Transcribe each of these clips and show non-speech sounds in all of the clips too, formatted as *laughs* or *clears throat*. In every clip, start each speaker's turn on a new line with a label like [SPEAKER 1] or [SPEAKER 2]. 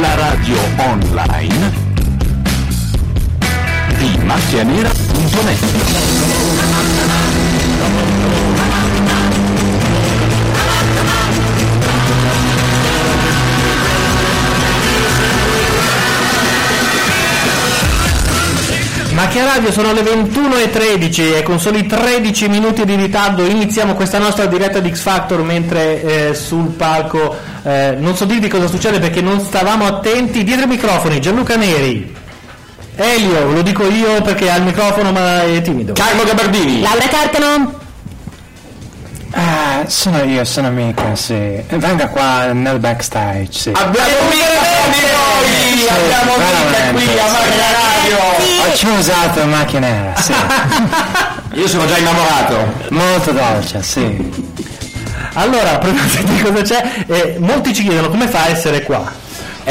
[SPEAKER 1] la radio online di macchianera.net.
[SPEAKER 2] Macchia Radio sono le 21.13 e con soli 13 minuti di ritardo iniziamo questa nostra diretta di X Factor mentre eh, sul palco eh, non so dirvi cosa succede perché non stavamo attenti. Dietro i microfoni Gianluca Neri, Elio, lo dico io perché ha il microfono ma è timido.
[SPEAKER 1] Carlo Gabardini.
[SPEAKER 3] Laura Cartano,
[SPEAKER 4] Ah, sono io, sono amica, sì. Venga qua nel backstage, sì.
[SPEAKER 1] Abbiamo mille noi, abbiamo mille qui a Macchia Radio.
[SPEAKER 4] Ho usato macchina nera, sì.
[SPEAKER 1] Io sono già innamorato.
[SPEAKER 4] Molto dolce, sì.
[SPEAKER 2] Allora, *laughs* prima di cosa c'è, eh, molti ci chiedono come fa a essere qua.
[SPEAKER 1] È,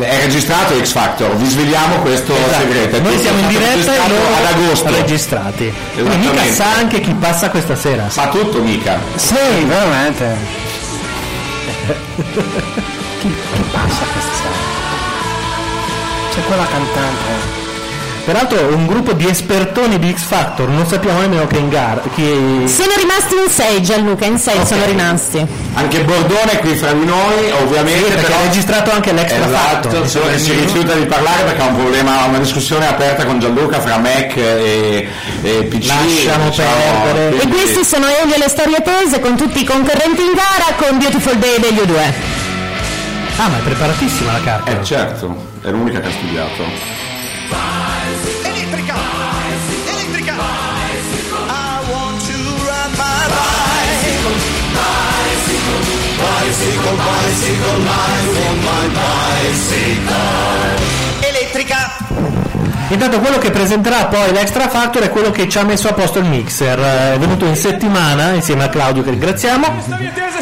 [SPEAKER 1] è registrato X Factor, vi sveliamo questo segreto. È
[SPEAKER 2] Esatto. Noi
[SPEAKER 1] tutto
[SPEAKER 2] siamo in
[SPEAKER 1] stato
[SPEAKER 2] diretta e
[SPEAKER 1] registrato
[SPEAKER 2] loro
[SPEAKER 1] ad agosto.
[SPEAKER 2] registrati. Quindi mica
[SPEAKER 1] Esattamente.
[SPEAKER 2] sa anche chi passa questa sera.
[SPEAKER 1] Fa tutto mica.
[SPEAKER 4] Sì,
[SPEAKER 1] *laughs*
[SPEAKER 4] veramente. Chi, chi passa questa sera? C'è quella cantante.
[SPEAKER 2] Peraltro un gruppo di espertoni di X Factor, non sappiamo nemmeno che in gara.
[SPEAKER 1] Mm.
[SPEAKER 2] Chi...
[SPEAKER 3] sono rimasti in 6 Gianluca, in 6 sono rimasti.
[SPEAKER 1] Anche Bordone è qui fra di noi, ovviamente.
[SPEAKER 2] Perché
[SPEAKER 1] però-
[SPEAKER 2] ha registrato anche l'Extra
[SPEAKER 1] Esatto,
[SPEAKER 2] Factor.
[SPEAKER 1] solo che si rifiuta di parlare perché ha un problema, ha una discussione aperta con Gianluca fra Mac e, e PC.
[SPEAKER 2] Lasciamo
[SPEAKER 1] diciamo,
[SPEAKER 2] perdere.
[SPEAKER 1] quindi-
[SPEAKER 3] E questi sono Elio e le storie tese con tutti i concorrenti in gara con Beautiful Baby e gli U2.
[SPEAKER 2] Ah, ma è preparatissima la carta.
[SPEAKER 1] Eh certo, è l'unica che ha studiato.
[SPEAKER 5] Electrica! Electrica! I want to ride my bicycle, bicycle, bicycle, bicycle, I want my bicycle. Elettrica!
[SPEAKER 2] Intanto quello che presenterà poi l'Extra Factor è quello che ci ha messo a posto il mixer. Eh, È venuto in settimana insieme a Claudio che ringraziamo,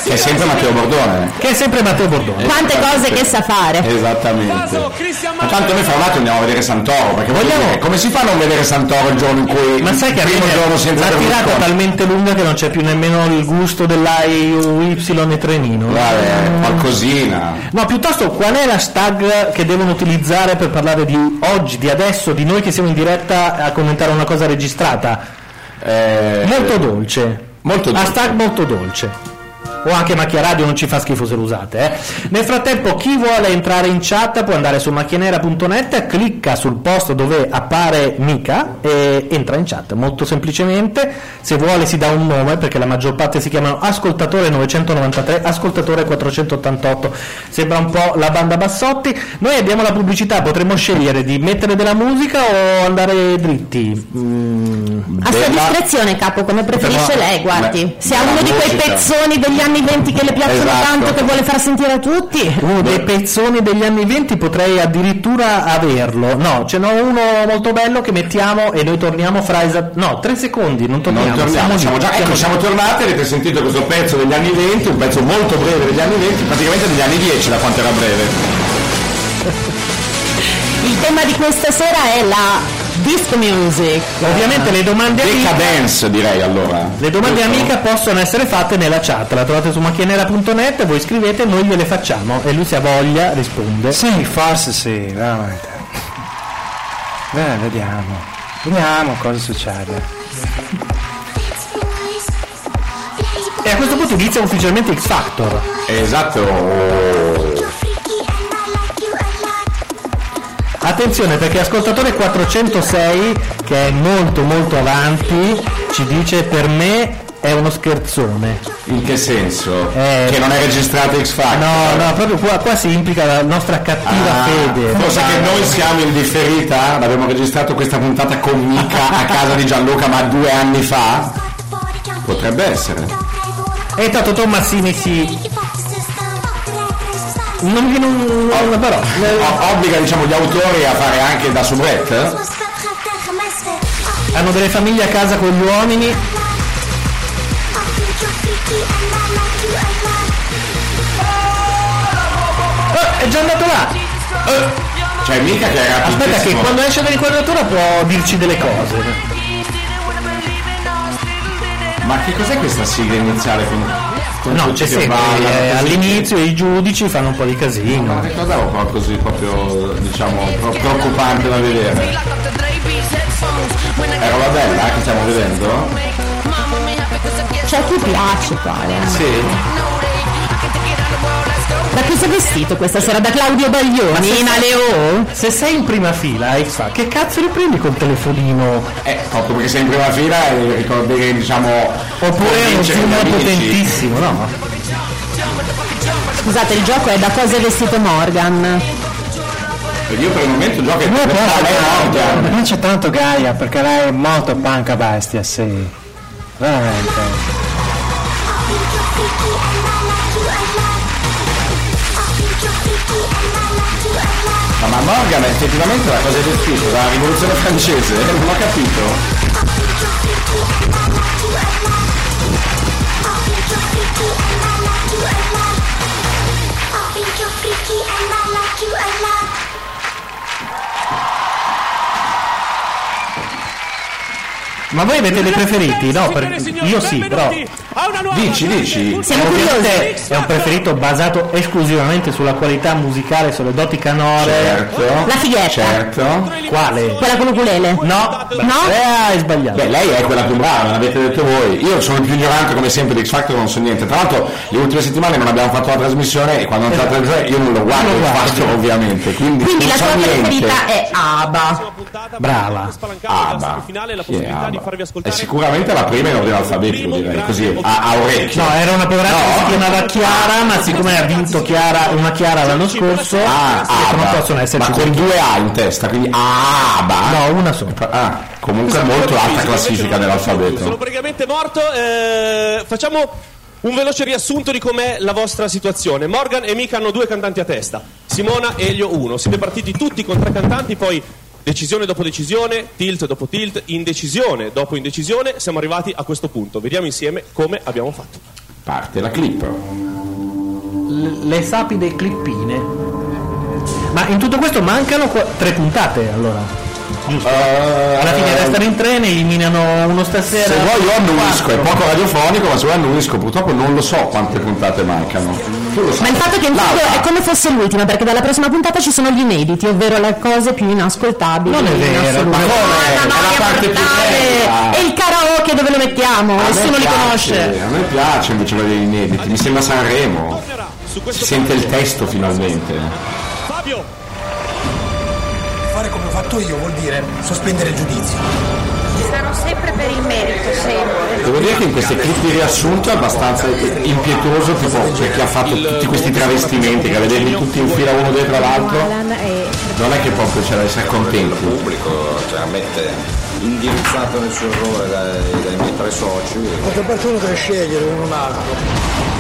[SPEAKER 1] Che è sempre Matteo Bordone.
[SPEAKER 2] che è sempre Matteo Bordone.
[SPEAKER 3] Quante cose che sa fare.
[SPEAKER 1] Esattamente. Ma tanto noi fra un attimo andiamo a vedere Santoro, perché voglio
[SPEAKER 2] Vogliamo-
[SPEAKER 1] dire, come si fa a non vedere Santoro il giorno in cui
[SPEAKER 2] Ma sai
[SPEAKER 1] il
[SPEAKER 2] che alla
[SPEAKER 1] primo
[SPEAKER 2] fine
[SPEAKER 1] giorno senza
[SPEAKER 2] la tirata è
[SPEAKER 1] Berlusconi?
[SPEAKER 2] talmente lunga che non c'è più nemmeno il gusto dell'AIUY e trenino.
[SPEAKER 1] Vabbè, qualcosina.
[SPEAKER 2] No, piuttosto qual è l'hashtag che devono utilizzare per parlare di oggi, di adesso, di noi che siamo in diretta a commentare una cosa registrata?
[SPEAKER 1] Eh,
[SPEAKER 2] Molto dolce.
[SPEAKER 1] molto dolce.
[SPEAKER 2] Hashtag molto dolce. O anche Macchia Radio non ci fa schifo se lo usate. eh. Nel frattempo chi vuole entrare in chat può andare su macchianera.net, clicca sul posto dove appare Mica e entra in chat. Molto semplicemente, se vuole si dà un nome perché la maggior parte si chiamano ascoltatore 993, ascoltatore 488. Sembra un po' la banda Bassotti. Noi abbiamo la pubblicità, potremmo scegliere di mettere della musica o andare dritti. Mm.
[SPEAKER 6] Ah,
[SPEAKER 3] A sua
[SPEAKER 1] Bella-
[SPEAKER 3] discrezione, capo, come preferisce
[SPEAKER 1] Però-
[SPEAKER 3] lei, guardi.
[SPEAKER 1] Beh,
[SPEAKER 3] Se ha uno di quei
[SPEAKER 1] musica.
[SPEAKER 3] pezzoni degli anni 20 che le piacciono
[SPEAKER 1] Esatto.
[SPEAKER 3] tanto, che vuole far sentire a tutti.
[SPEAKER 2] Uno dei pezzoni degli anni 20 potrei addirittura averlo. No, ce n'ho uno molto bello che mettiamo e noi torniamo fra esat- No, tre secondi,
[SPEAKER 1] Non
[SPEAKER 2] non torniamo.
[SPEAKER 1] torniamo,
[SPEAKER 2] lì,
[SPEAKER 1] siamo già,
[SPEAKER 2] siamo
[SPEAKER 1] ecco,
[SPEAKER 2] già.
[SPEAKER 1] siamo tornati, avete sentito questo pezzo degli anni 20, un pezzo molto breve degli anni 20, praticamente degli anni 10 da quanto era breve.
[SPEAKER 3] Il tema di questa sera è la disco music.
[SPEAKER 2] Ovviamente le domande a Mica,
[SPEAKER 1] Decadence direi allora.
[SPEAKER 2] le domande a
[SPEAKER 1] Giusto?
[SPEAKER 2] Mica possono essere fatte nella chat. La trovate su macchianera.net, voi scrivete, noi gliele facciamo e lui se ha voglia risponde.
[SPEAKER 4] Sì, forse sì, veramente. Beh, vediamo. Vediamo cosa succede.
[SPEAKER 2] E a questo punto inizia ufficialmente X Factor.
[SPEAKER 1] Esatto.
[SPEAKER 2] Attenzione perché ascoltatore 406 che è molto molto avanti ci dice per me è uno scherzone.
[SPEAKER 1] In che senso?
[SPEAKER 2] Eh.
[SPEAKER 1] Che non è registrato X Factor?
[SPEAKER 2] No, no, proprio qua, qua si implica la nostra cattiva
[SPEAKER 1] Ah,
[SPEAKER 2] fede.
[SPEAKER 1] Cosa che noi siamo in differita, l'abbiamo registrato questa puntata con Mica a casa di Gianluca ma due anni fa. Potrebbe essere.
[SPEAKER 2] E intanto Tommasini si...
[SPEAKER 7] No.
[SPEAKER 2] Non viene un- una parola.
[SPEAKER 1] O- obbliga diciamo gli autori a fare anche da soubrette.
[SPEAKER 2] Hanno delle famiglie a casa con gli uomini. Eh, è già andato là.
[SPEAKER 1] Cioè Mica che era
[SPEAKER 2] Aspetta che
[SPEAKER 1] rapidissimo.
[SPEAKER 2] quando esce dall'inquadratura può dirci delle cose.
[SPEAKER 1] Ma che cos'è questa sigla iniziale? con- con
[SPEAKER 2] No,
[SPEAKER 1] tutti
[SPEAKER 2] c'è
[SPEAKER 1] che
[SPEAKER 2] sempre,
[SPEAKER 1] ballano,
[SPEAKER 2] eh,
[SPEAKER 1] così.
[SPEAKER 2] all'inizio i giudici fanno un po' di casino.
[SPEAKER 1] Ma che cosa ho qua così proprio, diciamo, pro- preoccupante da vedere? È roba bella eh, che stiamo vedendo?
[SPEAKER 3] Cioè,
[SPEAKER 6] C'è chi piace pare.
[SPEAKER 1] Sì.
[SPEAKER 6] Da chi sei vestito questa sera? Da Claudio Baglioni? Ma Leo?
[SPEAKER 2] Se sei in prima fila, e fa, che cazzo li prendi col telefonino?
[SPEAKER 1] Eh, proprio perché sei in prima fila e ricordi che diciamo...
[SPEAKER 2] Oppure è
[SPEAKER 1] convincere
[SPEAKER 2] uno zoom
[SPEAKER 1] gli amici.
[SPEAKER 2] potentissimo, no?
[SPEAKER 6] Scusate, il gioco è da cosa è vestito Morgan.
[SPEAKER 1] Ed Io per il momento gioco in
[SPEAKER 8] però-
[SPEAKER 1] realtà
[SPEAKER 4] eh,
[SPEAKER 1] lei morta.
[SPEAKER 8] Non c'è tanto Gaia perché lei è molto panca bestia, sì. Veramente.
[SPEAKER 1] Ma- Ma Morgan è effettivamente la cosa del tipo, la rivoluzione francese, eh, non ho capito.
[SPEAKER 2] Ma voi avete dei preferiti? No, per- io sì, però
[SPEAKER 1] Dici, dici.
[SPEAKER 6] Siamo curiosi.
[SPEAKER 2] ovviamente è un preferito basato esclusivamente sulla qualità musicale, sulle doti canore.
[SPEAKER 1] Certo.
[SPEAKER 6] La fighetta.
[SPEAKER 1] Certo.
[SPEAKER 2] Quale?
[SPEAKER 6] Quella con l'uculele.
[SPEAKER 2] No,
[SPEAKER 6] No?
[SPEAKER 2] Eh, hai sbagliato.
[SPEAKER 1] Beh, lei è quella più brava, l'avete detto voi. Io sono il più ignorante come sempre di X Factor, non so niente. Tra l'altro le ultime settimane non abbiamo fatto la trasmissione e quando non c'è la trasmissione io non lo guardo
[SPEAKER 2] Non
[SPEAKER 1] il
[SPEAKER 2] lo guardi.
[SPEAKER 1] Factor ovviamente. Quindi,
[SPEAKER 6] Quindi
[SPEAKER 1] non
[SPEAKER 6] la
[SPEAKER 1] so
[SPEAKER 6] tua
[SPEAKER 1] niente.
[SPEAKER 6] preferita è ABBA.
[SPEAKER 2] Brava.
[SPEAKER 1] Ah, ma- chi è Abba? È sicuramente la prima in ordine alfabetico, direi, così a, a orecchio.
[SPEAKER 2] No, era una poverata che si chiamava Chiara, ma siccome ha vinto Chiara, una Chiara l'anno scorso,
[SPEAKER 1] Ah,
[SPEAKER 2] ecco, non
[SPEAKER 1] Abba.
[SPEAKER 2] possono esserci
[SPEAKER 1] Ma con due A in testa, quindi Aba.
[SPEAKER 2] No, una sola.
[SPEAKER 1] Ah, comunque molto alta classifica
[SPEAKER 7] Sono
[SPEAKER 1] dell'alfabeto.
[SPEAKER 7] praticamente morto. eh, facciamo un veloce riassunto di com'è la vostra situazione. Morgan e Mika hanno due cantanti a testa, Simona e Elio uno. Siete partiti tutti con tre cantanti, poi decisione dopo decisione, tilt dopo tilt, indecisione dopo indecisione. Siamo arrivati a questo punto. Vediamo insieme come abbiamo fatto.
[SPEAKER 1] Parte la clip.
[SPEAKER 2] le sapi dei clippine. Ma in tutto questo mancano qua- tre puntate allora. Alla fine restano in tre, ne eliminano uno stasera.
[SPEAKER 1] Eh, Se vuoi io annuisco, è
[SPEAKER 2] quattro.
[SPEAKER 1] poco radiofonico, ma se vuoi annuisco, purtroppo non lo so quante puntate mancano. Tu lo sai.
[SPEAKER 6] Ma il fatto che in fondo
[SPEAKER 1] Laura,
[SPEAKER 6] è come fosse l'ultima, perché dalla prossima puntata ci sono gli inediti, ovvero le cose più inascoltabili.
[SPEAKER 2] Non è
[SPEAKER 6] in
[SPEAKER 2] vero,
[SPEAKER 6] assoluto.
[SPEAKER 2] ma come?
[SPEAKER 6] Ah,
[SPEAKER 1] È la
[SPEAKER 6] Maria
[SPEAKER 1] parte più
[SPEAKER 6] Mortale!
[SPEAKER 1] bella.
[SPEAKER 6] E il karaoke dove lo mettiamo?
[SPEAKER 1] a me
[SPEAKER 6] Nessuno li
[SPEAKER 1] piace,
[SPEAKER 6] conosce.
[SPEAKER 1] A me piace invece quello degli inediti, mi sembra Sanremo.
[SPEAKER 7] Tornerà su
[SPEAKER 1] Si
[SPEAKER 7] questo
[SPEAKER 1] sente il
[SPEAKER 7] palco.
[SPEAKER 1] testo finalmente.
[SPEAKER 7] Fabio,
[SPEAKER 9] Fare come ho fatto io vuol dire sospendere il giudizio.
[SPEAKER 10] Sarò sempre per il merito, sempre.
[SPEAKER 1] Devo dire che in queste clip di riassunto è abbastanza impietoso, tipo perché ha fatto tutti questi travestimenti, che vedevi tutti in fila uno dietro l'altro.
[SPEAKER 10] Alan e
[SPEAKER 1] Non è che proprio c'era essere contenti.
[SPEAKER 11] pubblico, cioè ammette indirizzato nel suo errore dai, dai miei tre soci.
[SPEAKER 9] Quante persone deve scegliere uno o un altro?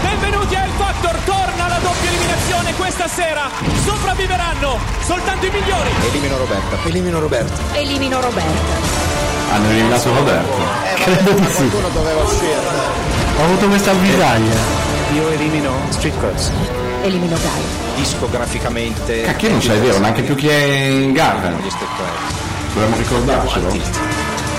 [SPEAKER 7] benvenuti a El Factor. Torna la doppia eliminazione questa sera. Sopravviveranno soltanto i migliori.
[SPEAKER 11] Elimino Roberta.
[SPEAKER 9] Elimino Roberto.
[SPEAKER 10] elimino Roberto.
[SPEAKER 1] Hanno eliminato Roberto.
[SPEAKER 2] Credo di sì. Ho avuto questa avvisaglia.
[SPEAKER 8] Io elimino Street Codes.
[SPEAKER 10] Elimino Gaio.
[SPEAKER 11] Discograficamente.
[SPEAKER 1] Cacchio non sai vero, neanche più chi è in gara.
[SPEAKER 11] Gli spettatori.
[SPEAKER 1] Dovremmo ricordarcelo.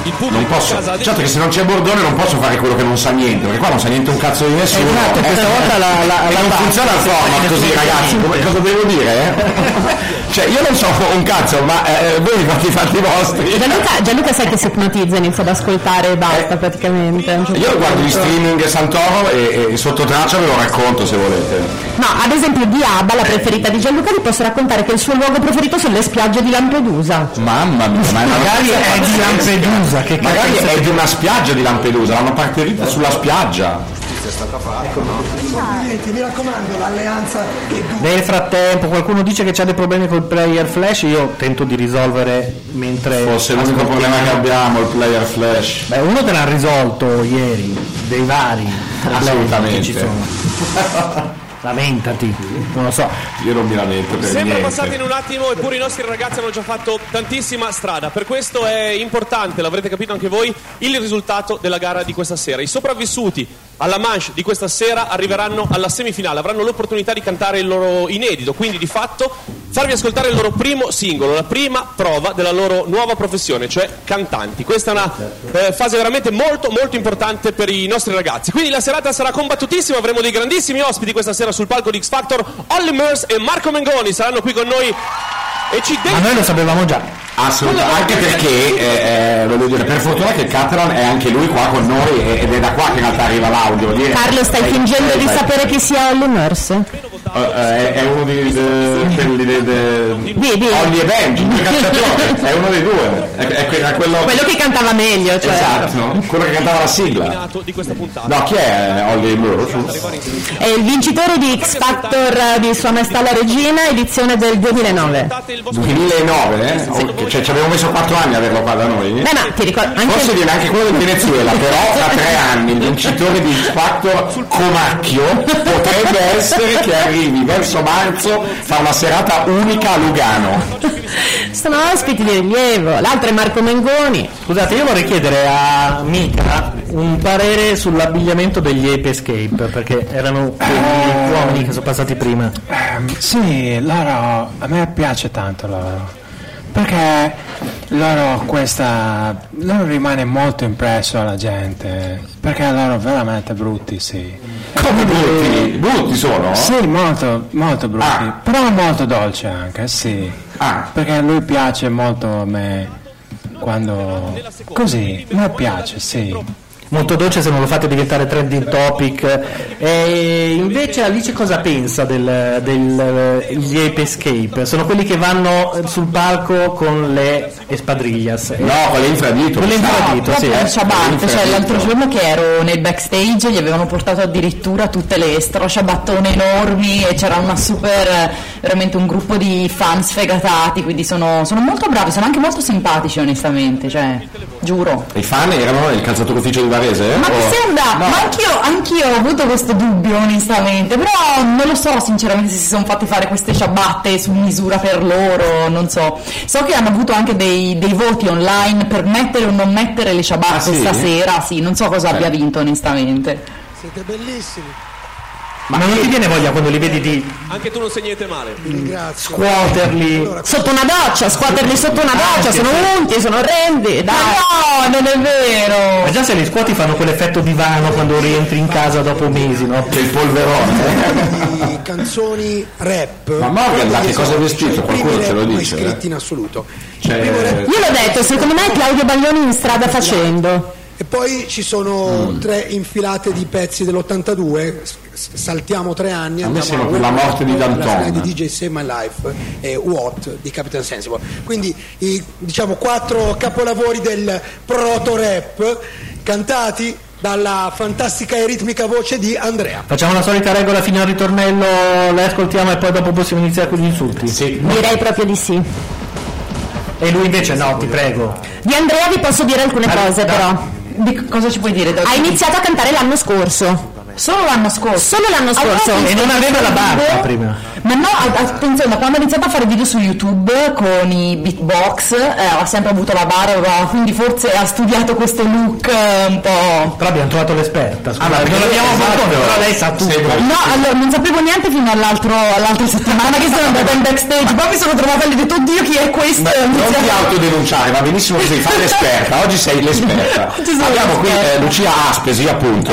[SPEAKER 7] Il pubblico
[SPEAKER 1] Non posso.
[SPEAKER 7] a casa adesso-
[SPEAKER 1] Certo che se non c'è Bordone non posso fare quello che non sa niente, perché qua non sa niente un cazzo di nessuno. Eh,
[SPEAKER 2] Esatto, questa volta la- la-
[SPEAKER 1] E
[SPEAKER 2] la
[SPEAKER 1] non
[SPEAKER 2] basta.
[SPEAKER 1] funziona il format così ragazzi, come- cosa devo dire? eh? *laughs* cioè io non so un cazzo, ma eh, voi fate i fatti vostri.
[SPEAKER 6] Gianluca, Gianluca sai che si ipnotizza, inizia ad ascoltare e basta praticamente. a un certo
[SPEAKER 1] Eh, Io guardo gli
[SPEAKER 6] punto.
[SPEAKER 1] streaming Santoro e, e sotto traccia ve lo racconto se volete.
[SPEAKER 6] No, ad esempio di Abba, la preferita di Gianluca, vi posso raccontare che il suo luogo preferito sono le spiagge di Lampedusa.
[SPEAKER 1] Mamma mia, *laughs* ma è una
[SPEAKER 2] Magari
[SPEAKER 1] notizia
[SPEAKER 2] è di
[SPEAKER 1] pazzesca.
[SPEAKER 2] Lampedusa, che
[SPEAKER 1] Magari
[SPEAKER 2] cazzo Eh.
[SPEAKER 1] è di una spiaggia di Lampedusa, l'hanno partorita sulla spiaggia.
[SPEAKER 2] Ecco,
[SPEAKER 9] Niente, mi raccomando, l'alleanza che tu.
[SPEAKER 2] Nel frattempo qualcuno dice che c'ha dei problemi col player flash, io tento di risolvere mentre...
[SPEAKER 1] Forse è l'unico problema che abbiamo, il player flash.
[SPEAKER 2] Beh, uno te l'ha risolto ieri, dei vari. problemi
[SPEAKER 1] Assolutamente.
[SPEAKER 2] Che ci sono. Lamentati, non lo so.
[SPEAKER 1] Io non mi lamento per
[SPEAKER 7] Sembra
[SPEAKER 1] niente.
[SPEAKER 7] passato in un attimo, eppure i nostri ragazzi hanno già fatto tantissima strada. Per questo è importante, l'avrete capito anche voi, il risultato della gara di questa sera. I sopravvissuti alla manche di questa sera arriveranno alla semifinale, avranno l'opportunità di cantare il loro inedito, quindi di fatto farvi ascoltare il loro primo singolo, la prima prova della loro nuova professione, cioè cantanti. Questa è una eh, fase veramente molto molto importante per i nostri ragazzi. Quindi la serata sarà combattutissima, avremo dei grandissimi ospiti questa sera sul palco di X Factor, Olly Murs e Marco Mengoni saranno qui con noi e ci
[SPEAKER 2] Ma noi lo sapevamo già.
[SPEAKER 1] Assolutamente, anche perché eh, eh, voglio dire, per fortuna che Catalan è anche lui qua con noi e- ed è da qua che in realtà arriva l'audio. voglio dire,
[SPEAKER 6] Carlo, stai
[SPEAKER 1] è-
[SPEAKER 6] fingendo
[SPEAKER 1] è-
[SPEAKER 6] di
[SPEAKER 1] è-
[SPEAKER 6] sapere chi sia Olly Murs?
[SPEAKER 1] eh, È, è uno dei de- quelli de- de-
[SPEAKER 6] Di- di-
[SPEAKER 1] Olly e Benji, due cacciatori, è uno dei due, è, è que- è quello,
[SPEAKER 6] Quello che cantava meglio, cioè.
[SPEAKER 12] eh,
[SPEAKER 1] esatto, quello che cantava la sigla.
[SPEAKER 7] destinato di questa puntata.
[SPEAKER 1] No, chi è Olly Murphy?
[SPEAKER 6] È il vincitore di X Factor eh, di Sua Maestà la Regina, edizione del 2009.
[SPEAKER 7] Date il vostro
[SPEAKER 1] 2009, eh? Ok, cioè ci abbiamo messo 4 anni a averlo qua da noi.
[SPEAKER 6] Beh, ma ti ricordo anche
[SPEAKER 1] Forse viene anche quello del Venezuela, però da tre anni il vincitore di X Factor Comacchio potrebbe essere che arrivi verso marzo fa una serata unica a Lugano.
[SPEAKER 6] sono ospiti di rilievo, l'altro è Marco Mengoni.
[SPEAKER 2] Scusate, io vorrei chiedere a Mika un parere sull'abbigliamento degli Ape Escape, perché erano quegli uomini che sono passati prima.
[SPEAKER 8] Ehm, sì, loro a me piace tanto loro. Perché loro questa. loro rimane molto impresso alla gente. Perché loro veramente brutti, sì.
[SPEAKER 1] Come brutti? Brutti sono?
[SPEAKER 8] Sì, molto, molto brutti.
[SPEAKER 1] Ah.
[SPEAKER 8] Però molto dolce anche, sì.
[SPEAKER 1] Ah.
[SPEAKER 8] Perché a lui piace molto a me. Quando. Così, a me piace, sì.
[SPEAKER 2] Molto dolce se non lo fate diventare trending topic. E invece Alice cosa pensa del- del- degli Ape Escape? Sono quelli che vanno sul palco con le espadrillas.
[SPEAKER 1] No, con l'infradito.
[SPEAKER 2] Con l'infradito,
[SPEAKER 1] l'infradito,
[SPEAKER 2] sì.
[SPEAKER 12] per ciabatte, cioè
[SPEAKER 1] Infradito.
[SPEAKER 12] l'altro giorno che ero nel backstage gli avevano portato addirittura tutte le strociabattone enormi e c'era una super, veramente un gruppo di fan sfegatati, quindi sono, sono molto bravi, sono anche molto simpatici onestamente, cioè, giuro.
[SPEAKER 1] I fan erano nel calzato ufficio di
[SPEAKER 2] Eh?
[SPEAKER 1] Varese? Oh.
[SPEAKER 12] Ma mi
[SPEAKER 2] Oh.
[SPEAKER 1] O-
[SPEAKER 12] sembra, ma anch'io, anch'io ho avuto questo dubbio onestamente, però non lo so sinceramente se si sono fatti fare queste ciabatte su misura per loro, non so. So che hanno avuto anche dei, dei voti online per mettere o non mettere le ciabatte
[SPEAKER 1] Ah, sì?
[SPEAKER 12] stasera, sì, non so cosa abbia vinto onestamente.
[SPEAKER 9] Siete bellissimi.
[SPEAKER 2] Ma non ti viene voglia quando li vedi di
[SPEAKER 7] Anche tu non sei niente male.
[SPEAKER 9] Ringrazio.
[SPEAKER 2] scuoterli?
[SPEAKER 6] Sotto una doccia, squatterli sotto una doccia, sono unti, sono rendi, dai.
[SPEAKER 12] Ma no, non è vero!
[SPEAKER 2] Ma già se li scuoti fanno quell'effetto divano quando rientri in casa dopo mesi, no?
[SPEAKER 1] Che il polverone.
[SPEAKER 9] di canzoni rap.
[SPEAKER 1] Ma Morgan,
[SPEAKER 9] Quelli
[SPEAKER 1] da che cosa
[SPEAKER 9] sono-
[SPEAKER 1] vi è scritto?
[SPEAKER 9] cioè, i primi
[SPEAKER 1] Qualcuno ce lo
[SPEAKER 9] rap mai
[SPEAKER 1] dice,
[SPEAKER 9] scritti
[SPEAKER 1] eh?
[SPEAKER 9] in assoluto.
[SPEAKER 1] Cioè,
[SPEAKER 6] Io l'ho detto, secondo me è Claudio Baglioni in strada facendo.
[SPEAKER 9] Eh, E poi ci sono
[SPEAKER 1] Mm.
[SPEAKER 9] tre infilate di pezzi dell'82, s- s- saltiamo tre anni.
[SPEAKER 1] A me
[SPEAKER 9] andiamo
[SPEAKER 1] sembra
[SPEAKER 9] a
[SPEAKER 1] quella
[SPEAKER 9] What-
[SPEAKER 1] morte di Danton.
[SPEAKER 9] La finale di DJ Save My Life e What di Capitan Sensible. Quindi i, diciamo quattro capolavori del proto-rap cantati dalla fantastica e ritmica voce di Andrea.
[SPEAKER 2] Facciamo la solita regola fino al ritornello, le ascoltiamo e poi dopo possiamo iniziare con gli insulti. Sì.
[SPEAKER 6] Direi proprio di sì.
[SPEAKER 2] E lui invece no, ti prego.
[SPEAKER 6] Di Andrea vi posso dire alcune
[SPEAKER 1] Ah,
[SPEAKER 6] cose però.
[SPEAKER 12] Di c- cosa ci puoi dire?
[SPEAKER 6] Ha iniziato a cantare l'anno scorso.
[SPEAKER 12] Solo l'anno scorso.
[SPEAKER 6] Solo l'anno scorso.
[SPEAKER 12] Allora,
[SPEAKER 2] E non aveva la barba
[SPEAKER 12] Boh.
[SPEAKER 2] prima.
[SPEAKER 12] Ma no, a- attenzione, quando ha iniziato a fare video su YouTube con i beatbox, eh, ha sempre avuto la barba, quindi forse ha studiato questo look eh, un po'.
[SPEAKER 2] Però abbiamo trovato l'esperta. Scusa,
[SPEAKER 1] Ah, ma perché
[SPEAKER 2] non l'abbiamo
[SPEAKER 1] esatto.
[SPEAKER 2] fatto, però lei sa tutto.
[SPEAKER 1] Sembra-
[SPEAKER 12] No, allora non sapevo neanche fino all'altro, all'altra settimana che sono andata in backstage, poi mi sono trovata lì e ho detto oddio chi è questo?
[SPEAKER 1] Beh,
[SPEAKER 12] Ho
[SPEAKER 1] non
[SPEAKER 12] iniziato-
[SPEAKER 1] ti autodenunciare, va benissimo così, fai l'esperta, oggi sei l'esperta.
[SPEAKER 12] *laughs* Oggi sono
[SPEAKER 1] Abbiamo qui
[SPEAKER 12] l'esperta. Ah,
[SPEAKER 1] eh, Lucia Aspesi appunto.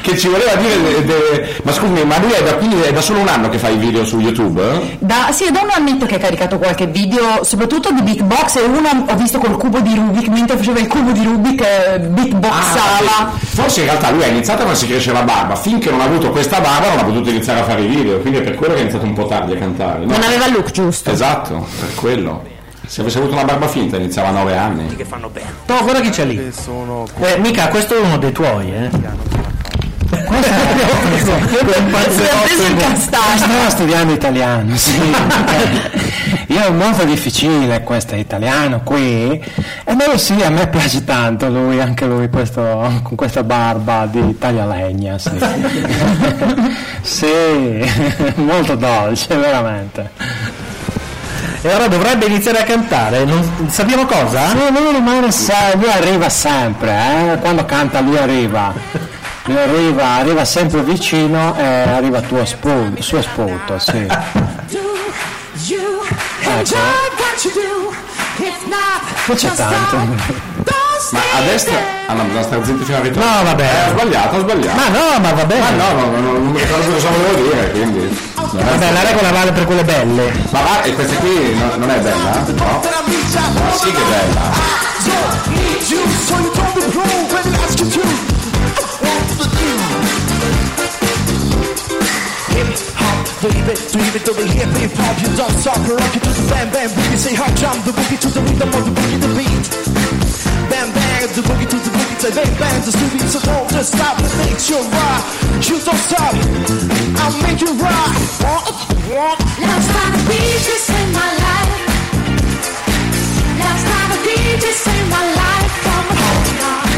[SPEAKER 1] che ci voleva dire, de- de- ma scusami, ma lui è da, quindi è da solo un anno che fa i video su YouTube? eh?
[SPEAKER 12] Da, sì, è da un annetto che ha caricato qualche video, soprattutto di beatbox, e uno ho visto col cubo di Rubik, mentre faceva il cubo di Rubik eh, beatboxava.
[SPEAKER 1] Ah, sì. Forse in realtà lui ha iniziato quando si cresce la barba, finché non ha avuto questa barba non ha potuto iniziare a fare i video, quindi è per quello che ha iniziato un po' tardi a cantare. no?
[SPEAKER 6] Non aveva il look giusto.
[SPEAKER 1] Esatto, per quello. Se avesse avuto una barba finta iniziava a 9 anni.
[SPEAKER 2] Però guarda chi c'è lì. Eh, mica, questo è uno dei tuoi, eh.
[SPEAKER 12] Si è preso il castagno.
[SPEAKER 8] Stavo studiando italiano, sì.
[SPEAKER 2] *laughs*
[SPEAKER 8] perché Io è molto difficile questo italiano qui. E beh sì, a me piace tanto lui, anche lui, questo, con questa barba di
[SPEAKER 2] *laughs*
[SPEAKER 8] taglialegna, sì. sì, molto dolce, veramente.
[SPEAKER 2] E ora dovrebbe iniziare a cantare. Non... Sappiamo cosa?
[SPEAKER 8] Sì, lui rimane sa- lui arriva sempre, eh? quando canta lui arriva. Lui arriva, arriva sempre vicino e arriva tuo spunto, suo spunto, sì.
[SPEAKER 13] Do you
[SPEAKER 1] *laughs*
[SPEAKER 13] enjoy what you do? If not,
[SPEAKER 8] Qui c'è
[SPEAKER 13] just
[SPEAKER 8] tanto.
[SPEAKER 1] Ma a destra? Ah no, bisogna stare zitti fino al ritorno.
[SPEAKER 2] No, vabbè.
[SPEAKER 1] Eh, ho sbagliato, ho sbagliato.
[SPEAKER 2] Ma no, ma va bene.
[SPEAKER 1] Ma no, no, no, non mi ricordo cosa volevo dire, quindi.
[SPEAKER 2] Vabbè, la regola vale per quelle belle.
[SPEAKER 1] Ma va, e questa qui no- non è bella? eh? No? Ma sì che è bella.
[SPEAKER 13] Baby, do it to the hip hip hop, you don't stop, rock it to the bam bam boogie, say hop jump the boogie to the rhythm of the boogie, the beat. Bam bang, the boogie to the boogie, say bang bang, the stupid, so don't just stop, make you rock, you don't stop, I'll make you rock.
[SPEAKER 10] Love's got a beat just in my life. Love's got a beat just in my life. Come on, now.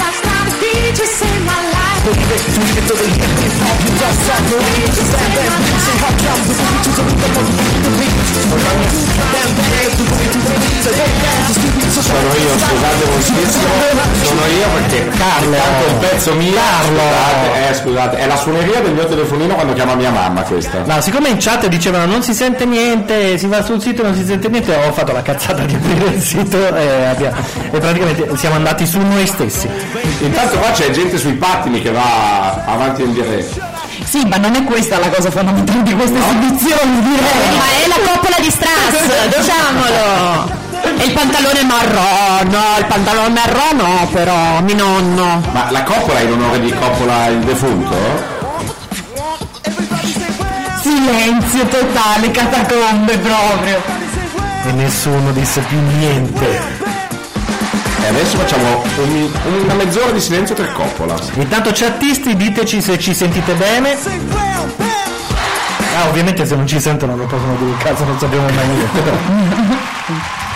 [SPEAKER 10] Love's got a beat just in my life.
[SPEAKER 13] Baby, do it to the hip hip hop, you don't stop, rock it to the bam bam boogie, say hop jump the boogie to the rhythm of the boogie, the beat. Bam bang, the boogie to the beat, say bang bang, the stupid, so
[SPEAKER 1] Sono io, scusate voi scherzo, sono io perché Carlo il pezzo mio Scusate, eh, scusate, è la suoneria del mio telefonino quando chiama mia mamma questa.
[SPEAKER 2] No, siccome in chat dicevano non si sente niente, si va sul sito e non si sente niente, ho fatto la cazzata di aprire il sito e, abbia- e praticamente siamo andati su noi stessi.
[SPEAKER 1] Intanto qua c'è gente sui pattini che va avanti e indietro.
[SPEAKER 12] Sì, ma non è questa la cosa fondamentale di questa esibizione, direi.
[SPEAKER 6] Ma è la coppola di Strass,
[SPEAKER 12] *laughs*
[SPEAKER 6] diciamolo! E il pantalone marrone, no, il pantalone marrone no, però, mi nonno.
[SPEAKER 1] Ma la coppola è in onore di Coppola il defunto?
[SPEAKER 12] Silenzio totale, catacombe proprio.
[SPEAKER 2] E nessuno disse più niente.
[SPEAKER 1] E adesso facciamo un mi- una mezz'ora di silenzio per Coppola.
[SPEAKER 2] Intanto chattisti diteci se ci sentite bene. Ah, ovviamente se non ci sentono non possono dire il cazzo, non sappiamo mai niente.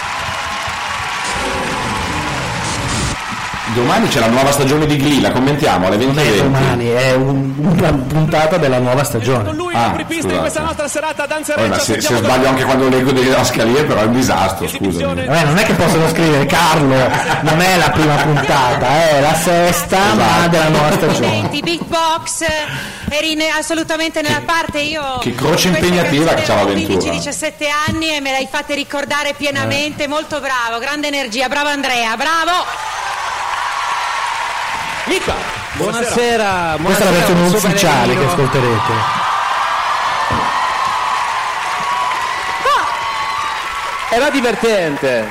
[SPEAKER 1] Domani c'è la nuova stagione di Glee, la commentiamo alle 20.20.
[SPEAKER 2] Domani è un- una puntata della nuova stagione.
[SPEAKER 7] Lui
[SPEAKER 1] Ah,
[SPEAKER 7] in apripista in questa
[SPEAKER 1] scusate.
[SPEAKER 7] nostra serata
[SPEAKER 1] Eh,
[SPEAKER 7] danzereccia
[SPEAKER 1] ma se, se
[SPEAKER 7] aspettiamo
[SPEAKER 1] sbaglio anche quando leggo delle didascalie però è un disastro, scusami.
[SPEAKER 2] Vabbè, non è che possono scrivere Carlo, non è la prima puntata, è la sesta,
[SPEAKER 10] Esatto.
[SPEAKER 2] ma della nuova stagione.
[SPEAKER 10] Senti, Big Box eh, eri ne- assolutamente nella parte. Io
[SPEAKER 1] che croce
[SPEAKER 10] queste
[SPEAKER 1] impegnativa che
[SPEAKER 10] canzoni avevo
[SPEAKER 1] c'ha l'avventura.
[SPEAKER 10] 15-17 anni e me l'hai fatte ricordare
[SPEAKER 1] Eh.
[SPEAKER 10] pienamente. Molto bravo, grande energia. Bravo Andrea, bravo.
[SPEAKER 7] Mica!
[SPEAKER 14] Buonasera,
[SPEAKER 2] Questa è la versione ufficiale che
[SPEAKER 14] ascoltiamo
[SPEAKER 2] ascolterete.
[SPEAKER 14] Era divertente.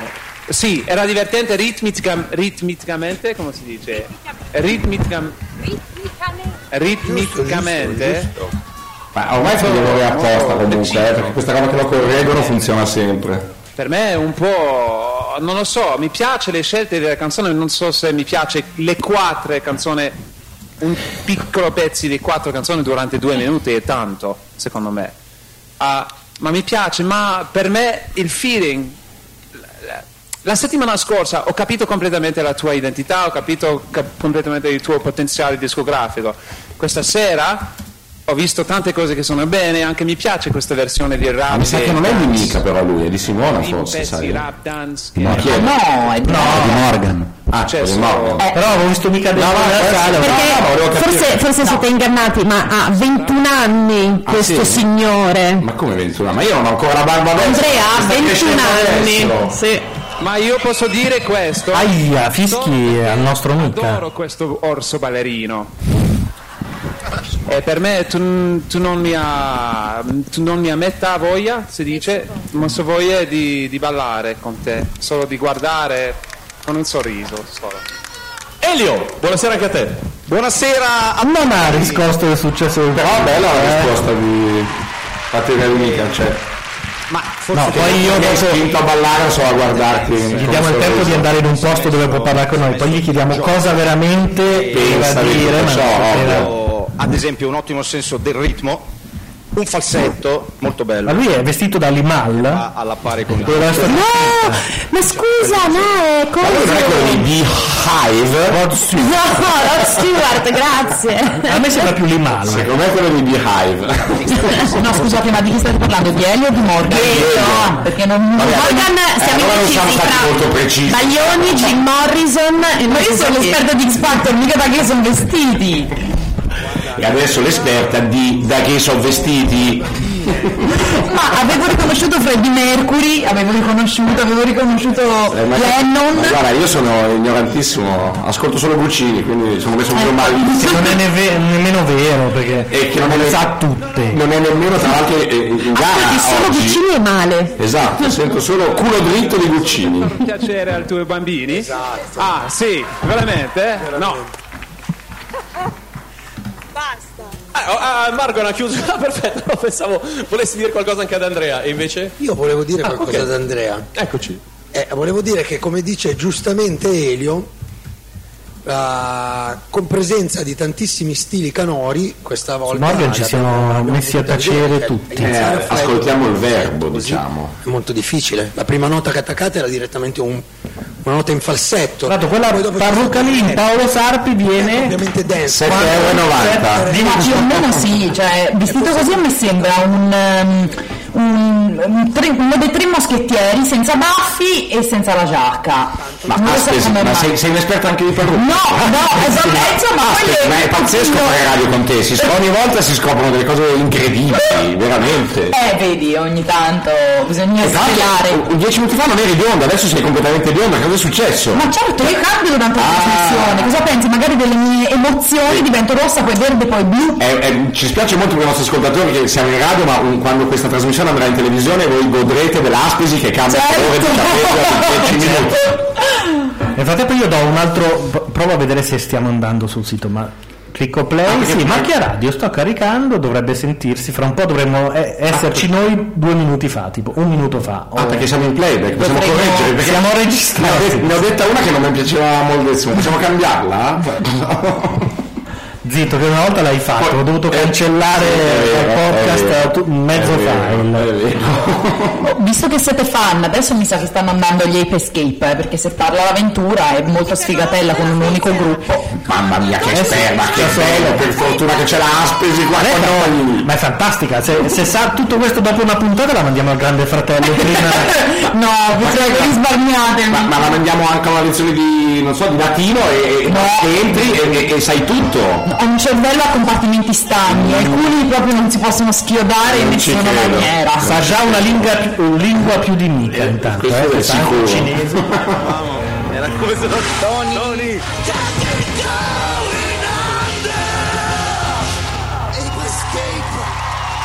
[SPEAKER 14] Sì, era divertente ritmica- ritmicamente, come si dice? Ritmicam- ritmicamente.
[SPEAKER 1] Ma ormai sono errore apposta comunque, eh, perché questa cosa che lo correggono funziona sempre.
[SPEAKER 14] Per me è un po'... non lo so, mi piace le scelte della canzone, non so se mi piace le quattro canzoni, un piccolo pezzo di quattro canzoni durante due minuti è tanto, secondo me. Ah, ma mi piace, ma per me il feeling... La settimana scorsa ho capito completamente la tua identità, ho capito cap- completamente il tuo potenziale discografico. Questa sera ho visto tante cose che sono bene, anche mi piace questa versione di rap.
[SPEAKER 1] Ma mi sa
[SPEAKER 14] e
[SPEAKER 1] che non è di
[SPEAKER 14] dance.
[SPEAKER 1] Mica però lui, è di Simona
[SPEAKER 14] In
[SPEAKER 1] forse,
[SPEAKER 14] pezzi,
[SPEAKER 1] sai. eh.
[SPEAKER 14] rap, dance,
[SPEAKER 1] Ma chi è?
[SPEAKER 12] No, è di
[SPEAKER 1] Di Morgan. Ah,
[SPEAKER 14] Cioè,
[SPEAKER 1] cioè, di
[SPEAKER 14] sono-
[SPEAKER 1] Morgan.
[SPEAKER 2] Però avevo visto mica dei
[SPEAKER 1] no, Eh, no, volevo
[SPEAKER 6] Perché
[SPEAKER 1] capire.
[SPEAKER 6] forse, forse siete ingannati, ma ha 21 anni questo
[SPEAKER 1] sì?
[SPEAKER 6] signore.
[SPEAKER 1] Ma come 21? Ma io non ho ancora la barba adesso.
[SPEAKER 6] Andrea ha
[SPEAKER 1] Sta
[SPEAKER 6] 21
[SPEAKER 1] crescendo
[SPEAKER 6] anni.
[SPEAKER 1] adesso.
[SPEAKER 6] Sì.
[SPEAKER 14] Ma io posso dire questo.
[SPEAKER 2] Aia, fischi
[SPEAKER 14] Adoro-
[SPEAKER 2] al nostro mica.
[SPEAKER 14] Adoro questo orso ballerino. E per me tu, tu non mi ha tu non mi ha metà voglia, si dice, ma so voglia di, di ballare con te, solo di guardare con un sorriso solo.
[SPEAKER 6] Ah,
[SPEAKER 7] Elio, buonasera anche a te.
[SPEAKER 14] Buonasera a
[SPEAKER 2] Non ha riscosso del successo del
[SPEAKER 1] Però Ah, bella la
[SPEAKER 2] eh.
[SPEAKER 1] risposta di Patria di Mica, cioè.
[SPEAKER 2] No, poi io
[SPEAKER 1] Mi hai
[SPEAKER 2] adesso
[SPEAKER 1] spinto a ballare solo a guardarti.
[SPEAKER 2] gli diamo il tempo di andare in un posto dove può parlare con noi, poi gli chiediamo cosa veramente voleva
[SPEAKER 1] Pensa di
[SPEAKER 2] dire,
[SPEAKER 1] tutto
[SPEAKER 2] ma non
[SPEAKER 1] ciò,
[SPEAKER 2] sapeva.
[SPEAKER 1] ovvio.
[SPEAKER 11] ad esempio un ottimo senso del ritmo un falsetto molto bello.
[SPEAKER 2] Ma lui è vestito da Limal.
[SPEAKER 11] a- alla pari con
[SPEAKER 6] No, ma scusa, no, è
[SPEAKER 11] Ma lui non è quello
[SPEAKER 6] come...
[SPEAKER 11] di
[SPEAKER 1] Hive Rod
[SPEAKER 6] No,
[SPEAKER 1] Stewart *laughs*
[SPEAKER 6] Rod Stewart, grazie.
[SPEAKER 2] a me sembra più Limal
[SPEAKER 1] secondo me è quello di Beehive
[SPEAKER 12] No, scusate, ma di chi state parlando? Di Elio o di Morgan? No, perché non... non-
[SPEAKER 6] Morgan, siamo
[SPEAKER 1] Eh, allora non siamo
[SPEAKER 6] indecisi
[SPEAKER 1] stati molto precisi.
[SPEAKER 6] tra Baglioni, Jim Morrison e
[SPEAKER 12] Ma
[SPEAKER 6] non
[SPEAKER 12] io
[SPEAKER 6] so
[SPEAKER 12] sono
[SPEAKER 6] chi.
[SPEAKER 12] l'esperto di X Factor, mica da che sono vestiti.
[SPEAKER 1] e adesso l'esperta di da che sono vestiti
[SPEAKER 12] Ma avevo riconosciuto Freddie Mercury, avevo riconosciuto, avevo riconosciuto
[SPEAKER 1] Eh, ma-
[SPEAKER 12] Lennon.
[SPEAKER 1] ma guarda io sono ignorantissimo ascolto solo Guccini quindi sono messo un po' male
[SPEAKER 2] Eh, Che non è neve- nemmeno vero perché
[SPEAKER 1] e che non è,
[SPEAKER 2] sa tutte Ah,
[SPEAKER 1] non è nemmeno tra l'altro eh, in
[SPEAKER 6] Ascolti,
[SPEAKER 1] gara
[SPEAKER 6] solo
[SPEAKER 1] oggi.
[SPEAKER 6] vicini e male.
[SPEAKER 1] esatto sento solo culo dritto di Guccini
[SPEAKER 14] piacere ai tuoi bambini? Esatto. Ah, sì, veramente? No.
[SPEAKER 7] Ah, ah, ah, Margon ha chiuso. Ah, *laughs* perfetto, no, pensavo volessi dire qualcosa anche ad Andrea. E invece?
[SPEAKER 9] Io volevo dire
[SPEAKER 7] Ah,
[SPEAKER 9] qualcosa
[SPEAKER 7] ok.
[SPEAKER 9] ad Andrea.
[SPEAKER 7] Eccoci.
[SPEAKER 9] Eh, volevo dire che, come dice giustamente Elio, la compresenza di tantissimi stili canori, questa volta.
[SPEAKER 2] Morgan ci
[SPEAKER 9] la-
[SPEAKER 2] siamo messi a tacere tutti
[SPEAKER 1] Eh, ascoltiamo il verbo diciamo
[SPEAKER 9] È molto difficile. La prima nota che attaccate era direttamente un- una nota in falsetto.
[SPEAKER 2] Tra l'altro quella
[SPEAKER 9] Poi dopo ci
[SPEAKER 2] parrucca
[SPEAKER 9] sono-
[SPEAKER 2] lì in Paolo Sarpi
[SPEAKER 9] eh,
[SPEAKER 2] viene
[SPEAKER 9] Ovviamente dance.
[SPEAKER 1] 7,90 euro
[SPEAKER 12] Ma più o meno sì, cioè vestito così a me sembra un, um, un, un tre, uno dei tre moschettieri senza baffi e senza la giacca.
[SPEAKER 1] Ah, ma,
[SPEAKER 12] Non lo so
[SPEAKER 1] aspetta,
[SPEAKER 12] come
[SPEAKER 1] ma
[SPEAKER 12] mai.
[SPEAKER 1] sei, sei un esperto anche di parrucca *laughs*
[SPEAKER 12] No, no, esatto, insomma,
[SPEAKER 1] Aspetta,
[SPEAKER 12] quello
[SPEAKER 1] ma è pazzesco
[SPEAKER 12] no.
[SPEAKER 1] fare radio con te, si scop- ogni volta si scoprono delle cose incredibili, veramente.
[SPEAKER 12] Eh, vedi, ogni tanto bisogna svelare.
[SPEAKER 1] Esatto, dieci minuti fa non eri bionda, adesso sei completamente bionda, cosa è successo?
[SPEAKER 12] Ma certo, io cambio durante la
[SPEAKER 1] Ah.
[SPEAKER 12] trasmissione. Cosa pensi? Magari delle mie emozioni divento rossa, poi verde, poi blu.
[SPEAKER 1] Eh, eh, ci spiace molto per i nostri ascoltatori che siamo in radio, ma um, quando questa trasmissione andrà in televisione voi godrete dell'aspesi che cambia
[SPEAKER 12] Certo.
[SPEAKER 1] colore di capello *laughs*
[SPEAKER 12] *laughs*
[SPEAKER 1] in 10 minuti.
[SPEAKER 2] nel frattempo io do un altro pro- provo a vedere se stiamo andando sul sito ma clicco
[SPEAKER 1] Ah,
[SPEAKER 2] play
[SPEAKER 1] perché-
[SPEAKER 2] sì macchia radio sto caricando dovrebbe sentirsi fra un po' dovremmo eh, esserci noi due minuti fa tipo un minuto fa
[SPEAKER 1] Ah,
[SPEAKER 2] O-
[SPEAKER 1] perché siamo in playback, possiamo
[SPEAKER 2] Dovremmo-
[SPEAKER 1] correggere, perché
[SPEAKER 2] siamo
[SPEAKER 1] ne ho,
[SPEAKER 2] registrati
[SPEAKER 1] de- ne ho detta una che non mi piaceva moltissimo, possiamo
[SPEAKER 12] *laughs*
[SPEAKER 1] cambiarla?
[SPEAKER 2] Zitto, che una volta l'hai fatto,
[SPEAKER 1] Poi-
[SPEAKER 2] ho dovuto
[SPEAKER 1] eh,
[SPEAKER 2] cancellare
[SPEAKER 1] è vero,
[SPEAKER 2] il podcast
[SPEAKER 1] è vero,
[SPEAKER 2] eh, tu- mezzo
[SPEAKER 1] è vero,
[SPEAKER 2] file.
[SPEAKER 1] è vero.
[SPEAKER 12] Oh, Visto che siete fan, adesso mi sa che stanno andando gli Ape Escape, eh, perché se parla l'avventura è molto sfigatella con un unico gruppo. Cioè,
[SPEAKER 1] Mamma mia che esperta, che
[SPEAKER 2] Eh sì.
[SPEAKER 1] bello, per fortuna che ce l'ha Aspesi qua
[SPEAKER 2] Ma è
[SPEAKER 1] con
[SPEAKER 2] fanta-
[SPEAKER 1] noi.
[SPEAKER 2] Ma è fantastica, se, se sa tutto questo dopo una puntata la mandiamo al
[SPEAKER 1] *laughs*
[SPEAKER 2] grande fratello prima.
[SPEAKER 12] No, vi prego, risparmiatevi.
[SPEAKER 1] Ma, ma la mandiamo anche a una lezione di, non so, di latino e, e- e entri e, e- e sai tutto.
[SPEAKER 12] Ho un cervello a compartimenti stagni, alcuni proprio non si possono schiodare in
[SPEAKER 1] Non ci
[SPEAKER 12] nessuna
[SPEAKER 1] credo.
[SPEAKER 12] maniera.
[SPEAKER 2] Sa già una lingua, più- lingua più di mica intanto,
[SPEAKER 1] questo è
[SPEAKER 2] eh, che sa anche
[SPEAKER 1] sicuro.
[SPEAKER 2] *laughs* cinese.
[SPEAKER 15] Era come se non Tony.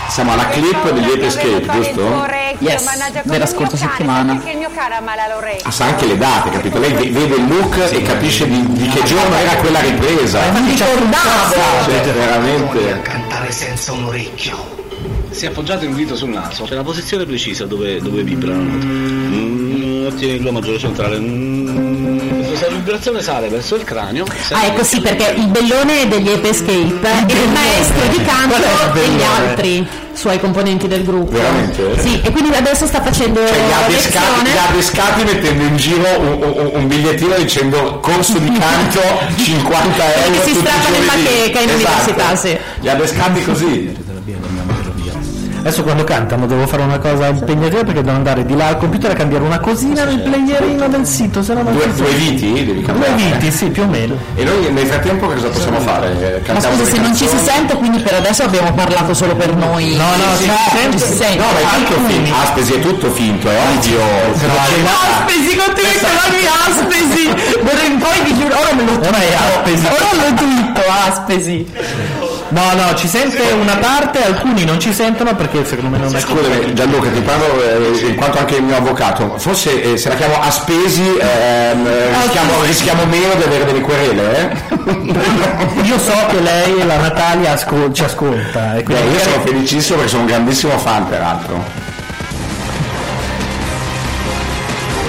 [SPEAKER 1] Siamo alla clip degli Ape Escape, giusto?
[SPEAKER 12] Yes, della scorsa settimana.
[SPEAKER 16] il mio cane ha male all'orecchio.
[SPEAKER 1] Ah, sa anche le date, capito? Lei ve- vede il look e capisce di, di che giorno era quella ripresa.
[SPEAKER 12] Ricordavo!
[SPEAKER 1] Cioè, veramente.
[SPEAKER 17] cantare senza un orecchio.
[SPEAKER 15] Si è appoggiato un dito sul naso. C'è la posizione precisa dove, dove vibra la nota. Mm, Ottiene il maggiore centrale. Mm. Questa vibrazione sale verso il cranio.
[SPEAKER 6] Ah, ecco sì, perché il bellone degli Ape Escape è il maestro
[SPEAKER 2] Qual è
[SPEAKER 6] di
[SPEAKER 2] il
[SPEAKER 6] canto
[SPEAKER 2] bellone?
[SPEAKER 6] degli altri suoi componenti del gruppo.
[SPEAKER 1] Veramente?
[SPEAKER 6] Sì, e quindi adesso sta facendo
[SPEAKER 1] Cioè, li
[SPEAKER 6] la
[SPEAKER 1] ha pescati,
[SPEAKER 6] lezione.
[SPEAKER 1] li ha pescati mettendo in giro un, un- un bigliettino dicendo corso di canto 50 euro.
[SPEAKER 6] Perché si
[SPEAKER 1] tutti i
[SPEAKER 6] strappa nel
[SPEAKER 1] giovedì.
[SPEAKER 6] bacheca in
[SPEAKER 1] Esatto.
[SPEAKER 6] università, sì.
[SPEAKER 1] Li ha pescati così.
[SPEAKER 2] Adesso quando cantano devo fare una cosa impegnativa perché devo andare di là al computer a cambiare una cosina nel playerino del sito, se no non
[SPEAKER 1] certo. Due,
[SPEAKER 2] si
[SPEAKER 1] due viti devi
[SPEAKER 2] Due
[SPEAKER 1] cambiare.
[SPEAKER 2] viti, sì, più o meno.
[SPEAKER 1] E noi nel frattempo cosa possiamo fare? Eh,
[SPEAKER 12] Ma
[SPEAKER 1] Cantiamo
[SPEAKER 12] scusa,
[SPEAKER 1] delle
[SPEAKER 12] se non ci
[SPEAKER 1] canzoni?
[SPEAKER 12] si sente, quindi per adesso abbiamo parlato solo per noi.
[SPEAKER 2] No, no,
[SPEAKER 12] Sì,
[SPEAKER 2] si sente.
[SPEAKER 12] ci si sente.
[SPEAKER 1] No, ma è tutto finto. Aspesi è tutto finto, è ovvio. Cioè, ah. Se non c'è nada.
[SPEAKER 12] Aspesi, continui a chiamarmi Aspesi! D'ora in poi vi giuro, ora me lo
[SPEAKER 2] Ora è appesi.
[SPEAKER 12] Ora l'ho tutto, Aspesi!
[SPEAKER 2] No, no, ci sente una parte, alcuni non ci sentono perché secondo me non è
[SPEAKER 1] Scusami Gianluca, ti parlo eh, in quanto anche il mio avvocato. Forse eh, se la chiamo Aspesi ehm, eh, rischiamo, rischiamo meno di avere delle querele, eh?
[SPEAKER 2] Io so che lei, la Natalia, ascol- ci ascolta.
[SPEAKER 1] Beh,
[SPEAKER 2] E quindi
[SPEAKER 1] io sono felicissimo perché sono un grandissimo fan peraltro.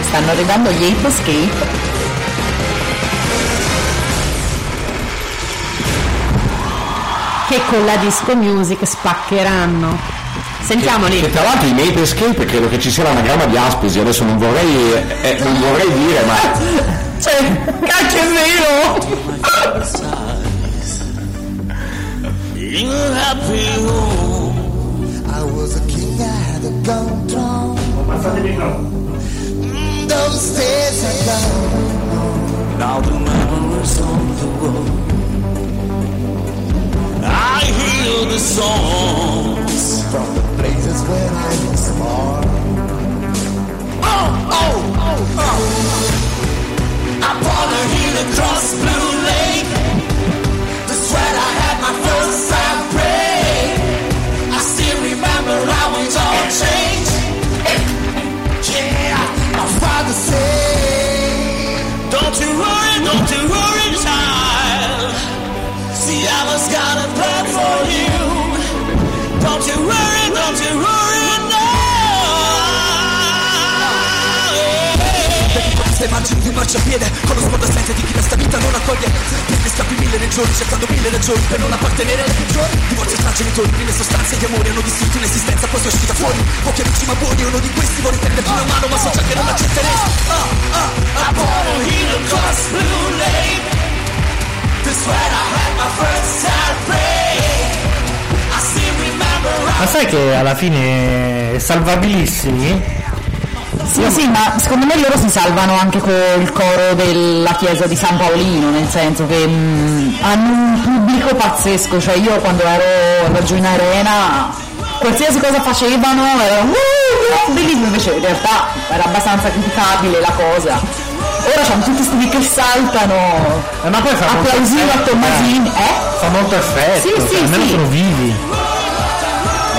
[SPEAKER 12] Stanno arrivando gli Ape Escape.
[SPEAKER 6] che con la disco music spaccheranno. Sentiamoli.
[SPEAKER 1] Che tra l'altro in Ape Escape credo che ci sia l'anagramma di Aspesi, adesso non vorrei, eh, non vorrei dire, ma
[SPEAKER 17] Cioè, cacchio è vero!
[SPEAKER 13] You have I was a king, I had a gun drawn. Mm, Those days are gone. Now the memories of the world. I hear the songs from the places where I was born. Oh, oh, oh, oh. Upon a hill across Blue Lake. That's when I had my first sad break. I still remember how it all changed. Yeah, my father said, Don't you worry, don't you worry, child. See, I was gonna plan for you. Don't you worry, don't you worry, no. Stai mangiando di marciapiede con lo sguardo assente di chi la sta vita non accoglie Perché scappi mille ragioni cercando mille ragioni per non appartenere alle peggiori Divorzio tra genitori, prime sostanze di amore hanno distrutto un'esistenza poi sono uscita fuori Pochi amici ma buoni, uno di questi vuole tenderti una mano ma so già che non accetteresti Oh, oh, I wanna heal across blue lake This when I had my first heartbreak I still remember
[SPEAKER 2] Ma sai che alla fine salvabilissimi?
[SPEAKER 12] Sì, sì, ma secondo me loro si salvano anche col coro della chiesa di San Paolino, nel senso che mh, hanno un pubblico pazzesco, cioè io quando ero ero giù in arena, qualsiasi cosa facevano era "Uh, uh, bellissimo", invece in realtà era abbastanza criticabile la cosa. Ora c'hanno tutti questi che saltano,
[SPEAKER 2] Eh, ma poi fa molto
[SPEAKER 12] applausino a
[SPEAKER 2] effetto,
[SPEAKER 12] Tommasini, eh?
[SPEAKER 2] Fa molto effetto,
[SPEAKER 12] Sì,
[SPEAKER 2] cioè,
[SPEAKER 12] sì,
[SPEAKER 2] almeno
[SPEAKER 12] sì.
[SPEAKER 2] sono vivi.
[SPEAKER 1] ma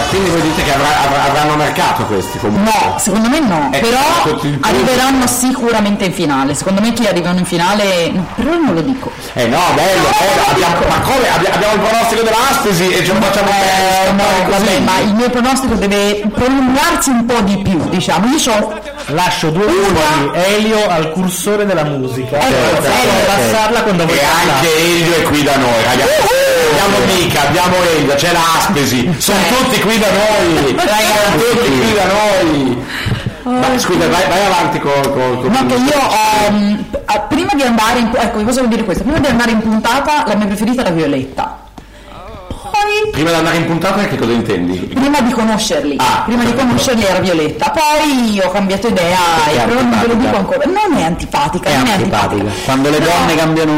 [SPEAKER 1] quindi voi dite che avrà- avrà- avranno mercato questi comunque.
[SPEAKER 12] No, secondo me no,
[SPEAKER 1] Eh,
[SPEAKER 12] però
[SPEAKER 1] tutti i primi.
[SPEAKER 12] arriveranno sicuramente in finale. Secondo me chi arrivano in finale, no, però non lo dico.
[SPEAKER 1] Eh no, bello, bello, abbiamo, ma come? Abbi- Abbiamo il pronostico dell'Aspesi e ce lo facciamo eh,
[SPEAKER 12] Eh, vabbè, ma il mio pronostico deve prolungarsi un po' di più, diciamo. Io c'ho
[SPEAKER 2] Lascio due uno di Elio al cursore della musica. Eh,
[SPEAKER 12] Ecco,
[SPEAKER 2] per
[SPEAKER 12] ecco.
[SPEAKER 2] passarla quando vuoi
[SPEAKER 1] E
[SPEAKER 2] passarla.
[SPEAKER 1] anche Elio è qui da
[SPEAKER 12] Uhuh!
[SPEAKER 1] noi, ragazzi. Abbiamo Mica, abbiamo Elio, c'è l'Aspesi, sono
[SPEAKER 12] Eh.
[SPEAKER 1] tutti qui da noi, sono tutti qui da noi. Ma scusa, vai, vai avanti con... con, con
[SPEAKER 12] No, Oh. che io ho, mh, ah, prima di andare in ecco, vi posso dire questo, prima di andare in puntata la mia preferita era Violetta. Poi
[SPEAKER 1] Prima di andare in puntata che cosa intendi?
[SPEAKER 12] prima di conoscerli,
[SPEAKER 1] Ah,
[SPEAKER 12] prima di conoscerli era Violetta, poi ho cambiato idea
[SPEAKER 1] Perché
[SPEAKER 12] e
[SPEAKER 1] è
[SPEAKER 12] però non ve lo
[SPEAKER 1] antipatica?
[SPEAKER 12] dico ancora. Non è antipatica, non è antipatica.
[SPEAKER 1] Quando le donne cambiano...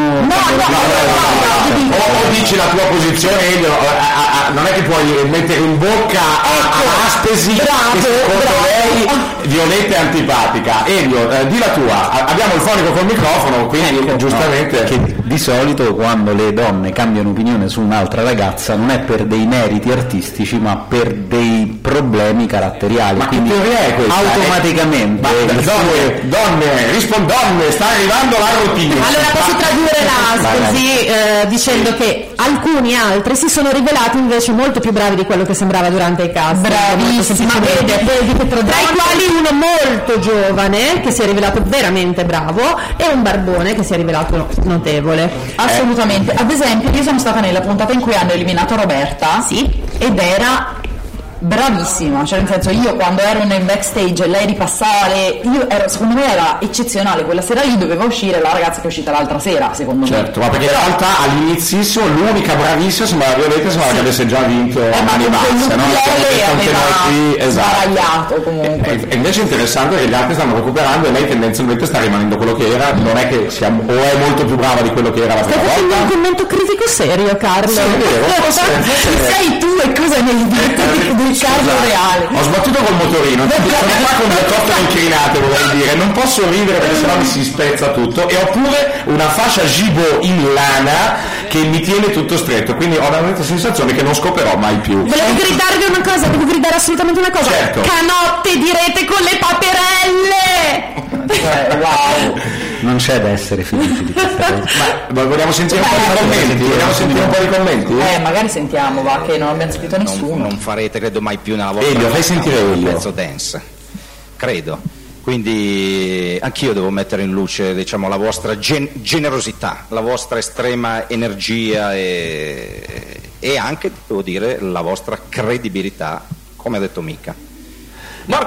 [SPEAKER 1] o, o dici la tua posizione Elio, a- a- a- non è che puoi mettere in bocca a, a
[SPEAKER 12] Ecco,
[SPEAKER 1] Aspesi che secondo lei Violetta è antipatica. Elio, eh, di la tua, A- abbiamo il fonico col microfono, quindi
[SPEAKER 12] Ecco.
[SPEAKER 1] giustamente...
[SPEAKER 15] Ecco. che di solito quando le donne cambiano opinione su un'altra ragazza non è per dei meriti artistici ma per dei problemi caratteriali
[SPEAKER 1] Ma che
[SPEAKER 15] quindi
[SPEAKER 1] teoria è questa?
[SPEAKER 15] automaticamente
[SPEAKER 1] Ma
[SPEAKER 15] il suo-
[SPEAKER 1] donne, donne, rispondonne, sta arrivando la routine.
[SPEAKER 6] Allora posso tradurre l'Aspesi eh, dicendo che alcuni altri si sono rivelati invece molto più bravi di quello che sembrava durante i cast.
[SPEAKER 12] Bravissima,
[SPEAKER 6] Molto semplicemente.
[SPEAKER 12] vede, vedi che
[SPEAKER 6] tra i quali uno molto giovane che si è rivelato veramente bravo e un barbone che si è rivelato notevole.
[SPEAKER 12] Assolutamente. Ad esempio, io sono stata nella puntata in cui hanno eliminato Roberta. Sì. Ed era bravissima. Cioè, nel senso, io quando ero nel backstage e lei ripassava le. Io ero- secondo me era eccezionale. Quella sera lì doveva uscire la ragazza che è uscita l'altra sera, secondo
[SPEAKER 1] Certo,
[SPEAKER 12] me.
[SPEAKER 1] ma perché in realtà all'inizio l'unica bravissima sembrava Violetta, sembrava che avesse già vinto
[SPEAKER 6] Eh,
[SPEAKER 1] a mani basse, no?
[SPEAKER 12] Lei
[SPEAKER 1] Perché con te
[SPEAKER 12] aveva
[SPEAKER 1] noi qui, esatto.
[SPEAKER 12] sbaragliato comunque.
[SPEAKER 1] E e invece è interessante che gli altri stanno recuperando e lei tendenzialmente sta rimanendo quello che era, non è che sia, o è molto più brava di quello che era la
[SPEAKER 6] Stai *laughs*
[SPEAKER 1] prima
[SPEAKER 6] facendo un
[SPEAKER 1] volta.
[SPEAKER 6] commento critico serio, Carlo.
[SPEAKER 1] Sì, è vero, forse-
[SPEAKER 6] *laughs*
[SPEAKER 1] forse-
[SPEAKER 12] Sei tu e cosa nel
[SPEAKER 13] Eh,
[SPEAKER 12] diritto di Carlo
[SPEAKER 1] Scusate,
[SPEAKER 12] Reale?
[SPEAKER 1] Ho sbattuto col motorino, sono qua con le coppe inclinate vorrei dire, non posso ridere perché sennò mi si spezza tutto e ho pure una fascia gibo in lana che mi tiene tutto stretto, quindi ho veramente la sensazione che non scoperò mai più.
[SPEAKER 6] Volevo gridarvi una cosa, devo gridare assolutamente una cosa.
[SPEAKER 1] Certo.
[SPEAKER 6] Canotte direte con le paperelle!
[SPEAKER 1] Eh,
[SPEAKER 15] non c'è da essere felici di questa cosa
[SPEAKER 1] *laughs* Ma vogliamo sentire un po' di commenti? Vogliamo sentire Eh, un po' di commenti?
[SPEAKER 12] Eh, magari sentiamo, va, che non abbiamo sentito nessuno.
[SPEAKER 11] non farete credo mai più una volta
[SPEAKER 1] Elio, fai sentire
[SPEAKER 11] un
[SPEAKER 1] Elio.
[SPEAKER 11] pezzo dance credo quindi anch'io devo mettere in luce diciamo, la vostra gen- generosità la vostra estrema energia e e anche, devo dire, la vostra credibilità, come ha detto Mica.
[SPEAKER 1] Ma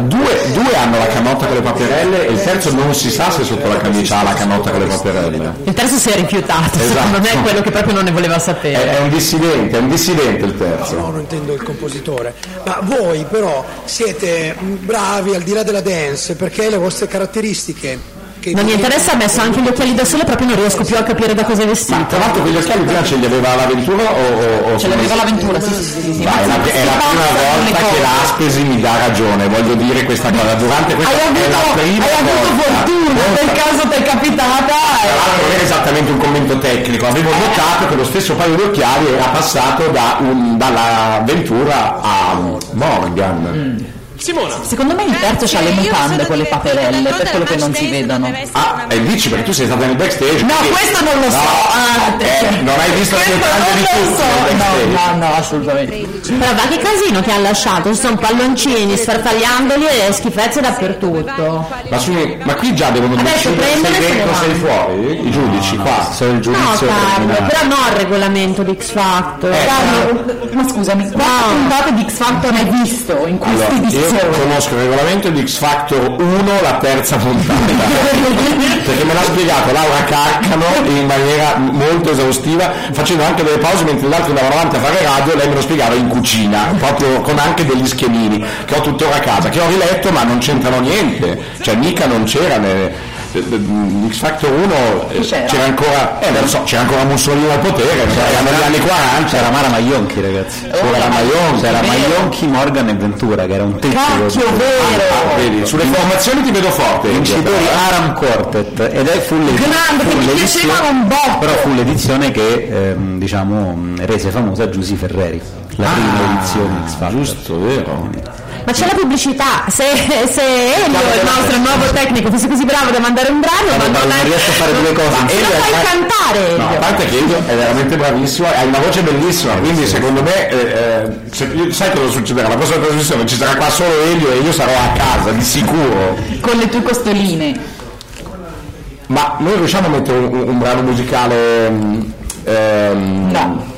[SPEAKER 1] due, due hanno la canotta con le paperelle e il terzo non si sa se sotto la camicia ha la canotta con le paperelle.
[SPEAKER 6] Il terzo si è rifiutato, secondo
[SPEAKER 9] Esatto.
[SPEAKER 6] me è quello che proprio non ne voleva sapere.
[SPEAKER 1] È un dissidente, è un dissidente il terzo.
[SPEAKER 9] non intendo il compositore, ma voi però siete bravi al di là della dance perché le vostre caratteristiche che
[SPEAKER 6] Non mi interessa, ha messo anche gli occhiali da sole, proprio non riesco più a capire da cosa è vestito.
[SPEAKER 1] Tra l'altro quegli occhiali prima ce li aveva l'avventura o... o, o
[SPEAKER 6] Ce l'aveva l'avventura, sì, sì, sì. sì.
[SPEAKER 1] Ma è la, è la prima volta che l'Aspesi mi dà ragione, voglio dire questa cosa. Durante questa
[SPEAKER 6] Hai
[SPEAKER 1] è la
[SPEAKER 6] avuto,
[SPEAKER 1] prima
[SPEAKER 6] hai avuto
[SPEAKER 1] volta.
[SPEAKER 6] fortuna, per caso ti è capitata.
[SPEAKER 1] Tra l'altro non era esattamente un commento tecnico, avevo notato che lo stesso paio di occhiali era passato da un- dalla Ventura a Morgan.
[SPEAKER 6] Mm.
[SPEAKER 18] Simona.
[SPEAKER 12] Secondo me il terzo c'ha le mutande con le paperelle, per quello che non si vedono.
[SPEAKER 1] Ah, e dici perché tu sei stata nel backstage?
[SPEAKER 12] No,
[SPEAKER 1] quindi-
[SPEAKER 12] questo non lo so.
[SPEAKER 1] No,
[SPEAKER 12] Ah,
[SPEAKER 1] eh, non hai visto le mutande di tutti nel backstage.
[SPEAKER 12] No, no, no, assolutamente.
[SPEAKER 6] Però va che casino che ha lasciato, ci sono palloncini, sfarfagliandoli e schifezze dappertutto.
[SPEAKER 1] Ma, su- ma qui già devono
[SPEAKER 6] Adesso
[SPEAKER 1] decidere se
[SPEAKER 6] prendono
[SPEAKER 1] sei
[SPEAKER 6] e se ne
[SPEAKER 1] dentro o sei
[SPEAKER 6] vanno.
[SPEAKER 1] fuori? I giudici qua. Sono il
[SPEAKER 6] No Carlo, però no il regolamento di X Factor.
[SPEAKER 12] Eh, Carlo, ma scusami, quante puntate di X Factor hai visto in questa
[SPEAKER 1] Allora, io
[SPEAKER 12] edizione?
[SPEAKER 1] conosco il regolamento di X Factor 1, la terza puntata.
[SPEAKER 6] *laughs*
[SPEAKER 1] perché me l'ha spiegato Laura Carcano in maniera molto esaustiva, facendo anche delle pause mentre gli altri andavano avanti a fare radio, lei me lo spiegava in cucina, proprio con anche degli schemini che ho tuttora a casa, che ho riletto ma non c'entrano niente, cioè mica non c'era ne- in X Factor 1 eh, c'era, ancora eh, non so, c'era ancora Mussolini al potere erano gli anni 40 c'era Mara Maionchi ragazzi
[SPEAKER 15] C'era Maionchi, c'era
[SPEAKER 1] Eh, Vero.
[SPEAKER 15] Maionchi, Morgan e Ventura, che era un tecnico.
[SPEAKER 1] Cacchio, vero! Ah, vedi, sulle formazioni ti vedo forte.
[SPEAKER 15] Vincitori Aram Quartet ed è fu l'edi-
[SPEAKER 1] Grande,
[SPEAKER 15] fu
[SPEAKER 1] perché mi
[SPEAKER 15] l'edizione-
[SPEAKER 1] piaceva un botto.
[SPEAKER 15] Però fu l'edizione che ehm, diciamo mh, rese famosa Giusy Ferreri, la
[SPEAKER 1] Ah,
[SPEAKER 15] prima edizione X Factor. Eh, Giusto, vero?
[SPEAKER 6] Ma c'è la pubblicità, se, se Elio, il nostro nuovo tecnico, fosse così bravo da mandare un brano, ma non è...
[SPEAKER 1] riesco a fare due cose.
[SPEAKER 6] non puoi cantare,
[SPEAKER 1] No, a
[SPEAKER 6] Elio.
[SPEAKER 1] parte che Elio è veramente bravissimo, ha una voce bellissima, quindi secondo me, eh, eh, se- io- sai cosa succederà? La prossima trasmissione ci sarà qua solo Elio e io sarò a casa, di sicuro.
[SPEAKER 12] *laughs* Con le tue costoline.
[SPEAKER 1] Ma noi riusciamo a mettere un, un brano musicale... mm, ehm, no.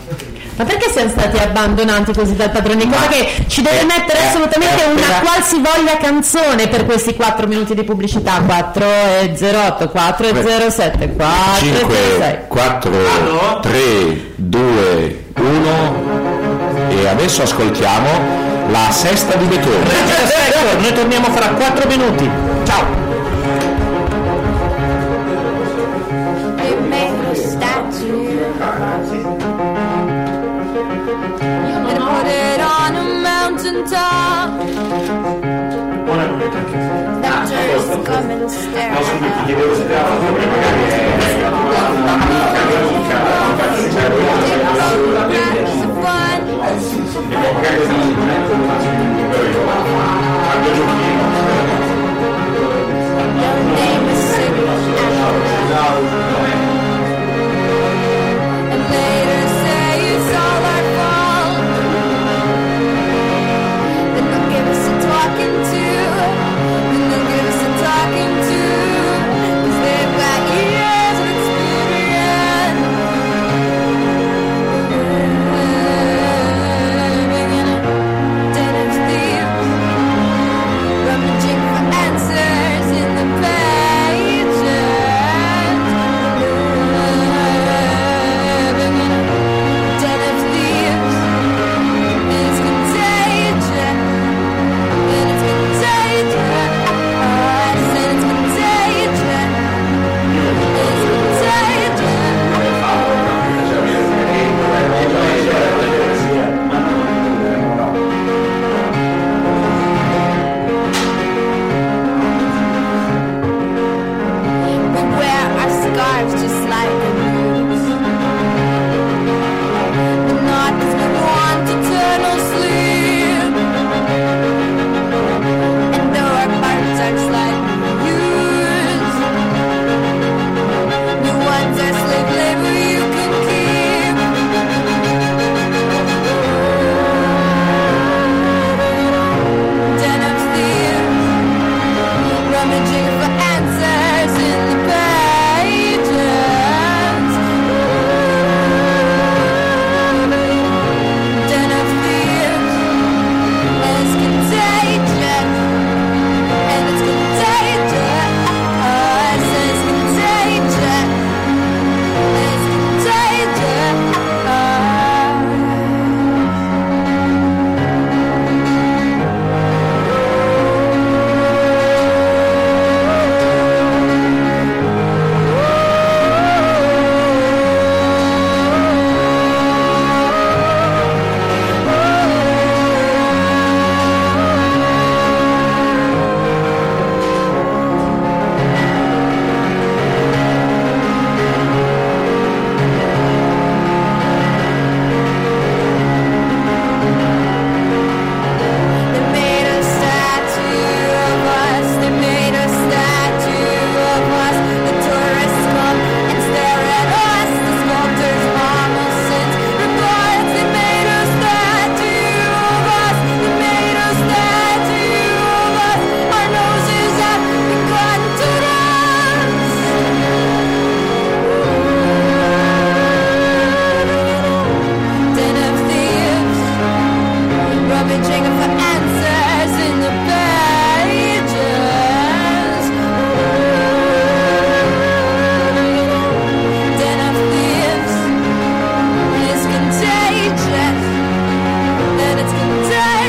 [SPEAKER 6] Ma perché siamo stati abbandonati così dal padrone? Cosa che ci deve mettere assolutamente
[SPEAKER 1] eh,
[SPEAKER 6] una
[SPEAKER 1] appena-
[SPEAKER 6] qualsivoglia canzone per questi 4 minuti di pubblicità. 4 e 08, 4 e 07, 4 e
[SPEAKER 1] 5,
[SPEAKER 6] 06.
[SPEAKER 1] 4, 3, 2, 1 e adesso ascoltiamo la sesta di Beethoven.
[SPEAKER 19] Noi torniamo fra 4 minuti. Ciao.
[SPEAKER 17] They made a statue and put it on a mountain top. Doctors come and stare. Their name is Sigma. And later say it's all our fault. Then they'll give us a talking to. Then they'll give us a talking to. Cause they've got years of experience. Living in a den of thieves. From *laughs*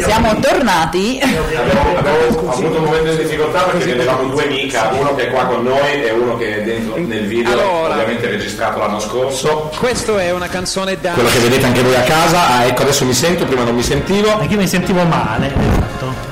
[SPEAKER 12] siamo tornati.
[SPEAKER 1] Abbiamo, abbiamo avuto un momento di difficoltà perché vedevamo due mica, uno che è qua con noi e uno che è dentro nel video, ovviamente registrato l'anno scorso.
[SPEAKER 14] Questo è una canzone da.
[SPEAKER 1] Quello che vedete anche voi a casa, ah, ecco adesso mi sento, prima non mi sentivo.
[SPEAKER 2] Anche io mi sentivo male, esatto.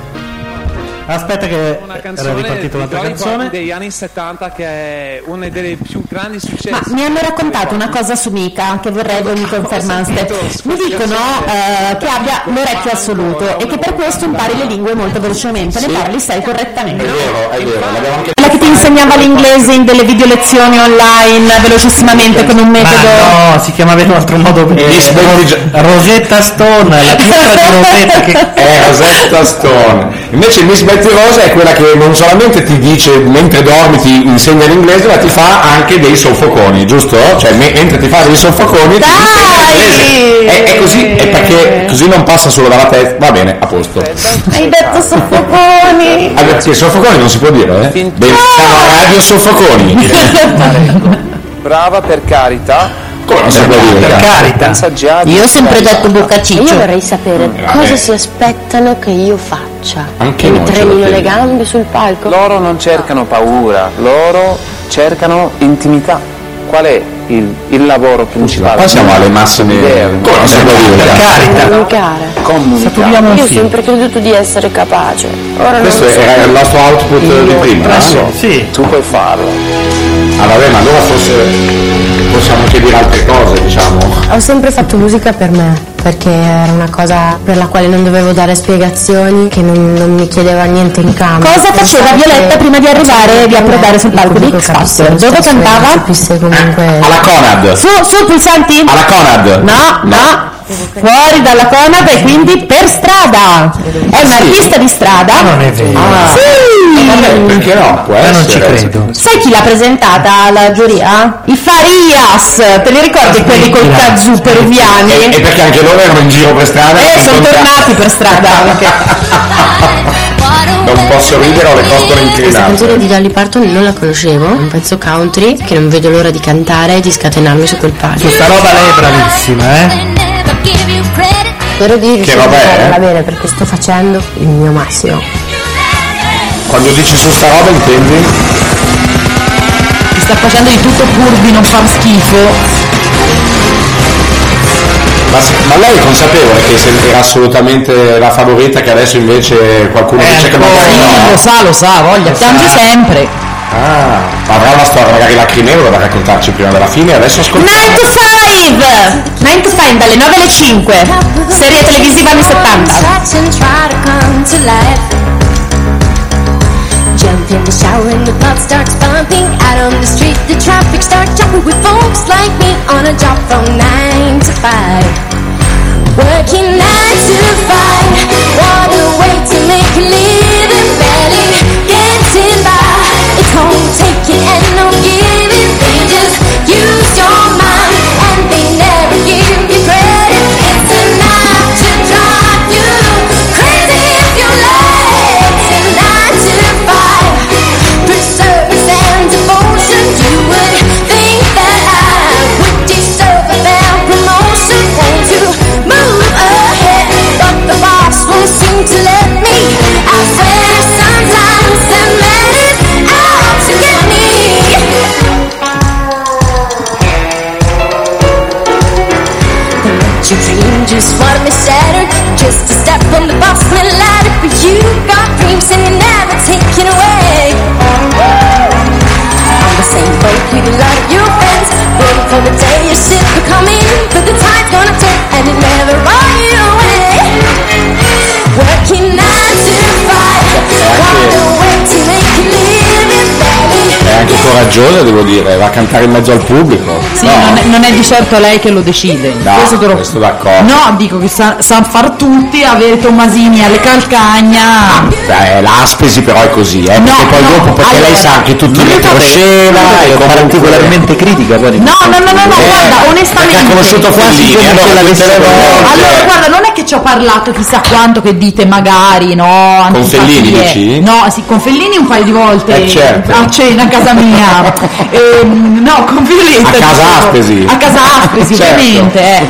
[SPEAKER 2] Aspetta che
[SPEAKER 14] Una
[SPEAKER 2] era
[SPEAKER 14] canzone
[SPEAKER 2] ripartita
[SPEAKER 14] di
[SPEAKER 2] un'altra
[SPEAKER 14] Dolly Parton
[SPEAKER 2] canzone.
[SPEAKER 14] degli anni 70 che è una delle più grandi
[SPEAKER 6] Ma
[SPEAKER 14] successi.
[SPEAKER 6] mi hanno raccontato una cosa su Mica che vorrei voi mi confermaste. Mi dicono eh, che abbia l'orecchio assoluto e che per questo impari le lingue molto velocemente, ne parli sei correttamente.
[SPEAKER 1] vero, è vero, l'abbiamo anche
[SPEAKER 6] Quella che ti insegnava l'inglese in delle video lezioni online velocissimamente con un metodo.
[SPEAKER 2] Ma no, si chiamava in un altro modo
[SPEAKER 1] Miss Betty
[SPEAKER 2] Rosetta Stone, la piccola di Rosetta
[SPEAKER 12] *laughs*
[SPEAKER 2] che
[SPEAKER 1] È Eh, Rosetta Stone. Invece Miss Betty Rosa è quella che non solamente ti dice mentre dormi ti insegna l'inglese, ma ti fa anche dei soffoconi, giusto? Cioè me- mentre ti fa dei soffoconi ti insegna l'inglese. È, è così, è perché così non passa solo dalla testa. Va bene, a posto.
[SPEAKER 6] Hai detto soffoconi.
[SPEAKER 1] Ah, perché soffoconi non si può dire, eh? Beh, siamo a Radio Soffoconi.
[SPEAKER 14] Brava per carità.
[SPEAKER 1] Come non si può dire?
[SPEAKER 14] Per
[SPEAKER 1] carità.
[SPEAKER 14] Io ho sempre detto
[SPEAKER 17] boccaciccio. Io vorrei sapere cosa si aspettano che io faccia.
[SPEAKER 14] Anche
[SPEAKER 17] Che mi
[SPEAKER 14] noi ce lo
[SPEAKER 17] tremino le
[SPEAKER 14] chiediamo.
[SPEAKER 17] gambe sul palco.
[SPEAKER 14] Loro non cercano paura, loro cercano intimità. Qual è il, il lavoro principale?
[SPEAKER 1] Qua siamo alle massime. Come non si può dire?
[SPEAKER 17] Comunicare.
[SPEAKER 1] Saturiamo un
[SPEAKER 17] Io ho
[SPEAKER 1] film.
[SPEAKER 17] sempre creduto di essere capace. Ora
[SPEAKER 1] Questo
[SPEAKER 17] non lo so.
[SPEAKER 1] era il nostro output di prima, no?
[SPEAKER 14] Tu puoi farlo.
[SPEAKER 1] Allora, ma allora forse possiamo anche dire altre cose, diciamo.
[SPEAKER 20] Ho sempre fatto musica per me, perché era una cosa per la quale non dovevo dare spiegazioni, che non, non mi chiedeva niente in cambio.
[SPEAKER 6] Cosa faceva Violetta prima di arrivare e di approdare sul palco di X Factor? Dove cantava?
[SPEAKER 1] Alla Conad.
[SPEAKER 6] Su, su, pulsanti.
[SPEAKER 1] Alla Conad.
[SPEAKER 6] No, no. Fuori dalla Conad e quindi per strada. È un artista di strada. Non è vero. Sì.
[SPEAKER 1] Eh, Perché no? Può essere. Non ci credo.
[SPEAKER 6] Sai chi l'ha presentata alla giuria? I Farias. Te li ricordi quelli col kazoo peruviani?
[SPEAKER 1] E perché anche loro erano in giro per strada.
[SPEAKER 6] Eh, sono tornati per strada anche.
[SPEAKER 1] Non posso ridere, ho le costole
[SPEAKER 20] Questa
[SPEAKER 1] inclinate.
[SPEAKER 20] canzone di Dolly Parton non la conoscevo, è un pezzo country che non vedo l'ora di cantare e di scatenarmi su quel palco.
[SPEAKER 2] Questa roba lei è bravissima, eh?
[SPEAKER 20] Spero di riuscire a
[SPEAKER 1] roba è?
[SPEAKER 20] farla bene perché sto facendo il mio massimo.
[SPEAKER 1] Quando dici su sta roba intendi?
[SPEAKER 12] Ti sta facendo di tutto pur di non far schifo.
[SPEAKER 1] Ma, ma lei è consapevole che se- era assolutamente la favorita che adesso invece qualcuno dice che non è no?
[SPEAKER 12] Lo sa, lo sa, voglia. Piange sempre.
[SPEAKER 1] Ah, ma avrà una storia magari lacrimevole da raccontarci prima della fine, adesso ascoltiamo.
[SPEAKER 6] 9 to 5 9 to 5 dalle 9 alle 5 serie televisiva anni 70
[SPEAKER 17] Jump in the shower and the pump starts pumping. Out on the street, the traffic starts jumping with folks like me on a job from nine to five. Working nine to five, what a way to make a living. Barely getting by. It's home taking and no giving. They just use your mind and they never give you credit. It's enough to drive you crazy if you let it. It's enough to fight. Preserve and devotion. You would think that I would deserve a fair promotion. Want to move ahead, but the boss won't seem to let me. I swear sometimes I'm mad it out to get me. But your dream just wanna be shattered Just a step from the boss and the ladder But you got dreams and you're never taken away On the same boat with a lot of your friends Waiting for the day your ship will come in But the tide's gonna turn and it never run you away Working nine to five What a way to make a living, baby
[SPEAKER 1] È anche coraggiosa, devo dire, va a cantare in mezzo al pubblico.
[SPEAKER 12] Sì,
[SPEAKER 1] no,
[SPEAKER 12] non, è, non è di certo lei che lo decide. questo te lo
[SPEAKER 1] questo d'accordo.
[SPEAKER 12] No, dico che sa, sa far tutti avere Tomasini alle calcagna.
[SPEAKER 1] Eh, l'aspesi però è così, eh, perché poi dopo, perché lei sa che tutti li conosceva e particolarmente critica poi
[SPEAKER 12] No, no,
[SPEAKER 15] eh,
[SPEAKER 12] no, no, no, guarda, onestamente. Allora, guarda, non è che ci ho parlato chissà quanto che dite magari, no? antipatie.
[SPEAKER 1] Fellini dici?
[SPEAKER 12] No, sì, con Fellini un paio di volte
[SPEAKER 1] Eh, certo.
[SPEAKER 12] a cena a casa
[SPEAKER 1] *laughs*
[SPEAKER 12] mia. casa ehm, no con Violetta
[SPEAKER 1] A casa
[SPEAKER 12] dicevo-
[SPEAKER 1] Aspesi.
[SPEAKER 12] a casa
[SPEAKER 1] *laughs*
[SPEAKER 12] Aspesi
[SPEAKER 1] Certo.
[SPEAKER 12] ovviamente eh.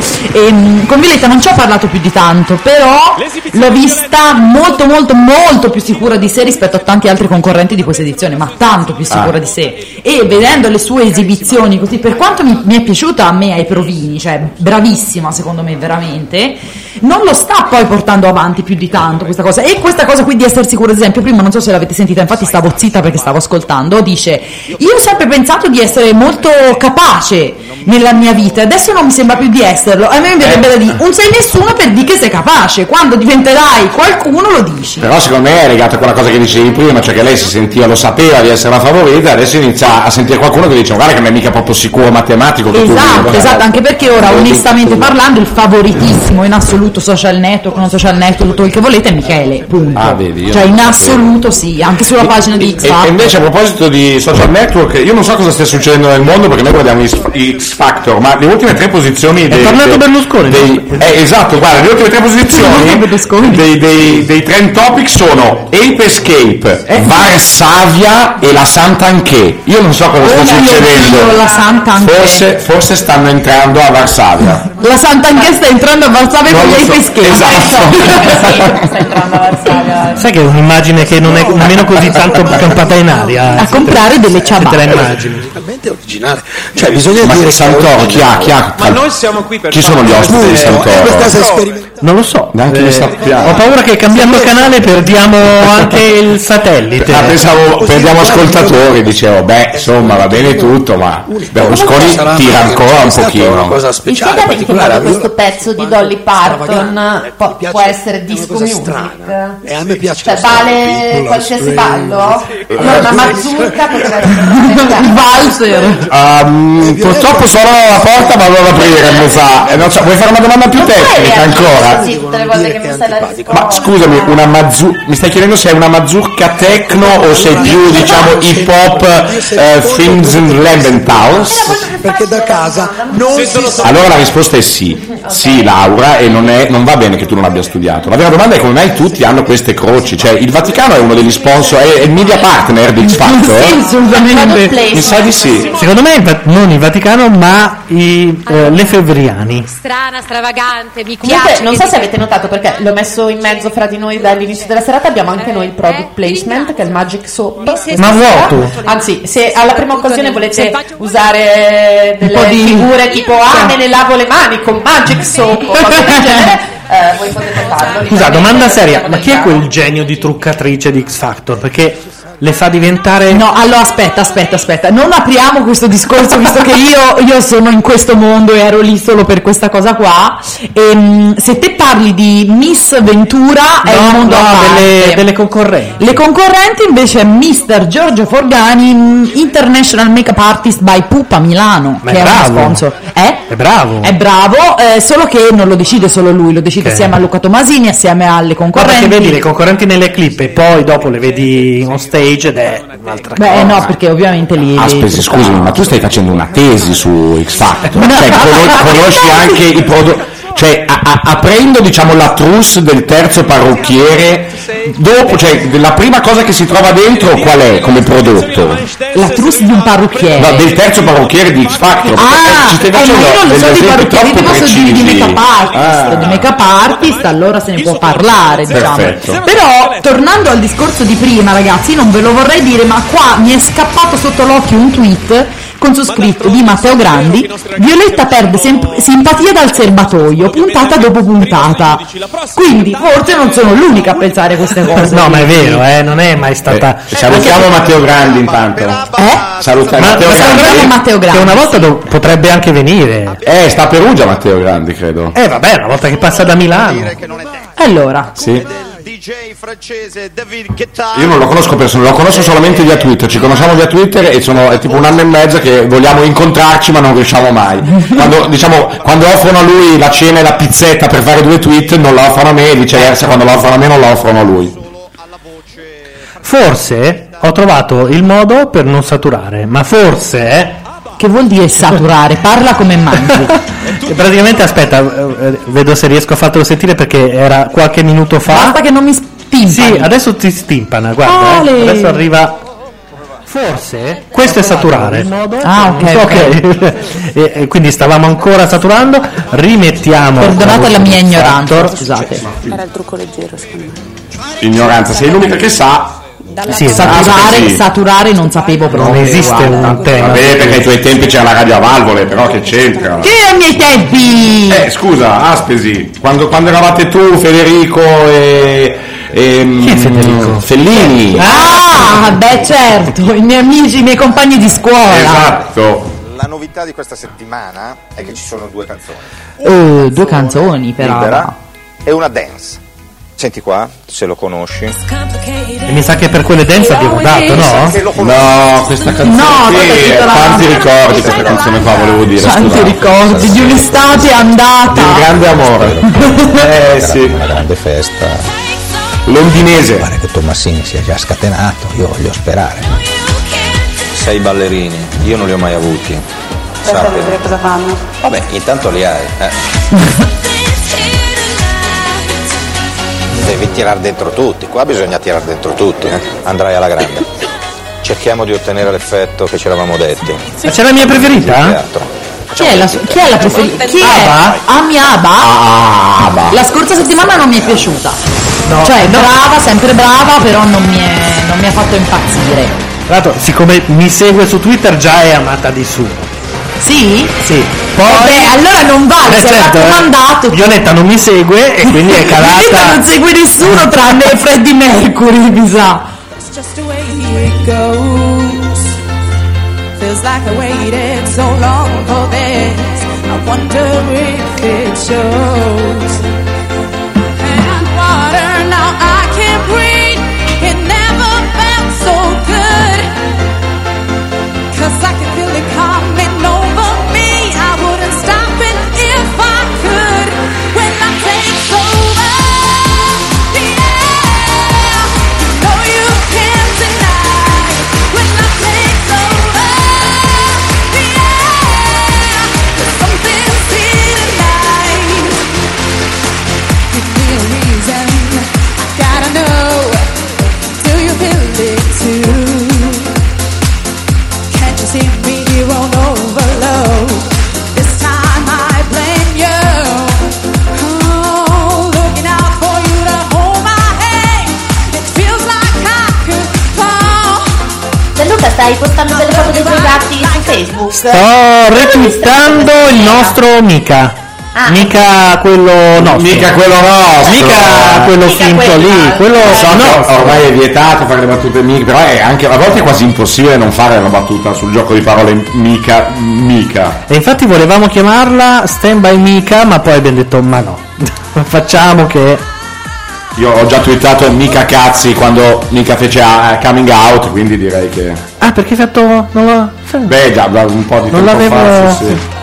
[SPEAKER 12] Ehm, con Violetta non ci ho parlato più di tanto però l'ho vista molto molto molto più sicura di sé rispetto a tanti altri concorrenti di questa edizione ma tanto più sicura
[SPEAKER 6] Ah.
[SPEAKER 12] di sé e vedendo le sue esibizioni così per quanto mi, mi è piaciuta a me ai provini cioè bravissima secondo me veramente non lo sta poi portando avanti più di tanto questa cosa e questa cosa qui di essere sicura ad esempio prima non so se l'avete sentita infatti stavo zitta perché stavo ascoltando dice io ho sempre pensato di essere molto capace nella mia vita adesso non mi sembra più di esserlo a me mi verrebbe da dire un sei nessuno per dire che sei capace quando diventerai qualcuno lo dici
[SPEAKER 1] Però secondo me è legato a quella cosa che dicevi prima, cioè che lei si sentiva, lo sapeva di essere la favorita, adesso inizia a sentire qualcuno che dice guarda che non è mica proprio sicuro matematico che tu
[SPEAKER 12] Esatto,
[SPEAKER 1] vinca".
[SPEAKER 12] esatto, anche perché ora onestamente parlando il favoritissimo in assoluto social network, non social network, tutto quel che volete è Michele, punto.
[SPEAKER 1] Ah, vedi, io
[SPEAKER 12] Cioè
[SPEAKER 1] non
[SPEAKER 12] in
[SPEAKER 1] sapevo.
[SPEAKER 12] assoluto sì, anche sulla pagina di X
[SPEAKER 1] E, e
[SPEAKER 12] Factor.
[SPEAKER 1] invece
[SPEAKER 2] Esatto.
[SPEAKER 1] a proposito di social network, io non so cosa stia succedendo nel mondo perché noi guardiamo gli X- gli X Factor, ma le ultime tre posizioni dei,
[SPEAKER 2] tornato
[SPEAKER 1] dei-
[SPEAKER 2] Berlusconi,
[SPEAKER 1] dei- eh, esatto, guarda, le ultime tre posizioni dei, dei- dei trend topic sono Ape Escape,
[SPEAKER 2] Eh,
[SPEAKER 1] Varsavia e la Sant'Anché. Io non so cosa
[SPEAKER 12] Oh,
[SPEAKER 1] sta
[SPEAKER 12] mio Dio,
[SPEAKER 1] succedendo.
[SPEAKER 12] la Santa anche.
[SPEAKER 1] Forse, forse stanno entrando a Varsavia.
[SPEAKER 12] La Santa anche sta entrando a Varsavia
[SPEAKER 1] Non
[SPEAKER 12] con
[SPEAKER 1] lo
[SPEAKER 12] gli
[SPEAKER 1] so,
[SPEAKER 12] peschetti.
[SPEAKER 2] Sai che è un'immagine che non è nemmeno così tanto campata in aria. eh, A
[SPEAKER 12] comprare delle ciabatte.
[SPEAKER 2] Te la immagini.
[SPEAKER 9] Totalmente originale. Cioè, bisogna
[SPEAKER 2] Ma
[SPEAKER 9] dire.
[SPEAKER 1] Santoro, chi ha- chi ha-
[SPEAKER 21] Ma noi siamo qui per Eh,
[SPEAKER 1] Chi sono gli ospiti di Santoro?
[SPEAKER 2] Non lo so. Eh,
[SPEAKER 1] Neanche lo sappiamo.
[SPEAKER 2] Ho paura che cambiando canale perdiamo anche il satellite.
[SPEAKER 9] Eh,
[SPEAKER 1] Ah, pensavo, perdiamo ascoltatori, dicevo, beh, insomma, va bene tutto, ma Berlusconi
[SPEAKER 9] Sarà
[SPEAKER 1] tira
[SPEAKER 9] perché
[SPEAKER 1] ancora
[SPEAKER 9] c'è
[SPEAKER 1] un
[SPEAKER 9] stata una
[SPEAKER 1] pochino.
[SPEAKER 9] cosa speciale,
[SPEAKER 6] Spiegami che
[SPEAKER 9] particolare.
[SPEAKER 6] cosa
[SPEAKER 9] Allora,
[SPEAKER 6] questo pezzo di Dolly Parton eh, può, può essere disco
[SPEAKER 9] cosa
[SPEAKER 6] music.
[SPEAKER 9] E Eh, a me piace
[SPEAKER 6] Cioè
[SPEAKER 9] questa
[SPEAKER 6] vale
[SPEAKER 9] piccola
[SPEAKER 6] qualsiasi
[SPEAKER 9] strega.
[SPEAKER 6] ballo?
[SPEAKER 9] Eh,
[SPEAKER 6] No, una
[SPEAKER 9] sì.
[SPEAKER 6] mazurka poteva essere
[SPEAKER 12] Valser.
[SPEAKER 9] Eh,
[SPEAKER 1] Ehm, purtroppo sono alla porta, ma non aprire, non sa. Eh, non so, vuoi fare una domanda più tecnica ancora?
[SPEAKER 6] Sì, tutte le volte che mi stai la risposta.
[SPEAKER 1] Ma scusami, una mazzu- mi stai chiedendo se è una mazurka techno o se è più, diciamo, hip hop eh, Things in
[SPEAKER 9] Eh,
[SPEAKER 1] Lebenthouse?
[SPEAKER 9] Perché da casa non si sa.
[SPEAKER 1] Allora la risposta è sì, sì Laura e non, è- non va bene che tu non abbia studiato. La vera domanda è come mai tutti hanno queste croci, cioè il Vaticano è uno degli sponsor, è, è il media partner di X Factor.
[SPEAKER 2] Sì, assolutamente.
[SPEAKER 1] Mi sa di sì.
[SPEAKER 2] Secondo me va- non il Vaticano, ma i, eh, le Fevriani.
[SPEAKER 6] strana, stravagante, mi
[SPEAKER 2] Comunque,
[SPEAKER 6] piace. Non so se avete notato perché l'ho messo in mezzo fra di noi dall'inizio della serata. Abbiamo anche noi il product placement che è il Magic Soap.
[SPEAKER 2] Ma vuoto?
[SPEAKER 6] Anzi, se alla prima occasione volete usare delle
[SPEAKER 2] di-
[SPEAKER 6] figure tipo Ah, me ne lavo le mani con Magic Soap o cose del genere, eh, voi potete farlo.
[SPEAKER 2] Scusa, domanda seria, ma chi è quel genio di truccatrice di X Factor? Perché le fa diventare.
[SPEAKER 12] No, allora aspetta, aspetta, aspetta, non apriamo questo discorso visto che io, io sono in questo mondo e ero lì solo per questa cosa qua. Ehm, se te parli di Miss Ventura è un
[SPEAKER 2] No,
[SPEAKER 12] mondo
[SPEAKER 2] no,
[SPEAKER 12] a parte.
[SPEAKER 2] delle, delle concorrenti.
[SPEAKER 12] Le concorrenti invece è Mr. Giorgio Forgani, mh, International Makeup Artist by Pupa Milano,
[SPEAKER 2] Ma è
[SPEAKER 12] che è
[SPEAKER 2] bravo.
[SPEAKER 12] uno sponsor. Eh?
[SPEAKER 2] È bravo.
[SPEAKER 12] È bravo, eh, solo che non lo decide solo lui, lo decide
[SPEAKER 2] Ok.
[SPEAKER 12] assieme a Luca Tomasini, assieme alle
[SPEAKER 2] No,
[SPEAKER 12] concorrenti.
[SPEAKER 2] perché vedi le concorrenti nelle clip e poi dopo le vedi on stage ed è un'altra
[SPEAKER 12] Beh,
[SPEAKER 2] cosa.
[SPEAKER 12] no, perché ovviamente lì.
[SPEAKER 1] Aspesi, scusami, Ah, ma tu stai facendo una tesi su X Factor,
[SPEAKER 12] No.
[SPEAKER 1] cioè cono- conosci anche i prodotti. Cioè, a- a- aprendo diciamo la trousse del terzo parrucchiere, dopo, cioè, la prima cosa che si trova dentro qual è come prodotto?
[SPEAKER 12] La trousse di un parrucchiere.
[SPEAKER 1] No, del terzo parrucchiere di X Factor.
[SPEAKER 12] Eh. Ah,
[SPEAKER 1] Eh, ci stai
[SPEAKER 12] eh, ma
[SPEAKER 1] facendo
[SPEAKER 12] io non lo
[SPEAKER 1] degli
[SPEAKER 12] so di
[SPEAKER 1] esempi
[SPEAKER 12] parrucchieri, ti
[SPEAKER 1] troppo
[SPEAKER 12] posso dire di
[SPEAKER 1] precisi.
[SPEAKER 12] make-up artist,
[SPEAKER 1] Ah.
[SPEAKER 12] di make-up artist, allora se ne può parlare, diciamo.
[SPEAKER 1] Perfetto.
[SPEAKER 12] Però, tornando al discorso di prima, ragazzi, non ve lo vorrei dire, ma qua mi è scappato sotto l'occhio un tweet con su scritto di Matteo Grandi Violetta perde sem- simpatia dal serbatoio puntata dopo puntata quindi forse non sono l'unica a pensare queste cose
[SPEAKER 2] No, ma è vero, eh, non è mai stata.
[SPEAKER 1] Eh, Salutiamo Matteo Grandi intanto.
[SPEAKER 12] Eh?
[SPEAKER 1] Salutiamo
[SPEAKER 2] Ma-
[SPEAKER 1] Matteo
[SPEAKER 2] ma
[SPEAKER 1] Grandi.
[SPEAKER 2] salutiamo
[SPEAKER 12] Matteo
[SPEAKER 2] Che una volta do- potrebbe anche venire.
[SPEAKER 1] Eh, sta a Perugia Matteo Grandi, credo.
[SPEAKER 2] Eh, vabbè, una volta che passa da Milano.
[SPEAKER 12] Allora.
[SPEAKER 1] Sì. Io non lo conosco personalmente, lo conosco solamente via Twitter. Ci conosciamo via Twitter e sono è tipo un anno e mezzo che vogliamo incontrarci ma non riusciamo mai. Quando, diciamo, quando offrono a lui la cena e la pizzetta per fare due tweet non la offrono a me e viceversa quando la offrono a me non la offrono a lui.
[SPEAKER 2] Forse ho trovato il modo per non saturare, ma forse.
[SPEAKER 12] Che vuol dire saturare? Parla
[SPEAKER 2] *laughs*
[SPEAKER 12] come mangi.
[SPEAKER 2] Praticamente, aspetta, eh, eh, vedo se riesco a fartelo sentire perché era qualche minuto fa.
[SPEAKER 12] basta che non mi stimpani
[SPEAKER 2] Sì, adesso ti stimpana, guarda. eh.
[SPEAKER 12] Ale.
[SPEAKER 2] Adesso arriva. Forse questo è saturare.
[SPEAKER 22] Ah, ok, ok.
[SPEAKER 2] *laughs* E- e quindi stavamo ancora saturando, rimettiamo.
[SPEAKER 12] Perdonate la mia ignoranza,
[SPEAKER 2] Factor. Scusate.
[SPEAKER 17] Era il trucco leggero, secondo me.
[SPEAKER 1] Ignoranza, sei l'unica che sa.
[SPEAKER 12] Sì,
[SPEAKER 1] Ah,
[SPEAKER 12] saturare,
[SPEAKER 1] sì.
[SPEAKER 12] saturare non sapevo proprio.
[SPEAKER 1] Vabbè, perché ai tuoi tempi c'era la radio a valvole, però che c'entra?
[SPEAKER 12] Che ai miei tempi!
[SPEAKER 1] Eh, scusa, Aspesi, quando, quando eravate tu, Federico e. e Federico? Fellini.
[SPEAKER 12] Ah, beh certo, i miei amici, i miei compagni di scuola.
[SPEAKER 1] Esatto.
[SPEAKER 23] La novità di questa settimana è che ci sono due canzoni.
[SPEAKER 12] Eh, due canzoni però.
[SPEAKER 23] Libera e una dance. Senti qua, se lo conosci.
[SPEAKER 2] E mi sa che per quelle dance abbiamo dato, no?
[SPEAKER 1] No, Ah, questa canzone
[SPEAKER 12] No,
[SPEAKER 1] qui, eh,
[SPEAKER 12] questa è tutta la-
[SPEAKER 1] quanti ricordi questa canzone qua, volevo dire.
[SPEAKER 12] Tanti
[SPEAKER 1] scusa.
[SPEAKER 12] ricordi di un'estate andata.
[SPEAKER 1] Un grande amore.
[SPEAKER 12] *laughs*
[SPEAKER 1] Eh sì. Una
[SPEAKER 11] grande festa.
[SPEAKER 1] Londinese.
[SPEAKER 11] Pare che Tommasini sia già scatenato, io voglio sperare.
[SPEAKER 24] Sei ballerini, io non li ho mai avuti.
[SPEAKER 17] Aspetta a vedere cosa fanno.
[SPEAKER 24] Vabbè, intanto li hai. Eh.
[SPEAKER 11] Devi tirare dentro tutti, qua bisogna tirare dentro tutti, eh. andrai alla grande. Cerchiamo di ottenere l'effetto che ci eravamo detti.
[SPEAKER 2] Ma c'è la mia
[SPEAKER 1] Ah?
[SPEAKER 2] preferita?
[SPEAKER 12] Chi è la, chi è la preferita? Chi è? Ami Abba?
[SPEAKER 1] Ah,
[SPEAKER 12] La scorsa settimana non mi è piaciuta.
[SPEAKER 1] Oh,
[SPEAKER 12] Cioè, brava, sempre brava, però non mi, è- non mi ha fatto impazzire.
[SPEAKER 2] Tra l'altro, siccome mi segue su Twitter, già è amata di su.
[SPEAKER 12] Sì?
[SPEAKER 2] Sì.
[SPEAKER 12] Vabbè, allora non vale,
[SPEAKER 2] Eh,
[SPEAKER 12] si è
[SPEAKER 2] certo, eh.
[SPEAKER 12] raccomandato.
[SPEAKER 2] Violetta non mi segue
[SPEAKER 12] *laughs*
[SPEAKER 2] e quindi è
[SPEAKER 12] Quindi
[SPEAKER 2] calata.
[SPEAKER 12] non segue nessuno tranne Freddie Mercury, mi sa.
[SPEAKER 17] It's just the way it goes. Feels like I waited so long for this. I wonder if it shows. And water, now I can't breathe. It never felt so good. Cause I can feel it coming over me. I wouldn't stop it if I could. When I take over the air. No, you can't deny when I take over the air. There's something's here tonight. Give me a reason. I gotta know. Do you feel it too? Can't you see me here on overload? This time I blame you. Oh, looking out for you to hold my hand. It feels like I could fall.
[SPEAKER 6] Luca, stai postando delle foto dei tuoi gatti su Facebook?
[SPEAKER 12] *laughs*
[SPEAKER 2] Sto retweetando il nostro Mica.
[SPEAKER 12] Ah.
[SPEAKER 2] Mica quello nostro.
[SPEAKER 1] Mica quello nostro.
[SPEAKER 2] Oh, Mica
[SPEAKER 1] eh.
[SPEAKER 2] quello finto lì. Quello
[SPEAKER 1] Lo so che
[SPEAKER 2] no.
[SPEAKER 1] ormai è vietato fare le battute mica, però è anche, a volte è quasi impossibile non fare una battuta sul gioco di parole mica, mica.
[SPEAKER 2] E infatti volevamo chiamarla Stand by Mica, ma poi abbiamo detto ma no. *laughs* Facciamo che.
[SPEAKER 1] Io ho già twittato mica cazzi quando mica fece eh, coming out, quindi direi che...
[SPEAKER 2] Ah, perché hai fatto. Non lo-
[SPEAKER 1] Beh, già da un po' di
[SPEAKER 2] Non
[SPEAKER 1] tempo
[SPEAKER 2] l'avevo-
[SPEAKER 1] fa, sì, sì.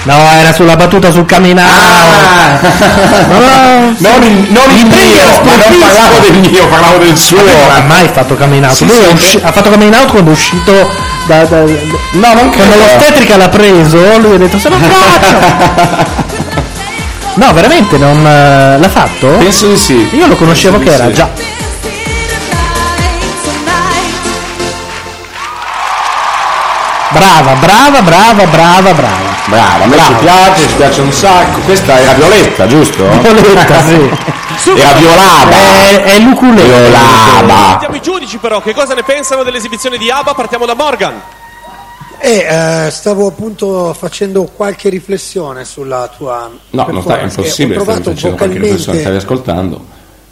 [SPEAKER 2] No, era sulla battuta sul camminare.
[SPEAKER 1] Ah! *laughs* non il, non il mio, ma non parlavo del mio, parlavo del suo.
[SPEAKER 2] non ha mai fatto coming out.
[SPEAKER 1] Sì,
[SPEAKER 2] Lui
[SPEAKER 1] sì,
[SPEAKER 2] è usci- ha fatto coming out quando è uscito da. da-
[SPEAKER 1] no, non
[SPEAKER 2] quando
[SPEAKER 1] credo.
[SPEAKER 2] l'ostetrica l'ha preso, lui ha
[SPEAKER 1] *laughs*
[SPEAKER 2] detto sono faccio. no, veramente non eh, l'ha fatto?
[SPEAKER 1] Penso di sì.
[SPEAKER 2] Io lo conoscevo
[SPEAKER 1] Penso di
[SPEAKER 2] che era
[SPEAKER 1] sì.
[SPEAKER 2] già. Brava, brava, brava, brava, brava.
[SPEAKER 1] Brava, a me ci piace, ci piace un sacco. Questa era Violetta, giusto?
[SPEAKER 2] Violetta, sì.
[SPEAKER 1] *laughs* Era Violaba.
[SPEAKER 2] È, è l'uculè.
[SPEAKER 1] Violaba.
[SPEAKER 7] Sentiamo i giudici però, che cosa ne pensano dell'esibizione di ABBA? Partiamo da Morgan.
[SPEAKER 9] E eh, stavo appunto facendo qualche riflessione sulla tua
[SPEAKER 1] No, non sta, è
[SPEAKER 9] performance, che
[SPEAKER 1] impossibile,
[SPEAKER 9] Ho
[SPEAKER 1] stai
[SPEAKER 9] trovato
[SPEAKER 1] facendo qualche persona stavi
[SPEAKER 9] vocalmente
[SPEAKER 2] *laughs*
[SPEAKER 1] ascoltando.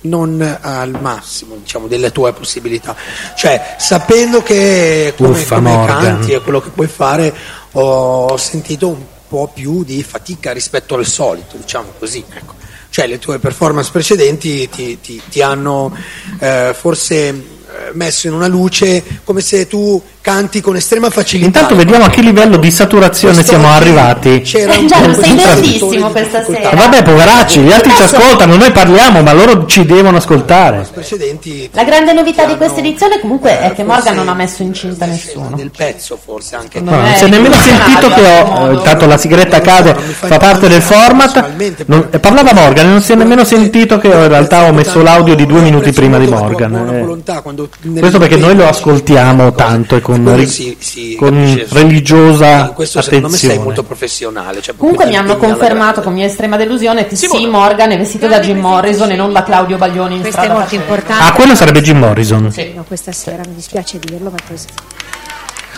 [SPEAKER 9] non eh, al massimo, diciamo, delle tue possibilità. Cioè, sapendo che come,
[SPEAKER 2] Uffa,
[SPEAKER 9] come
[SPEAKER 2] Morgan.
[SPEAKER 9] canti e quello che puoi fare, ho sentito un po' più di fatica rispetto al solito, diciamo così, ecco. Cioè, le tue performance precedenti ti, ti- ti hanno eh, forse eh, messo in una luce come se tu canti con estrema facilità.
[SPEAKER 2] Intanto vediamo a che livello di saturazione
[SPEAKER 9] Questo
[SPEAKER 2] siamo
[SPEAKER 9] mattina
[SPEAKER 2] arrivati.
[SPEAKER 9] c'era
[SPEAKER 2] Eh,
[SPEAKER 9] un
[SPEAKER 2] già,
[SPEAKER 9] po'
[SPEAKER 2] sei
[SPEAKER 9] di
[SPEAKER 2] nervissimo
[SPEAKER 9] traduttore di
[SPEAKER 6] questa
[SPEAKER 9] difficoltà.
[SPEAKER 2] E Eh, vabbè, poveracci, gli altri ci
[SPEAKER 9] Adesso-
[SPEAKER 2] ascoltano, noi parliamo, ma loro ci devono ascoltare.
[SPEAKER 9] precedenti eh,
[SPEAKER 6] La grande novità di questa edizione comunque è che Morgan non ha messo incinta nessuno.
[SPEAKER 9] del pezzo forse anche
[SPEAKER 2] No, non si è Ah, nemmeno sentito che ho. eh, Intanto la sigaretta cade, fa parte del format. Non- eh, parlava Morgan e non si è nemmeno sentito che ho- in realtà ho messo l'audio di due minuti prima di Morgan. eh. Questo perché noi lo ascoltiamo tanto e con,
[SPEAKER 9] Quello
[SPEAKER 2] ri-
[SPEAKER 9] sì, sì,
[SPEAKER 2] con
[SPEAKER 9] capisce.
[SPEAKER 2] religiosa
[SPEAKER 9] In questo secondo me sei
[SPEAKER 2] attenzione.
[SPEAKER 9] molto professionale. Cioè,
[SPEAKER 6] Comunque mi hanno
[SPEAKER 9] proprio alla grande.
[SPEAKER 6] confermato con mia estrema delusione che sì, Morgan è vestito da Jim Morrison e non da Claudio Baglioni in
[SPEAKER 10] Questo è
[SPEAKER 6] strada
[SPEAKER 10] molto
[SPEAKER 6] facendo.
[SPEAKER 10] importante.
[SPEAKER 2] Ah, quello sarebbe Jim Morrison.
[SPEAKER 10] Sì. No, questa sera mi dispiace dirlo, ma così.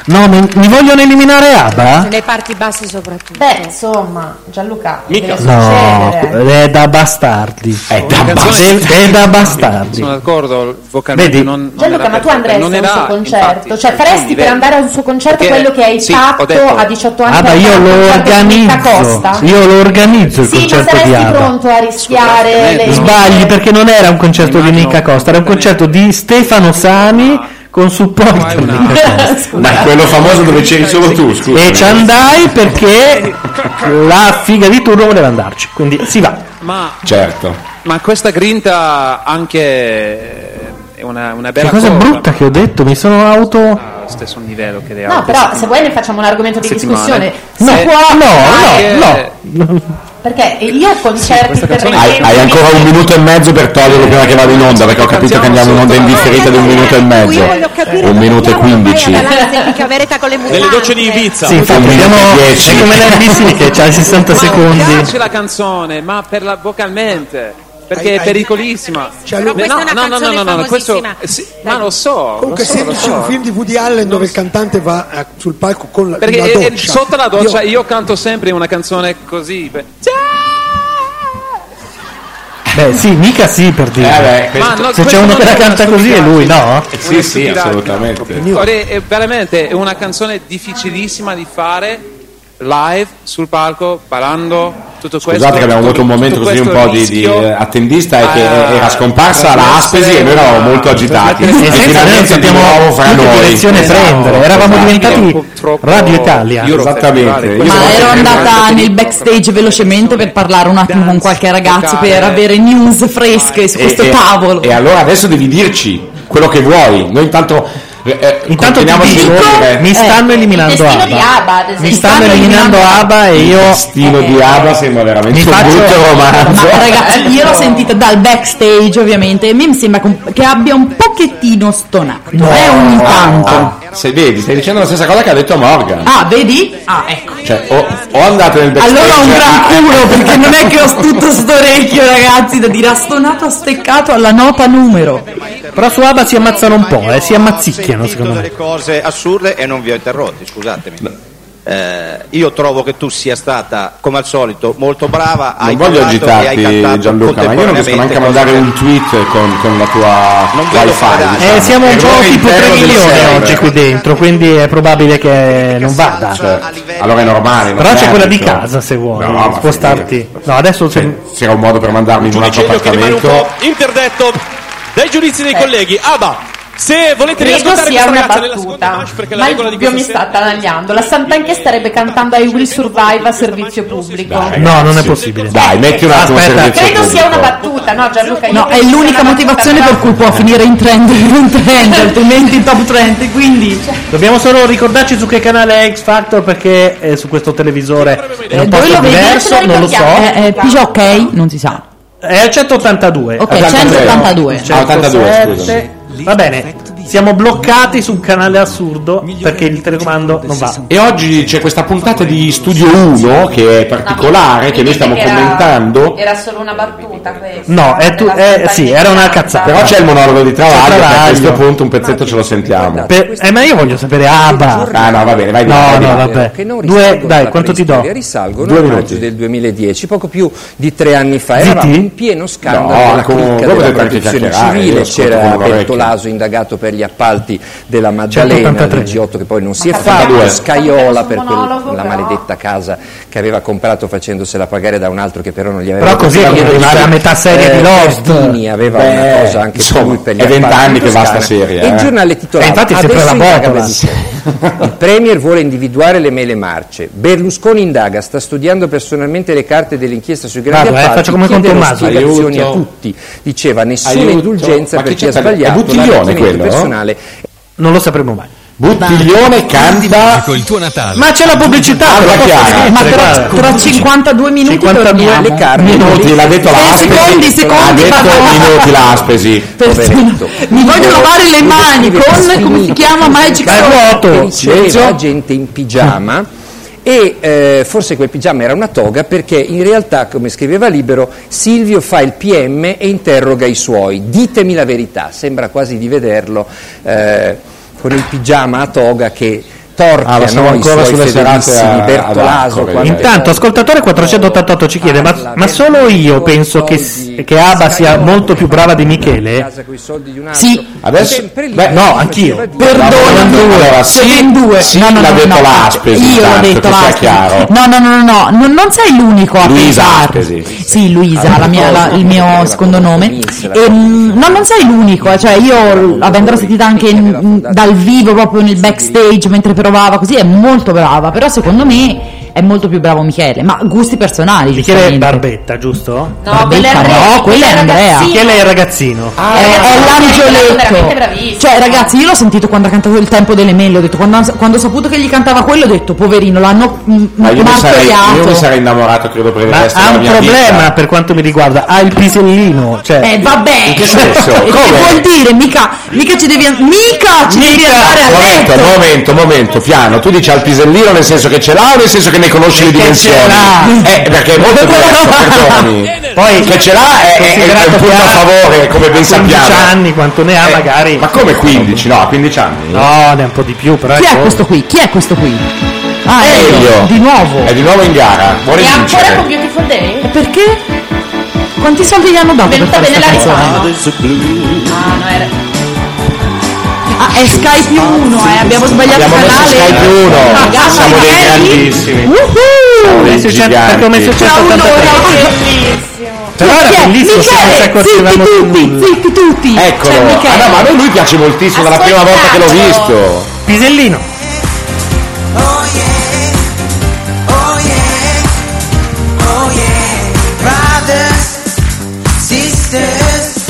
[SPEAKER 2] No, mi, mi vogliono eliminare Abba?
[SPEAKER 10] Nei parti basse soprattutto.
[SPEAKER 6] Beh, insomma, Gianluca,
[SPEAKER 10] Mica.
[SPEAKER 6] deve
[SPEAKER 2] No,
[SPEAKER 6] succedere.
[SPEAKER 2] è da bastardi. È da,
[SPEAKER 14] bastardi.
[SPEAKER 2] è da bastardi.
[SPEAKER 14] Sono d'accordo, vocalmente
[SPEAKER 2] Vedi?
[SPEAKER 14] non, non
[SPEAKER 6] Gianluca,
[SPEAKER 14] era
[SPEAKER 6] ma tu
[SPEAKER 14] perfetta,
[SPEAKER 6] andresti
[SPEAKER 14] non
[SPEAKER 6] a un
[SPEAKER 14] era,
[SPEAKER 6] suo concerto?
[SPEAKER 14] infatti,
[SPEAKER 6] cioè,
[SPEAKER 14] c'è un
[SPEAKER 6] faresti per
[SPEAKER 14] livello.
[SPEAKER 6] andare a un suo concerto
[SPEAKER 14] Perché-
[SPEAKER 6] quello che hai
[SPEAKER 14] sì, ho
[SPEAKER 6] fatto
[SPEAKER 14] detto-
[SPEAKER 6] a 18 anni?
[SPEAKER 2] Ah, ma
[SPEAKER 6] per
[SPEAKER 2] io
[SPEAKER 6] fare un
[SPEAKER 2] lo
[SPEAKER 6] concerto con Rita
[SPEAKER 2] organizzo.
[SPEAKER 6] Costa?
[SPEAKER 2] Io lo organizzo il
[SPEAKER 6] Sì, ma
[SPEAKER 2] concerto
[SPEAKER 6] saresti
[SPEAKER 2] di Abba.
[SPEAKER 6] pronto a rischiare le...
[SPEAKER 2] Sbagli perché non era un concerto di Nica Costa, era un concerto di Stefano Sani
[SPEAKER 14] Ah.
[SPEAKER 2] con supporto di Nica Costa.
[SPEAKER 1] Ma quello famoso dove c'eri solo tu, scusa.
[SPEAKER 2] E ci andai
[SPEAKER 14] *laughs*
[SPEAKER 2] perché la figa di turno voleva andarci, quindi si va.
[SPEAKER 14] Ma,
[SPEAKER 1] Certo.
[SPEAKER 14] ma questa grinta anche eh, è una, una
[SPEAKER 2] Che
[SPEAKER 14] bella
[SPEAKER 2] cosa
[SPEAKER 14] Cioè, cosa, Ah.
[SPEAKER 2] brutta che ho detto, mi sono auto...
[SPEAKER 14] allo stesso livello che le
[SPEAKER 6] No,
[SPEAKER 14] altre.
[SPEAKER 6] però se vuoi ne facciamo un argomento di
[SPEAKER 14] Settimane.
[SPEAKER 6] discussione. Si
[SPEAKER 14] No,
[SPEAKER 6] può-
[SPEAKER 14] no, no, no.
[SPEAKER 6] Perché io concerti per
[SPEAKER 1] Hai, hai ancora un minuto e mezzo per toglierlo prima che vado in onda, perché ho capito che andiamo in onda in differita di un minuto e mezzo. Un minuto e quindici.
[SPEAKER 7] Nelle docce di Ibiza.
[SPEAKER 2] Sì, infatti, vediamo è come l'NBC che c'ha i 60
[SPEAKER 14] Ma mi
[SPEAKER 2] secondi.
[SPEAKER 14] piace la canzone, ma per la, vocalmente, perché è pericolissima.
[SPEAKER 9] Però questa
[SPEAKER 14] no,
[SPEAKER 9] è una
[SPEAKER 14] no, no, no,
[SPEAKER 9] canzone
[SPEAKER 14] no, no, no, questo,
[SPEAKER 9] famosissima.
[SPEAKER 14] sì, ma lo so.
[SPEAKER 9] Comunque,
[SPEAKER 14] lo so, lo
[SPEAKER 9] sentici
[SPEAKER 14] so.
[SPEAKER 9] un film di Woody Allen dove il cantante va eh, sul palco con la,
[SPEAKER 14] Perché
[SPEAKER 9] la
[SPEAKER 14] eh, eh,
[SPEAKER 9] doccia.
[SPEAKER 14] sotto la doccia
[SPEAKER 9] Io-
[SPEAKER 14] io, canto sempre una canzone così. beh,
[SPEAKER 2] Beh, sì, mica sì per dire.
[SPEAKER 14] Eh, beh, questo- Ma
[SPEAKER 2] Se
[SPEAKER 14] no,
[SPEAKER 2] c'è
[SPEAKER 14] questo
[SPEAKER 2] uno
[SPEAKER 14] non
[SPEAKER 2] che
[SPEAKER 14] è
[SPEAKER 2] la
[SPEAKER 14] una
[SPEAKER 2] canta così è lui, no?
[SPEAKER 1] Eh, Sì, sì, assolutamente.
[SPEAKER 14] Ora, è eh, veramente una canzone difficilissima di fare live sul palco, ballando, tutto questo.
[SPEAKER 1] Scusate che abbiamo avuto un
[SPEAKER 14] tutto-
[SPEAKER 1] momento
[SPEAKER 14] tutto
[SPEAKER 1] così un
[SPEAKER 14] questo
[SPEAKER 1] po' di, di,
[SPEAKER 14] rischio.
[SPEAKER 1] eh, attendista e che
[SPEAKER 2] eh,
[SPEAKER 14] Ah,
[SPEAKER 1] era scomparsa la Aspesi e noi eravamo molto agitati.
[SPEAKER 2] E senza noi non
[SPEAKER 1] finalmente di
[SPEAKER 2] sappiamo
[SPEAKER 1] nuovo fra
[SPEAKER 2] in che
[SPEAKER 1] noi.
[SPEAKER 2] direzione
[SPEAKER 1] Esatto.
[SPEAKER 2] prendere, eravamo diventati Radio Italia.
[SPEAKER 1] Esattamente. Io
[SPEAKER 25] Ma
[SPEAKER 1] sono-
[SPEAKER 25] ero andata nel backstage velocemente per parlare un attimo con qualche ragazzo per avere news fresche su
[SPEAKER 1] e-
[SPEAKER 25] questo
[SPEAKER 1] e-
[SPEAKER 25] tavolo.
[SPEAKER 1] E allora adesso devi dirci quello che vuoi. Noi intanto eh, eh,
[SPEAKER 2] Intanto ti
[SPEAKER 1] continuiamo a
[SPEAKER 2] dico,
[SPEAKER 1] scrivere.
[SPEAKER 2] mi stanno eliminando
[SPEAKER 6] destino di Abba, ad
[SPEAKER 2] Abba.
[SPEAKER 6] esempio.
[SPEAKER 2] Mi stanno eliminando Abba e
[SPEAKER 1] Il
[SPEAKER 2] io... Eh.
[SPEAKER 1] destino di Abba sembra veramente
[SPEAKER 2] Mi
[SPEAKER 1] un
[SPEAKER 2] faccio- *laughs*
[SPEAKER 1] brutto romanzo.
[SPEAKER 25] Ma ragazzi, Eh, io l'ho sentita dal backstage ovviamente e mi sembra com- che abbia un pochettino stonato. eh, ogni tanto.
[SPEAKER 1] Ah, se vedi, stai dicendo la stessa cosa che ha detto Morgan.
[SPEAKER 25] Ah, vedi? Ah, ecco.
[SPEAKER 1] Cioè, o, o andate nel backstage.
[SPEAKER 25] Allora ho un gran
[SPEAKER 1] a-
[SPEAKER 25] culo perché non è che ho
[SPEAKER 1] *laughs*
[SPEAKER 25] tutto sto orecchio, ragazzi, da dire ha stonato, ha steccato alla nota numero.
[SPEAKER 2] Però su Abba si ammazzano un po', eh, si ammazzicchiano secondo me.
[SPEAKER 11] delle cose assurde e non vi ho interrotti, scusatemi. Eh, io trovo che tu sia stata, come al solito, molto brava.
[SPEAKER 1] Non
[SPEAKER 11] hai
[SPEAKER 1] voglio
[SPEAKER 11] parlato e hai
[SPEAKER 1] agitarti
[SPEAKER 11] cantato
[SPEAKER 1] Gianluca, ma io non riesco neanche a mandare un tweet con, con la tua wifi. diciamo.
[SPEAKER 2] Eh, siamo un po'
[SPEAKER 1] Errore
[SPEAKER 2] tipo
[SPEAKER 1] interno
[SPEAKER 2] 3
[SPEAKER 1] del
[SPEAKER 2] milioni
[SPEAKER 1] server. Cioè,
[SPEAKER 2] oggi qui dentro, quindi è probabile che non
[SPEAKER 11] Cioè,
[SPEAKER 2] vada.
[SPEAKER 1] Allora è normale.
[SPEAKER 2] Però c'è quella di
[SPEAKER 1] certo.
[SPEAKER 2] casa se vuoi
[SPEAKER 1] No, ma
[SPEAKER 2] spostarti. No, adesso se-
[SPEAKER 1] C'era un modo per mandarmi in un altro
[SPEAKER 7] Giulio che rimane un po'
[SPEAKER 1] appartamento.
[SPEAKER 7] interdetto dai giudizi dei colleghi. Abba, se volete
[SPEAKER 6] Credo
[SPEAKER 7] riascoltare
[SPEAKER 6] Eh. sia
[SPEAKER 7] questa
[SPEAKER 6] una
[SPEAKER 7] ragazza nella
[SPEAKER 6] battuta,
[SPEAKER 7] perché la
[SPEAKER 6] ma il
[SPEAKER 7] regola di
[SPEAKER 6] dubbio mi
[SPEAKER 7] questa
[SPEAKER 6] sta tagliando. La Santanchè starebbe cantando I Will Survive a servizio pubblico.
[SPEAKER 2] No, non è possibile.
[SPEAKER 1] Dai, metti un attimo
[SPEAKER 2] Aspetta. eh,
[SPEAKER 1] il servizio
[SPEAKER 6] Credo sia una
[SPEAKER 1] pubblico.
[SPEAKER 6] battuta, no Gianluca? io
[SPEAKER 25] No,
[SPEAKER 6] credo
[SPEAKER 25] è
[SPEAKER 6] sia
[SPEAKER 25] l'unica
[SPEAKER 6] una
[SPEAKER 25] motivazione
[SPEAKER 6] battuta,
[SPEAKER 25] per cui può finire in trend, *laughs* in trend, altrimenti in top trend, quindi
[SPEAKER 2] Dobbiamo solo ricordarci su che canale è X Factor perché eh, su questo televisore è un
[SPEAKER 25] Eh, dove
[SPEAKER 2] posto
[SPEAKER 25] lo vedi?
[SPEAKER 2] diverso, non lo so.
[SPEAKER 25] Eh, eh, Pisa ok, non si sa.
[SPEAKER 2] È al 182.
[SPEAKER 25] Ok, 182.
[SPEAKER 1] Ah, 82, scusa.
[SPEAKER 2] 107. Va bene, siamo bloccati su un canale assurdo perché il telecomando non va.
[SPEAKER 1] E oggi c'è questa puntata di Studio 1 che è particolare, che noi stiamo
[SPEAKER 6] che era-
[SPEAKER 1] commentando.
[SPEAKER 6] Era solo una battuta questa.
[SPEAKER 2] No, è tu- eh, sì, era una cazzata.
[SPEAKER 1] Però c'è il monologo di Travaglio,
[SPEAKER 2] C'è
[SPEAKER 1] che a
[SPEAKER 2] Travaglio.
[SPEAKER 1] questo punto un pezzetto ce lo sentiamo.
[SPEAKER 2] Per- eh, ma io voglio sapere Abba.
[SPEAKER 1] Ah no, va bene, vai di là,
[SPEAKER 2] No,
[SPEAKER 1] vai di
[SPEAKER 2] no,
[SPEAKER 1] là.
[SPEAKER 2] vabbè.
[SPEAKER 26] che non
[SPEAKER 2] Due,
[SPEAKER 26] risalgono
[SPEAKER 2] dai,
[SPEAKER 26] alla
[SPEAKER 2] quanto ti do?
[SPEAKER 26] preistoria, risalgono
[SPEAKER 2] Due
[SPEAKER 26] al
[SPEAKER 2] minuti.
[SPEAKER 26] maggio del 2010, poco più di tre anni fa. Era
[SPEAKER 2] Zitti?
[SPEAKER 26] in pieno
[SPEAKER 1] No,
[SPEAKER 26] scandalo della
[SPEAKER 1] con-
[SPEAKER 26] cricca
[SPEAKER 1] voi
[SPEAKER 26] della
[SPEAKER 1] potete anche
[SPEAKER 26] protezione
[SPEAKER 1] chiacchierare, io
[SPEAKER 26] civile,
[SPEAKER 1] ascolto
[SPEAKER 26] c'era
[SPEAKER 1] con l'orecchio.
[SPEAKER 26] Bertolaso indagato per gli appalti della Maddalena,
[SPEAKER 2] 183.
[SPEAKER 26] del G8 che poi non si è
[SPEAKER 1] Ma capito,
[SPEAKER 26] fatto,
[SPEAKER 1] eh.
[SPEAKER 26] Scaiola per quel-
[SPEAKER 6] monologo,
[SPEAKER 26] la
[SPEAKER 6] però.
[SPEAKER 26] maledetta casa che aveva comprato facendosela pagare da un altro che però non gli aveva
[SPEAKER 2] Però
[SPEAKER 26] dato
[SPEAKER 2] così è
[SPEAKER 26] i
[SPEAKER 2] come
[SPEAKER 26] soldi.
[SPEAKER 2] arrivare a metà serie di Lost.
[SPEAKER 26] Verdini Eh, aveva
[SPEAKER 2] Beh,
[SPEAKER 26] una cosa anche su lui per gli
[SPEAKER 1] è vent'anni
[SPEAKER 26] appalti
[SPEAKER 1] che va sta
[SPEAKER 26] Toscana.
[SPEAKER 1] serie,
[SPEAKER 26] E il
[SPEAKER 1] eh.
[SPEAKER 26] giornale titolava
[SPEAKER 1] Eh, infatti si
[SPEAKER 26] "Adesso
[SPEAKER 1] prende la
[SPEAKER 26] indaga
[SPEAKER 1] botola."
[SPEAKER 26] Berlusconi. Il Premier vuole individuare le mele marce. Berlusconi indaga, sta studiando personalmente le carte dell'inchiesta sui grandi
[SPEAKER 2] Guarda, eh,
[SPEAKER 26] appalti.
[SPEAKER 2] faccio come con
[SPEAKER 26] chiede le
[SPEAKER 2] Tommaso.
[SPEAKER 26] spiegazioni a
[SPEAKER 2] Aiuto.
[SPEAKER 26] tutti. Diceva nessuna
[SPEAKER 2] Aiuto.
[SPEAKER 26] indulgenza
[SPEAKER 2] Ma
[SPEAKER 26] per
[SPEAKER 2] chi
[SPEAKER 26] chi ha
[SPEAKER 2] c'è per- è
[SPEAKER 26] sbagliato
[SPEAKER 2] Buttiglione
[SPEAKER 26] l'arricchimento
[SPEAKER 2] quello?
[SPEAKER 26] personale.
[SPEAKER 2] Non lo sapremo mai.
[SPEAKER 1] Buttiglione canta.
[SPEAKER 26] il tuo Natale.
[SPEAKER 2] Ma c'è la pubblicità!
[SPEAKER 1] Allora,
[SPEAKER 2] però,
[SPEAKER 1] chiaro.
[SPEAKER 2] eh, ma
[SPEAKER 1] Sì,
[SPEAKER 2] però-
[SPEAKER 1] guarda.
[SPEAKER 2] però-
[SPEAKER 12] Tra 52 minuti
[SPEAKER 26] 52
[SPEAKER 12] torniamo.
[SPEAKER 26] le carte.
[SPEAKER 1] Minuti, l'ha detto l'Aspesi.
[SPEAKER 12] secondi,
[SPEAKER 1] Ha
[SPEAKER 12] secondi,
[SPEAKER 1] detto
[SPEAKER 12] parla-
[SPEAKER 1] minuti
[SPEAKER 2] *laughs*
[SPEAKER 1] l'Aspesi.
[SPEAKER 26] Poveretto.
[SPEAKER 12] Mi voglio lavare le mani con, come si chiama, Magic
[SPEAKER 26] Che
[SPEAKER 12] Sword.
[SPEAKER 26] riceveva gente in pigiama e eh, forse quel pigiama era una toga perché in realtà, come scriveva Libero, Silvio fa il PM e interroga i suoi. Ditemi la verità, sembra quasi di vederlo eh, con il pigiama a toga che torca
[SPEAKER 1] Ah, ma siamo
[SPEAKER 26] no, i
[SPEAKER 1] ancora
[SPEAKER 26] suoi
[SPEAKER 1] sulle serate a-
[SPEAKER 26] fedelissimi
[SPEAKER 1] ad
[SPEAKER 26] Bertolaso.
[SPEAKER 1] Arco,
[SPEAKER 26] quando-
[SPEAKER 2] Intanto, ascoltatore 488 ci chiede: ma, ma solo io penso che, che Abba sia molto più brava di Michele?
[SPEAKER 26] Sì,
[SPEAKER 1] Adesso, beh,
[SPEAKER 2] no, anch'io.
[SPEAKER 1] Perdonami. Allora, sì,
[SPEAKER 12] Ben due.
[SPEAKER 1] sì, l'ha detto l'Aspesi.
[SPEAKER 12] Io l'ho
[SPEAKER 1] intanto,
[SPEAKER 12] detto
[SPEAKER 1] che sia
[SPEAKER 12] l'Aspesi.
[SPEAKER 1] chiaro.
[SPEAKER 12] No, no, no, no, no, non, non sei l'unico a
[SPEAKER 1] Luisa
[SPEAKER 12] pensare.
[SPEAKER 1] Aspesi.
[SPEAKER 12] Sì, Luisa, la mia- la- il mio secondo nome. Ehm, no, non sei l'unico, eh, cioè io avendola sentita anche in- dal vivo, proprio nel backstage, mentre provava, così è molto brava, però secondo me è molto più bravo Michele, ma gusti personali.
[SPEAKER 2] Michele
[SPEAKER 12] giustamente.
[SPEAKER 2] Barbetta, giusto? Barbetta,
[SPEAKER 12] quella è Re-
[SPEAKER 2] no, quella è
[SPEAKER 12] quella è
[SPEAKER 2] Andrea.
[SPEAKER 12] ragazzino.
[SPEAKER 2] Michele è il ragazzino.
[SPEAKER 25] Eh,
[SPEAKER 12] è, è
[SPEAKER 2] veramente
[SPEAKER 12] l'angioletto cioè ragazzi io l'ho sentito quando ha cantato il tempo delle mele ho detto quando, quando ho saputo che gli cantava quello ho detto poverino l'hanno mm,
[SPEAKER 1] Ma io mi, sarei, io mi
[SPEAKER 12] martoriato
[SPEAKER 1] sarei innamorato, credo, per il
[SPEAKER 2] Ma
[SPEAKER 1] resto
[SPEAKER 2] ha
[SPEAKER 1] della
[SPEAKER 2] un
[SPEAKER 1] mia
[SPEAKER 2] problema
[SPEAKER 1] vita.
[SPEAKER 2] per quanto mi riguarda, ha il pisellino. Cioè,
[SPEAKER 12] eh vabbè
[SPEAKER 2] In che
[SPEAKER 12] *laughs*
[SPEAKER 2] senso?
[SPEAKER 12] E che
[SPEAKER 1] Come?
[SPEAKER 12] vuol dire mica mica ci devi an- mica ci devi andare a
[SPEAKER 1] Momento,
[SPEAKER 12] letto
[SPEAKER 1] momento, momento, piano. Tu dici al pisellino nel senso che ce l'ha o nel senso che ne conosci le dimensioni? Eh, perché è
[SPEAKER 2] *laughs*
[SPEAKER 1] molto diverso, perdoni. Poi che ce l'ha è, è, è un punto a favore, come ben
[SPEAKER 2] 15
[SPEAKER 1] sappiamo. Eh,
[SPEAKER 2] anni, quanto ne ha magari.
[SPEAKER 1] Ma come 15? No, a 15 anni.
[SPEAKER 2] No, ne ha un po' di più, però.
[SPEAKER 12] chi è
[SPEAKER 2] ecco.
[SPEAKER 12] questo qui chi è questo qui ah
[SPEAKER 1] Elio.
[SPEAKER 12] Elio di nuovo
[SPEAKER 1] È di nuovo in gara. Vuole vincere.
[SPEAKER 12] Beautiful Day e perché quanti soldi gli hanno dato per fare questa canzone?
[SPEAKER 27] Ah, no, era...
[SPEAKER 12] Ah, è Sky più uno, eh, abbiamo sbagliato
[SPEAKER 1] Abbiamo messo
[SPEAKER 12] canale.
[SPEAKER 1] Sky più *laughs* uno.
[SPEAKER 12] Ah, gamma
[SPEAKER 1] Siamo dei
[SPEAKER 12] Marelli.
[SPEAKER 1] grandissimi.
[SPEAKER 12] Woohoo!
[SPEAKER 1] Siamo dei
[SPEAKER 2] Perché ho messo cento-
[SPEAKER 1] giganti.
[SPEAKER 2] Certo, perché ho messo 183.
[SPEAKER 12] Tra un'ora, bellissimo.
[SPEAKER 2] Però era
[SPEAKER 12] Michele,
[SPEAKER 2] bellissimo se non ci
[SPEAKER 12] Michele,
[SPEAKER 2] accorgevamo di
[SPEAKER 12] zitti tutti,
[SPEAKER 2] nulla.
[SPEAKER 12] zitti tutti.
[SPEAKER 14] Cioè,
[SPEAKER 1] Eccolo.
[SPEAKER 12] C'è
[SPEAKER 1] Ah,
[SPEAKER 12] Michele.
[SPEAKER 1] no, ma a me lui piace moltissimo, dalla prima volta che l'ho visto.
[SPEAKER 2] Pisellino.
[SPEAKER 13] Oh yeah, oh yeah, brothers, sisters,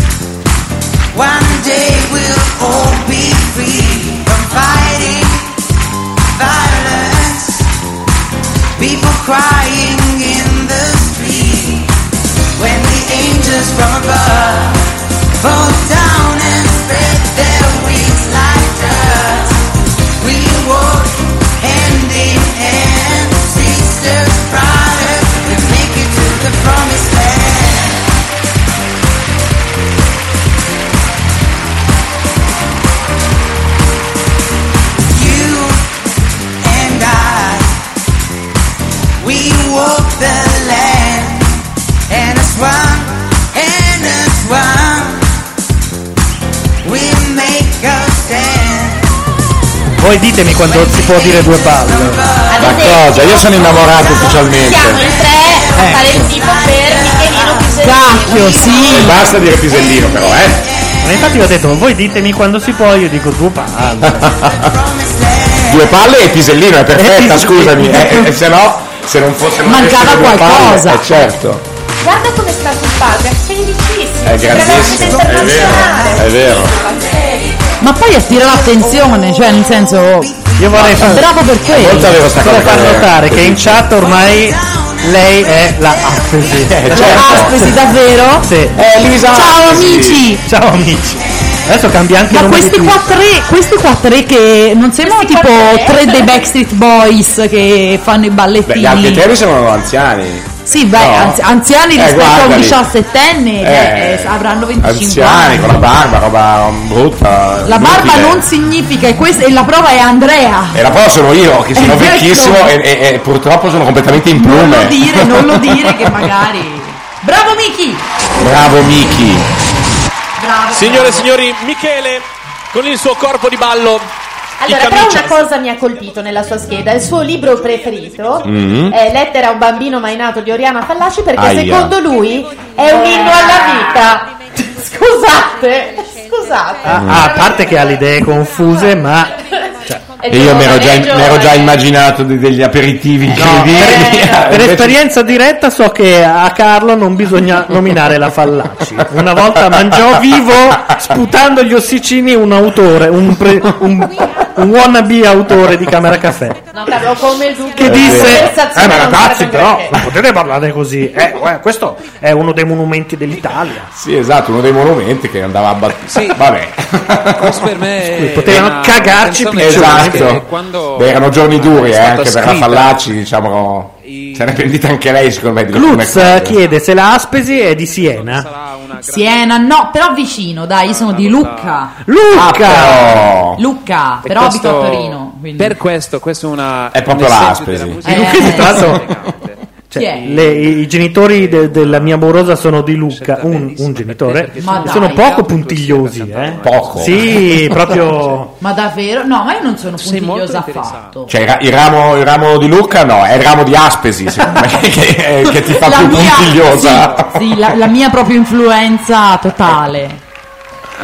[SPEAKER 13] one day we'll all be free from fighting violence, people crying in the street, when the angels Oh, from above fall down and spread their wings like dust, we walk hand in hand, sisters, brothers, we make it to the promised land. You and I, we walk the land, and as one, and as one, we make a stand.
[SPEAKER 2] Voi ditemi quando si può dire due palle.
[SPEAKER 1] Ma cosa? Io sono innamorato ufficialmente.
[SPEAKER 2] Eh,
[SPEAKER 6] fare il tipo per Michelino
[SPEAKER 2] Cacchio,
[SPEAKER 1] E
[SPEAKER 2] sì.
[SPEAKER 1] Eh, basta dire pisellino però, eh.
[SPEAKER 2] Ma infatti vi ho detto, voi ditemi quando si può, io dico due
[SPEAKER 1] *laughs*
[SPEAKER 2] palle.
[SPEAKER 1] Due palle e pisellino, è perfetta, scusami. Eh, eh, se no, se non fosse
[SPEAKER 6] Mancava qualcosa.
[SPEAKER 1] Eh, certo.
[SPEAKER 6] Guarda come sta sul padre, è felicissimo.
[SPEAKER 1] È grandissimo, è vero, è vero.
[SPEAKER 12] Ma poi attira l'attenzione, cioè nel senso
[SPEAKER 2] Io vorrei far,
[SPEAKER 12] Bravo per quello.
[SPEAKER 1] Molto avevo sta
[SPEAKER 2] vorrei
[SPEAKER 1] cosa
[SPEAKER 2] far
[SPEAKER 1] che-
[SPEAKER 2] notare che in chat ormai lei è la *laughs* Aspesi.
[SPEAKER 1] Eh,
[SPEAKER 2] La
[SPEAKER 1] certo.
[SPEAKER 2] Aspesi Eh,
[SPEAKER 12] davvero?
[SPEAKER 2] Sì.
[SPEAKER 12] Ciao amici.
[SPEAKER 2] Ciao amici. Adesso cambia anche
[SPEAKER 12] Ma
[SPEAKER 2] il nome
[SPEAKER 12] questi
[SPEAKER 2] di
[SPEAKER 12] qua
[SPEAKER 2] Twitter.
[SPEAKER 12] tre, questi qua tre che non sembrano tipo tre dei Backstreet Boys che fanno i
[SPEAKER 1] Beh, gli altri
[SPEAKER 12] ballettini.
[SPEAKER 1] tre mi sembrano anziani.
[SPEAKER 12] Sì, beh,
[SPEAKER 1] No.
[SPEAKER 12] anzi- anziani
[SPEAKER 1] Eh,
[SPEAKER 12] rispetto a un
[SPEAKER 1] guardali.
[SPEAKER 12] 17enne,
[SPEAKER 1] Eh,
[SPEAKER 12] eh, avranno 25
[SPEAKER 1] Anziani,
[SPEAKER 12] anni.
[SPEAKER 1] con la barba, roba um, brutta.
[SPEAKER 12] La barba
[SPEAKER 1] inutile.
[SPEAKER 12] non significa, e, questa, e la prova è Andrea.
[SPEAKER 1] E la prova sono io, che sono
[SPEAKER 12] *laughs* Ecco.
[SPEAKER 1] vecchissimo e, e- e purtroppo sono completamente in plume.
[SPEAKER 12] Non lo dire, non lo dire che
[SPEAKER 7] *laughs*
[SPEAKER 12] magari. Bravo Miki!
[SPEAKER 1] *laughs* Bravo Miki.
[SPEAKER 7] Signore e signori, Michele con il suo corpo di ballo
[SPEAKER 6] Allora,
[SPEAKER 17] I
[SPEAKER 6] però una
[SPEAKER 17] camicias.
[SPEAKER 6] cosa mi ha colpito nella sua scheda, il suo libro preferito
[SPEAKER 1] Mm-hmm.
[SPEAKER 17] Mm.
[SPEAKER 6] è Lettera a un bambino mai nato di Oriana Fallaci perché
[SPEAKER 17] Aia.
[SPEAKER 6] secondo lui è un inno alla vita. *laughs* Scusate, scusate.
[SPEAKER 2] Ah, ah, a parte che ha le idee confuse, ma. cioè,
[SPEAKER 6] È
[SPEAKER 1] E io mi ero già,
[SPEAKER 6] giovane, è
[SPEAKER 1] mi ero già
[SPEAKER 6] giovane.
[SPEAKER 1] immaginato de- degli aperitivi incredibili. *laughs*
[SPEAKER 2] Per esperienza diretta so che a Carlo non bisogna nominare la Fallaci. Una volta mangiò vivo, sputando gli ossicini, un autore, un, pre- un- un wannabe autore di Camera Caffè.
[SPEAKER 6] No, Carlo, come il dubbio
[SPEAKER 2] Che
[SPEAKER 6] di
[SPEAKER 2] disse:
[SPEAKER 6] sensazione
[SPEAKER 2] Eh, ma
[SPEAKER 6] non
[SPEAKER 2] ragazzi,
[SPEAKER 6] sarebbe
[SPEAKER 2] però
[SPEAKER 6] perché.
[SPEAKER 2] non potete parlare così. Eh, eh, questo è uno dei monumenti dell'Italia.
[SPEAKER 1] Sì, esatto, uno dei monumenti che andava a battuto.
[SPEAKER 14] *laughs*
[SPEAKER 1] Vabbè.
[SPEAKER 14] Questo per me.
[SPEAKER 1] potevano
[SPEAKER 14] cagarci
[SPEAKER 1] Esatto. Beh, erano giorni duri, eh, anche per la Fallaci, diciamo. Se ne è pentita anche lei, secondo me. di come-
[SPEAKER 2] Glutz eh, chiede se la Aspesi è di Siena.
[SPEAKER 12] Siena, no, però vicino, dai, io sono di Lucca.
[SPEAKER 1] Ah,
[SPEAKER 2] Lucca!
[SPEAKER 12] Lucca, però abito a Torino. Eh.
[SPEAKER 14] Per questo, questa è una.
[SPEAKER 1] È proprio
[SPEAKER 14] un
[SPEAKER 1] la
[SPEAKER 14] esempio della
[SPEAKER 1] Aspesi.
[SPEAKER 14] musica.
[SPEAKER 2] Di Lucca si tratta- *laughs*
[SPEAKER 12] Chi è?
[SPEAKER 2] le- I genitori de- della mia morosa sono di Lucca, un, un genitore.
[SPEAKER 12] Ma dai,
[SPEAKER 2] Sono poco puntigliosi, eh.
[SPEAKER 1] Poco.
[SPEAKER 2] Sì,
[SPEAKER 1] *laughs*
[SPEAKER 2] proprio.
[SPEAKER 12] Ma davvero? No, ma io non sono puntigliosa affatto.
[SPEAKER 1] Cioè, il, ra- il ramo, il ramo di Lucca no, è il ramo di Aspesi, secondo me, che, che ti fa
[SPEAKER 12] La
[SPEAKER 1] più
[SPEAKER 12] mia-
[SPEAKER 1] puntigliosa.
[SPEAKER 12] Sì, la, la mia proprio influenza totale.
[SPEAKER 14] Eh,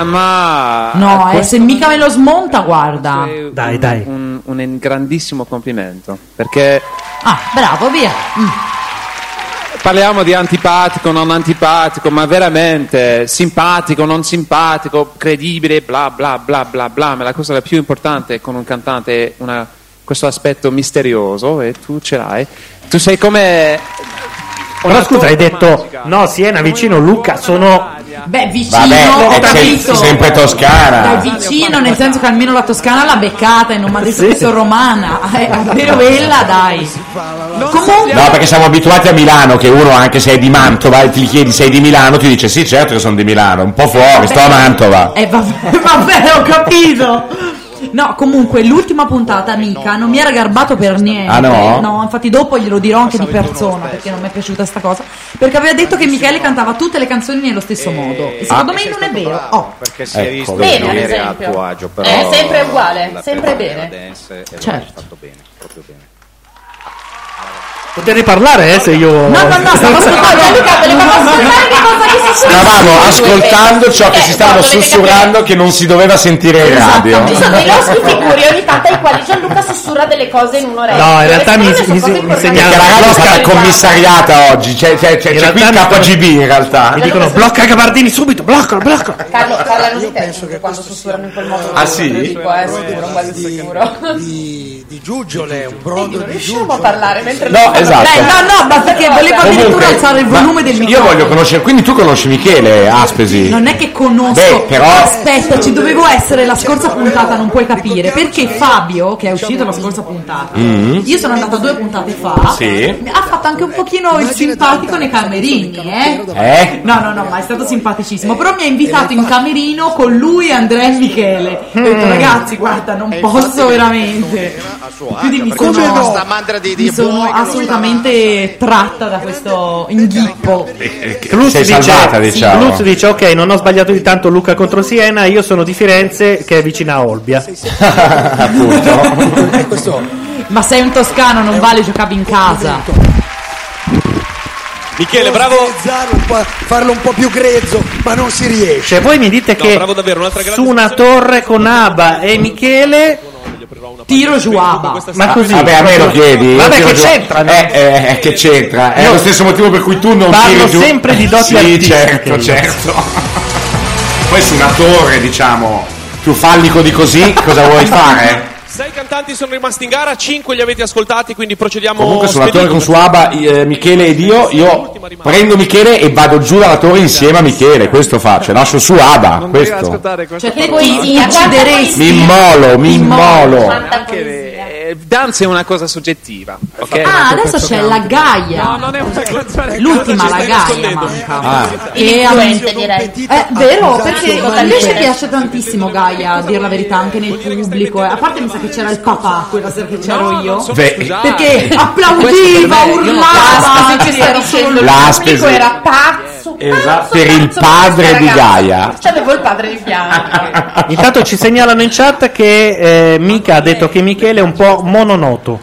[SPEAKER 14] Ma.
[SPEAKER 12] No, eh,
[SPEAKER 14] Ah, questo
[SPEAKER 12] se mica me lo smonta, guarda.
[SPEAKER 14] è un- Un, un grandissimo complimento. Perché
[SPEAKER 12] Ah, bravo, via. Mm.
[SPEAKER 14] parliamo di antipatico, non antipatico, ma veramente simpatico, non simpatico, credibile, bla bla bla bla bla. Ma la cosa la più importante con un cantante è una- questo aspetto misterioso e tu ce l'hai. Tu sei come.
[SPEAKER 2] Però scusa, hai detto no, Siena vicino Lucca sono
[SPEAKER 12] Beh, vicino,
[SPEAKER 2] Vabbè,
[SPEAKER 12] ho
[SPEAKER 2] è
[SPEAKER 12] capito.
[SPEAKER 2] se- sempre toscana.
[SPEAKER 12] Dai, vicino, nel senso che almeno la Toscana l'ha beccata e non mi ha detto che sono romana. Eh, almeno quella, dai. Comunque,
[SPEAKER 1] No, perché siamo abituati a Milano, che uno, anche se è di Mantova, e ti chiedi sei di Milano, ti dice sì, certo che sono di Milano, un po' fuori, sto a Mantova.
[SPEAKER 12] eh, vabbè, *laughs* vabbè, ho capito. No, comunque, l'ultima puntata, mica, non mi era garbato per niente.
[SPEAKER 1] Ah, no?
[SPEAKER 12] infatti dopo glielo dirò anche di persona, perché non mi è piaciuta sta cosa. Perché aveva detto che Michele cantava tutte le canzoni nello stesso modo. E secondo me non è vero. Oh.
[SPEAKER 11] Perché si è
[SPEAKER 12] Ecco,
[SPEAKER 11] visto
[SPEAKER 12] vedi.
[SPEAKER 11] che
[SPEAKER 12] Bene,
[SPEAKER 11] ieri
[SPEAKER 12] ad
[SPEAKER 11] a
[SPEAKER 12] esempio.
[SPEAKER 11] tuo agio, però
[SPEAKER 17] Eh,
[SPEAKER 12] È sempre uguale,
[SPEAKER 11] la
[SPEAKER 12] sempre
[SPEAKER 11] primavera
[SPEAKER 12] bene.
[SPEAKER 11] dance e
[SPEAKER 12] Certo.
[SPEAKER 11] l'ho fatto bene, proprio bene.
[SPEAKER 2] potete parlare eh, se io. No, no, no,
[SPEAKER 1] Stavamo ascoltando ciò che si stava sussurrando che non si doveva sentire in radio.
[SPEAKER 6] Esatto, Ci sono dei loschi figuri ogni tanto ai quali Gianluca sussurra delle cose in un'orecchio.
[SPEAKER 1] No, in realtà mi-
[SPEAKER 6] Secondo me
[SPEAKER 1] mi-
[SPEAKER 6] sono cose
[SPEAKER 1] mi segnala-
[SPEAKER 6] importanti.
[SPEAKER 1] Perché la radio è stata commissariata oggi, c'è, c'è, c'è, c'è qui il KGB in realtà.
[SPEAKER 2] Mi dicono blocca Gabardini subito, blocca, blocca.
[SPEAKER 13] Carlo, parlano di te che quando sussurrano in quel modo.
[SPEAKER 2] Ah, sì?
[SPEAKER 13] Dico, eh, sicuro, quasi sicuro.
[SPEAKER 9] di, di giuggiole, un brodo di
[SPEAKER 13] Riusciamo a parlare mentre
[SPEAKER 1] No, esatto.
[SPEAKER 12] Dai, no, no, basta che volevo addirittura
[SPEAKER 1] Comunque,
[SPEAKER 12] alzare il
[SPEAKER 1] ma
[SPEAKER 12] volume del
[SPEAKER 1] Io
[SPEAKER 12] microfono.
[SPEAKER 1] voglio conoscere, quindi tu conosci Michele Aspesi.
[SPEAKER 12] Non è che conosco.
[SPEAKER 1] Beh, però-
[SPEAKER 12] Aspetta, ci dovevo essere la scorsa puntata, non puoi capire. Perché Fabio, che è uscito la scorsa puntata,
[SPEAKER 1] Mm.
[SPEAKER 12] io sono andata due puntate fa.
[SPEAKER 1] Sì.
[SPEAKER 12] Ha fatto anche un pochino il simpatico nei camerini, eh?
[SPEAKER 1] Eh?
[SPEAKER 12] No, no, no, ma è stato simpaticissimo. Però mi ha invitato in camerino con lui e Andrea e Michele. Ho detto,
[SPEAKER 10] Mm.
[SPEAKER 12] ragazzi, guarda, non posso veramente. Quindi mi
[SPEAKER 10] perché c'era
[SPEAKER 12] sono,
[SPEAKER 10] sta mandra di- di
[SPEAKER 12] mi sono
[SPEAKER 10] buoi che non
[SPEAKER 12] assolutamente tratta da questo inghippo.
[SPEAKER 2] Luz
[SPEAKER 1] Sei
[SPEAKER 2] Eh, dice,
[SPEAKER 1] salvata, diciamo.
[SPEAKER 2] Luz dice, ok, non ho sbagliato di tanto Luca contro Siena, io sono di Firenze che è vicina a Olbia.
[SPEAKER 1] *laughs*
[SPEAKER 12] Ma sei un toscano, non vale giocavi in casa.
[SPEAKER 7] Michele, bravo.
[SPEAKER 9] farlo un po' più grezzo, ma non si riesce.
[SPEAKER 2] Cioè, voi mi dite
[SPEAKER 7] No,
[SPEAKER 2] che
[SPEAKER 7] bravo davvero, un'altra grande
[SPEAKER 2] su una torre con Abba e Michele
[SPEAKER 12] tiro giù Abba.
[SPEAKER 2] Ma così.
[SPEAKER 1] Ah, Vabbè, a me lo chiedi.
[SPEAKER 2] Vabbè,
[SPEAKER 1] Io
[SPEAKER 2] che
[SPEAKER 1] gio-
[SPEAKER 2] c'entra? no?
[SPEAKER 1] Eh, eh, eh, che c'entra? È
[SPEAKER 2] Io
[SPEAKER 1] lo stesso motivo per cui tu non
[SPEAKER 2] parlo
[SPEAKER 1] tiri giù.
[SPEAKER 2] sempre di doti
[SPEAKER 1] Sì,
[SPEAKER 2] artistiche
[SPEAKER 1] certo,
[SPEAKER 2] io.
[SPEAKER 1] certo. *laughs* Poi su una torre, diciamo, più fallico di così, cosa vuoi fare?
[SPEAKER 7] Sei cantanti sono rimasti in gara, cinque li avete ascoltati, quindi procediamo
[SPEAKER 1] Comunque sulla
[SPEAKER 7] spediti.
[SPEAKER 1] torre con Suaba, eh, Michele ed io, io prendo Michele e vado giù dalla torre insieme a Michele, questo faccio, lascio Suaba, questo.
[SPEAKER 12] Cioè,
[SPEAKER 13] che
[SPEAKER 12] ti
[SPEAKER 13] poesia,
[SPEAKER 12] uccideresti.
[SPEAKER 1] Mi immolo, mi immolo.
[SPEAKER 14] Eh, Danza è una cosa soggettiva. ok?
[SPEAKER 12] Ah, adesso c'è la Gaia.
[SPEAKER 14] No, non è una canzone.
[SPEAKER 12] L'ultima, la
[SPEAKER 14] Ci stai
[SPEAKER 12] Gaia
[SPEAKER 14] nascondendo.
[SPEAKER 12] manca.
[SPEAKER 14] Ah.
[SPEAKER 12] Che
[SPEAKER 13] Influente,
[SPEAKER 12] am-
[SPEAKER 13] direi.
[SPEAKER 12] Eh, vero, perché
[SPEAKER 13] Accusato, ma
[SPEAKER 12] invece
[SPEAKER 13] libero.
[SPEAKER 12] piace tantissimo Gaia, a dir la verità, anche nel pubblico. eh. A parte mi sa che c'era il papà quella sera che c'ero io.
[SPEAKER 1] Eh,
[SPEAKER 12] Perché
[SPEAKER 13] Questo
[SPEAKER 12] applaudiva,
[SPEAKER 13] per me, io non-
[SPEAKER 12] urlava,
[SPEAKER 13] Basta, se ci stai
[SPEAKER 12] era
[SPEAKER 13] dicendo
[SPEAKER 12] solo
[SPEAKER 1] La
[SPEAKER 12] lui.
[SPEAKER 1] Aspesi.
[SPEAKER 12] pazzo.
[SPEAKER 6] su
[SPEAKER 8] Eh,
[SPEAKER 1] Esatto.
[SPEAKER 6] pazzo,
[SPEAKER 1] Per il
[SPEAKER 6] pazzo,
[SPEAKER 1] padre
[SPEAKER 6] questa
[SPEAKER 1] di
[SPEAKER 6] ragazza.
[SPEAKER 1] Gaia. Eh,
[SPEAKER 6] C'avevo Cioè, il padre di Bianca.
[SPEAKER 2] Intanto ci segnalano in chat che eh, Mica ha detto che Michele è un po' mononoto.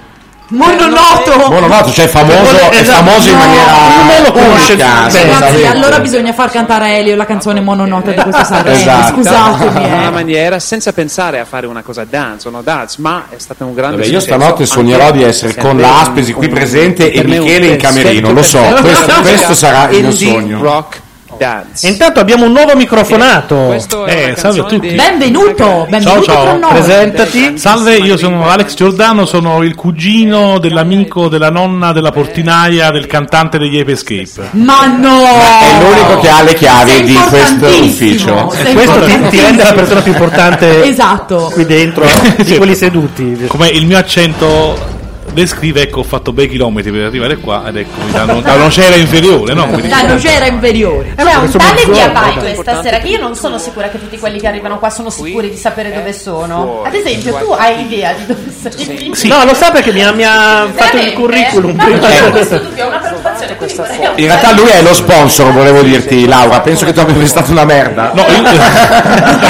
[SPEAKER 6] Mononoto!
[SPEAKER 1] Mononoto, cioè famoso, è
[SPEAKER 2] Esatto.
[SPEAKER 1] famoso in
[SPEAKER 2] No,
[SPEAKER 1] maniera
[SPEAKER 2] non me lo conosce
[SPEAKER 1] unica,
[SPEAKER 2] bene.
[SPEAKER 12] Ragazzi,
[SPEAKER 1] assolutamente.
[SPEAKER 12] allora bisogna far cantare a Elio la canzone mononota
[SPEAKER 14] *laughs*
[SPEAKER 12] di questo Sanremo. Esatto.
[SPEAKER 14] Esatto.
[SPEAKER 12] Scusatemi.
[SPEAKER 14] in
[SPEAKER 12] eh.
[SPEAKER 14] una maniera senza pensare a fare una cosa dance o no dance, ma è stato un grande
[SPEAKER 1] Vabbè, io
[SPEAKER 14] successo.
[SPEAKER 1] stanotte
[SPEAKER 14] Anche
[SPEAKER 1] sognerò di essere
[SPEAKER 14] sempre
[SPEAKER 1] con
[SPEAKER 14] un-
[SPEAKER 1] l'Aspesi qui
[SPEAKER 14] un-
[SPEAKER 1] presente e
[SPEAKER 14] per me un
[SPEAKER 1] Michele in
[SPEAKER 14] perfetto
[SPEAKER 1] camerino, lo so,
[SPEAKER 2] Esatto.
[SPEAKER 14] perfetto.
[SPEAKER 1] questo- questo sarà il mio
[SPEAKER 14] Indie
[SPEAKER 1] sogno.
[SPEAKER 14] Rock dance.
[SPEAKER 2] E intanto abbiamo un nuovo microfonato. Eh, salve a tutti.
[SPEAKER 12] Benvenuto, benvenuto con noi.
[SPEAKER 5] Salve, io sono Alex Giordano, sono il cugino dell'amico, della nonna, della portinaia, del cantante degli Ape Escape.
[SPEAKER 12] Ma no!
[SPEAKER 1] È l'unico che ha le chiavi di questo ufficio.
[SPEAKER 12] sei
[SPEAKER 2] Questo ti, ti rende la persona più
[SPEAKER 12] *laughs*
[SPEAKER 2] importante
[SPEAKER 12] Esatto.
[SPEAKER 2] qui *laughs* dentro di quelli seduti.
[SPEAKER 5] Come il mio accento descrive, ecco, ho fatto bei chilometri per arrivare qua ed ecco, mi danno la nocera inferiore, no? Quindi-
[SPEAKER 12] La
[SPEAKER 2] Esatto.
[SPEAKER 12] lucera inferiore.
[SPEAKER 6] C'è un
[SPEAKER 5] questo
[SPEAKER 6] tale di
[SPEAKER 5] mezzogiorno,
[SPEAKER 6] Abaito
[SPEAKER 5] dai.
[SPEAKER 6] stasera che io non sono sicura che tutti quelli che arrivano qua sono sicuri di sapere dove sono. Ad esempio, tu hai idea di dove sei? *laughs*
[SPEAKER 2] No, lo sa perché mi ha, mi ha fatto il
[SPEAKER 6] Veramente?
[SPEAKER 2] curriculum.
[SPEAKER 6] No,
[SPEAKER 2] prima.
[SPEAKER 6] io ho questo dubbio, è una preoccupazione. quindi vorrei-
[SPEAKER 1] In realtà lui è lo sponsor, volevo dirti Laura, penso che tu abbia prestato una merda. No,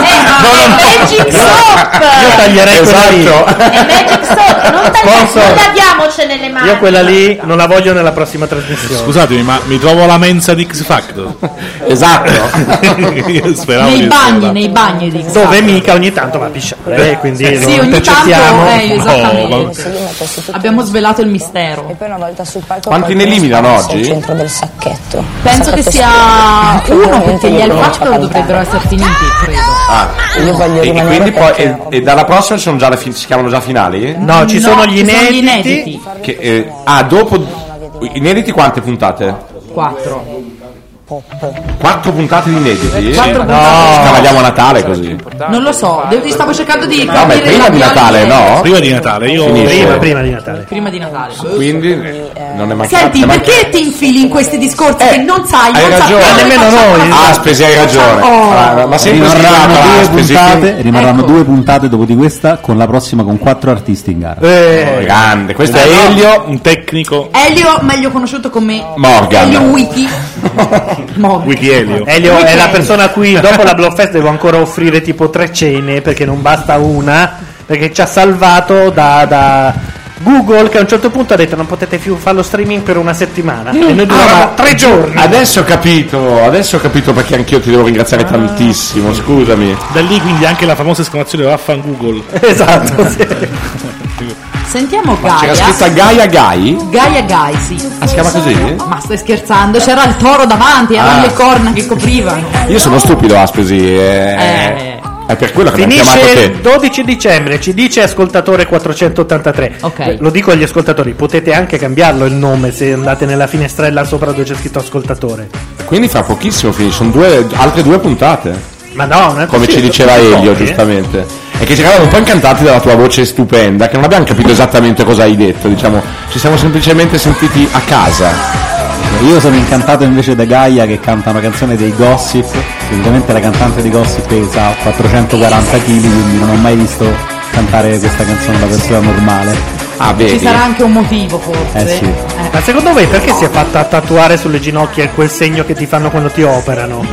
[SPEAKER 6] Magic Soap!
[SPEAKER 2] Io taglierei
[SPEAKER 5] *laughs*
[SPEAKER 2] quella lì.
[SPEAKER 6] È Magic Soap, non tagliamo,
[SPEAKER 2] Sponsor.
[SPEAKER 6] non laviamoci nelle mani.
[SPEAKER 12] Ah,
[SPEAKER 2] Io quella lì non la voglio nella prossima trasmissione.
[SPEAKER 5] Scusatemi, ma mi trovo alla mensa di X Factor.
[SPEAKER 1] *laughs* Esatto.
[SPEAKER 5] *laughs* Io speravo di essere
[SPEAKER 12] Nei bagni,
[SPEAKER 5] là.
[SPEAKER 12] nei bagni di
[SPEAKER 2] Dove mica ogni tanto va a pisciare, eh, quindi
[SPEAKER 12] Sì,
[SPEAKER 2] non
[SPEAKER 12] ogni
[SPEAKER 2] percettiamo.
[SPEAKER 12] tanto eh, esattamente. Abbiamo svelato il mistero. E poi una volta sul palco
[SPEAKER 1] Quanti ne eliminano oggi?
[SPEAKER 12] del sacchetto. Penso che sia uno perché gli Alfactor dovrebbero essere finiti, credo.
[SPEAKER 1] Ah.
[SPEAKER 12] Io voglio
[SPEAKER 1] E- e,
[SPEAKER 12] rimanere
[SPEAKER 1] quindi poi, e, e dalla prossima ci sono già le fi- si chiamano già finali?
[SPEAKER 2] No, ci sono gli inediti.
[SPEAKER 1] Che, eh, ah, dopo... Inediti quante puntate?
[SPEAKER 12] 4.
[SPEAKER 1] Quattro puntate di inediti?
[SPEAKER 12] Quattro
[SPEAKER 1] no,
[SPEAKER 12] puntate.
[SPEAKER 1] Scavalliamo Natale così.
[SPEAKER 12] Non lo so, devo- stavo cercando di
[SPEAKER 1] No, ma è
[SPEAKER 12] capire
[SPEAKER 1] prima
[SPEAKER 12] la
[SPEAKER 1] di
[SPEAKER 12] mia
[SPEAKER 1] Natale,
[SPEAKER 12] linea.
[SPEAKER 1] no?
[SPEAKER 5] Prima di Natale, io-
[SPEAKER 2] Prima, prima di Natale.
[SPEAKER 12] Prima di Natale.
[SPEAKER 1] Quindi eh, non è mai
[SPEAKER 12] Senti,
[SPEAKER 1] è mai-
[SPEAKER 12] perché ti infili in questi discorsi che non sai,
[SPEAKER 1] Hai
[SPEAKER 12] non
[SPEAKER 1] ragione,
[SPEAKER 12] sappiamo che facciamo la
[SPEAKER 1] Ah, Aspesi, hai ragione.
[SPEAKER 12] Oh.
[SPEAKER 1] Ah, ma sempre
[SPEAKER 15] rimarranno
[SPEAKER 1] sbagliato,
[SPEAKER 15] due
[SPEAKER 1] Aspesi. Eh,
[SPEAKER 15] puntate, rimarranno due puntate dopo di questa con la prossima con quattro artisti in gara.
[SPEAKER 1] Eh, grande, questo è
[SPEAKER 15] No.
[SPEAKER 1] Elio,
[SPEAKER 5] un tecnico
[SPEAKER 12] Elio, meglio conosciuto come
[SPEAKER 1] Morgan.
[SPEAKER 12] Elio Wiki.
[SPEAKER 5] Wiki Elio.
[SPEAKER 2] Elio è la persona a cui dopo la Blowfest devo ancora offrire tipo tre cene perché non basta una, perché ci ha salvato da, da Google che a un certo punto ha detto non potete più fare lo streaming per una settimana. E noi duravamo Mm. Ah, tre giorni.
[SPEAKER 1] Adesso ho capito, adesso ho capito perché anch'io ti devo ringraziare tantissimo, scusami.
[SPEAKER 5] Da lì quindi anche la famosa esclamazione vaffan Google.
[SPEAKER 2] Esatto.
[SPEAKER 12] Sentiamo
[SPEAKER 1] C'era scritta Gaia
[SPEAKER 12] Gaia.
[SPEAKER 1] Gai?
[SPEAKER 12] Gaia Gai, sì.
[SPEAKER 1] Ah, si chiama così?
[SPEAKER 12] Ma stai scherzando? C'era il toro davanti, erano
[SPEAKER 1] Ah.
[SPEAKER 12] le corna che coprivano.
[SPEAKER 1] Io sono stupido, Aspesi. eh. È per quello che mi ha chiamato
[SPEAKER 2] Finisce il
[SPEAKER 1] te.
[SPEAKER 2] 12 dicembre, ci dice ascoltatore 483. Eh, Lo dico agli ascoltatori, potete anche cambiarlo il nome se andate nella finestrella sopra dove c'è scritto ascoltatore.
[SPEAKER 1] Quindi fra pochissimo finisce, sono due, altre due puntate.
[SPEAKER 2] Ma no, non è
[SPEAKER 1] Come ci
[SPEAKER 2] possibile.
[SPEAKER 1] diceva
[SPEAKER 2] Sono
[SPEAKER 1] Elio,
[SPEAKER 2] pochi, eh.
[SPEAKER 1] giustamente. E che ci eravamo un po' incantati dalla tua voce stupenda, che non abbiamo capito esattamente cosa hai detto, diciamo, ci siamo semplicemente sentiti a casa.
[SPEAKER 15] Io sono incantato invece da Gaia che canta una canzone dei Gossip. Sicuramente la cantante di Gossip pesa 440 kg, quindi non ho mai visto cantare questa canzone da persona normale.
[SPEAKER 1] Ah,
[SPEAKER 12] Ci sarà anche un motivo forse.
[SPEAKER 15] Eh sì.
[SPEAKER 12] Eh.
[SPEAKER 2] Ma secondo voi perché si è fatta tatuare sulle ginocchia quel segno che ti fanno quando ti operano?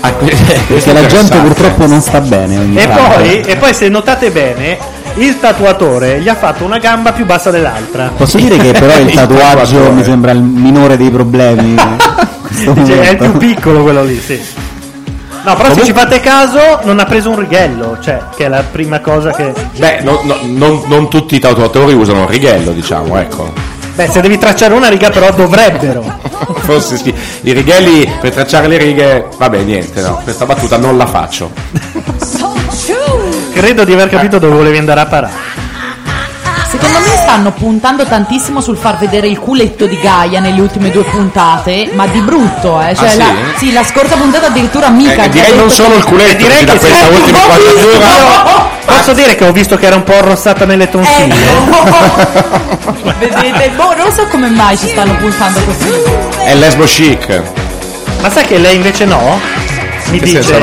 [SPEAKER 1] Ah,
[SPEAKER 15] Perché la gente purtroppo non sta bene ogni
[SPEAKER 2] E
[SPEAKER 15] tanto.
[SPEAKER 2] poi, e poi se notate bene, il tatuatore gli ha fatto una gamba più bassa dell'altra.
[SPEAKER 15] Posso dire che però
[SPEAKER 1] *laughs*
[SPEAKER 2] *laughs*
[SPEAKER 15] il tatuaggio mi sembra il minore dei problemi. in questo
[SPEAKER 2] Cioè, è il
[SPEAKER 15] momento.
[SPEAKER 2] più piccolo quello lì, sì. No, però se ci fate caso, non ha preso un righello, cioè, che è la prima cosa che...
[SPEAKER 1] Beh, no- no- non, non tutti i tatuatori usano il righello, diciamo, *laughs* ecco.
[SPEAKER 2] Beh, se devi tracciare una riga però dovrebbero.
[SPEAKER 1] Eh, Forse sì. I righelli per tracciare le righe, vabbè, niente, no. Questa battuta non la faccio. Eh.
[SPEAKER 2] Credo di aver capito dove volevi andare a parare.
[SPEAKER 12] Secondo me stanno puntando tantissimo sul far vedere il culetto di Gaia nelle ultime due puntate, ma di brutto, eh. Cioè
[SPEAKER 1] Ah, sì?
[SPEAKER 12] la, sì, la scorsa puntata addirittura mica.
[SPEAKER 1] Eh,
[SPEAKER 12] ci ha
[SPEAKER 1] direi
[SPEAKER 12] detto
[SPEAKER 1] non solo il culetto,
[SPEAKER 12] Eh,
[SPEAKER 1] perché
[SPEAKER 12] direi
[SPEAKER 1] da
[SPEAKER 12] che
[SPEAKER 1] questa
[SPEAKER 2] *laughs*
[SPEAKER 12] sì.
[SPEAKER 1] ultima quadratura-
[SPEAKER 2] Posso dire che ho visto che era un po' arrossata nelle tonsille?
[SPEAKER 12] *laughs* Vedete, boh, non so come mai ci stanno puntando così.
[SPEAKER 1] È lesbo chic.
[SPEAKER 2] Ma sai che lei invece no? Mi
[SPEAKER 1] Che
[SPEAKER 2] dice
[SPEAKER 1] senso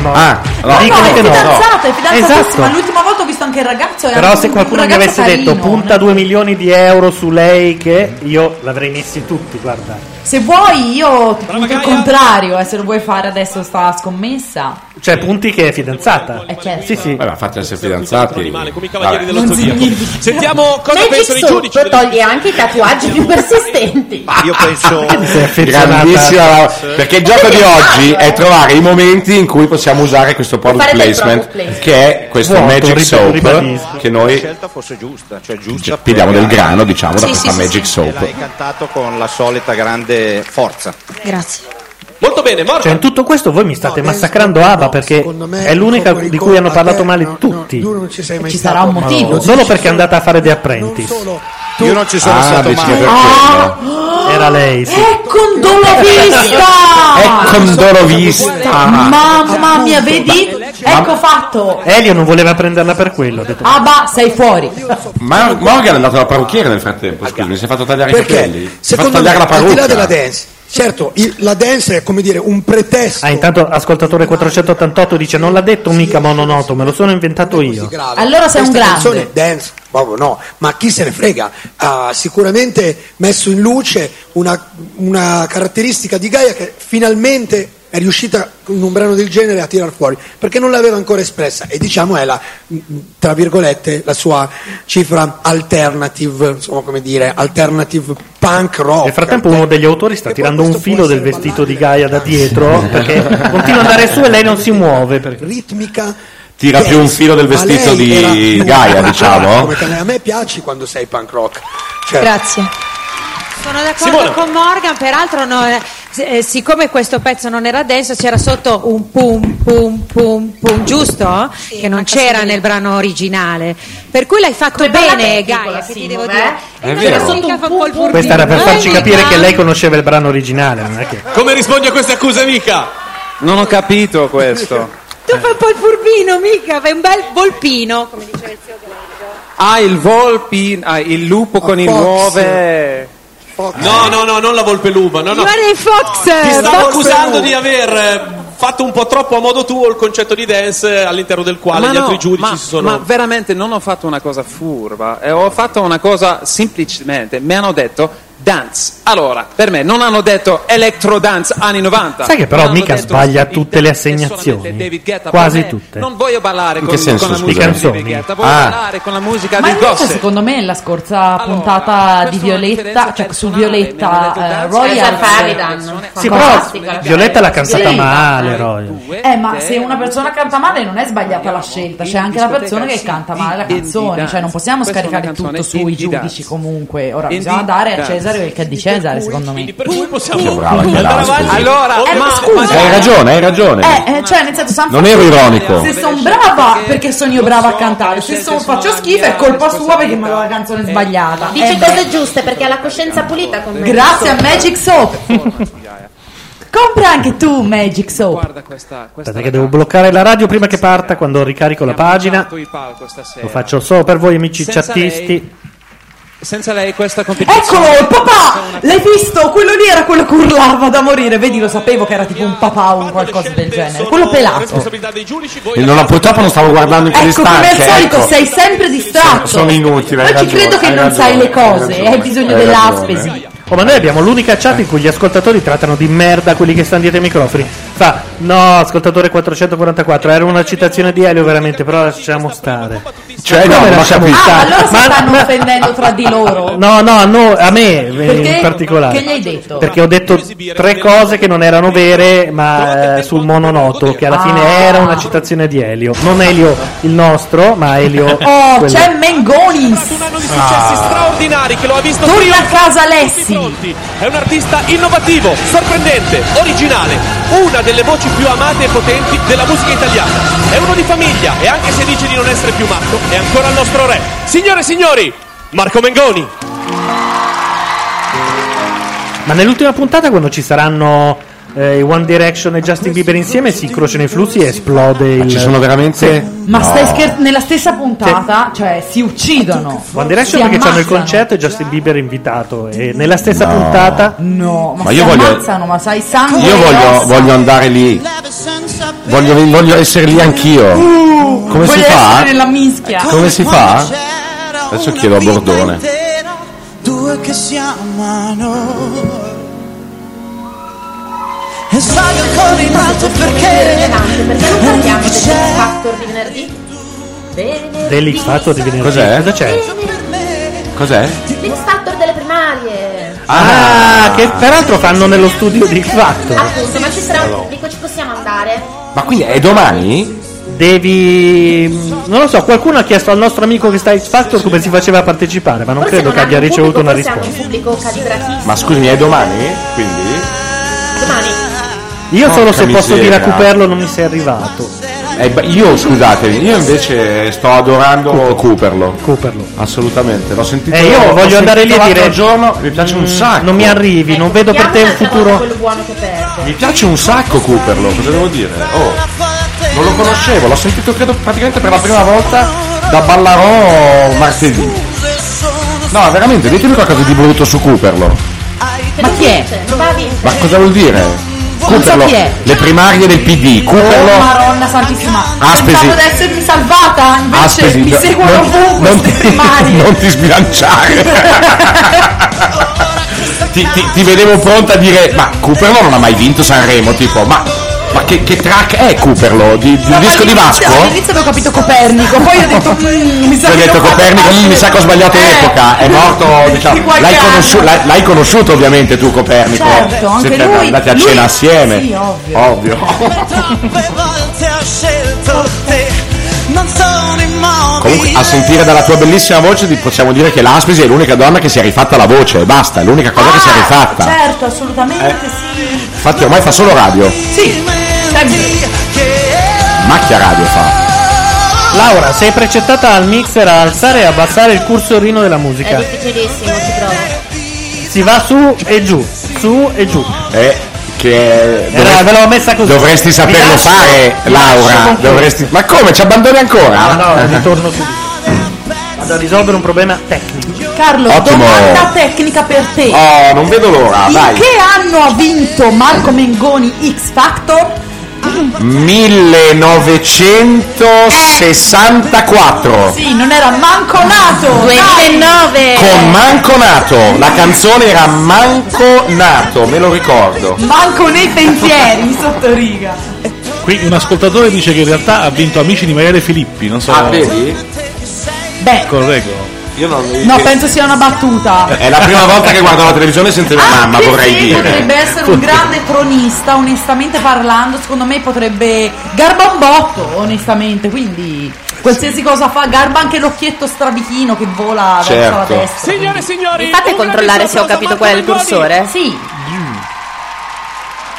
[SPEAKER 1] no? Ah, no.
[SPEAKER 2] Mi dicono
[SPEAKER 1] No,
[SPEAKER 2] che
[SPEAKER 1] è
[SPEAKER 2] no.
[SPEAKER 1] fidanzata,
[SPEAKER 12] Fidanzata, è fidanzatissima,
[SPEAKER 2] Esatto.
[SPEAKER 12] l'ultima volta ho visto anche il ragazzo. era
[SPEAKER 2] Però
[SPEAKER 12] un-
[SPEAKER 2] se qualcuno
[SPEAKER 12] un
[SPEAKER 2] mi
[SPEAKER 12] ragazzo
[SPEAKER 2] avesse detto
[SPEAKER 12] carino.
[SPEAKER 2] punta 2 milioni di euro su lei che io l'avrei messi tutti, guarda.
[SPEAKER 12] Se vuoi io ti punto il contrario, eh, se lo vuoi fare adesso sta scommessa.
[SPEAKER 2] Cioè punti che è fidanzata. Sì, sì.
[SPEAKER 1] Vabbè, fate essere fidanzati. Come i
[SPEAKER 7] cavalieri dello zodiaco. Sentiamo cosa
[SPEAKER 6] Magic
[SPEAKER 7] pensano i
[SPEAKER 6] Soap
[SPEAKER 7] giudici.
[SPEAKER 6] toglie anche i tatuaggi
[SPEAKER 2] *laughs*
[SPEAKER 6] più persistenti.
[SPEAKER 11] Io penso
[SPEAKER 1] Grandissima perché il gioco di oggi è trovare i momenti in cui possiamo usare questo product
[SPEAKER 11] Fare del
[SPEAKER 1] placement
[SPEAKER 11] product
[SPEAKER 1] che è questo
[SPEAKER 11] Vuoto,
[SPEAKER 1] magic
[SPEAKER 11] rib-
[SPEAKER 1] soap
[SPEAKER 11] ribadisco.
[SPEAKER 1] eh? che noi
[SPEAKER 11] scelta fosse giusta, cioè giusta.
[SPEAKER 1] pigliamo
[SPEAKER 11] per-
[SPEAKER 1] del grano diciamo da
[SPEAKER 11] Sì,
[SPEAKER 1] questa
[SPEAKER 11] sì, sì,
[SPEAKER 1] magic
[SPEAKER 11] sì. E
[SPEAKER 1] soap
[SPEAKER 11] L'hai cantato con la solita grande forza.
[SPEAKER 10] Grazie.
[SPEAKER 7] Molto bene, Morgan.
[SPEAKER 2] Cioè in tutto questo voi mi state massacrando Ava perché è l'unica di cui hanno parlato male tutti.
[SPEAKER 9] Ci
[SPEAKER 12] sarà un
[SPEAKER 2] Non solo perché è andata a fare The Apprentice.
[SPEAKER 11] Io non ci
[SPEAKER 1] sono stato mai.
[SPEAKER 2] Era lei, sì.
[SPEAKER 12] Ecco. Condolo
[SPEAKER 2] *laughs* Ecco,
[SPEAKER 12] vista!
[SPEAKER 2] Condoro vista.
[SPEAKER 12] Mamma mia, vedi? Ecco fatto.
[SPEAKER 2] Elio non voleva prenderla per quello. ha detto.
[SPEAKER 12] Abba, sei fuori.
[SPEAKER 1] ma Morgan è andato alla parrucchiera nel frattempo scusami si è fatto tagliare i capelli si è fatto
[SPEAKER 9] Secondo me,
[SPEAKER 1] tagliare la
[SPEAKER 9] al di là della
[SPEAKER 1] parrucca
[SPEAKER 9] dance, certo, il- la dance è come dire un pretesto
[SPEAKER 2] Ah, intanto ascoltatore 488 dice non l'ha detto mica mononoto, me lo sono inventato io.
[SPEAKER 9] grave.
[SPEAKER 12] Allora sei un
[SPEAKER 9] Questa
[SPEAKER 12] grande.
[SPEAKER 9] canzone è dance, proprio no, ma chi se ne frega? Ha sicuramente messo in luce una, una caratteristica di Gaia che finalmente è riuscita in un brano del genere a tirar fuori, perché non l'aveva ancora espressa e diciamo è la, mh, tra virgolette, la sua cifra alternative, insomma come dire, alternative punk rock.
[SPEAKER 2] Nel frattempo uno degli autori sta tirando un filo del vestito di Gaia da
[SPEAKER 9] *laughs*
[SPEAKER 2] dietro perché continua ad andare su e lei non si muove. Perché...
[SPEAKER 9] Ritmica
[SPEAKER 1] tira più un filo del
[SPEAKER 9] Ma
[SPEAKER 1] vestito
[SPEAKER 9] lei
[SPEAKER 1] di
[SPEAKER 9] era-
[SPEAKER 1] Gaia
[SPEAKER 9] *laughs* era-
[SPEAKER 1] diciamo
[SPEAKER 9] come te- a me piaci quando sei punk rock. Cioè,
[SPEAKER 10] Grazie. Sono d'accordo
[SPEAKER 9] Simona.
[SPEAKER 10] con Morgan, peraltro no, eh, siccome questo pezzo non era denso c'era sotto un pum pum pum pum, giusto? che non c'era nel brano originale. Per cui l'hai fatto bene Gaia, che ti devo dire.
[SPEAKER 2] È
[SPEAKER 10] E non
[SPEAKER 2] vero.
[SPEAKER 10] era mica fa col furtivo.
[SPEAKER 2] Questa era per farci
[SPEAKER 10] Eh,
[SPEAKER 2] capire
[SPEAKER 10] ma-
[SPEAKER 2] che lei conosceva il brano originale, non è che...
[SPEAKER 7] Come rispondi a queste accuse, mica?
[SPEAKER 14] Non ho capito questo.
[SPEAKER 10] Tu fai un po' il furbino, mica, fai un bel volpino, come diceva il zio
[SPEAKER 14] Ah, il volpi, ah, il lupo con il eh.
[SPEAKER 10] Fox.
[SPEAKER 14] nuove.
[SPEAKER 7] No, no, no, non la volpe luba. No, no.
[SPEAKER 10] Giovanni Fox!
[SPEAKER 7] Ti stavo
[SPEAKER 10] Fox.
[SPEAKER 7] accusando di aver eh, fatto un po' troppo a modo tuo il concetto di dance eh, all'interno del quale gli
[SPEAKER 14] no,
[SPEAKER 7] altri giudici
[SPEAKER 14] ma-
[SPEAKER 7] si sono.
[SPEAKER 14] ma veramente non ho fatto una cosa furba, eh, ho fatto una cosa semplicemente, mi hanno detto dance. Allora, per me non hanno detto electro dance anni 90.
[SPEAKER 2] Sai che però
[SPEAKER 14] Mi hanno
[SPEAKER 2] mica
[SPEAKER 14] detto
[SPEAKER 2] sbaglia tutte le
[SPEAKER 14] solamente
[SPEAKER 2] assegnazioni?
[SPEAKER 14] David Guetta,
[SPEAKER 2] Quasi
[SPEAKER 14] per me
[SPEAKER 2] tutte.
[SPEAKER 14] Non voglio ballare
[SPEAKER 2] In
[SPEAKER 14] con,
[SPEAKER 2] che senso,
[SPEAKER 14] con la
[SPEAKER 2] scusa?
[SPEAKER 14] musica
[SPEAKER 2] Di
[SPEAKER 14] di David
[SPEAKER 2] canzoni?
[SPEAKER 14] Guetta, voglio
[SPEAKER 2] Ah.
[SPEAKER 14] ballare con la musica
[SPEAKER 12] Ma
[SPEAKER 14] di
[SPEAKER 12] invece
[SPEAKER 14] Gossip.
[SPEAKER 12] secondo me la scorsa puntata di Violetta, cioè su Violetta eh, Royal
[SPEAKER 2] Sì, però Violetta l'ha cansata male, Roy.
[SPEAKER 12] Eh, ma se una persona canta male non è sbagliata la scelta, c'è anche la persona che canta male la canzone, cioè non possiamo
[SPEAKER 14] Questa è una
[SPEAKER 12] scaricare tutto
[SPEAKER 14] canzone
[SPEAKER 12] sui
[SPEAKER 14] indie dance.
[SPEAKER 12] giudici comunque. Ora
[SPEAKER 14] Indie
[SPEAKER 12] bisogna dare a
[SPEAKER 14] dance.
[SPEAKER 12] Cesare quel che è di Cesare, secondo me.
[SPEAKER 7] Per cui possiamo
[SPEAKER 1] Che brava che è Lara, scusi.
[SPEAKER 14] Allora,
[SPEAKER 12] eh, ma
[SPEAKER 1] Eh,
[SPEAKER 12] scusa.
[SPEAKER 1] hai ragione hai ragione
[SPEAKER 12] Eh, eh, cioè, nel senso, San
[SPEAKER 1] Non
[SPEAKER 12] Francisco-
[SPEAKER 1] ero ironico.
[SPEAKER 12] Se sono brava, perché sono io brava a cantare. Se sono faccio schifo, è colpa sua perché mi aveva la canzone sbagliata.
[SPEAKER 3] Dice
[SPEAKER 12] Eh,
[SPEAKER 3] cose giuste perché ha la coscienza pulita con me.
[SPEAKER 12] Grazie a Magic Soap. Compra anche tu Magic
[SPEAKER 14] Questa,
[SPEAKER 12] Soap.
[SPEAKER 14] questa
[SPEAKER 2] Aspetta che devo bloccare la radio prima che parta, quando ricarico la pagina.
[SPEAKER 14] il palco stasera.
[SPEAKER 2] Lo faccio solo per voi amici
[SPEAKER 14] Senza
[SPEAKER 2] chattisti.
[SPEAKER 14] Senza lei questa competizione.
[SPEAKER 12] Eccolo, il papà! L'hai visto? Quello lì era quello che urlava da morire. Vedi, lo sapevo che era tipo un papà o un qualcosa del genere. Quello pelato.
[SPEAKER 1] E non- purtroppo non stavo guardando in
[SPEAKER 12] Ecco, come al
[SPEAKER 1] istante,
[SPEAKER 12] solito
[SPEAKER 1] ecco.
[SPEAKER 12] sei sempre distratto.
[SPEAKER 1] sono inutile
[SPEAKER 12] Oggi credo che non sai le cose, hai bisogno dell'aspesi.
[SPEAKER 2] Oh, ma noi abbiamo l'unica chat in cui gli ascoltatori trattano di merda quelli che stanno dietro ai microfoni. Fa, no, ascoltatore 444, era una citazione di Elio veramente, però la lasciamo stare.
[SPEAKER 1] Cioè, no,
[SPEAKER 2] Come
[SPEAKER 1] non ho
[SPEAKER 2] lasciamo
[SPEAKER 1] capito.
[SPEAKER 2] stare?
[SPEAKER 1] Ah,
[SPEAKER 12] Allora si
[SPEAKER 2] Ma-
[SPEAKER 12] stanno offendendo tra
[SPEAKER 2] *laughs*
[SPEAKER 12] di loro.
[SPEAKER 2] No, no, a noi- a me
[SPEAKER 12] Perché?
[SPEAKER 2] in particolare.
[SPEAKER 12] Che gli hai
[SPEAKER 6] Certo.
[SPEAKER 12] detto?
[SPEAKER 2] Perché ho detto tre cose che non erano vere, ma eh, sul mononoto, che alla fine
[SPEAKER 12] Ah!
[SPEAKER 2] era una citazione di Elio. Non Elio il nostro, ma Elio.
[SPEAKER 12] *laughs* Oh,
[SPEAKER 2] quello-
[SPEAKER 12] c'è Mengonis!
[SPEAKER 7] Successi straordinari che lo ha visto
[SPEAKER 12] Torna a
[SPEAKER 7] trionfare
[SPEAKER 12] casa
[SPEAKER 7] su tutti i
[SPEAKER 12] Lessi.
[SPEAKER 7] fronti. È un artista innovativo, sorprendente, originale, una delle voci più amate e potenti della musica italiana. È uno di famiglia e anche se dice di non essere più matto, è ancora il nostro re. Signore e signori, Marco Mengoni.
[SPEAKER 2] Ma nell'ultima puntata, quando ci saranno eh, i One Direction e Justin Bieber insieme, si incrociano i flussi e esplode il.
[SPEAKER 1] ci sono veramente
[SPEAKER 12] Ma
[SPEAKER 2] No.
[SPEAKER 12] stai scherzando? Nella stessa puntata, cioè, si uccidono.
[SPEAKER 2] One Direction
[SPEAKER 12] Si
[SPEAKER 2] perché c'hanno il
[SPEAKER 12] ammazzano.
[SPEAKER 2] concerto e Justin Bieber invitato. E nella stessa
[SPEAKER 1] No.
[SPEAKER 2] puntata.
[SPEAKER 12] No, ma,
[SPEAKER 1] Ma
[SPEAKER 12] si
[SPEAKER 1] io voglio-
[SPEAKER 12] ammazzano, ma sai, sangue.
[SPEAKER 1] io
[SPEAKER 12] e
[SPEAKER 1] voglio,
[SPEAKER 12] ossa.
[SPEAKER 1] voglio andare lì Voglio, voglio essere lì anch'io. Come si
[SPEAKER 12] Uh, voglio
[SPEAKER 1] fa?
[SPEAKER 12] essere nella mischia.
[SPEAKER 1] Come si fa? Adesso chiedo a Bordone.
[SPEAKER 4] due che si amano e sai ancora in alto perché non c'è
[SPEAKER 6] Factor di venerdì. Bene.
[SPEAKER 2] Dell'X Factor di venerdì.
[SPEAKER 1] Cos'è?
[SPEAKER 2] Cosa c'è?
[SPEAKER 1] Cos'è?
[SPEAKER 8] L'X Factor delle primarie.
[SPEAKER 2] Ah, che peraltro fanno nello studio di X
[SPEAKER 12] Ah,
[SPEAKER 2] Factor.
[SPEAKER 8] Appunto, ma ci sarà un pubblico, ci possiamo andare?
[SPEAKER 1] Ma quindi è domani?
[SPEAKER 2] Devi. mm, Non lo so, qualcuno ha chiesto al nostro amico che sta a X Factor come si faceva a partecipare, ma non
[SPEAKER 8] Forse
[SPEAKER 2] credo che
[SPEAKER 8] hanno
[SPEAKER 2] abbia
[SPEAKER 8] un
[SPEAKER 2] ricevuto
[SPEAKER 8] pubblico,
[SPEAKER 2] una
[SPEAKER 8] forse hanno
[SPEAKER 2] risposta.
[SPEAKER 8] un pubblico calibratissimo.
[SPEAKER 1] Ma scusami, è domani? Quindi?
[SPEAKER 8] Domani.
[SPEAKER 2] Io solo
[SPEAKER 1] Porca
[SPEAKER 2] se posso dire
[SPEAKER 1] miseria.
[SPEAKER 2] a Cuperlo non mi sei arrivato.
[SPEAKER 1] Eh, beh, io scusatemi, io invece sto adorando Cooperlo. Eh,
[SPEAKER 2] Cooperlo.
[SPEAKER 1] Assolutamente, l'ho sentito.
[SPEAKER 2] E Eh, io
[SPEAKER 1] l'ho
[SPEAKER 2] voglio andare lì e
[SPEAKER 1] sentito
[SPEAKER 2] dire.
[SPEAKER 1] l'altro giorno, mi piace
[SPEAKER 2] "Mm,
[SPEAKER 1] un sacco.
[SPEAKER 2] Non mi arrivi,
[SPEAKER 8] Ecco,
[SPEAKER 2] non vedo per te un futuro.
[SPEAKER 8] quello buono che perde.
[SPEAKER 1] Mi piace un sacco Cooperlo, cosa devo dire? Oh, non lo conoscevo, l'ho sentito credo praticamente per la prima volta da Ballarò martedì. No, veramente, ditemi qualcosa di brutto su Cooperlo.
[SPEAKER 8] Ma chi è? Non va a vincere.
[SPEAKER 1] Ma cosa vuol dire?
[SPEAKER 12] Non so
[SPEAKER 1] Cooperlo,
[SPEAKER 12] chi è.
[SPEAKER 1] le primarie del PD,
[SPEAKER 12] Oh,
[SPEAKER 1] Cooperlo,
[SPEAKER 12] Maronna santissima.
[SPEAKER 1] Ah, Aspesi.
[SPEAKER 12] Pensavo di essermi salvata, invece
[SPEAKER 1] Aspesi,
[SPEAKER 12] mi
[SPEAKER 1] no,
[SPEAKER 12] seguono
[SPEAKER 1] non-
[SPEAKER 12] ovunque
[SPEAKER 1] non
[SPEAKER 12] queste primarie.
[SPEAKER 1] non ti sbilanciare. ti, ti- ti vedevo pronta a dire, ma Cooperlo non ha mai vinto Sanremo, tipo, ma, ma che, che track è Cooperlo? Di, di un disco di
[SPEAKER 12] All'inizio-
[SPEAKER 1] Vasco?
[SPEAKER 12] All'inizio avevo capito Copernico, poi ho detto "Mm, mi sa
[SPEAKER 1] Ho
[SPEAKER 12] che
[SPEAKER 1] detto
[SPEAKER 12] non fa-
[SPEAKER 1] Copernico, "Mm, mi sa che ho sbagliato epoca, è morto, diciamo,
[SPEAKER 12] Di Eh, qualche
[SPEAKER 1] l'hai,
[SPEAKER 12] anno.
[SPEAKER 1] conosciu- l'hai- l'hai conosciuto ovviamente tu Copernico,
[SPEAKER 4] Certo, anche
[SPEAKER 1] siete
[SPEAKER 4] lui-
[SPEAKER 1] andati a
[SPEAKER 4] lui-
[SPEAKER 1] cena assieme,
[SPEAKER 4] sì, ovvio. troppe volte ho scelto te non sono
[SPEAKER 1] Comunque
[SPEAKER 4] immobile
[SPEAKER 1] a sentire dalla tua bellissima voce ti possiamo dire che l'Aspesi è l'unica donna che si è rifatta la voce, e basta, è l'unica cosa che si è rifatta.
[SPEAKER 17] cioè
[SPEAKER 12] Certo,
[SPEAKER 1] Eh.
[SPEAKER 12] assolutamente sì.
[SPEAKER 1] Infatti ormai fa solo radio,
[SPEAKER 12] Sì,
[SPEAKER 1] macchia radio fa.
[SPEAKER 2] Laura, sei precettata al mixer a alzare e abbassare il cursorino della
[SPEAKER 8] È
[SPEAKER 2] musica.
[SPEAKER 8] difficilissimo, ci provo.
[SPEAKER 2] Si va su e giù, su e giù.
[SPEAKER 1] Eh, che
[SPEAKER 2] Era-
[SPEAKER 1] dovresti-
[SPEAKER 2] Eh, ve l'avevo messa così.
[SPEAKER 1] Dovresti
[SPEAKER 2] Mi
[SPEAKER 1] saperlo
[SPEAKER 2] lascio-
[SPEAKER 1] fare,
[SPEAKER 2] mi lascio
[SPEAKER 1] Laura.
[SPEAKER 2] con
[SPEAKER 1] Dovresti... Ma come? Ci abbandoni ancora?
[SPEAKER 2] No, no, ritorno su. Vado a risolvere un problema tecnico.
[SPEAKER 12] Carlo,
[SPEAKER 1] Ottimo.
[SPEAKER 12] domanda tecnica per te.
[SPEAKER 1] Oh, non vedo l'ora,
[SPEAKER 12] In
[SPEAKER 1] vai.
[SPEAKER 12] che anno ha vinto Marco Mengoni X Factor? Mm.
[SPEAKER 1] 1964.
[SPEAKER 12] Sì, non era manco nato. 2009.
[SPEAKER 1] Con Manco Nato, la canzone era Manco Nato, me lo ricordo.
[SPEAKER 12] Manco nei pensieri, sotto riga.
[SPEAKER 5] Qui un ascoltatore dice che in realtà ha vinto Amici di Maria De Filippi, non so.
[SPEAKER 1] Ah, vedi?
[SPEAKER 12] Beh,
[SPEAKER 5] Correggo.
[SPEAKER 1] Io non...
[SPEAKER 12] no, penso sia una battuta.
[SPEAKER 1] È la prima volta che guardo la televisione senza mia mamma,
[SPEAKER 12] Anche
[SPEAKER 1] vorrei
[SPEAKER 12] se
[SPEAKER 1] dire.
[SPEAKER 12] potrebbe essere un grande cronista, onestamente parlando, secondo me potrebbe garba un botto, onestamente, quindi qualsiasi cosa fa, garba anche l'occhietto strabichino che vola verso la
[SPEAKER 1] Certo.
[SPEAKER 12] destra.
[SPEAKER 7] Signore e signori,
[SPEAKER 12] fate
[SPEAKER 7] controllare se ho capito qual è il cursore?
[SPEAKER 12] Sì,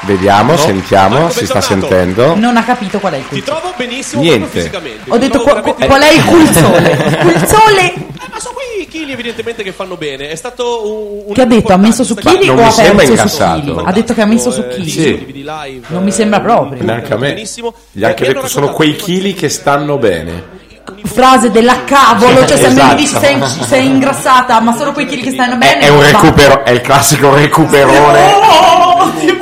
[SPEAKER 1] Vediamo, sentiamo, si sta sentendo.
[SPEAKER 12] non ha capito qual è il cursore.
[SPEAKER 7] trovo benissimo proprio
[SPEAKER 1] Niente.
[SPEAKER 7] fisicamente.
[SPEAKER 12] Ho detto
[SPEAKER 7] Trovo
[SPEAKER 12] qua-
[SPEAKER 7] veramente-
[SPEAKER 12] qual è
[SPEAKER 7] *laughs*
[SPEAKER 12] il cursore? Cursole
[SPEAKER 7] Eh, ma sono quei chili evidentemente che fanno bene. È stato un, un
[SPEAKER 12] che ha detto ha messo su chili
[SPEAKER 1] non
[SPEAKER 12] o
[SPEAKER 1] mi
[SPEAKER 12] ha
[SPEAKER 1] sembra
[SPEAKER 12] perso su
[SPEAKER 1] incassato.
[SPEAKER 12] chili? Ha detto che ha messo
[SPEAKER 7] Eh,
[SPEAKER 12] su chili.
[SPEAKER 1] Sì,
[SPEAKER 12] Non mi sembra proprio.
[SPEAKER 1] neanche a me. Gli anche detto sono quei chili che stanno bene.
[SPEAKER 12] Frase della cavolo, cioè se a me mi dici sei,
[SPEAKER 1] Esatto.
[SPEAKER 12] sei ingrassata, ma solo quei chili che stanno bene.
[SPEAKER 1] È un
[SPEAKER 12] va.
[SPEAKER 1] recupero, è il classico recuperone.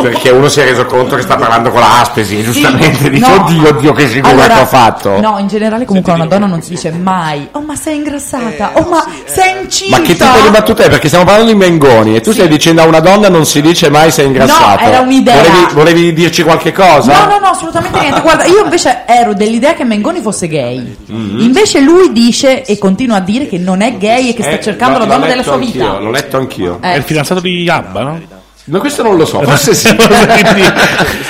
[SPEAKER 1] Perché uno si è reso conto che sta parlando con la Aspesi, giustamente dice
[SPEAKER 12] no.
[SPEAKER 1] oddio oddio che figura
[SPEAKER 12] Allora,
[SPEAKER 1] che ho fatto.
[SPEAKER 12] No, in generale comunque a una donna non si dice mai "Oh, ma sei
[SPEAKER 1] Eh,
[SPEAKER 12] ingrassata! oh, ma sei incinta!"
[SPEAKER 1] Ma che tipo di battuta è? Perché stiamo parlando di Mengoni e tu stai dicendo a una donna non si dice mai sei ingrassato.
[SPEAKER 12] No, era un'idea.
[SPEAKER 1] Volevi, volevi dirci qualche cosa?
[SPEAKER 12] No, no, no, assolutamente niente. Guarda, io invece ero dell'idea che Mengoni fosse gay.
[SPEAKER 1] Mm-hmm. Mm.
[SPEAKER 12] Invece lui dice e continua a dire che non è gay e che sta
[SPEAKER 1] Eh,
[SPEAKER 12] cercando
[SPEAKER 1] l'ho-
[SPEAKER 12] la donna
[SPEAKER 1] l'ho
[SPEAKER 12] della sua
[SPEAKER 1] letto
[SPEAKER 12] vita. Eh.
[SPEAKER 1] anch'io, L'ho letto anch'io.
[SPEAKER 5] È il fidanzato di Abba, no?
[SPEAKER 1] Ma questo non lo so,
[SPEAKER 5] *laughs*
[SPEAKER 1] forse sì.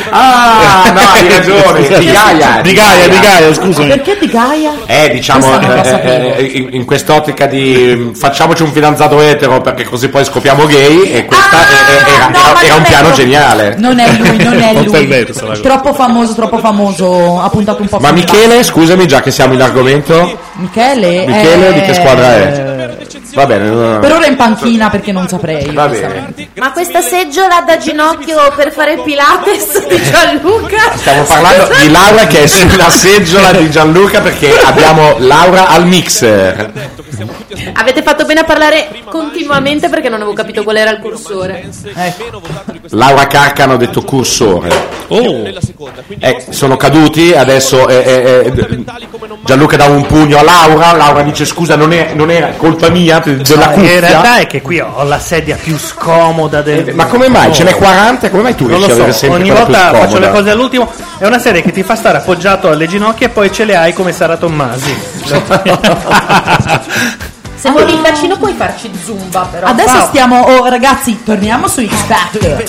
[SPEAKER 1] ah, no, hai ragione. Di Gaia.
[SPEAKER 5] Di Gaia, di Gaia, scusami.
[SPEAKER 12] Perché di Gaia?
[SPEAKER 1] Eh, diciamo,
[SPEAKER 12] Questa non la
[SPEAKER 1] eh,
[SPEAKER 12] sapevo.
[SPEAKER 1] eh, in, in quest'ottica di mm, facciamoci un fidanzato etero perché così poi scopiamo gay e questa eh, eh, era,
[SPEAKER 12] Ah, no,
[SPEAKER 1] era-
[SPEAKER 12] ma
[SPEAKER 1] era un
[SPEAKER 12] non è
[SPEAKER 1] piano
[SPEAKER 12] proprio-
[SPEAKER 1] geniale.
[SPEAKER 12] Non è lui,
[SPEAKER 5] *laughs*
[SPEAKER 12] non è
[SPEAKER 1] Non
[SPEAKER 12] lui.
[SPEAKER 1] perverso la cosa.
[SPEAKER 12] troppo famoso, troppo famoso. Ha puntato un po'
[SPEAKER 1] Ma
[SPEAKER 12] sul
[SPEAKER 1] Michele, scusami già che siamo in argomento,
[SPEAKER 12] Michele,
[SPEAKER 1] Michele
[SPEAKER 12] è-
[SPEAKER 1] di che squadra è? Va bene. no, no.
[SPEAKER 12] Eh, Per ora in panchina perché non saprei. io,
[SPEAKER 1] Va
[SPEAKER 12] onestamente.
[SPEAKER 1] bene.
[SPEAKER 6] Ma questa seggiola da ginocchio per fare il Pilates di Gianluca?
[SPEAKER 1] Stiamo parlando di Laura che è sulla seggiola di Gianluca perché abbiamo Oh, Laura al mixer.
[SPEAKER 6] Avete fatto bene a parlare continuamente perché non avevo capito qual era il cursore.
[SPEAKER 1] Laura Carcano ha detto cursore. Eh, sono caduti, adesso eh, eh, eh, Gianluca dà un pugno a Laura, Laura dice scusa non, è- non era colpa mia della
[SPEAKER 2] No,
[SPEAKER 1] cuffia. Eh,
[SPEAKER 2] in realtà è che qui ho la sedia più scomoda del
[SPEAKER 1] Ma come mai? Ce n'è 40? Eh, Come mai tu
[SPEAKER 2] non
[SPEAKER 1] riesci
[SPEAKER 2] lo
[SPEAKER 1] ad avere
[SPEAKER 2] so,
[SPEAKER 1] sempre
[SPEAKER 2] ogni
[SPEAKER 1] quella più
[SPEAKER 2] volta
[SPEAKER 1] scomoda?
[SPEAKER 2] faccio le cose all'ultimo. È una serie che ti fa stare appoggiato alle ginocchia e poi ce le hai come
[SPEAKER 1] *laughs*
[SPEAKER 2] Sara Tommasi.
[SPEAKER 6] Se vuoi il bacino puoi farci zumba però.
[SPEAKER 12] Adesso
[SPEAKER 6] Wow.
[SPEAKER 12] stiamo, oh, ragazzi, torniamo su X Factor.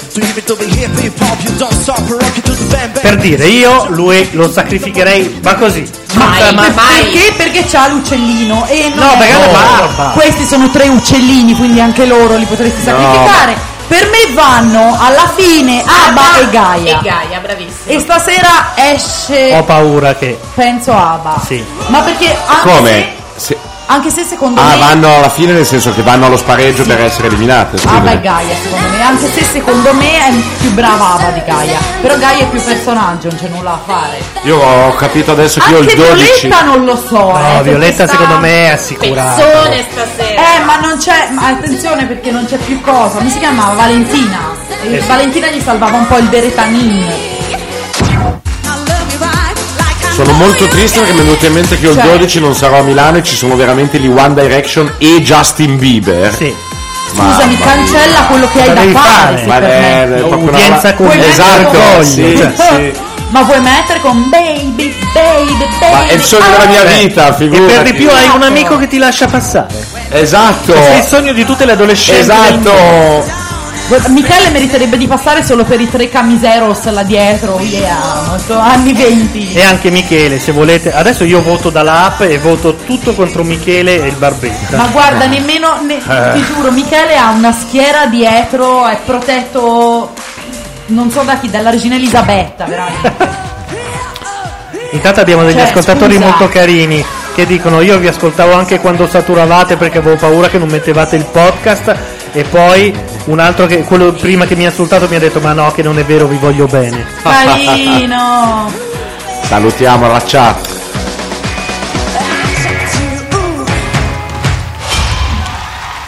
[SPEAKER 2] per dire, io lui lo sacrificherei, ma così.
[SPEAKER 12] Mai,
[SPEAKER 2] ma-
[SPEAKER 12] perché? Perché c'ha l'uccellino e non
[SPEAKER 2] No,
[SPEAKER 12] è-
[SPEAKER 2] perché non va.
[SPEAKER 12] No, Questi sono tre uccellini, quindi anche loro li potresti sacrificare. Per me vanno alla fine Abba e Ah, Gaia.
[SPEAKER 6] Ah, E Gaia, bravissimo.
[SPEAKER 12] E stasera esce,
[SPEAKER 2] Ho paura che.
[SPEAKER 12] penso, Abba.
[SPEAKER 2] Sì.
[SPEAKER 12] Ma perché anche,
[SPEAKER 1] Come? Se-
[SPEAKER 12] se- anche se secondo
[SPEAKER 1] Ah,
[SPEAKER 12] me
[SPEAKER 1] vanno alla fine nel senso che vanno allo spareggio per essere
[SPEAKER 2] Ah,
[SPEAKER 1] eliminate.
[SPEAKER 12] Abba
[SPEAKER 1] scusa.
[SPEAKER 12] e Ah, Gaia, secondo me, anche se secondo me è più brava Abba di Gaia. Però Gaia è più personaggio, non c'è nulla da fare.
[SPEAKER 1] Io ho capito adesso che io ho il
[SPEAKER 12] Anche
[SPEAKER 1] 12.
[SPEAKER 12] Violetta non lo so. eh,
[SPEAKER 2] No,
[SPEAKER 12] perché
[SPEAKER 2] Violetta
[SPEAKER 12] sta-
[SPEAKER 2] secondo me è assicurata.
[SPEAKER 12] Eh, ma non c'è. Ma attenzione perché non c'è più cosa. Come si chiamava? Valentina. E
[SPEAKER 2] Eh
[SPEAKER 1] Esatto.
[SPEAKER 2] sì.
[SPEAKER 12] Valentina gli salvava un po' il beretanin.
[SPEAKER 1] Sono molto triste perché mi è venuto in mente che io il
[SPEAKER 12] Cioè-
[SPEAKER 1] 12 non sarò a Milano e ci sono veramente gli One Direction e Justin Bieber.
[SPEAKER 2] Sì.
[SPEAKER 12] Scusami, cancella quello che hai da fare. se
[SPEAKER 1] Ma è,
[SPEAKER 12] permetti.
[SPEAKER 1] è proprio una
[SPEAKER 2] Udienza con-
[SPEAKER 1] roba- Esatto,
[SPEAKER 2] Udienza
[SPEAKER 1] sì,
[SPEAKER 2] con-
[SPEAKER 1] sì.
[SPEAKER 12] Ma vuoi mettere con baby, baby, Eh, baby.
[SPEAKER 1] Ma è il sogno della mia vita,
[SPEAKER 2] E
[SPEAKER 1] figurati.
[SPEAKER 2] per di più hai un amico che ti lascia passare.
[SPEAKER 1] Esatto.
[SPEAKER 2] Questo è il sogno di tutte le adolescenti. del mondo.
[SPEAKER 12] Guarda, Michele meriterebbe di passare solo per i tre camiseros là dietro. Yeah, molto anni 20.
[SPEAKER 2] E anche Michele, se volete. Adesso io voto dalla app e voto tutto contro Michele e il Barbetta.
[SPEAKER 12] Ma guarda, nemmeno. ne-
[SPEAKER 2] Eh.
[SPEAKER 12] Ti giuro, Michele ha una schiera dietro, è protetto. Non so da chi, dalla regina Elisabetta, veramente.
[SPEAKER 2] Intanto abbiamo degli
[SPEAKER 12] Cioè,
[SPEAKER 2] ascoltatori
[SPEAKER 12] scusa.
[SPEAKER 2] molto carini che dicono io vi ascoltavo anche quando saturavate perché avevo paura che non mettevate il podcast e poi un altro che quello prima che mi ha insultato mi ha detto ma no che non è vero vi voglio bene.
[SPEAKER 12] Carino.
[SPEAKER 1] Salutiamo la chat.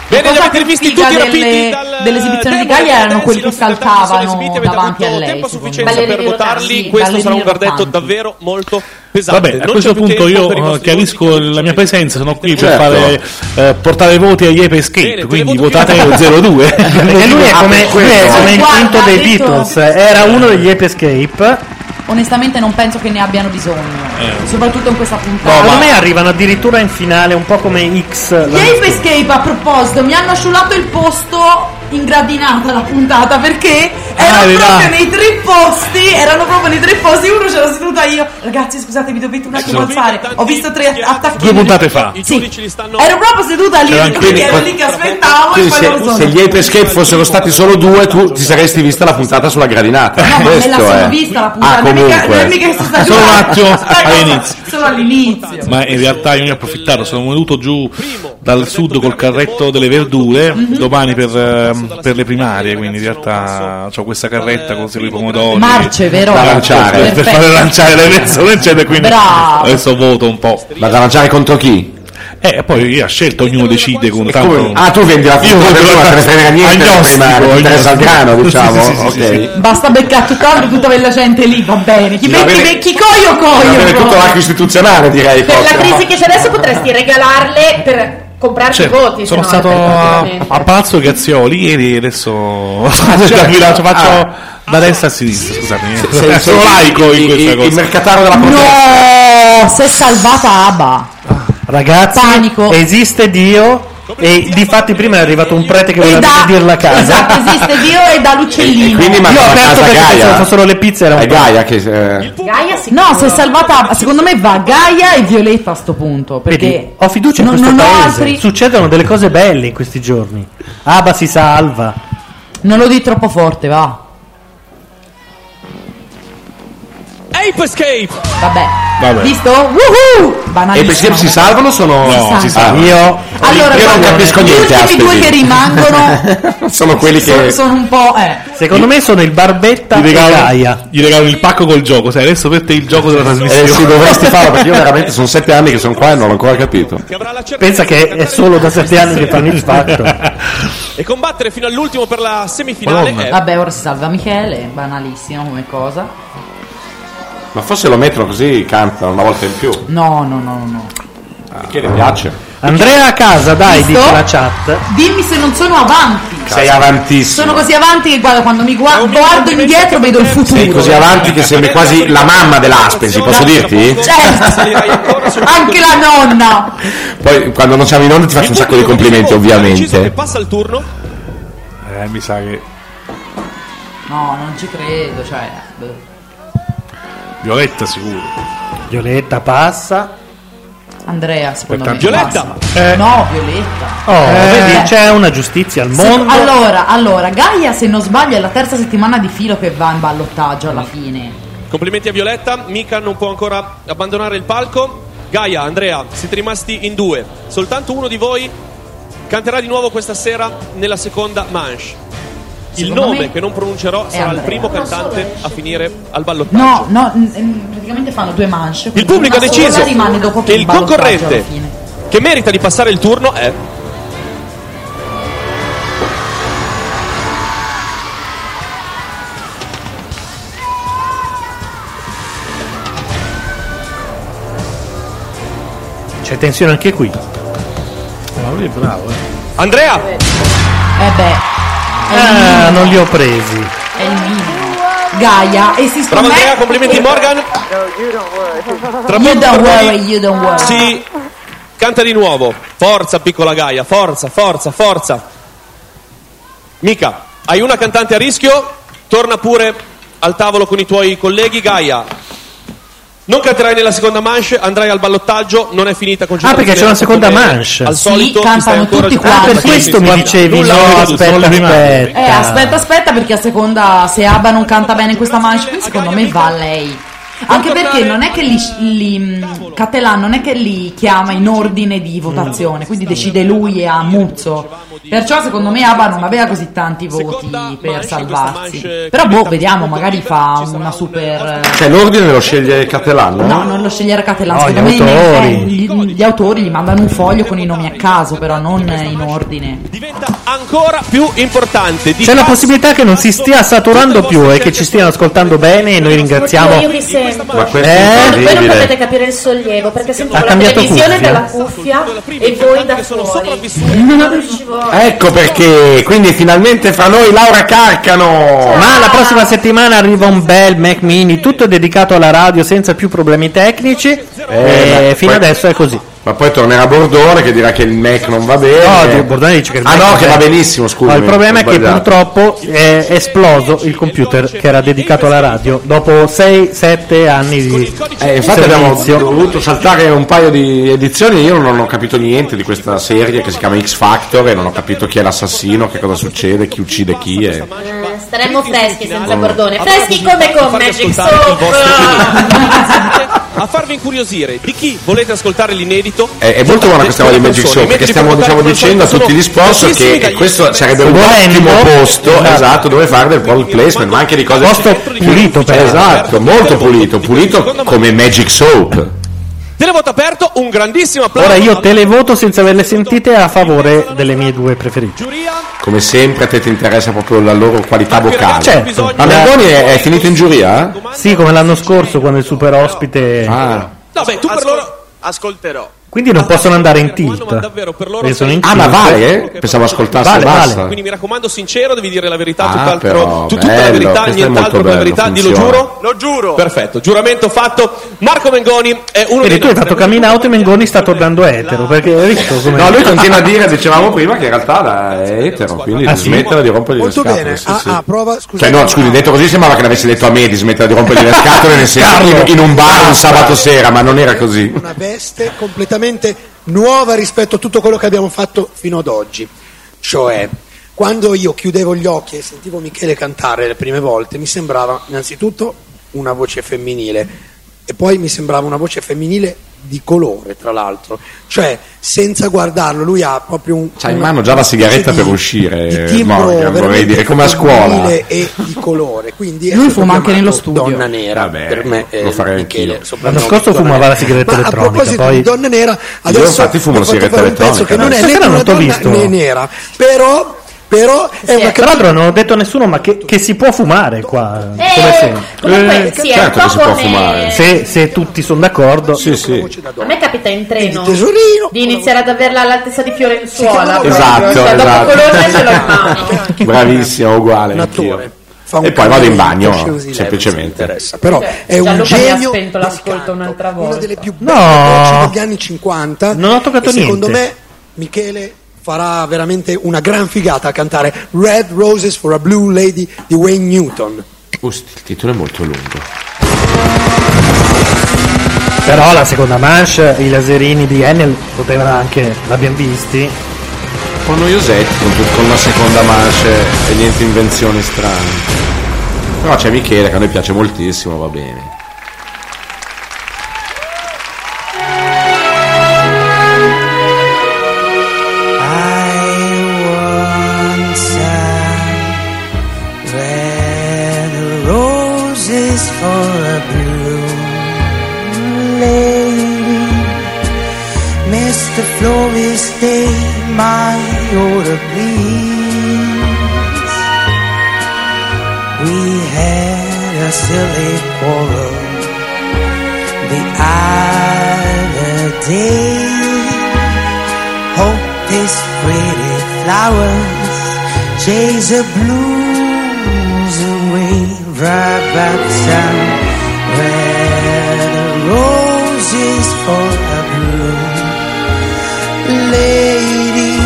[SPEAKER 7] Bene, li
[SPEAKER 12] Cosa
[SPEAKER 7] avete
[SPEAKER 12] che
[SPEAKER 7] visti
[SPEAKER 12] figa
[SPEAKER 7] tutti
[SPEAKER 12] delle,
[SPEAKER 7] rapiti dal
[SPEAKER 12] delle esibizioni di Gaia erano quelli che saltavano davanti a lei.
[SPEAKER 7] sufficienza Cioè, per votarli. Questo sarà un verdetto davvero molto pesante.
[SPEAKER 5] Vabbè,
[SPEAKER 7] Eh, Non
[SPEAKER 5] Eh, a questo
[SPEAKER 7] c'è più
[SPEAKER 5] punto
[SPEAKER 7] tempo per i
[SPEAKER 5] io eh,
[SPEAKER 7] vostri
[SPEAKER 5] chiarisco la mia presenza, sono qui
[SPEAKER 1] Certo.
[SPEAKER 5] per fare, eh, portare voti agli Ape Escape, quindi votate
[SPEAKER 7] *laughs*
[SPEAKER 5] 02. *laughs*
[SPEAKER 1] Eh,
[SPEAKER 2] Perché lui è
[SPEAKER 1] ah,
[SPEAKER 5] Ah,
[SPEAKER 2] come, lui è come il
[SPEAKER 12] Guarda,
[SPEAKER 2] quinto
[SPEAKER 12] ha
[SPEAKER 2] dei
[SPEAKER 12] detto-
[SPEAKER 2] Beatles, eh, era uno degli Ape Escape.
[SPEAKER 12] Onestamente non penso che ne abbiano bisogno. Soprattutto in questa puntata.
[SPEAKER 2] Secondo me arrivano addirittura in finale, un po' come X.
[SPEAKER 12] Gli
[SPEAKER 2] l'anno
[SPEAKER 12] Ape Escape a proposito mi hanno asciulato il posto in gradinata la puntata perché erano
[SPEAKER 2] arriva.
[SPEAKER 12] proprio nei tre posti erano proprio nei tre posti uno c'era seduta io ragazzi scusate mi dovete un attimo
[SPEAKER 5] Ecco.
[SPEAKER 12] alzare ho visto tre attacchi
[SPEAKER 5] Due puntate fa.
[SPEAKER 12] ero proprio seduta lì
[SPEAKER 1] C'era anche
[SPEAKER 12] perché
[SPEAKER 1] lì.
[SPEAKER 12] ero lì che aspettavo e
[SPEAKER 1] Quindi
[SPEAKER 12] Ah, poi
[SPEAKER 1] se,
[SPEAKER 12] loro sono
[SPEAKER 1] se gli Ape Escape fossero stati solo due, tu ti saresti vista la puntata sulla gradinata.
[SPEAKER 12] No, ma me la
[SPEAKER 1] Questo
[SPEAKER 12] sono
[SPEAKER 1] è.
[SPEAKER 12] vista la
[SPEAKER 1] Ah,
[SPEAKER 12] puntata, non è mica- non è
[SPEAKER 1] comunque.
[SPEAKER 12] mica che sono stata
[SPEAKER 5] Solo un
[SPEAKER 12] giurata.
[SPEAKER 5] attimo
[SPEAKER 12] Aspetta,
[SPEAKER 5] all'inizio.
[SPEAKER 12] Solo all'inizio.
[SPEAKER 5] Ma in realtà io ne ho approfittato, sono venuto giù dal sud col carretto delle verdure domani per, ehm, per le primarie, quindi in realtà ho questa carretta con i pomodori
[SPEAKER 12] Marce, vero?
[SPEAKER 5] da lanciare, per
[SPEAKER 12] Perfetto.
[SPEAKER 5] fare lanciare le persone, quindi
[SPEAKER 12] Bravo.
[SPEAKER 5] adesso voto un po'.
[SPEAKER 1] Ma da lanciare contro chi?
[SPEAKER 5] Eh, poi io a scelta ognuno decide con
[SPEAKER 1] Come-
[SPEAKER 5] tanto
[SPEAKER 1] Ah, tu vendi
[SPEAKER 5] Io
[SPEAKER 1] la frutta per
[SPEAKER 5] voto
[SPEAKER 1] loro,
[SPEAKER 5] la-
[SPEAKER 1] non te ne frega niente,
[SPEAKER 5] agnostico,
[SPEAKER 1] prima non ti interessa il
[SPEAKER 5] agnostico.
[SPEAKER 1] grano, diciamo.
[SPEAKER 5] Sì, sì, sì, sì,
[SPEAKER 1] ok.
[SPEAKER 5] sì.
[SPEAKER 12] Basta beccare tutt'altro tutta quella gente lì, va bene. Chi
[SPEAKER 1] Va
[SPEAKER 12] vecchi
[SPEAKER 1] bene.
[SPEAKER 12] vecchi coio coio.
[SPEAKER 1] Va bene
[SPEAKER 12] proprio.
[SPEAKER 1] tutto l'arco istituzionale, direi.
[SPEAKER 6] Per la
[SPEAKER 1] proprio.
[SPEAKER 6] crisi che c'è adesso potresti regalarle per comprarti i
[SPEAKER 5] Certo,
[SPEAKER 6] voti.
[SPEAKER 5] sono
[SPEAKER 6] se no, eh,
[SPEAKER 5] stato a,
[SPEAKER 6] effettivamente.
[SPEAKER 5] a Palazzo Grazioli ieri e adesso *laughs*
[SPEAKER 1] certo.
[SPEAKER 5] Bilancio, faccio
[SPEAKER 1] Ah.
[SPEAKER 5] da destra a sinistra, scusami. eh.
[SPEAKER 1] sei-
[SPEAKER 5] sono
[SPEAKER 1] sei-
[SPEAKER 5] laico in
[SPEAKER 1] il-
[SPEAKER 5] questa
[SPEAKER 1] il-
[SPEAKER 5] cosa.
[SPEAKER 1] il mercataro della
[SPEAKER 12] No, si è salvata Abba.
[SPEAKER 2] Ragazzi,
[SPEAKER 12] Panico.
[SPEAKER 2] esiste Dio e di fatti prima è arrivato un prete che voleva
[SPEAKER 12] da-
[SPEAKER 2] benedirla a casa.
[SPEAKER 12] Esatto, esiste Dio e dà l'uccellino.
[SPEAKER 1] Quindi ma
[SPEAKER 2] Io ho
[SPEAKER 1] a
[SPEAKER 2] aperto
[SPEAKER 1] casa
[SPEAKER 2] perché pensavo
[SPEAKER 1] Gaia.
[SPEAKER 2] fossero le pizze, era un
[SPEAKER 1] È
[SPEAKER 2] po'.
[SPEAKER 1] Gaia che... eh,
[SPEAKER 6] Gaia si
[SPEAKER 12] No, si è salvata Abba. Secondo me va Gaia e Violetta a sto punto. Perché
[SPEAKER 2] Vedi, ho fiducia in
[SPEAKER 12] non,
[SPEAKER 2] questo
[SPEAKER 12] non ho
[SPEAKER 2] paese.
[SPEAKER 12] altri.
[SPEAKER 2] Succedono delle cose belle in questi giorni. Abba si salva.
[SPEAKER 12] Non lo di troppo forte, va.
[SPEAKER 7] Ape Escape!
[SPEAKER 12] Vabbè.
[SPEAKER 1] Vabbè.
[SPEAKER 12] Visto? Woohoo!
[SPEAKER 1] E
[SPEAKER 12] Banalissimo.
[SPEAKER 1] perché si salvano sono...
[SPEAKER 12] No, si
[SPEAKER 1] Ah,
[SPEAKER 12] salvano.
[SPEAKER 1] Io,
[SPEAKER 12] Allora,
[SPEAKER 1] io non
[SPEAKER 12] guarda,
[SPEAKER 1] capisco
[SPEAKER 12] gli
[SPEAKER 1] niente.
[SPEAKER 12] ultimi due
[SPEAKER 1] Aspesi.
[SPEAKER 12] che
[SPEAKER 1] *laughs*
[SPEAKER 12] rimangono
[SPEAKER 1] sono quelli
[SPEAKER 12] sono,
[SPEAKER 1] che...
[SPEAKER 12] sono un po'. Eh.
[SPEAKER 2] Secondo me sono il Barbetta
[SPEAKER 5] Gli
[SPEAKER 2] e
[SPEAKER 5] regalano, gli regalano il pacco col gioco, sai, adesso per te il gioco della trasmissione.
[SPEAKER 1] Eh sì, dovresti farlo perché io veramente sono sette anni che sono qua e non l'ho ancora capito.
[SPEAKER 2] Pensa che è solo da sette anni che fanno il fatto.
[SPEAKER 7] E combattere fino all'ultimo per la semifinale è...
[SPEAKER 12] Vabbè, ora si salva Michele, banalissimo come cosa.
[SPEAKER 1] Ma forse lo mettono così cantano una volta in più.
[SPEAKER 12] No, no, no, no.
[SPEAKER 1] Perché le piace?
[SPEAKER 2] Andrea a casa, dai,
[SPEAKER 12] Visto?
[SPEAKER 2] dice la chat.
[SPEAKER 12] Dimmi se non sono avanti.
[SPEAKER 1] Sei avantissimo.
[SPEAKER 12] Sono così avanti che guarda, quando mi guardo, guardo indietro vedo il futuro.
[SPEAKER 1] Sei così avanti che sembri quasi la mamma dell'Aspesi,
[SPEAKER 7] Esatto.
[SPEAKER 1] posso dirti?
[SPEAKER 12] *laughs* Certo. Anche la nonna.
[SPEAKER 1] Poi quando non siamo in onda ti faccio un sacco di complimenti, ovviamente.
[SPEAKER 7] Passa il turno.
[SPEAKER 5] Eh, mi sa che
[SPEAKER 12] No, non ci credo, cioè.
[SPEAKER 5] Violetta sicuro.
[SPEAKER 2] Violetta passa.
[SPEAKER 12] Andrea, secondo me.
[SPEAKER 2] Violetta!
[SPEAKER 12] basta. No, Violetta.
[SPEAKER 2] Oh,
[SPEAKER 12] Eh.
[SPEAKER 2] vedi, c'è una giustizia al
[SPEAKER 12] Se-
[SPEAKER 2] mondo.
[SPEAKER 12] allora, allora, Gaia, se non sbaglio, è la terza settimana di filo che va in ballottaggio alla fine.
[SPEAKER 7] Complimenti a Violetta, Mika non può ancora abbandonare il palco. Gaia, Andrea, siete rimasti in due. Soltanto uno di voi canterà di nuovo questa sera nella seconda manche. Il
[SPEAKER 12] Secondo
[SPEAKER 7] nome
[SPEAKER 12] me
[SPEAKER 7] che non pronuncerò
[SPEAKER 12] è
[SPEAKER 7] sarà il
[SPEAKER 12] Andrea.
[SPEAKER 7] primo cantante a finire al ballottaggio.
[SPEAKER 12] No, no, n- n- praticamente fanno due manche.
[SPEAKER 7] Il
[SPEAKER 12] quindi
[SPEAKER 7] pubblico ha
[SPEAKER 12] una sola
[SPEAKER 7] deciso
[SPEAKER 12] rimane dopo
[SPEAKER 7] che il
[SPEAKER 12] ballottaggio alla
[SPEAKER 7] concorrente
[SPEAKER 12] fine.
[SPEAKER 7] che merita di passare il turno è
[SPEAKER 2] C'è tensione anche qui.
[SPEAKER 5] Ma lui è bravo, eh.
[SPEAKER 7] Andrea! Eh.
[SPEAKER 12] Eh beh,
[SPEAKER 2] Ah, non li ho presi.
[SPEAKER 12] è il minimo. Gaia, e si
[SPEAKER 7] Bravo
[SPEAKER 12] scommette-
[SPEAKER 7] Andrea, complimenti Morgan. Tra
[SPEAKER 12] You
[SPEAKER 7] poco, tra
[SPEAKER 12] don't
[SPEAKER 7] pochi,
[SPEAKER 12] worry, you don't worry.
[SPEAKER 7] Si canta di nuovo. Forza piccola Gaia, forza, forza, forza. Mica, hai una cantante a rischio? Torna pure al tavolo con i tuoi colleghi Gaia. Non canterai nella seconda manche, andrai al ballottaggio, non è finita con
[SPEAKER 2] Ah, perché c'è una seconda manche.
[SPEAKER 7] Al solito
[SPEAKER 12] Sì,
[SPEAKER 7] ti stai
[SPEAKER 12] cantano
[SPEAKER 7] ancora
[SPEAKER 12] tutti
[SPEAKER 7] giocando.
[SPEAKER 2] Ah, per
[SPEAKER 7] Sì,
[SPEAKER 2] questo
[SPEAKER 7] sì,
[SPEAKER 2] mi
[SPEAKER 7] sì,
[SPEAKER 2] dicevi,
[SPEAKER 7] nulla
[SPEAKER 2] no,
[SPEAKER 7] ho detto, sono
[SPEAKER 2] aspetta,
[SPEAKER 7] le primarie.
[SPEAKER 2] aspetta.
[SPEAKER 12] Eh, aspetta, aspetta, perché a seconda se Abano canta bene questa manche, qui secondo me va lei. Anche perché non è che li, li- mh, Catellan non è che li chiama in ordine di votazione, quindi decide lui e Amuzzo. Perciò secondo me Abba non aveva così tanti voti per salvarsi. Però boh, vediamo, magari fa una super...
[SPEAKER 1] Cioè l'ordine lo sceglie Catellan, no?
[SPEAKER 12] No, non lo scegliere Catellan,
[SPEAKER 1] No,
[SPEAKER 12] secondo
[SPEAKER 1] gli
[SPEAKER 12] me
[SPEAKER 1] autori.
[SPEAKER 12] eh, gli, gli autori gli mandano un foglio con i nomi a caso, però non eh, in ordine.
[SPEAKER 7] Ancora più importante. Di
[SPEAKER 2] C'è la
[SPEAKER 7] passo-
[SPEAKER 2] possibilità che non si stia saturando più e che ci stiano ascoltando bene e noi ringraziamo.
[SPEAKER 28] Io vi sento.
[SPEAKER 2] Ma questo è
[SPEAKER 28] Voi- voi non
[SPEAKER 2] incredibile.
[SPEAKER 28] potete capire il sollievo perché sentivo
[SPEAKER 2] Ha
[SPEAKER 28] la
[SPEAKER 2] cambiato
[SPEAKER 28] televisione
[SPEAKER 2] cuffia.
[SPEAKER 28] dalla cuffia e voi da fuori. Non riuscivo a-
[SPEAKER 1] Ecco perché, quindi finalmente fra noi Laura Carcano.
[SPEAKER 2] Ma la prossima settimana arriva un bel Mac Mini, tutto dedicato alla radio senza più problemi tecnici.
[SPEAKER 1] Eh,
[SPEAKER 2] e
[SPEAKER 1] ma
[SPEAKER 2] fino
[SPEAKER 1] poi-
[SPEAKER 2] adesso è così.
[SPEAKER 1] Ma poi tornerà Bordone che dirà che il Mac non va bene.
[SPEAKER 2] No, di- Bordone dice che il
[SPEAKER 1] Ah
[SPEAKER 2] Mac
[SPEAKER 1] no,
[SPEAKER 2] va
[SPEAKER 1] che va
[SPEAKER 2] bene.
[SPEAKER 1] benissimo, scusa.
[SPEAKER 2] No, il problema è che purtroppo è esploso il computer che era dedicato alla radio dopo 6-7 anni di
[SPEAKER 1] Eh, infatti abbiamo
[SPEAKER 2] servizio.
[SPEAKER 1] dovuto saltare un paio di edizioni e io non ho capito niente di questa serie che si chiama X Factor e non ho capito chi è l'assassino, che cosa succede, chi uccide chi e...
[SPEAKER 28] Eh, Staremmo freschi senza
[SPEAKER 1] Mm.
[SPEAKER 28] bordone.
[SPEAKER 7] Avrà
[SPEAKER 28] Freschi
[SPEAKER 7] la
[SPEAKER 28] come
[SPEAKER 7] possibilità
[SPEAKER 28] con
[SPEAKER 7] di farvi
[SPEAKER 28] Magic
[SPEAKER 7] ascoltare il vostro
[SPEAKER 28] Soap.
[SPEAKER 7] a farvi incuriosire di chi volete ascoltare l'inedito
[SPEAKER 1] È, è molto buona questa cosa di Magic Show perché stiamo diciamo, dicendo a tutti gli sponsor che questo sarebbe un
[SPEAKER 2] Volendo.
[SPEAKER 1] ottimo posto
[SPEAKER 2] Esatto.
[SPEAKER 1] esatto dove fare del product placement ma anche di cose
[SPEAKER 2] Posto pulito, però.
[SPEAKER 1] esatto molto pulito pulito come Magic Soap
[SPEAKER 7] televoto aperto un grandissimo applauso
[SPEAKER 2] Ora io televoto senza averle sentite a favore delle mie due preferite.
[SPEAKER 1] come sempre a te ti interessa proprio la loro qualità vocale
[SPEAKER 2] Certo.
[SPEAKER 1] ma Merdoni è, è finito in giuria? eh?
[SPEAKER 2] Sì, come l'anno scorso quando il super ospite.
[SPEAKER 1] Ah.
[SPEAKER 7] Vabbè, tu per loro
[SPEAKER 17] ascolterò.
[SPEAKER 2] Quindi non possono andare in tilt. Perché sono in
[SPEAKER 1] ah
[SPEAKER 2] tilt.
[SPEAKER 1] ma vale? pensavo ascoltasse
[SPEAKER 2] Vale,
[SPEAKER 1] basta
[SPEAKER 2] vale.
[SPEAKER 7] quindi mi raccomando sincero devi dire la verità
[SPEAKER 1] Ah,
[SPEAKER 7] tutt'altro-
[SPEAKER 1] però,
[SPEAKER 7] tu- tutta la
[SPEAKER 1] bello,
[SPEAKER 7] verità
[SPEAKER 1] questo è molto
[SPEAKER 7] nient'altro che la
[SPEAKER 1] bello,
[SPEAKER 7] verità dillo
[SPEAKER 1] funziona.
[SPEAKER 7] giuro lo giuro perfetto giuramento fatto Marco Mengoni è uno
[SPEAKER 2] Vedi,
[SPEAKER 7] dei
[SPEAKER 2] tu hai
[SPEAKER 7] nostri
[SPEAKER 2] fatto coming out e Mengoni sta tornando etero. Perché hai visto come.
[SPEAKER 1] No, lui continua a
[SPEAKER 2] *laughs*
[SPEAKER 1] dire, dicevamo prima, che in realtà la- è etero, quindi
[SPEAKER 2] Ah,
[SPEAKER 1] di
[SPEAKER 2] sì?
[SPEAKER 1] smettere di rompergli
[SPEAKER 9] Molto
[SPEAKER 1] le scatole.
[SPEAKER 9] bene.
[SPEAKER 1] sì,
[SPEAKER 9] Ah,
[SPEAKER 1] sì.
[SPEAKER 9] ah, prova,
[SPEAKER 1] Cioè,
[SPEAKER 9] scusate.
[SPEAKER 1] no, scusi, detto così sembrava che l'avessi detto a me di smettere di rompergli le scatole nel senso
[SPEAKER 9] Carlo.
[SPEAKER 1] in, in un bar un sabato sera, ma non era così.
[SPEAKER 9] una veste completamente nuova rispetto a tutto quello che abbiamo fatto fino ad oggi. Cioè, quando io chiudevo gli occhi e sentivo Michele cantare le prime volte, mi sembrava innanzitutto una voce femminile. E poi mi sembrava una voce femminile di colore, tra l'altro. Cioè, senza guardarlo, lui ha proprio un...
[SPEAKER 1] C'ha in mano già la sigaretta per uscire, Morgan, vorrei
[SPEAKER 9] veramente
[SPEAKER 1] dire, come a scuola.
[SPEAKER 9] femminile E di colore, quindi... è
[SPEAKER 12] Lui
[SPEAKER 9] stato
[SPEAKER 12] fuma anche
[SPEAKER 9] chiamato
[SPEAKER 12] nello studio.
[SPEAKER 9] Donna nera, per me è
[SPEAKER 1] lo farei
[SPEAKER 9] Michele.
[SPEAKER 1] anch'io.
[SPEAKER 9] soprannome
[SPEAKER 2] L'anno scorso
[SPEAKER 9] di Donna
[SPEAKER 2] fumava la
[SPEAKER 9] Nera.
[SPEAKER 2] sigaretta
[SPEAKER 9] Ma
[SPEAKER 2] elettronica,
[SPEAKER 9] A proposito
[SPEAKER 2] poi-
[SPEAKER 9] di donna nera, adesso
[SPEAKER 1] infatti fumo
[SPEAKER 9] mi
[SPEAKER 1] la
[SPEAKER 9] fate
[SPEAKER 1] sigaretta
[SPEAKER 9] fare un pezzo che
[SPEAKER 1] elettronica
[SPEAKER 9] non è
[SPEAKER 1] adesso.
[SPEAKER 9] né
[SPEAKER 2] Stasera
[SPEAKER 9] una
[SPEAKER 2] non t'ho
[SPEAKER 9] donna
[SPEAKER 2] visto.
[SPEAKER 9] né nera, però... Però è
[SPEAKER 6] ecco.
[SPEAKER 9] una
[SPEAKER 2] Tra l'altro non ho detto a nessuno, ma che, che si può fumare qua.
[SPEAKER 9] Eh,
[SPEAKER 2] come sempre. Eh,
[SPEAKER 6] comunque, sì, è un Certo che po' si può come- fumare.
[SPEAKER 2] Se, se tutti sono d'accordo. Sì,
[SPEAKER 1] sì.
[SPEAKER 6] A me capita in treno
[SPEAKER 9] Il tesorino.
[SPEAKER 6] di iniziare ad averla all'altezza di Fiorenzuola.
[SPEAKER 1] Sì, esatto,
[SPEAKER 6] proprio. Cioè, dopo
[SPEAKER 1] esatto.
[SPEAKER 6] Colonna ce l'ho in mano.
[SPEAKER 1] Bravissimo, uguale. anch'io. E poi vado in bagno,
[SPEAKER 9] Scorsese,
[SPEAKER 1] semplicemente.
[SPEAKER 9] Però è un
[SPEAKER 6] Gianluca mi ha
[SPEAKER 9] genio
[SPEAKER 6] spento l'ascolto un'altra volta.
[SPEAKER 9] una delle più
[SPEAKER 2] No.
[SPEAKER 9] belle voci degli anni 50. Non ho
[SPEAKER 2] toccato
[SPEAKER 9] e Secondo
[SPEAKER 2] niente.
[SPEAKER 9] me Michele farà veramente una gran figata a cantare Red Roses for a Blue Lady di Wayne Newton.
[SPEAKER 1] Usti, il titolo è molto lungo.
[SPEAKER 2] Però la seconda manche, i laserini di Enel potevano anche, l'abbiamo visti.
[SPEAKER 1] Con noiosetti, con, tut- con la seconda manche e niente invenzioni strane. Però c'è Michele che a noi piace moltissimo, va bene.
[SPEAKER 13] once I red roses for a blue lady. Mr. Florist, stay my order, please. We had a silly quarrel the other day. Hope these pretty flowers chase the blues away. Wrap up some red roses for a blue lady.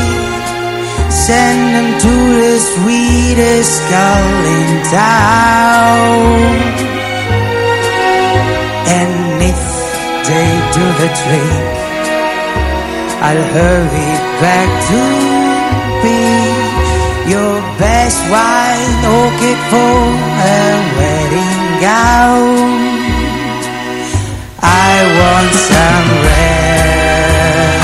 [SPEAKER 13] Send them to the sweetest girl in town. And if they do the trick, I'll hurry back to be your best wine orchid for a wedding gown. I want some red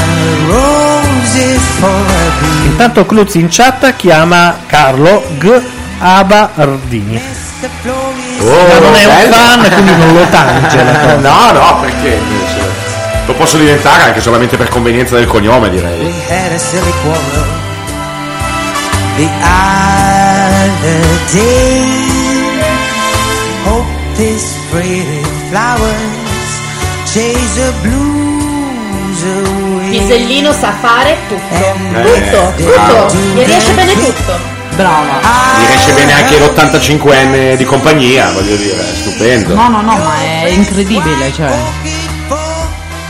[SPEAKER 13] roses for a bee.
[SPEAKER 2] Intanto Cluz in chat chiama Carlo G. Abardini.
[SPEAKER 1] Oh,
[SPEAKER 2] Ma non è un
[SPEAKER 1] bello.
[SPEAKER 2] fan, quindi non lo tange. la
[SPEAKER 1] *laughs*
[SPEAKER 2] cosa.
[SPEAKER 1] no, no, perché invece? Lo posso diventare anche solamente per convenienza del cognome, direi.
[SPEAKER 13] had a silly quarrel the other day. Hope this pretty flowers chase the blues away.
[SPEAKER 6] Pisellino sa fare tutto.
[SPEAKER 1] Eh,
[SPEAKER 6] tutto,
[SPEAKER 1] bravo.
[SPEAKER 6] tutto. Gli riesce bene tutto.
[SPEAKER 12] Eh. Brava.
[SPEAKER 1] Gli riesce bene anche l'85enne di compagnia, voglio dire, è stupendo.
[SPEAKER 12] No, no, no, ma è incredibile, cioè.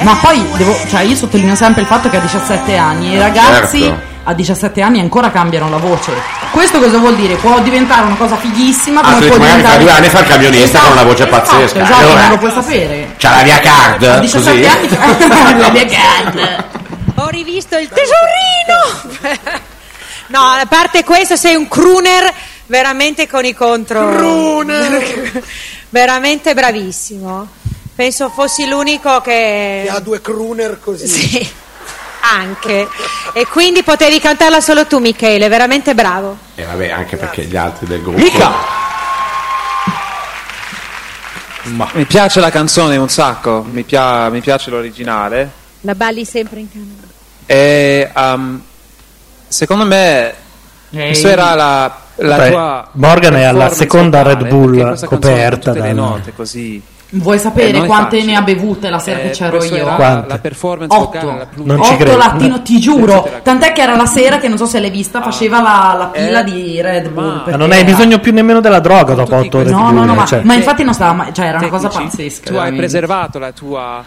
[SPEAKER 12] Ma poi devo, cioè io sottolineo sempre il fatto che a 17 anni i ragazzi
[SPEAKER 1] Certo.
[SPEAKER 12] a 17 anni ancora cambiano la voce. Questo cosa vuol dire? Può diventare una cosa fighissima,
[SPEAKER 1] Ah,
[SPEAKER 12] come
[SPEAKER 1] tu
[SPEAKER 12] può
[SPEAKER 1] dici, magari
[SPEAKER 12] diventare
[SPEAKER 1] tra due anni fa il camionista con una voce pazzesca.
[SPEAKER 12] Esatto,
[SPEAKER 1] Allora,
[SPEAKER 12] non lo puoi sapere.
[SPEAKER 1] C'ha la mia
[SPEAKER 12] A
[SPEAKER 1] card,
[SPEAKER 12] 17
[SPEAKER 1] così.
[SPEAKER 12] anni la mia card.
[SPEAKER 10] Ho rivisto il tesorino! *laughs* No, a parte questo, sei un crooner veramente con i contro. Crooner! *laughs* veramente bravissimo. Penso fossi l'unico che.
[SPEAKER 9] Che ha due crooner così.
[SPEAKER 10] Sì. Anche. E quindi potevi cantarla solo tu, Michele, veramente bravo.
[SPEAKER 1] E vabbè, anche perché gli altri del gruppo.
[SPEAKER 14] Mi piace la canzone un sacco, mi, pia- mi piace l'originale.
[SPEAKER 10] La balli sempre in canale.
[SPEAKER 14] E, um, secondo me, questa era la, la
[SPEAKER 2] Vabbè,
[SPEAKER 14] tua.
[SPEAKER 2] Morgan è alla
[SPEAKER 14] performance
[SPEAKER 2] seconda
[SPEAKER 14] vocale,
[SPEAKER 2] Red Bull
[SPEAKER 14] perché questa canzone ha
[SPEAKER 2] coperta
[SPEAKER 14] Tutte le
[SPEAKER 2] dal-
[SPEAKER 14] note così.
[SPEAKER 12] Vuoi sapere
[SPEAKER 14] Eh, non è
[SPEAKER 12] quante
[SPEAKER 14] facile.
[SPEAKER 12] ne ha bevute la sera
[SPEAKER 14] Eh,
[SPEAKER 12] che c'ero
[SPEAKER 14] questo
[SPEAKER 12] io?
[SPEAKER 14] era
[SPEAKER 2] Quante?
[SPEAKER 14] La performance vocale, la
[SPEAKER 12] Otto,
[SPEAKER 14] più-
[SPEAKER 2] Non ci
[SPEAKER 12] otto
[SPEAKER 2] credo.
[SPEAKER 12] lattino, ti giuro. Tant'è che era la sera che non so se l'hai
[SPEAKER 14] Ah.
[SPEAKER 12] vista, faceva la, la
[SPEAKER 14] Eh,
[SPEAKER 12] pila di Red Bull.
[SPEAKER 2] Ma
[SPEAKER 12] perché
[SPEAKER 2] non hai
[SPEAKER 12] era-
[SPEAKER 2] bisogno più nemmeno della droga dopo 8 ore
[SPEAKER 12] No,
[SPEAKER 2] di
[SPEAKER 12] no, no,
[SPEAKER 2] guida,
[SPEAKER 12] ma,
[SPEAKER 2] cioè.
[SPEAKER 12] ma infatti non stava mai, cioè era una cosa
[SPEAKER 14] tecnici,
[SPEAKER 12] pazzesca.
[SPEAKER 14] Tu hai
[SPEAKER 12] veramente.
[SPEAKER 14] preservato la tua,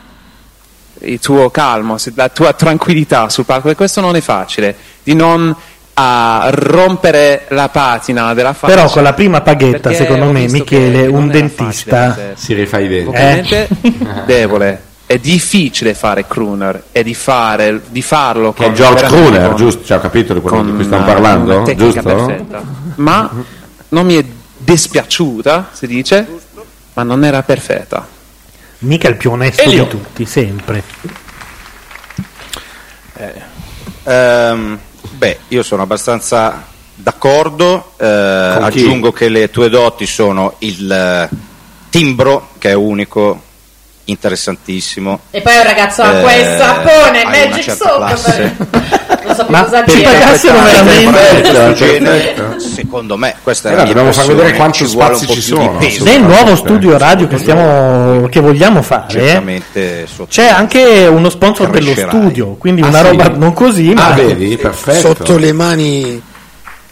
[SPEAKER 14] il tuo calmo, se- la tua tranquillità sul palco, e questo non è facile. Di non ah, rompere la patina della faccia.
[SPEAKER 2] Però con la prima paghetta,
[SPEAKER 14] Perché
[SPEAKER 2] secondo
[SPEAKER 14] ho
[SPEAKER 2] me,
[SPEAKER 14] visto
[SPEAKER 2] Michele,
[SPEAKER 14] che non
[SPEAKER 2] un
[SPEAKER 14] era
[SPEAKER 2] dentista.
[SPEAKER 14] facile, cioè.
[SPEAKER 1] Si rifà i denti.
[SPEAKER 14] vocalmente Eh,
[SPEAKER 2] Eh.
[SPEAKER 14] *laughs* debole. È difficile fare crooner e di, fare, di farlo
[SPEAKER 1] Che
[SPEAKER 14] con
[SPEAKER 1] è George
[SPEAKER 14] veramente
[SPEAKER 1] Crooner,
[SPEAKER 14] con-
[SPEAKER 1] giusto? Cioè, ho capito di quello di cui stiamo
[SPEAKER 14] una-
[SPEAKER 1] parlando?
[SPEAKER 14] una tecnica
[SPEAKER 1] Giusto?
[SPEAKER 14] perfetta. Ma non mi è dispiaciuta, si dice, ma non era perfetta.
[SPEAKER 2] Mica il più onesto
[SPEAKER 14] Elio.
[SPEAKER 2] di tutti, sempre.
[SPEAKER 1] Eh.
[SPEAKER 11] Ehm, beh, io sono abbastanza d'accordo. eh,
[SPEAKER 29] Con chi?
[SPEAKER 11] aggiungo che le tue doti sono il eh, timbro, che è unico, interessantissimo.
[SPEAKER 6] E poi è un ragazzo ha
[SPEAKER 11] Eh,
[SPEAKER 6] quel sapone,
[SPEAKER 11] hai una
[SPEAKER 6] Magic
[SPEAKER 11] certa
[SPEAKER 6] Soap.
[SPEAKER 11] classe.
[SPEAKER 6] Non so più
[SPEAKER 11] Ma
[SPEAKER 6] cosa
[SPEAKER 11] per Cioè.
[SPEAKER 6] dire.
[SPEAKER 11] interpretare
[SPEAKER 2] veramente-
[SPEAKER 11] del genere,
[SPEAKER 2] Perfetto.
[SPEAKER 11] Secondo me, questa è la
[SPEAKER 1] Allora,
[SPEAKER 11] mia
[SPEAKER 1] Eh, dobbiamo far
[SPEAKER 11] passione,
[SPEAKER 1] vedere quanti
[SPEAKER 11] ci vuole un
[SPEAKER 1] spazi
[SPEAKER 11] po'
[SPEAKER 1] ci
[SPEAKER 11] più di
[SPEAKER 1] sono,
[SPEAKER 11] peso.
[SPEAKER 2] Nel nuovo studio radio che, stiamo, che vogliamo fare,
[SPEAKER 11] Certamente Ah, sotto-
[SPEAKER 2] c'è anche uno sponsor per lo studio, quindi una roba non così, ma
[SPEAKER 9] Ah,
[SPEAKER 1] vedi? Perfetto.
[SPEAKER 9] Sotto le mani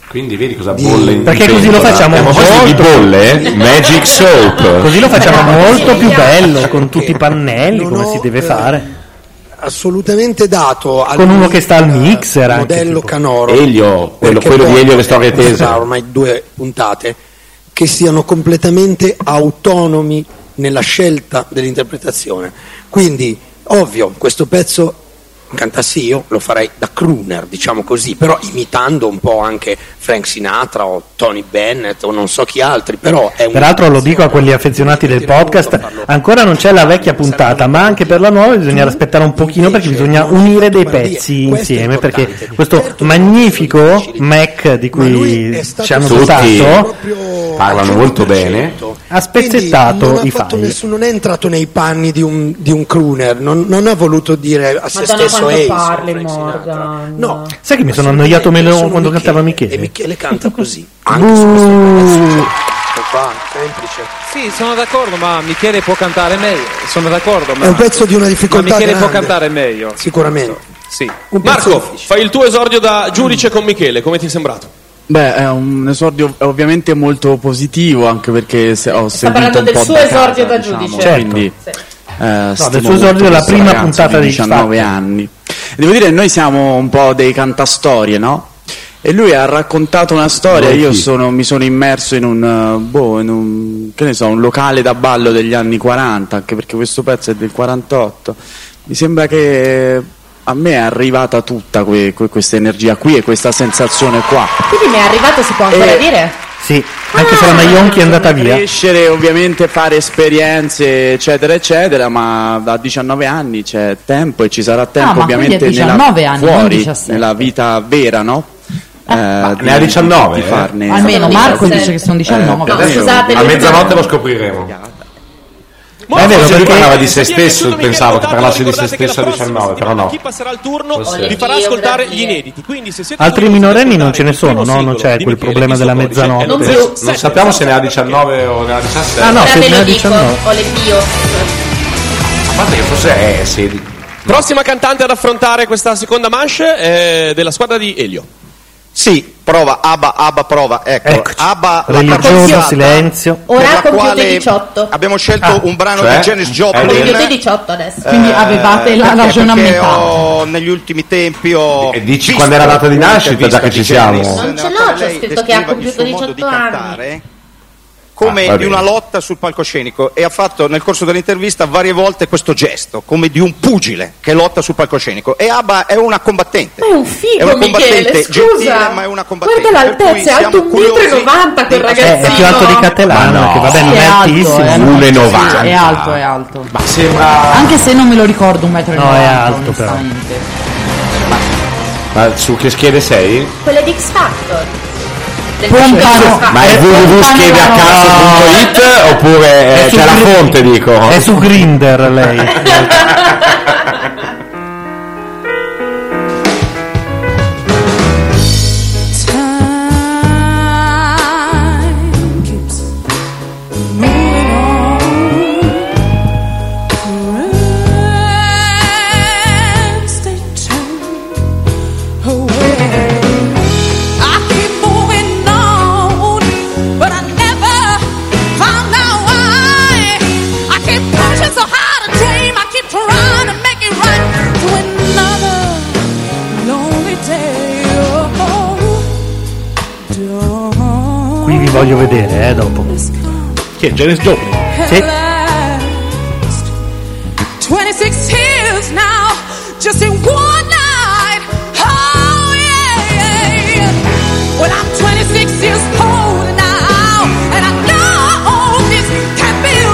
[SPEAKER 1] Quindi vedi cosa bolle in
[SPEAKER 2] Perché così
[SPEAKER 1] pentola.
[SPEAKER 2] lo facciamo
[SPEAKER 1] E A proposito di
[SPEAKER 2] molto-
[SPEAKER 1] bolle, eh? Magic Soap.
[SPEAKER 2] *laughs* così lo facciamo
[SPEAKER 9] Eh,
[SPEAKER 2] molto più bello con tutti i pannelli, come si deve fare,
[SPEAKER 9] assolutamente dato al
[SPEAKER 2] con uno che sta al mixer anche.
[SPEAKER 9] modello Canoro.
[SPEAKER 1] Elio, quello,
[SPEAKER 9] Perché
[SPEAKER 1] quello di
[SPEAKER 9] poi
[SPEAKER 1] Elio che storia è
[SPEAKER 9] sa,
[SPEAKER 1] tesa.
[SPEAKER 9] ormai due puntate che siano completamente autonomi nella scelta dell'interpretazione. Quindi, ovvio, questo pezzo cantassi io, lo farei da crooner, diciamo così, però imitando un po' anche Frank Sinatra o Tony Bennett o non so chi altri, però è eh, un
[SPEAKER 2] Peraltro lo dico a quelli affezionati del podcast, ancora non c'è la vecchia puntata, ma anche per la nuova bisognerà aspettare un pochino perché bisogna unire dei pezzi insieme, perché questo magnifico Mac di cui ci hanno
[SPEAKER 1] Tutti
[SPEAKER 2] dotato
[SPEAKER 1] parlano molto bene.
[SPEAKER 2] ha
[SPEAKER 9] non
[SPEAKER 2] spezzettato
[SPEAKER 9] ha
[SPEAKER 2] i
[SPEAKER 9] fatto
[SPEAKER 2] file.
[SPEAKER 9] nessuno, non è entrato nei panni di un, di un crooner, non, non ha voluto dire a se
[SPEAKER 13] Madonna
[SPEAKER 9] stesso
[SPEAKER 13] quanto
[SPEAKER 9] "Ehi,
[SPEAKER 13] parli Morgan. No,
[SPEAKER 2] Sai che mi sono annoiato meno quando cantava Michele?
[SPEAKER 9] Michele canta così.
[SPEAKER 14] Ecco qua, semplice. Sì, sono d'accordo, ma Michele può cantare meglio. Sono d'accordo, ma
[SPEAKER 9] È un pezzo di una difficoltà
[SPEAKER 14] Ma Michele può
[SPEAKER 9] grande.
[SPEAKER 14] cantare meglio.
[SPEAKER 9] Sicuramente.
[SPEAKER 14] Sì.
[SPEAKER 7] Marco, fai il tuo esordio da giudice con Michele, come ti è sembrato?
[SPEAKER 30] Beh, è un esordio ovviamente molto positivo, anche perché se- ho
[SPEAKER 13] Sta
[SPEAKER 30] seguito
[SPEAKER 13] parlando
[SPEAKER 30] un
[SPEAKER 13] del
[SPEAKER 30] po'
[SPEAKER 13] suo
[SPEAKER 30] da casa,
[SPEAKER 13] esordio da
[SPEAKER 30] diciamo,
[SPEAKER 13] giudice.
[SPEAKER 30] quindi, eh, stimo
[SPEAKER 2] del suo
[SPEAKER 30] molto
[SPEAKER 2] esordio della
[SPEAKER 30] questo
[SPEAKER 2] prima
[SPEAKER 30] ragazzo
[SPEAKER 2] puntata
[SPEAKER 30] di
[SPEAKER 2] di
[SPEAKER 30] 19
[SPEAKER 2] X-Factor.
[SPEAKER 30] anni. Devo dire, noi siamo un po' dei cantastorie, no? E lui ha raccontato una storia,
[SPEAKER 8] Molti.
[SPEAKER 30] io sono- mi sono immerso in un, eh, boh, in un, che ne so, un locale da ballo degli anni 40, anche perché questo pezzo è del 48. Mi sembra che a me è arrivata tutta que- que- questa energia qui e questa sensazione qua.
[SPEAKER 13] Quindi mi è arrivato, si può ancora
[SPEAKER 30] Eh,
[SPEAKER 13] dire?
[SPEAKER 2] Sì, anche se la Maionchi è andata via.
[SPEAKER 30] Ah, Crescere, ovviamente, fare esperienze, eccetera, eccetera, ma da 19 anni c'è tempo e ci sarà tempo,
[SPEAKER 12] Ah, ma quindi
[SPEAKER 30] ovviamente,
[SPEAKER 12] a 19
[SPEAKER 30] nella,
[SPEAKER 12] anni, non
[SPEAKER 30] fuori,
[SPEAKER 12] 17.
[SPEAKER 30] nella vita vera, no? Eh,
[SPEAKER 1] ne ha 19,
[SPEAKER 30] di
[SPEAKER 1] eh?
[SPEAKER 30] farne-
[SPEAKER 12] Almeno Marco dice che sono 19.
[SPEAKER 1] Eh,
[SPEAKER 12] scusate,
[SPEAKER 1] a
[SPEAKER 12] lui-
[SPEAKER 1] mezzanotte lo scopriremo. Ma è vero, lui parlava di se stesso, pensavo che parlasse di se stesso a 19, però no.
[SPEAKER 7] Chi passerà il turno
[SPEAKER 1] Forse-
[SPEAKER 7] vi farà ascoltare gli inediti. Quindi se siete
[SPEAKER 2] Altri minorenni non ce ne sono, no? Non c'è quel problema della mezzanotte.
[SPEAKER 1] Non, sappiamo se ne ha 19 o ne ha 17.
[SPEAKER 2] Ah, no, se
[SPEAKER 6] Ve
[SPEAKER 2] ne
[SPEAKER 6] lo
[SPEAKER 2] ha
[SPEAKER 6] dico,
[SPEAKER 2] 19.
[SPEAKER 6] ho le bio.
[SPEAKER 1] A parte che forse è 16.
[SPEAKER 7] Prossima cantante ad affrontare questa seconda manche è della squadra di Elio.
[SPEAKER 11] Sì, prova, Abba, Abba, prova. Ecco, Abba, la
[SPEAKER 2] Religioso,
[SPEAKER 11] carrozzata
[SPEAKER 2] silenzio.
[SPEAKER 11] per la
[SPEAKER 6] Ora compiute
[SPEAKER 11] quale
[SPEAKER 6] 18.
[SPEAKER 11] Abbiamo scelto un brano
[SPEAKER 2] cioè?
[SPEAKER 11] di Janis
[SPEAKER 1] Eh,
[SPEAKER 11] Joplin.
[SPEAKER 6] Compiute 18 adesso.
[SPEAKER 11] eh,
[SPEAKER 30] Quindi avevate la- la
[SPEAKER 11] perché-
[SPEAKER 30] ragione a
[SPEAKER 11] perché
[SPEAKER 30] metà.
[SPEAKER 11] ho- negli ultimi tempi ho
[SPEAKER 1] E dici
[SPEAKER 11] visto
[SPEAKER 1] quando è la data di nascita,
[SPEAKER 11] un'intervista
[SPEAKER 1] già che ci
[SPEAKER 11] di
[SPEAKER 1] siamo.
[SPEAKER 11] Janis,
[SPEAKER 1] Non
[SPEAKER 6] Non ce
[SPEAKER 11] nella
[SPEAKER 6] l'ho,
[SPEAKER 11] quale
[SPEAKER 6] Cioè, c'è
[SPEAKER 11] lei
[SPEAKER 6] scritto che ha
[SPEAKER 11] descriva il
[SPEAKER 6] compiuto
[SPEAKER 11] suo modo di
[SPEAKER 6] 18
[SPEAKER 11] cantare.
[SPEAKER 6] anni.
[SPEAKER 11] come
[SPEAKER 1] Ah, va
[SPEAKER 11] di una
[SPEAKER 1] bene.
[SPEAKER 11] lotta sul palcoscenico e ha fatto nel corso dell'intervista varie volte questo gesto, come di un pugile che lotta sul palcoscenico. E Abba è una combattente.
[SPEAKER 6] Ma è un figo,
[SPEAKER 11] È una combattente
[SPEAKER 6] Michele,
[SPEAKER 11] gentile,
[SPEAKER 6] scusa.
[SPEAKER 11] ma è una combattente.
[SPEAKER 6] Guarda
[SPEAKER 11] Per cui
[SPEAKER 6] l'altezza, è alto
[SPEAKER 11] siamo
[SPEAKER 6] 1,90 m quel
[SPEAKER 2] Eh,
[SPEAKER 6] ragazzino.
[SPEAKER 2] è più alto di Cattelano, che vabbè, non
[SPEAKER 12] Sì,
[SPEAKER 2] è,
[SPEAKER 12] è alto,
[SPEAKER 2] altissimo.
[SPEAKER 12] eh, non Cioè, è altissimo.
[SPEAKER 2] 1,90.
[SPEAKER 12] È alto, è alto.
[SPEAKER 1] Ma sembra.
[SPEAKER 12] Anche se non me lo ricordo un metro e
[SPEAKER 1] No, è
[SPEAKER 12] novanta,
[SPEAKER 1] alto, però.
[SPEAKER 12] onestamente.
[SPEAKER 1] Ma su che schede sei?
[SPEAKER 6] Quella di X Factor. Del
[SPEAKER 2] Ah,
[SPEAKER 12] Pompano.
[SPEAKER 6] X-Factor.
[SPEAKER 1] Ma
[SPEAKER 2] Eh,
[SPEAKER 1] è www.schedeacaso.it oppure eh, c'è la fonte, dico?
[SPEAKER 2] È su Grinder lei.
[SPEAKER 17] Time keeps moving on Friends, they turn away. I keep moving on, but I never found out why. I keep pushing so hard to tame. I keep trying to make it right to another lonely day. Oh,
[SPEAKER 2] Qui vi voglio vedere, eh, dopo.
[SPEAKER 31] Chi è Janis Joplin?
[SPEAKER 2] Sì.
[SPEAKER 17] last 26 years now, just in one night. Oh, yeah, yeah, yeah. Well, I'm 26 years old now, and I know this can't be right. Oh,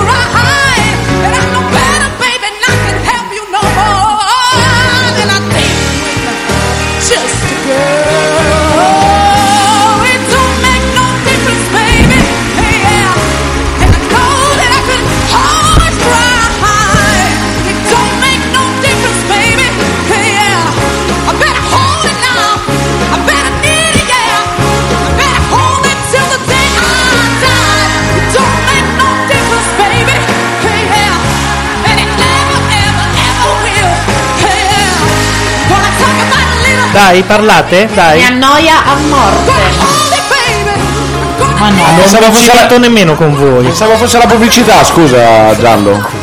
[SPEAKER 29] Dai, parlate,
[SPEAKER 6] Mi
[SPEAKER 29] dai.
[SPEAKER 6] annoia a morte.
[SPEAKER 29] Ma
[SPEAKER 2] no,
[SPEAKER 29] Ah, non
[SPEAKER 1] Pensavo
[SPEAKER 29] ho
[SPEAKER 1] fosse
[SPEAKER 29] citato nemmeno con voi.
[SPEAKER 1] Pensavo fosse la pubblicità, scusa Giallo.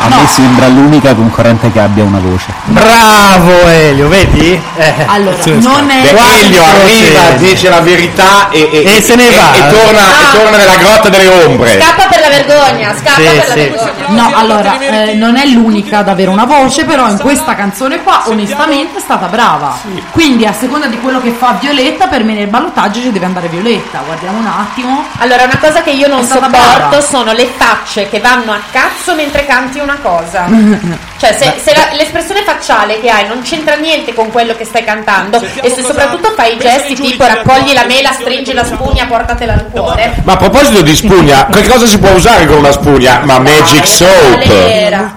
[SPEAKER 15] A me sembra l'unica concorrente che abbia una voce.
[SPEAKER 29] Bravo Elio, vedi?
[SPEAKER 2] Eh.
[SPEAKER 15] Allora,
[SPEAKER 29] non
[SPEAKER 1] Beh, Elio arriva, dice la verità e,
[SPEAKER 29] E se ne va.
[SPEAKER 1] e torna, e torna nella grotta delle ombre.
[SPEAKER 6] Scappa per la vergogna, scappa
[SPEAKER 1] Eh. Sì,
[SPEAKER 6] per la
[SPEAKER 1] sì.
[SPEAKER 6] vergogna.
[SPEAKER 12] No, allora, eh, non è l'unica ad avere una voce, però in questa canzone qua onestamente è stata brava. Quindi a seconda di quello che fa Violetta, per me nel ballottaggio ci deve andare Violetta. Guardiamo un attimo.
[SPEAKER 6] Allora, una cosa che io non
[SPEAKER 12] È stata
[SPEAKER 6] sopporto
[SPEAKER 12] brava.
[SPEAKER 6] sono le facce che vanno a cazzo mentre canti una cosa.
[SPEAKER 17] *laughs*
[SPEAKER 6] *laughs* Cioè, se, se la- l'espressione facciale che hai non c'entra niente con quello che stai cantando, e se soprattutto fai i gesti tipo raccogli la mela, stringi la spugna, portatela al cuore.
[SPEAKER 1] Ma a proposito
[SPEAKER 29] *laughs*
[SPEAKER 1] di spugna, che cosa si può usare con una spugna? Ma Magic Soap.
[SPEAKER 6] Era.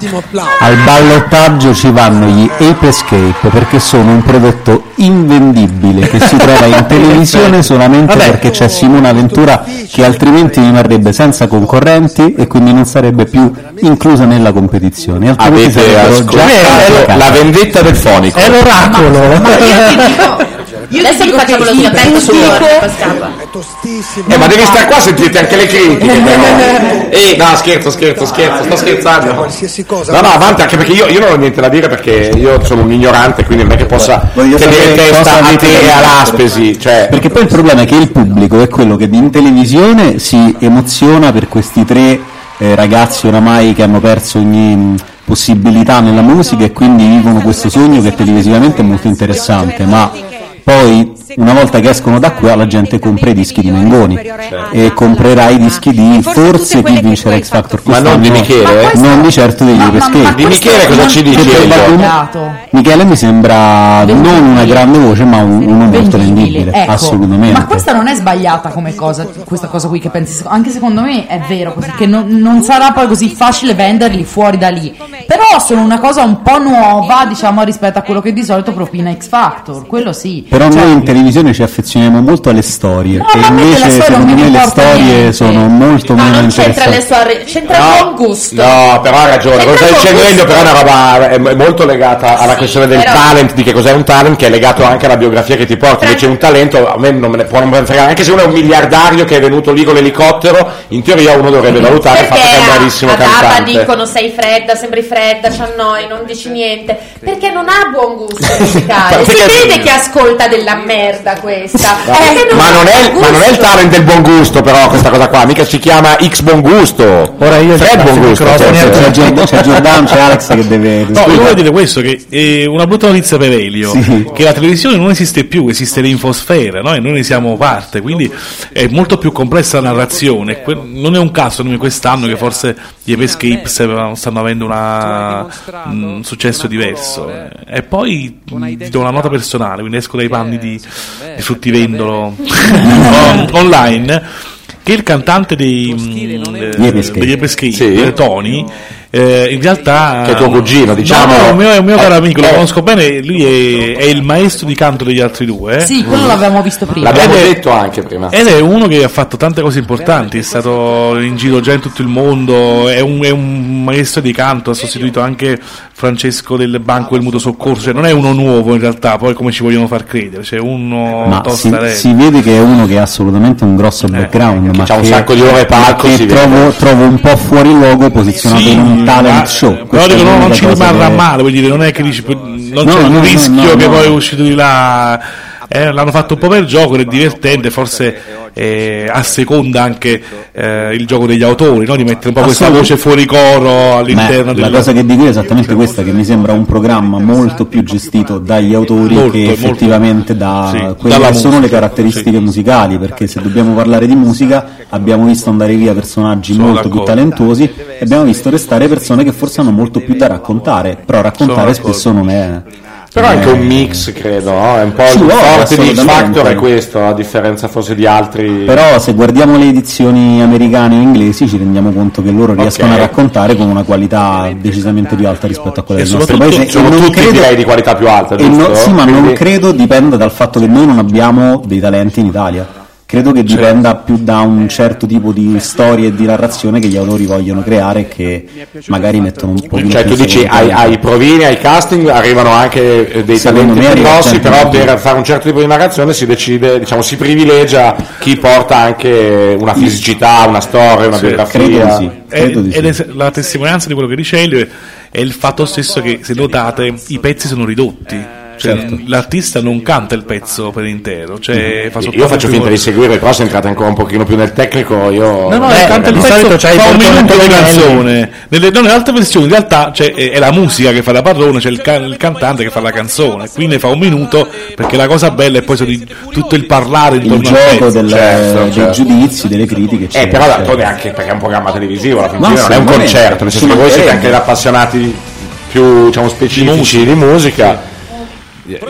[SPEAKER 15] Al ballottaggio ci vanno gli Ape Escape perché sono un prodotto invendibile che si trova
[SPEAKER 1] *laughs*
[SPEAKER 15] in televisione solamente perché c'è Simona Ventura che altrimenti rimarrebbe senza concorrenti e quindi non sarebbe più inclusa nella competizione. Altrimenti
[SPEAKER 1] Avete
[SPEAKER 15] sarebbero già
[SPEAKER 1] ascoltato
[SPEAKER 15] classificate.
[SPEAKER 1] la vendetta del fonico.
[SPEAKER 15] È l'oracolo.
[SPEAKER 6] Adesso facciamo lo schiaffetto sul Pascal.
[SPEAKER 1] Eh, ma devi stare qua a sentirti anche le *laughs* critiche, però. Eh, no, scherzo, scherzo, scherzo, sto scherzando.
[SPEAKER 9] Qualsiasi cosa.
[SPEAKER 1] No, no, avanti, anche perché io, io non ho niente da dire perché io sono un ignorante, quindi non è che possa
[SPEAKER 15] Voglio
[SPEAKER 1] tenere
[SPEAKER 15] sapere cosa
[SPEAKER 1] testa a
[SPEAKER 15] avete
[SPEAKER 1] te e
[SPEAKER 15] da
[SPEAKER 1] all'aspesi. Cioè,
[SPEAKER 15] Perché poi il problema è che il pubblico è quello che in televisione si emoziona per questi tre eh, ragazzi oramai che hanno perso ogni mh, possibilità nella musica e quindi vivono questo sogno che televisivamente è molto interessante, ma poi una volta che escono da qua la gente compra i dischi di Mengoni e comprerà i dischi di forse chi vincerà X Factor
[SPEAKER 1] Ma non di
[SPEAKER 15] quest'anno.
[SPEAKER 1] Michele, eh? Ma questo-
[SPEAKER 15] non di certo degli Pesche.
[SPEAKER 1] Di Michele cosa ci dici?
[SPEAKER 15] Che
[SPEAKER 1] Elio?
[SPEAKER 15] probabilmente- Michele mi sembra non una grande voce, ma un- uno molto vendibile,
[SPEAKER 12] Ecco, Ma
[SPEAKER 15] assolutamente.
[SPEAKER 12] questa non è sbagliata come cosa, questa cosa qui che pensi. Anche secondo me è vero, così, che non, non sarà poi così facile venderli fuori da lì. Però sono una cosa un po' nuova, diciamo, rispetto a quello che di solito propina X Factor. Quello sì.
[SPEAKER 15] Però
[SPEAKER 12] Cioè,
[SPEAKER 15] noi in televisione ci affezioniamo molto alle storie,
[SPEAKER 12] No,
[SPEAKER 15] e
[SPEAKER 12] ma a me della
[SPEAKER 15] invece
[SPEAKER 12] storia non
[SPEAKER 15] secondo
[SPEAKER 12] mi
[SPEAKER 15] me le
[SPEAKER 12] importa
[SPEAKER 15] storie
[SPEAKER 12] niente.
[SPEAKER 15] sono molto meno
[SPEAKER 6] C'entra
[SPEAKER 15] interessanti.
[SPEAKER 6] le sue c'entra il buon gusto.
[SPEAKER 1] No, però ha ragione. Cosa stai dicendo Elio, però è una roba è è molto legata alla questione del
[SPEAKER 6] però-
[SPEAKER 1] talent, di che cos'è un talent, che è legato anche alla biografia che ti porti. Invece un talento a me non me ne può non me ne fregare. Anche se uno è un miliardario che è venuto lì con l'elicottero, in teoria uno dovrebbe valutare il fatto che è un bravissimo
[SPEAKER 6] a Baba
[SPEAKER 1] cantante.
[SPEAKER 6] dicono sei fredda, sembri fredda, ci annoi, non dici niente. Perché non ha buon gusto musicale.
[SPEAKER 1] *laughs*
[SPEAKER 6] si
[SPEAKER 1] Perché-
[SPEAKER 6] vede che ascolta della merda questa. Perché
[SPEAKER 1] Ma non,
[SPEAKER 6] ha
[SPEAKER 1] è,
[SPEAKER 6] buon
[SPEAKER 1] ma non è il
[SPEAKER 6] gusto.
[SPEAKER 1] talent del buon gusto, però, questa cosa qua. Mica si chiama X buon gusto. Ora io Fred buon gusto.
[SPEAKER 15] C'è,
[SPEAKER 1] cioè,
[SPEAKER 15] c'è,
[SPEAKER 1] cioè,
[SPEAKER 15] Giord- c'è Giordano, c'è Alex che
[SPEAKER 1] Ehm,
[SPEAKER 15] deve...
[SPEAKER 5] No, io volevo dire questo, che è una brutta notizia per Elio, che la televisione non esiste più, esiste l'infosfera, no? e noi ne siamo parte, quindi è molto più complessa la narrazione. Que- Non è un caso noi quest'anno che forse gli Escape stanno avendo una- un successo diverso. E poi mh, ti do una nota personale, quindi esco dai panni di, di fruttivendolo on- *coughs* online. Che il cantante dei, mh, eh, degli Escape, eh, Tony, eh, in realtà
[SPEAKER 1] Che è tuo cugino,
[SPEAKER 5] No,
[SPEAKER 1] diciamo.
[SPEAKER 5] no, è un mio, è un mio
[SPEAKER 1] Eh,
[SPEAKER 5] caro amico, lo
[SPEAKER 1] eh.
[SPEAKER 5] conosco bene, lui è, è il maestro di canto degli altri due.
[SPEAKER 12] Sì, quello l'avevamo visto prima.
[SPEAKER 15] Eh,
[SPEAKER 1] L'abbiamo
[SPEAKER 5] Ed è-
[SPEAKER 1] detto anche prima.
[SPEAKER 5] Ed è uno che ha fatto tante cose importanti, è stato in giro già in tutto il mondo, è un, è un maestro di canto, ha sostituito anche Francesco del Banco del Mutuo Soccorso, cioè non è uno nuovo in realtà, poi come ci vogliono far credere, cioè uno
[SPEAKER 15] Ma si,
[SPEAKER 5] tostarello.
[SPEAKER 15] si vede che è uno che ha assolutamente un grosso background, ma
[SPEAKER 1] c'ha un
[SPEAKER 15] che-
[SPEAKER 1] sacco di ore palco,
[SPEAKER 15] che
[SPEAKER 1] si vede.
[SPEAKER 15] trovo, trovo un po' fuori luogo posizionato in un talent show.
[SPEAKER 5] Però
[SPEAKER 15] Questa è
[SPEAKER 5] dico, no, non
[SPEAKER 15] l'unica
[SPEAKER 5] ci
[SPEAKER 15] cosa
[SPEAKER 5] rimarrà
[SPEAKER 15] che-
[SPEAKER 5] male, vuol dire, non è che dici, non
[SPEAKER 15] No,
[SPEAKER 5] c'è
[SPEAKER 15] no,
[SPEAKER 5] un
[SPEAKER 15] no,
[SPEAKER 5] rischio
[SPEAKER 15] no,
[SPEAKER 5] che
[SPEAKER 15] no.
[SPEAKER 5] poi è uscito di là. Eh, l'hanno fatto un po' per gioco, ed è divertente, forse eh, asseconda anche eh, il gioco degli autori, no? di mettere un po' questa
[SPEAKER 15] Assolut-
[SPEAKER 5] voce fuori coro
[SPEAKER 15] Ma
[SPEAKER 5] all'interno
[SPEAKER 15] la
[SPEAKER 5] del...
[SPEAKER 15] cosa che dico è esattamente questa che mi sembra un programma molto più gestito dagli autori
[SPEAKER 5] Molto,
[SPEAKER 15] che
[SPEAKER 5] molto.
[SPEAKER 15] effettivamente da
[SPEAKER 5] Sì,
[SPEAKER 15] quelle
[SPEAKER 5] dalla
[SPEAKER 15] che sono le
[SPEAKER 5] musica,
[SPEAKER 15] caratteristiche musicali perché se dobbiamo parlare di musica abbiamo visto andare via personaggi
[SPEAKER 5] Sono
[SPEAKER 15] molto più
[SPEAKER 5] d'accordo.
[SPEAKER 15] talentuosi e abbiamo visto restare persone che forse hanno molto più da raccontare però raccontare
[SPEAKER 1] d'accordo.
[SPEAKER 15] spesso non è
[SPEAKER 1] Però
[SPEAKER 15] non
[SPEAKER 1] anche
[SPEAKER 15] è-
[SPEAKER 1] un mix, credo, no? È un po'
[SPEAKER 15] Sì,
[SPEAKER 1] il
[SPEAKER 15] no,
[SPEAKER 1] forte di X
[SPEAKER 15] assolutamente.
[SPEAKER 1] Factor è questo, a differenza forse di altri.
[SPEAKER 15] però se guardiamo le edizioni americane o inglesi ci rendiamo conto che loro riescono a raccontare con una qualità decisamente più alta rispetto a quella
[SPEAKER 1] E
[SPEAKER 15] del nostro
[SPEAKER 1] soprattutto
[SPEAKER 15] paese e
[SPEAKER 1] sono
[SPEAKER 15] non
[SPEAKER 1] tutti
[SPEAKER 15] credo-
[SPEAKER 1] direi di qualità più alta,
[SPEAKER 15] E
[SPEAKER 1] giusto?
[SPEAKER 15] no- sì, ma non
[SPEAKER 1] Quindi-
[SPEAKER 15] credo dipenda dal fatto che noi non abbiamo dei talenti in Italia. Credo
[SPEAKER 1] Certo.
[SPEAKER 15] che dipenda più da un certo tipo di storia e di narrazione che gli autori vogliono creare e che magari mettono un po' più
[SPEAKER 1] Cioè, tu dici ai, ai provini, ai casting arrivano anche eh, dei
[SPEAKER 15] Secondo
[SPEAKER 1] talenti
[SPEAKER 15] me arriva
[SPEAKER 1] promossi,
[SPEAKER 15] gente
[SPEAKER 1] però
[SPEAKER 15] di-
[SPEAKER 1] per fare un certo tipo di narrazione si decide, diciamo, si privilegia chi porta anche una fisicità, una storia, una
[SPEAKER 5] Sì,
[SPEAKER 1] biografia.
[SPEAKER 5] Eh, ed è se- la testimonianza di quello che dice Elio è, è il fatto stesso che, se notate, i pezzi sono ridotti. Cioè,
[SPEAKER 15] Certo.
[SPEAKER 5] L'artista non canta il pezzo per intero, cioè, fa soltanto
[SPEAKER 1] Io faccio
[SPEAKER 5] più-
[SPEAKER 1] finta di seguire, però se entrate ancora un pochino più nel tecnico, io... Eh,
[SPEAKER 5] No, no, è tanto il pezzo fa un minuto di canzone. Nelle, no, nelle altre versioni in realtà cioè, è, è la musica che fa la padrona, c'è il, ca- il cantante che fa la canzone, qui ne fa un minuto perché la cosa bella è poi so di- tutto il parlare
[SPEAKER 15] il
[SPEAKER 5] intorno al
[SPEAKER 15] gioco
[SPEAKER 5] pezzo. Certo,
[SPEAKER 15] del- dei giudizi, delle critiche.
[SPEAKER 1] certo, Eh,
[SPEAKER 15] eccetera,
[SPEAKER 1] però
[SPEAKER 15] eccetera.
[SPEAKER 1] d'altronde anche perché è un programma televisivo, alla fin
[SPEAKER 15] Ma
[SPEAKER 1] fine non è un
[SPEAKER 15] assolutamente.
[SPEAKER 1] concerto, nel senso che voi siete anche appassionati più diciamo, specifici di musica.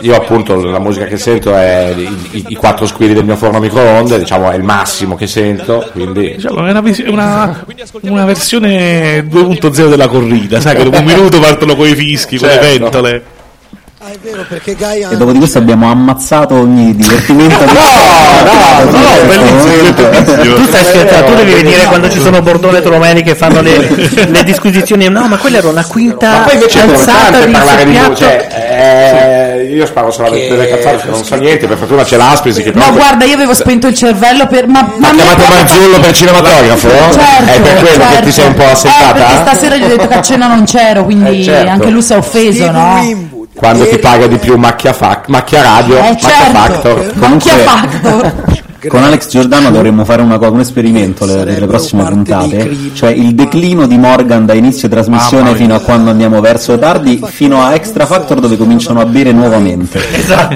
[SPEAKER 1] Io appunto la musica che sento è i, i- i quattro squilli del mio forno a microonde, diciamo è il massimo che sento, quindi
[SPEAKER 5] Diciamo, è una, visi- è una- una versione 2.0 della corrida, sai che dopo un minuto partono con i fischi, con le
[SPEAKER 15] Certo.
[SPEAKER 5] pentole.
[SPEAKER 32] Perché Gaia
[SPEAKER 15] E dopo di questo abbiamo ammazzato ogni
[SPEAKER 1] *laughs*
[SPEAKER 15] divertimento. *laughs* no, no, Eh,
[SPEAKER 2] Tu stai scherzando, tu devi venire quando ci sono Bordone e Tolomei che fanno le, le disquisizioni. No, ma quella era una quinta
[SPEAKER 1] Ma poi invece è
[SPEAKER 2] alzata
[SPEAKER 1] importante
[SPEAKER 2] di
[SPEAKER 1] parlare di
[SPEAKER 2] soppiatto.
[SPEAKER 1] musica, cioè, eh, io sparo solamente delle cazzate perché non so niente, per fortuna c'è l'Aspesi che
[SPEAKER 12] Ma
[SPEAKER 1] però-
[SPEAKER 12] guarda, io avevo spento il cervello per. Ma, ma
[SPEAKER 1] Ha
[SPEAKER 12] mi-
[SPEAKER 1] chiamato Marzullo per cinematografo?
[SPEAKER 12] Certo,
[SPEAKER 1] è per quello che
[SPEAKER 12] certo.
[SPEAKER 1] ti sei un po'
[SPEAKER 12] Eh, perché
[SPEAKER 1] assettata?
[SPEAKER 12] stasera gli ho detto che a cena non c'ero, quindi
[SPEAKER 1] Eh, certo.
[SPEAKER 12] anche lui si è offeso, no?
[SPEAKER 1] Quando ti paga di più macchia, fac- macchia radio,
[SPEAKER 12] Eh,
[SPEAKER 1] macchia
[SPEAKER 12] certo.
[SPEAKER 1] factor.
[SPEAKER 15] Comunque-
[SPEAKER 12] Chi ha
[SPEAKER 17] *laughs*
[SPEAKER 12] fatto?
[SPEAKER 15] Con Alex Giordano dovremmo fare una co- un esperimento le- nelle prossime puntate, cioè il declino di Morgan da inizio
[SPEAKER 2] Ah,
[SPEAKER 15] trasmissione fino a quando andiamo verso tardi, fino a Extra Factor dove cominciano a bere nuovamente.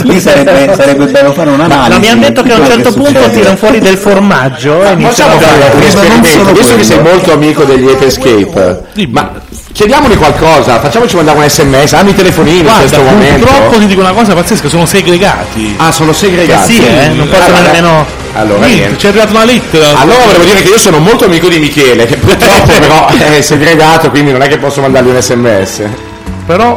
[SPEAKER 15] Lì sarebbe, sarebbe bello fare
[SPEAKER 2] Ma
[SPEAKER 15] un'analisi.
[SPEAKER 2] Esatto. ma mi hanno detto
[SPEAKER 15] di
[SPEAKER 2] che a un
[SPEAKER 15] tutto quello
[SPEAKER 2] certo
[SPEAKER 15] che
[SPEAKER 2] punto
[SPEAKER 15] succede.
[SPEAKER 2] tirano fuori del formaggio e iniziano
[SPEAKER 1] Possiamo
[SPEAKER 2] a
[SPEAKER 1] fare un esperimento, visto che sei molto amico degli Ape Escape, ma chiediamoli qualcosa, facciamoci mandare un sms, hanno i telefonini in
[SPEAKER 5] Guarda,
[SPEAKER 1] questo momento.
[SPEAKER 5] purtroppo ti dico una cosa pazzesca, sono segregati.
[SPEAKER 1] Ah, sono segregati?
[SPEAKER 5] Sì, eh, non possono
[SPEAKER 1] Allora-
[SPEAKER 5] nemmeno...
[SPEAKER 1] Allora,
[SPEAKER 5] Niente,
[SPEAKER 1] niente.
[SPEAKER 5] c'è arrivata una lettera.
[SPEAKER 1] Allora volevo dire che io sono molto amico di Michele, che
[SPEAKER 5] *laughs*
[SPEAKER 1] purtroppo però è segregato, quindi non è che posso mandargli un sms.
[SPEAKER 2] Però.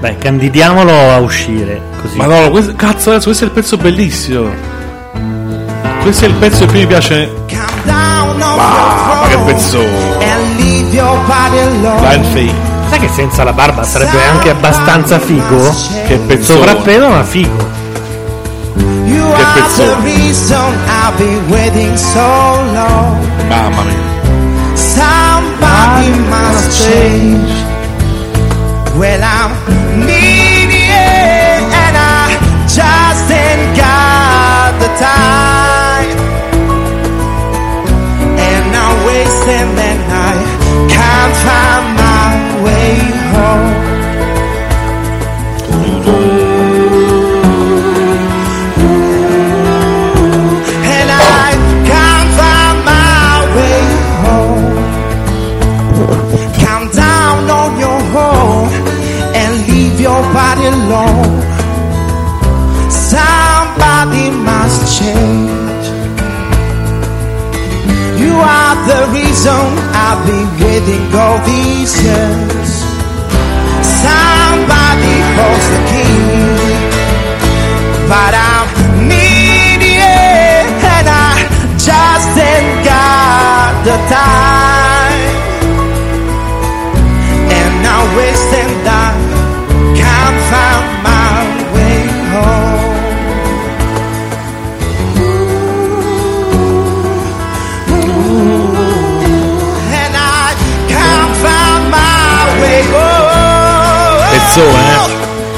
[SPEAKER 2] Beh, candidiamolo a uscire così.
[SPEAKER 5] Ma no, questo, cazzo, adesso questo è il pezzo bellissimo. Questo è il pezzo che mi piace. Ma, ma che pezzo! Blind Faith.
[SPEAKER 2] Sai che senza la barba sarebbe anche abbastanza figo?
[SPEAKER 5] Che pezzone.
[SPEAKER 2] Sovrappeso ma figo.
[SPEAKER 13] You
[SPEAKER 2] Che
[SPEAKER 13] are the
[SPEAKER 2] pezzone.
[SPEAKER 13] reason I've been waiting so long.
[SPEAKER 5] Mamma mia.
[SPEAKER 13] Somebody must change. Well, I'm needy and I just ain't got the time. And I'm wasting the night. Can't find my way home. And I can't find my way home. Come down on your home and leave your body alone. Somebody must change. You are the reason I've been waiting all these years. Somebody holds the key. But I'm needy and I just ain't got the time. And I'm wasting time, can't find my way home. Ooh. And I can't find my way home.
[SPEAKER 5] Pezzone,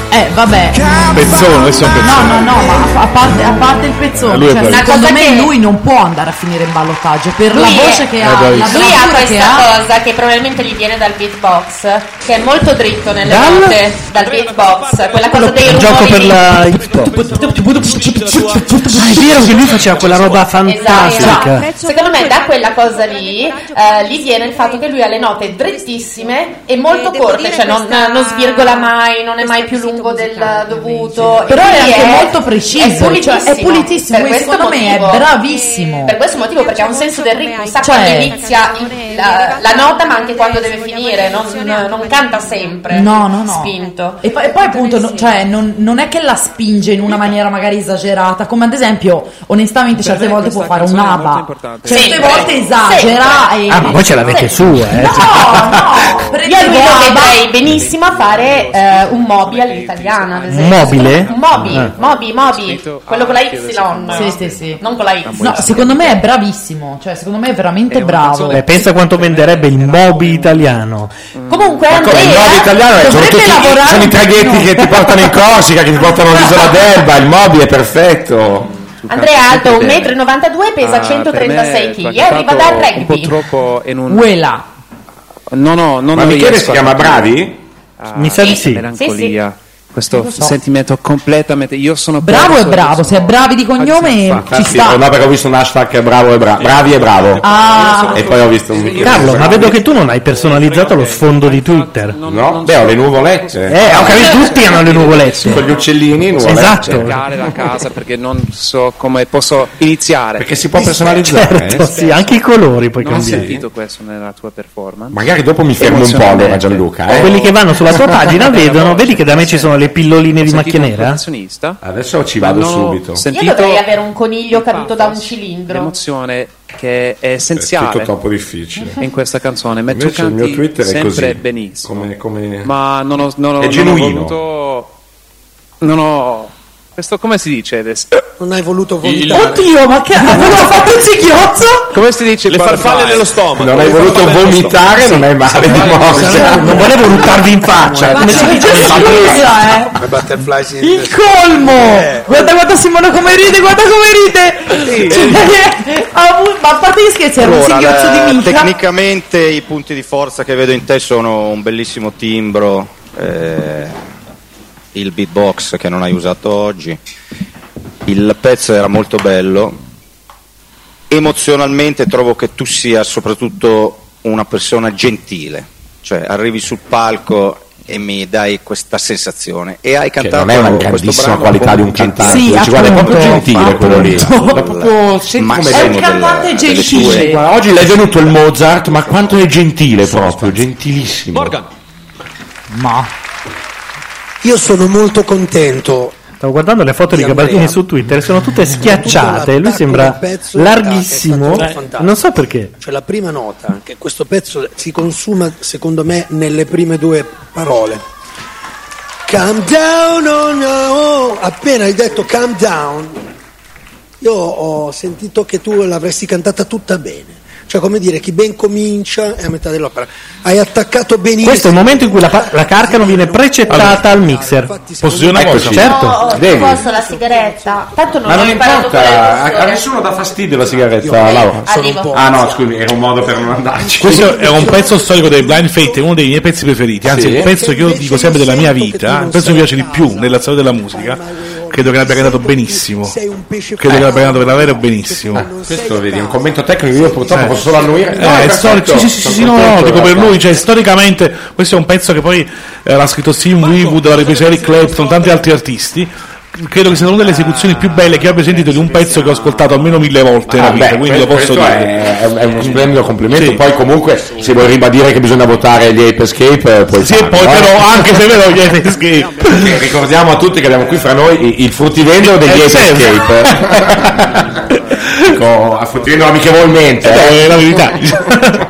[SPEAKER 12] Eh, vabbè.
[SPEAKER 5] eh. Pezzone, questo è un
[SPEAKER 12] No,
[SPEAKER 5] pezzone.
[SPEAKER 12] no, no, ma a parte, a parte il
[SPEAKER 5] Eh,
[SPEAKER 12] pezzone,
[SPEAKER 5] lui è
[SPEAKER 12] cioè,
[SPEAKER 5] bravo.
[SPEAKER 12] secondo
[SPEAKER 6] Una
[SPEAKER 12] me
[SPEAKER 6] cosa che-
[SPEAKER 12] lui non può andare a finire in ballottaggio per la
[SPEAKER 6] Lui è-
[SPEAKER 12] voce che
[SPEAKER 6] Eh,
[SPEAKER 12] ha, la
[SPEAKER 6] lui ha
[SPEAKER 12] bravura che
[SPEAKER 6] questa
[SPEAKER 12] ha.
[SPEAKER 6] cosa che probabilmente gli viene dal beatbox, che è molto dritto nelle
[SPEAKER 12] Dal?
[SPEAKER 6] note, dal beatbox, quella cosa dei
[SPEAKER 2] Il
[SPEAKER 6] rumori.
[SPEAKER 2] gioco per
[SPEAKER 6] lì.
[SPEAKER 2] la Xbox. Ah, è vero che lui faceva quella roba
[SPEAKER 6] Esatto.
[SPEAKER 2] fantastica.
[SPEAKER 6] Secondo me da quella cosa lì eh, gli viene il fatto che lui ha le note drittissime e molto corte, cioè non, non svirgola mai, non è mai più lungo dialogo del dovuto.
[SPEAKER 12] Però
[SPEAKER 6] e
[SPEAKER 12] è
[SPEAKER 6] quindi
[SPEAKER 12] anche molto preciso,
[SPEAKER 6] È pulitissimo.
[SPEAKER 12] cioè, è pulitissimo,
[SPEAKER 6] Per
[SPEAKER 12] quindi
[SPEAKER 6] questo
[SPEAKER 12] secondo me è
[SPEAKER 6] motivo.
[SPEAKER 12] bravissimo.
[SPEAKER 6] Per questo motivo, perché ha un senso del ritmo, sa
[SPEAKER 12] Cioè-
[SPEAKER 6] quando inizia il- la, la nota, ma anche quando deve finire. Non, non canta sempre.
[SPEAKER 12] No, no, no.
[SPEAKER 6] Spinto.
[SPEAKER 12] E poi, e poi appunto, no- cioè, non, non è che la spinge in una maniera magari esagerata, come ad esempio, onestamente, certe volte può fare un ABBA. Certe
[SPEAKER 6] Sempre.
[SPEAKER 12] volte esagera
[SPEAKER 6] Sempre.
[SPEAKER 12] e...
[SPEAKER 2] Ah, ma voi ce l'avete su, eh?
[SPEAKER 6] Io lui lo vedrei benissimo a fare eh, un mobi all'italiana, ad esempio.
[SPEAKER 2] Mobile?
[SPEAKER 6] Un Ah. mobi,
[SPEAKER 2] Eh.
[SPEAKER 6] mobi, mobi. Quello con la Y.
[SPEAKER 12] Sì, sì, sì.
[SPEAKER 6] Non con la Y.
[SPEAKER 12] No, secondo me è bravissimo, cioè secondo me è veramente bravo.
[SPEAKER 2] Eh, pensa quanto venderebbe il mobi italiano.
[SPEAKER 12] Comunque
[SPEAKER 1] Come il mobi italiano è- sono,
[SPEAKER 12] eh? dovrebbe
[SPEAKER 1] tutti,
[SPEAKER 12] lavorare
[SPEAKER 1] sono i
[SPEAKER 12] un
[SPEAKER 1] traghetti che ti portano
[SPEAKER 12] *laughs*
[SPEAKER 1] in Corsica, che ti portano all'isola d'Elba, il mobi è perfetto.
[SPEAKER 6] Andrea è alto
[SPEAKER 1] Bene.
[SPEAKER 6] 1,92 m, pesa
[SPEAKER 14] Ah,
[SPEAKER 6] 136
[SPEAKER 14] per me è
[SPEAKER 6] kg, arriva dal
[SPEAKER 14] tractato Un po'
[SPEAKER 6] rugby.
[SPEAKER 14] troppo in un...
[SPEAKER 12] Uela.
[SPEAKER 14] No, no, non
[SPEAKER 1] Ma Michele
[SPEAKER 14] riesco
[SPEAKER 1] si
[SPEAKER 14] a
[SPEAKER 1] chiama
[SPEAKER 14] capire.
[SPEAKER 1] Bravi?
[SPEAKER 14] Mi
[SPEAKER 12] sa di sì.
[SPEAKER 14] Melancolia.
[SPEAKER 12] Non
[SPEAKER 14] Questo
[SPEAKER 12] lo so.
[SPEAKER 14] sentimento completamente. Io sono
[SPEAKER 12] Bravo
[SPEAKER 14] perso
[SPEAKER 12] e
[SPEAKER 14] di-
[SPEAKER 12] bravo, se è bravi di
[SPEAKER 11] Ah,
[SPEAKER 12] cognome ci
[SPEAKER 1] Infatti,
[SPEAKER 12] sta.
[SPEAKER 1] no, perché ho visto un hashtag bravo e bravo, bravi e bravo.
[SPEAKER 12] Ah.
[SPEAKER 1] E poi ho visto un video.
[SPEAKER 2] Carlo, ma vedo che tu non hai personalizzato lo sfondo di Twitter.
[SPEAKER 1] No, beh, ho le nuvolette.
[SPEAKER 2] Eh, ho capito, tutti hanno le nuvolette. esatto.
[SPEAKER 1] Con gli uccellini, nuvolette.
[SPEAKER 14] cercare la casa perché non so come posso iniziare.
[SPEAKER 1] Perché si può personalizzare, eh?
[SPEAKER 2] Certo, sì, anche i colori puoi
[SPEAKER 14] non ho
[SPEAKER 2] cambiare.
[SPEAKER 14] sentito questo nella tua performance.
[SPEAKER 1] Magari dopo mi
[SPEAKER 2] eh,
[SPEAKER 1] fermo un po'
[SPEAKER 14] Emozionante.
[SPEAKER 1] allora Gianluca. Eh.
[SPEAKER 2] Quelli che vanno sulla *laughs*
[SPEAKER 1] *laughs*
[SPEAKER 2] tua pagina vedono, vedi che da me ci sono le pilloline di macchia
[SPEAKER 14] un
[SPEAKER 2] nera?
[SPEAKER 1] Adesso ci vado
[SPEAKER 14] Vanno
[SPEAKER 1] subito.
[SPEAKER 6] Io
[SPEAKER 14] Sentito
[SPEAKER 6] dovrei avere un coniglio caduto da un cilindro.
[SPEAKER 14] l'emozione che
[SPEAKER 1] È
[SPEAKER 14] è
[SPEAKER 1] tutto
[SPEAKER 14] essenziale
[SPEAKER 1] troppo difficile.
[SPEAKER 14] in questa canzone. Ma tu
[SPEAKER 1] Invece il mio
[SPEAKER 14] canti
[SPEAKER 1] Twitter è
[SPEAKER 14] sempre
[SPEAKER 1] così.
[SPEAKER 14] benissimo.
[SPEAKER 1] Come, come...
[SPEAKER 14] Ma non ho, non ho-
[SPEAKER 1] È
[SPEAKER 14] non ho
[SPEAKER 1] genuino.
[SPEAKER 14] voluto- non ho- Questo come si dice adesso?
[SPEAKER 9] Non hai voluto
[SPEAKER 14] vomitare.
[SPEAKER 12] Oddio, ma che avevo fatto un singhiozzo?
[SPEAKER 14] Come si dice?
[SPEAKER 1] Le
[SPEAKER 14] farfalle nello stomaco.
[SPEAKER 1] Non hai voluto vomitare, non è male di morte.
[SPEAKER 2] Non volevo ruttarvi in faccia.
[SPEAKER 1] Ma
[SPEAKER 2] Come si
[SPEAKER 1] c'è-
[SPEAKER 2] dice
[SPEAKER 1] c'è-
[SPEAKER 2] scusa, eh?
[SPEAKER 9] Come Butterflies in
[SPEAKER 12] Il
[SPEAKER 13] Eh.
[SPEAKER 12] colmo! Guarda, guarda Simona come ride, guarda come ride! Cioè, *laughs* ha avuto- ma a parte gli scherzi, era un
[SPEAKER 11] Allora,
[SPEAKER 12] singhiozzo
[SPEAKER 11] la-
[SPEAKER 12] di mica.
[SPEAKER 11] Tecnicamente i punti di forza che vedo in te sono un bellissimo timbro, eh, il beatbox che non hai usato oggi, il pezzo era molto bello, emozionalmente trovo che tu sia soprattutto una persona gentile, cioè arrivi sul palco e mi dai questa sensazione e hai
[SPEAKER 1] Che
[SPEAKER 11] cantato
[SPEAKER 1] non è una
[SPEAKER 11] questo
[SPEAKER 1] grandissima
[SPEAKER 11] brano
[SPEAKER 1] qualità di un
[SPEAKER 11] con
[SPEAKER 1] cantante.
[SPEAKER 11] gentilezza.
[SPEAKER 1] Dici, guarda, è proprio gentile quello lì. È proprio- senti
[SPEAKER 11] Ma
[SPEAKER 1] come
[SPEAKER 11] sono
[SPEAKER 1] sono
[SPEAKER 11] delle-
[SPEAKER 1] delle-
[SPEAKER 11] delle
[SPEAKER 1] delle sue-
[SPEAKER 11] sue-
[SPEAKER 1] Guarda, oggi l'hai venuto il Mozart, ma quanto è gentile proprio, gentilissimo.
[SPEAKER 2] Ma
[SPEAKER 9] Io sono molto contento.
[SPEAKER 2] Stavo guardando le foto
[SPEAKER 9] Di
[SPEAKER 2] di
[SPEAKER 9] Andrea.
[SPEAKER 2] Gabardini su Twitter, sono tutte schiacciate. Lui sembra
[SPEAKER 9] pezzo
[SPEAKER 2] larghissimo.
[SPEAKER 9] è stato
[SPEAKER 2] Eh, Non so perché.
[SPEAKER 9] Cioè la prima nota, che questo pezzo si consuma secondo me nelle prime due parole. Calm down, oh no! Appena hai detto calm down, io ho sentito che tu l'avresti cantata tutta bene. Cioè come dire, chi ben comincia è a metà dell'opera. Hai attaccato benissimo.
[SPEAKER 2] Questo è il momento in cui la, pa- la carcano viene precettata al mixer.
[SPEAKER 1] Posso dire una cosa?
[SPEAKER 2] Certo.
[SPEAKER 6] Oh, ti
[SPEAKER 1] Devi.
[SPEAKER 6] posso la sigaretta? Tanto non
[SPEAKER 1] Ma
[SPEAKER 6] ho
[SPEAKER 1] non
[SPEAKER 6] imparato quella
[SPEAKER 1] importa, a,
[SPEAKER 6] lezione.
[SPEAKER 1] a nessuno dà fastidio la sigaretta, Laura.
[SPEAKER 6] Arrivo.
[SPEAKER 1] Ah no, scusi, era un modo per non andarci.
[SPEAKER 5] Questo è un pezzo storico dei Blind Fate, è uno dei miei pezzi preferiti, anzi
[SPEAKER 1] Sì.
[SPEAKER 5] il pezzo che io dico sempre della mia vita, il pezzo che mi piace di più nella storia della musica, credo che l'abbia cantato benissimo. Credo che l'abbia cantato per davvero benissimo.
[SPEAKER 1] Questo vedi, un commento tecnico, io purtroppo posso solo annuire.
[SPEAKER 5] Eh,
[SPEAKER 1] No,
[SPEAKER 5] è
[SPEAKER 1] perfetto,
[SPEAKER 5] storico, sì, sì, sì,
[SPEAKER 1] sono
[SPEAKER 5] sì, no, no,
[SPEAKER 1] contento,
[SPEAKER 5] dico per
[SPEAKER 1] guarda.
[SPEAKER 5] lui, cioè storicamente questo è un pezzo che poi eh, l'ha scritto Steve Winwood, l'ha ripreso Eric Clapton, tanti altri artisti. Credo che sia una delle esecuzioni più belle che abbia sentito di un pezzo che ho ascoltato almeno mille volte nella
[SPEAKER 1] Ah,
[SPEAKER 5] vita,
[SPEAKER 1] beh,
[SPEAKER 5] quindi lo
[SPEAKER 1] questo
[SPEAKER 5] posso dire.
[SPEAKER 1] È, è- è uno splendido complimento.
[SPEAKER 5] Sì.
[SPEAKER 1] Poi, comunque, se vuoi ribadire che bisogna votare gli Ape Escape, eh, puoi
[SPEAKER 5] Sì, e
[SPEAKER 1] farlo,
[SPEAKER 5] poi
[SPEAKER 1] eh.
[SPEAKER 5] però, anche se vedo gli Ape Escape.
[SPEAKER 1] Perché Ricordiamo a tutti che abbiamo qui fra noi i- il fruttivendolo degli
[SPEAKER 5] Eh,
[SPEAKER 1] Ape
[SPEAKER 5] certo.
[SPEAKER 1] Escape. *laughs* Dico, fruttivendolo amichevolmente.
[SPEAKER 5] Eh, è la verità. diciamo.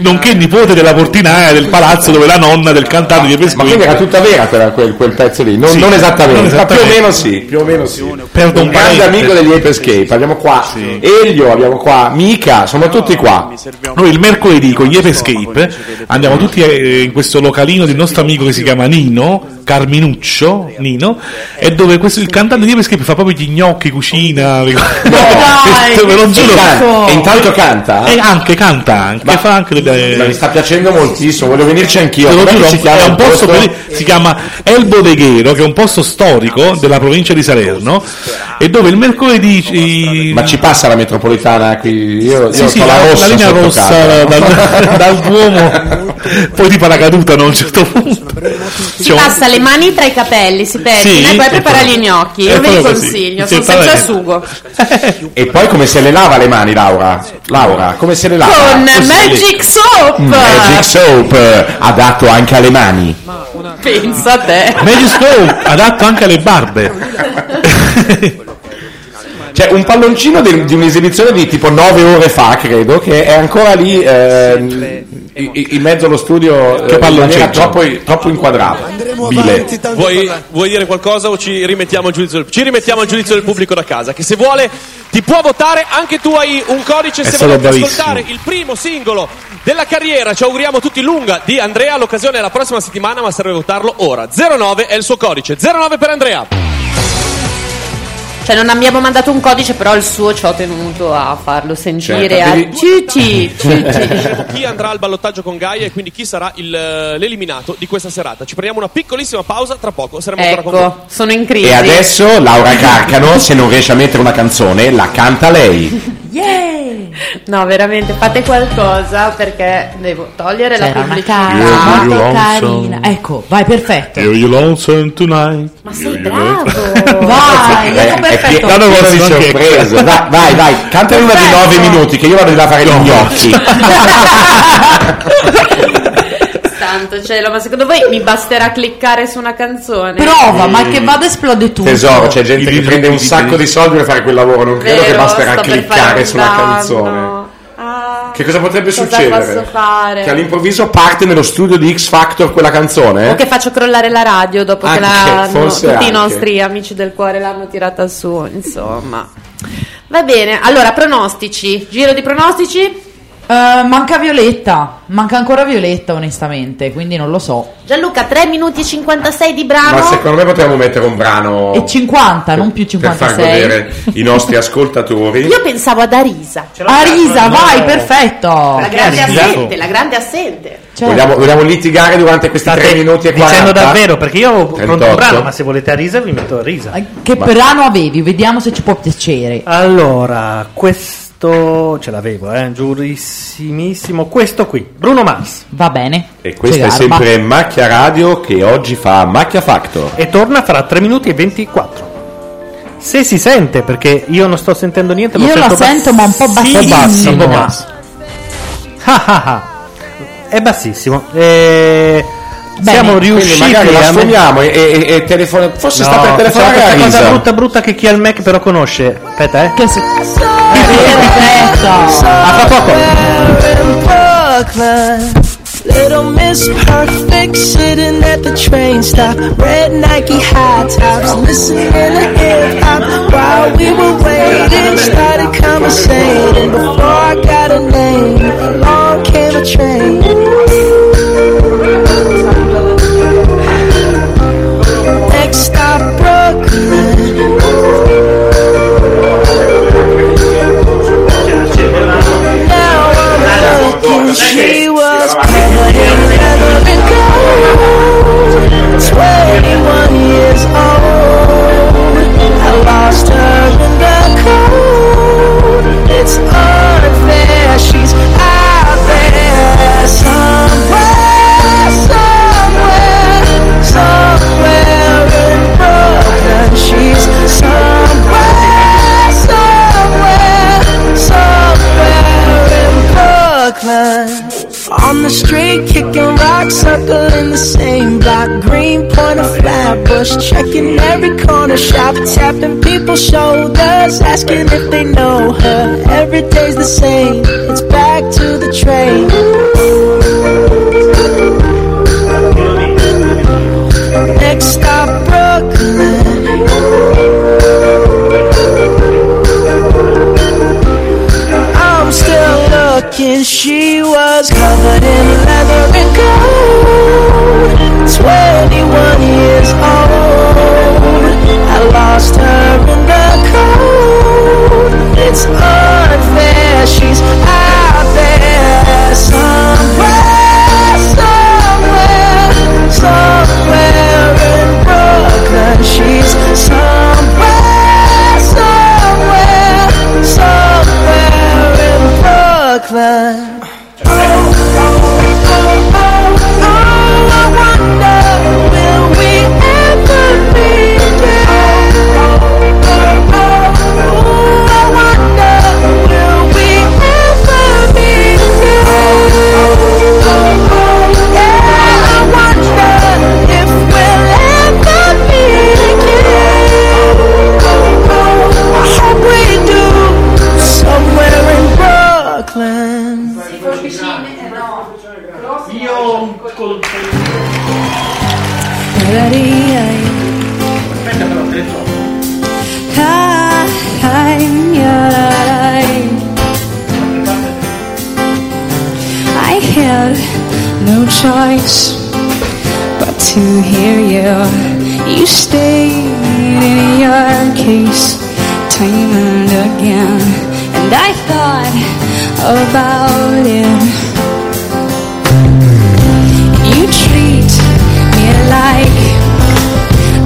[SPEAKER 5] Nonché nipote della portinaia del palazzo dove la nonna del cantante di Pesquini.
[SPEAKER 1] Ma quindi era tutta vera quella- quel, quel pezzo lì? Non,
[SPEAKER 5] Sì.
[SPEAKER 1] non esattamente,
[SPEAKER 5] Non
[SPEAKER 1] ma più o
[SPEAKER 5] esattamente.
[SPEAKER 1] meno sì. Più o meno sì.
[SPEAKER 5] Perdo
[SPEAKER 1] un
[SPEAKER 5] un
[SPEAKER 1] grande
[SPEAKER 5] parente.
[SPEAKER 1] amico degli Ape Escape. Abbiamo qua Elio, abbiamo qua Mica, sono tutti qua.
[SPEAKER 5] Noi il mercoledì con gli Ape Escape eh, andiamo tutti eh, in questo localino del nostro amico che si chiama Nino, Carminuccio Nino, e dove questo- il cantante di Ape Escape fa proprio gli gnocchi, cucina, le cose-
[SPEAKER 1] No,
[SPEAKER 5] *laughs* Questo ve lo
[SPEAKER 1] e,
[SPEAKER 5] giuro.
[SPEAKER 1] can- e intanto canta.
[SPEAKER 5] E anche canta anche, fa anche delle...
[SPEAKER 1] Eh, Mi sta piacendo moltissimo, voglio venirci anch'io.
[SPEAKER 5] Te lo
[SPEAKER 1] Com'è
[SPEAKER 5] giuro,
[SPEAKER 1] che si chiama
[SPEAKER 5] è un
[SPEAKER 1] il
[SPEAKER 5] posto
[SPEAKER 1] posto?
[SPEAKER 5] belli- si chiama El Bodeghero, che è un posto storico della provincia di Salerno, e dove il mercoledì... Ma
[SPEAKER 1] ci passa la metropolitana qui? Io, io
[SPEAKER 5] sì, sì,
[SPEAKER 1] ho la
[SPEAKER 5] la,
[SPEAKER 1] rossa
[SPEAKER 5] la linea
[SPEAKER 1] sotto
[SPEAKER 5] rossa
[SPEAKER 1] casa.
[SPEAKER 5] dal, dal Duomo, poi di paracaduta no, a un certo punto.
[SPEAKER 6] Si passa le mani tra i capelli, si pettina
[SPEAKER 1] Sì,
[SPEAKER 6] e poi
[SPEAKER 1] è
[SPEAKER 6] prepara
[SPEAKER 1] quello.
[SPEAKER 6] gli gnocchi.
[SPEAKER 1] È
[SPEAKER 6] Io ve li
[SPEAKER 1] quello così.
[SPEAKER 6] consiglio,
[SPEAKER 1] Sì,
[SPEAKER 6] sono senza
[SPEAKER 1] veramente.
[SPEAKER 6] sugo.
[SPEAKER 1] E poi come se le lava le mani, Laura? Laura, come se le lava?
[SPEAKER 6] Con
[SPEAKER 1] Così,
[SPEAKER 6] Magic Soap!
[SPEAKER 1] lì. Ah, Magic Soap eh, adatto anche alle mani.
[SPEAKER 6] *laughs* Pensa a te.
[SPEAKER 5] Magic Soap adatto anche alle
[SPEAKER 1] *laughs*
[SPEAKER 5] barbe.
[SPEAKER 1] C'è Cioè, un palloncino di, di un'esibizione di tipo 9 ore fa, credo, che è ancora lì eh, in, in mezzo allo studio
[SPEAKER 5] Che
[SPEAKER 1] eh, in maniera
[SPEAKER 5] palloncino?
[SPEAKER 1] troppo, troppo inquadrato. Bile.
[SPEAKER 7] Vuoi, vuoi dire qualcosa o ci rimettiamo al giudizio del, ci rimettiamo al giudizio del pubblico da casa? Che se vuole ti può votare, anche tu hai un codice
[SPEAKER 5] È
[SPEAKER 7] se
[SPEAKER 5] stato
[SPEAKER 7] volete
[SPEAKER 5] bravissimo.
[SPEAKER 7] ascoltare il primo singolo della carriera. Ci auguriamo tutti lunga di Andrea. L'occasione è la prossima settimana, ma serve votarlo ora. 09 è il suo codice. 09 per Andrea.
[SPEAKER 6] Cioè non abbiamo mandato un codice, però il suo ci ho tenuto a farlo sentire
[SPEAKER 7] Certo,
[SPEAKER 6] a
[SPEAKER 7] devi-
[SPEAKER 6] Cici.
[SPEAKER 7] Diremo chi andrà al ballottaggio con Gaia e quindi chi sarà il, eh, l'eliminato di questa serata. Ci prendiamo una piccolissima pausa, tra poco saremo ancora con
[SPEAKER 6] Ecco, sono in crisi.
[SPEAKER 1] E adesso Laura Carcano, se non riesce a mettere una canzone, la canta lei.
[SPEAKER 6] Yay! No, veramente, fate qualcosa perché devo togliere
[SPEAKER 12] C'era
[SPEAKER 6] la
[SPEAKER 12] una
[SPEAKER 6] pubblicità.
[SPEAKER 5] cara
[SPEAKER 12] Molto
[SPEAKER 5] Lonson.
[SPEAKER 12] carina. Ecco, vai perfetto.
[SPEAKER 5] You, you lonesome tonight. Ma sei bravo.
[SPEAKER 12] Vai,
[SPEAKER 1] Eh,
[SPEAKER 12] ecco
[SPEAKER 1] è pie-
[SPEAKER 12] perfetto.
[SPEAKER 1] pieno di sorprese. *laughs* Vai, vai, vai, cantane una di 9 minuti che io vado a fare gli
[SPEAKER 6] *laughs*
[SPEAKER 1] gnocchi.
[SPEAKER 6] Santo cielo, ma secondo voi mi basterà cliccare su una canzone?
[SPEAKER 12] Prova, ma che vada esplode tutto.
[SPEAKER 1] Tesoro, cioè, c'è gente che prende un sacco di soldi per fare quel lavoro, non credo
[SPEAKER 6] Vero,
[SPEAKER 1] che basterà
[SPEAKER 6] sto per fare
[SPEAKER 1] cliccare
[SPEAKER 6] un
[SPEAKER 1] sulla
[SPEAKER 6] danno. Ah,
[SPEAKER 1] canzone. Che cosa potrebbe
[SPEAKER 6] Cosa posso
[SPEAKER 1] succedere?
[SPEAKER 6] fare?
[SPEAKER 1] Che all'improvviso parte nello studio di X Factor quella canzone?
[SPEAKER 6] O che faccio crollare la radio dopo
[SPEAKER 1] Eh? Anche,
[SPEAKER 6] che la,
[SPEAKER 1] forse
[SPEAKER 6] tutti
[SPEAKER 1] anche.
[SPEAKER 6] i nostri amici del cuore l'hanno tirata su, insomma. Va bene, allora pronostici, giro di pronostici.
[SPEAKER 12] Eh, manca Violetta, manca ancora Violetta onestamente, quindi non lo so.
[SPEAKER 6] Gianluca, 3 minuti e 56 di brano.
[SPEAKER 1] Ma secondo me potremmo mettere un brano
[SPEAKER 12] E 50, non più
[SPEAKER 1] per far
[SPEAKER 12] 56.
[SPEAKER 1] godere i nostri ascoltatori.
[SPEAKER 6] Io pensavo ad Arisa.
[SPEAKER 12] Arisa, vai, perfetto.
[SPEAKER 6] La grande
[SPEAKER 1] Magari.
[SPEAKER 6] assente, la grande assente.
[SPEAKER 1] Vogliamo, vogliamo litigare durante questi 3 minuti e 40?
[SPEAKER 2] Dicendo davvero, perché io avevo pronto un
[SPEAKER 1] 38.
[SPEAKER 2] brano, ma se volete a risa vi metto a risa.
[SPEAKER 12] Che brano avevi? Vediamo se ci può piacere.
[SPEAKER 2] Allora, questo ce l'avevo, eh, giurissimissimo. Questo qui, Bruno Mars.
[SPEAKER 12] Va bene.
[SPEAKER 1] E
[SPEAKER 6] Cioè,
[SPEAKER 1] questa è sempre Macchia Radio che oggi fa Macchia Factor.
[SPEAKER 2] E torna fra 3 minuti e 24. Se si sente, perché io non sto sentendo niente. ma
[SPEAKER 12] Io la
[SPEAKER 2] bass-
[SPEAKER 12] sento, ma un po'
[SPEAKER 2] Sì,
[SPEAKER 12] bassissimo.
[SPEAKER 2] un po' basso. Ah, ah, ah. È bassissimo. Eh, siamo riusciti
[SPEAKER 1] Quindi magari la
[SPEAKER 2] a met-
[SPEAKER 1] sfogliamo e, e, e telefona- Forse sta
[SPEAKER 2] No,
[SPEAKER 1] per telefonare
[SPEAKER 2] c'è
[SPEAKER 1] a
[SPEAKER 2] questa cosa
[SPEAKER 1] Risa.
[SPEAKER 2] brutta brutta che chi ha il Mac però conosce. Aspetta, eh.
[SPEAKER 17] Ah,
[SPEAKER 2] fra poco.
[SPEAKER 17] Little Miss Perfect sitting at the train stop. Red Nike high tops, listening to hip hop. While we were waiting, started conversating. Before I got a name, along came a train. Next stop, Brooklyn. Now I'm looking, she was covered in leather and gold. 21 years old. I lost her in the cold. It's unfair, she's out there somewhere, somewhere, somewhere in Brooklyn. She's somewhere, somewhere, somewhere in Brooklyn. On the street, kicking rocks, circling the same block. Greenpoint and Flatbush, checking every corner shop, tapping people's shoulders, asking if they know her. Every day's the same. It's back to the train. Next stop, Brooklyn. I'm still looking. She was covered in leather and gold. 21 years old. I lost her in the cold. It's unfair. She's out there. Somewhere daría
[SPEAKER 33] Aspetta però, te le trovo.
[SPEAKER 17] I'm your life. I had no choice but to hear you. You stayed in your case time and again, and I thought about it. You treat me like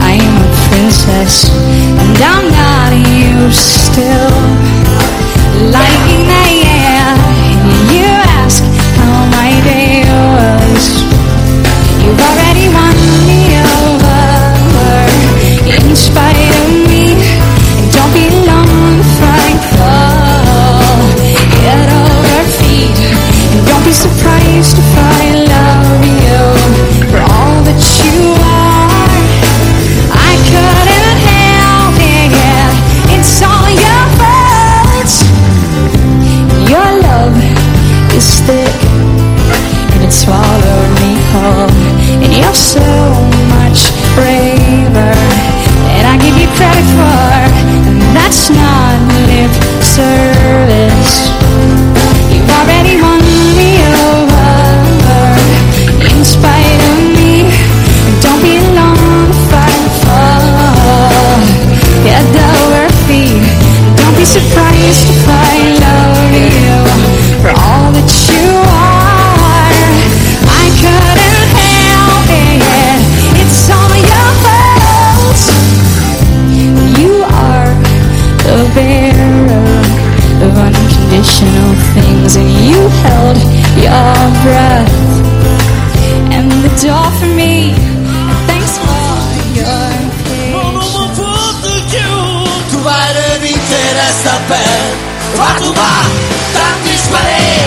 [SPEAKER 17] I'm a princess, and I'm not you still. Like in the air, you ask how my day was. You've already won me over, in spite of me. And don't be long before I fall, head over feet. And don't be surprised if I love you for all that you are. I couldn't help it. It's all your fault. Your love is thick and it swallowed me whole. And you're so much braver than I give you credit for. And that's not lip service. You've already won me over in spite of me. Don't be long fight fall. Head over feet. Don't be surprised if I love you for all that you are. I couldn't help it. It's all your fault. You are the bearer of unconditional things, and you held your breath and the door for me. Thanks for your patience.
[SPEAKER 13] Tu vai de vincere sta per Fa tu va Tanti sparei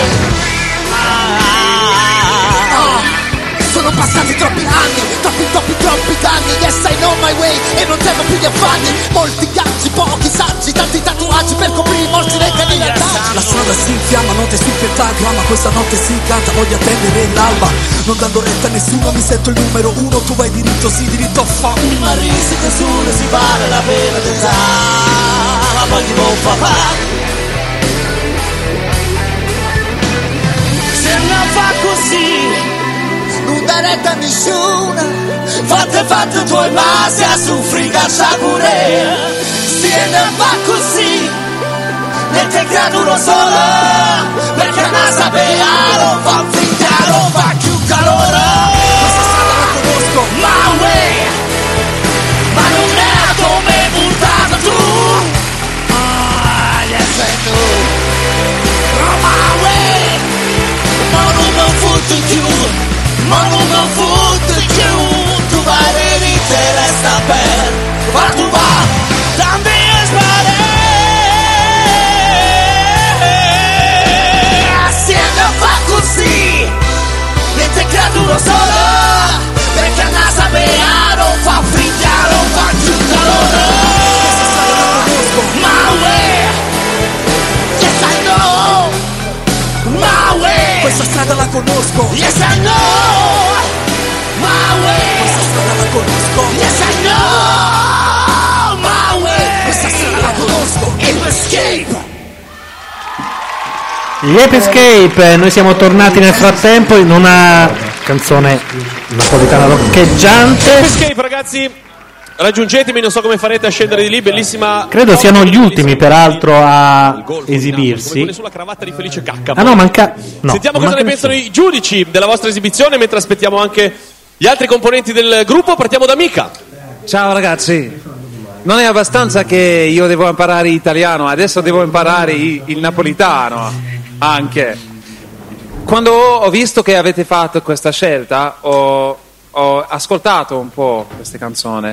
[SPEAKER 9] Sono passati troppi anni, troppi troppi troppi danni Yes I know my way e non temo più gli affanni Molti gaggi, pochi saggi, tanti tatuaggi Per coprire i morti nei canini attacci
[SPEAKER 13] La strada si infiamma, notte si pentagramma ma questa notte si incanta, voglio attendere l'alba Non dando retta a nessuno, mi sento il numero uno Tu vai diritto, sì, diritto, fa
[SPEAKER 9] Ma risi che solo si vale la pena dell'età Ma poi di buon papà
[SPEAKER 13] Se non fa così Non dare retta a nessuna Fate fatto tuoi base a suffriga sciagure Se non fa così Ne te gratulo solo Perché a NASA bealo Fa finta non fa più calore Questa strada la conosco Ma uè Ma non
[SPEAKER 17] é
[SPEAKER 13] è come
[SPEAKER 17] tá
[SPEAKER 13] puntata tu Ah,
[SPEAKER 17] é
[SPEAKER 13] yes, sei tu Ma uè Ma non mi fotti più ma non mi fotte più tu vai di te resta per ma tu va dammi a sparare se non fa così niente creaturo solo perché a NASA bea non fa friglia non fa più calore Questa strada la conosco, ma uè yes I know ma uè questa strada la conosco yes I know ma uè questa strada la conosco yes I know ma uè questa strada la conosco Ape escape
[SPEAKER 2] Gli Ape Escape, eh, noi siamo tornati nel frattempo in una canzone napoletana roccheggiante.
[SPEAKER 7] Ape Escape, ragazzi, raggiungetemi, non so come farete a scendere di lì, bellissima
[SPEAKER 2] Credo siano gli ultimi, peraltro, a esibirsi.
[SPEAKER 7] cravatta di Felice Cacca.
[SPEAKER 2] Ah no, manca. No,
[SPEAKER 7] Sentiamo
[SPEAKER 2] non
[SPEAKER 7] cosa ne
[SPEAKER 2] manca
[SPEAKER 7] pensano i giudici della vostra esibizione mentre aspettiamo anche gli altri componenti del gruppo. Partiamo da Mica.
[SPEAKER 14] Ciao ragazzi, non è abbastanza che io devo imparare italiano, adesso devo imparare i- il napolitano anche. Quando ho visto che avete fatto questa scelta ho, ho ascoltato un po' queste canzoni.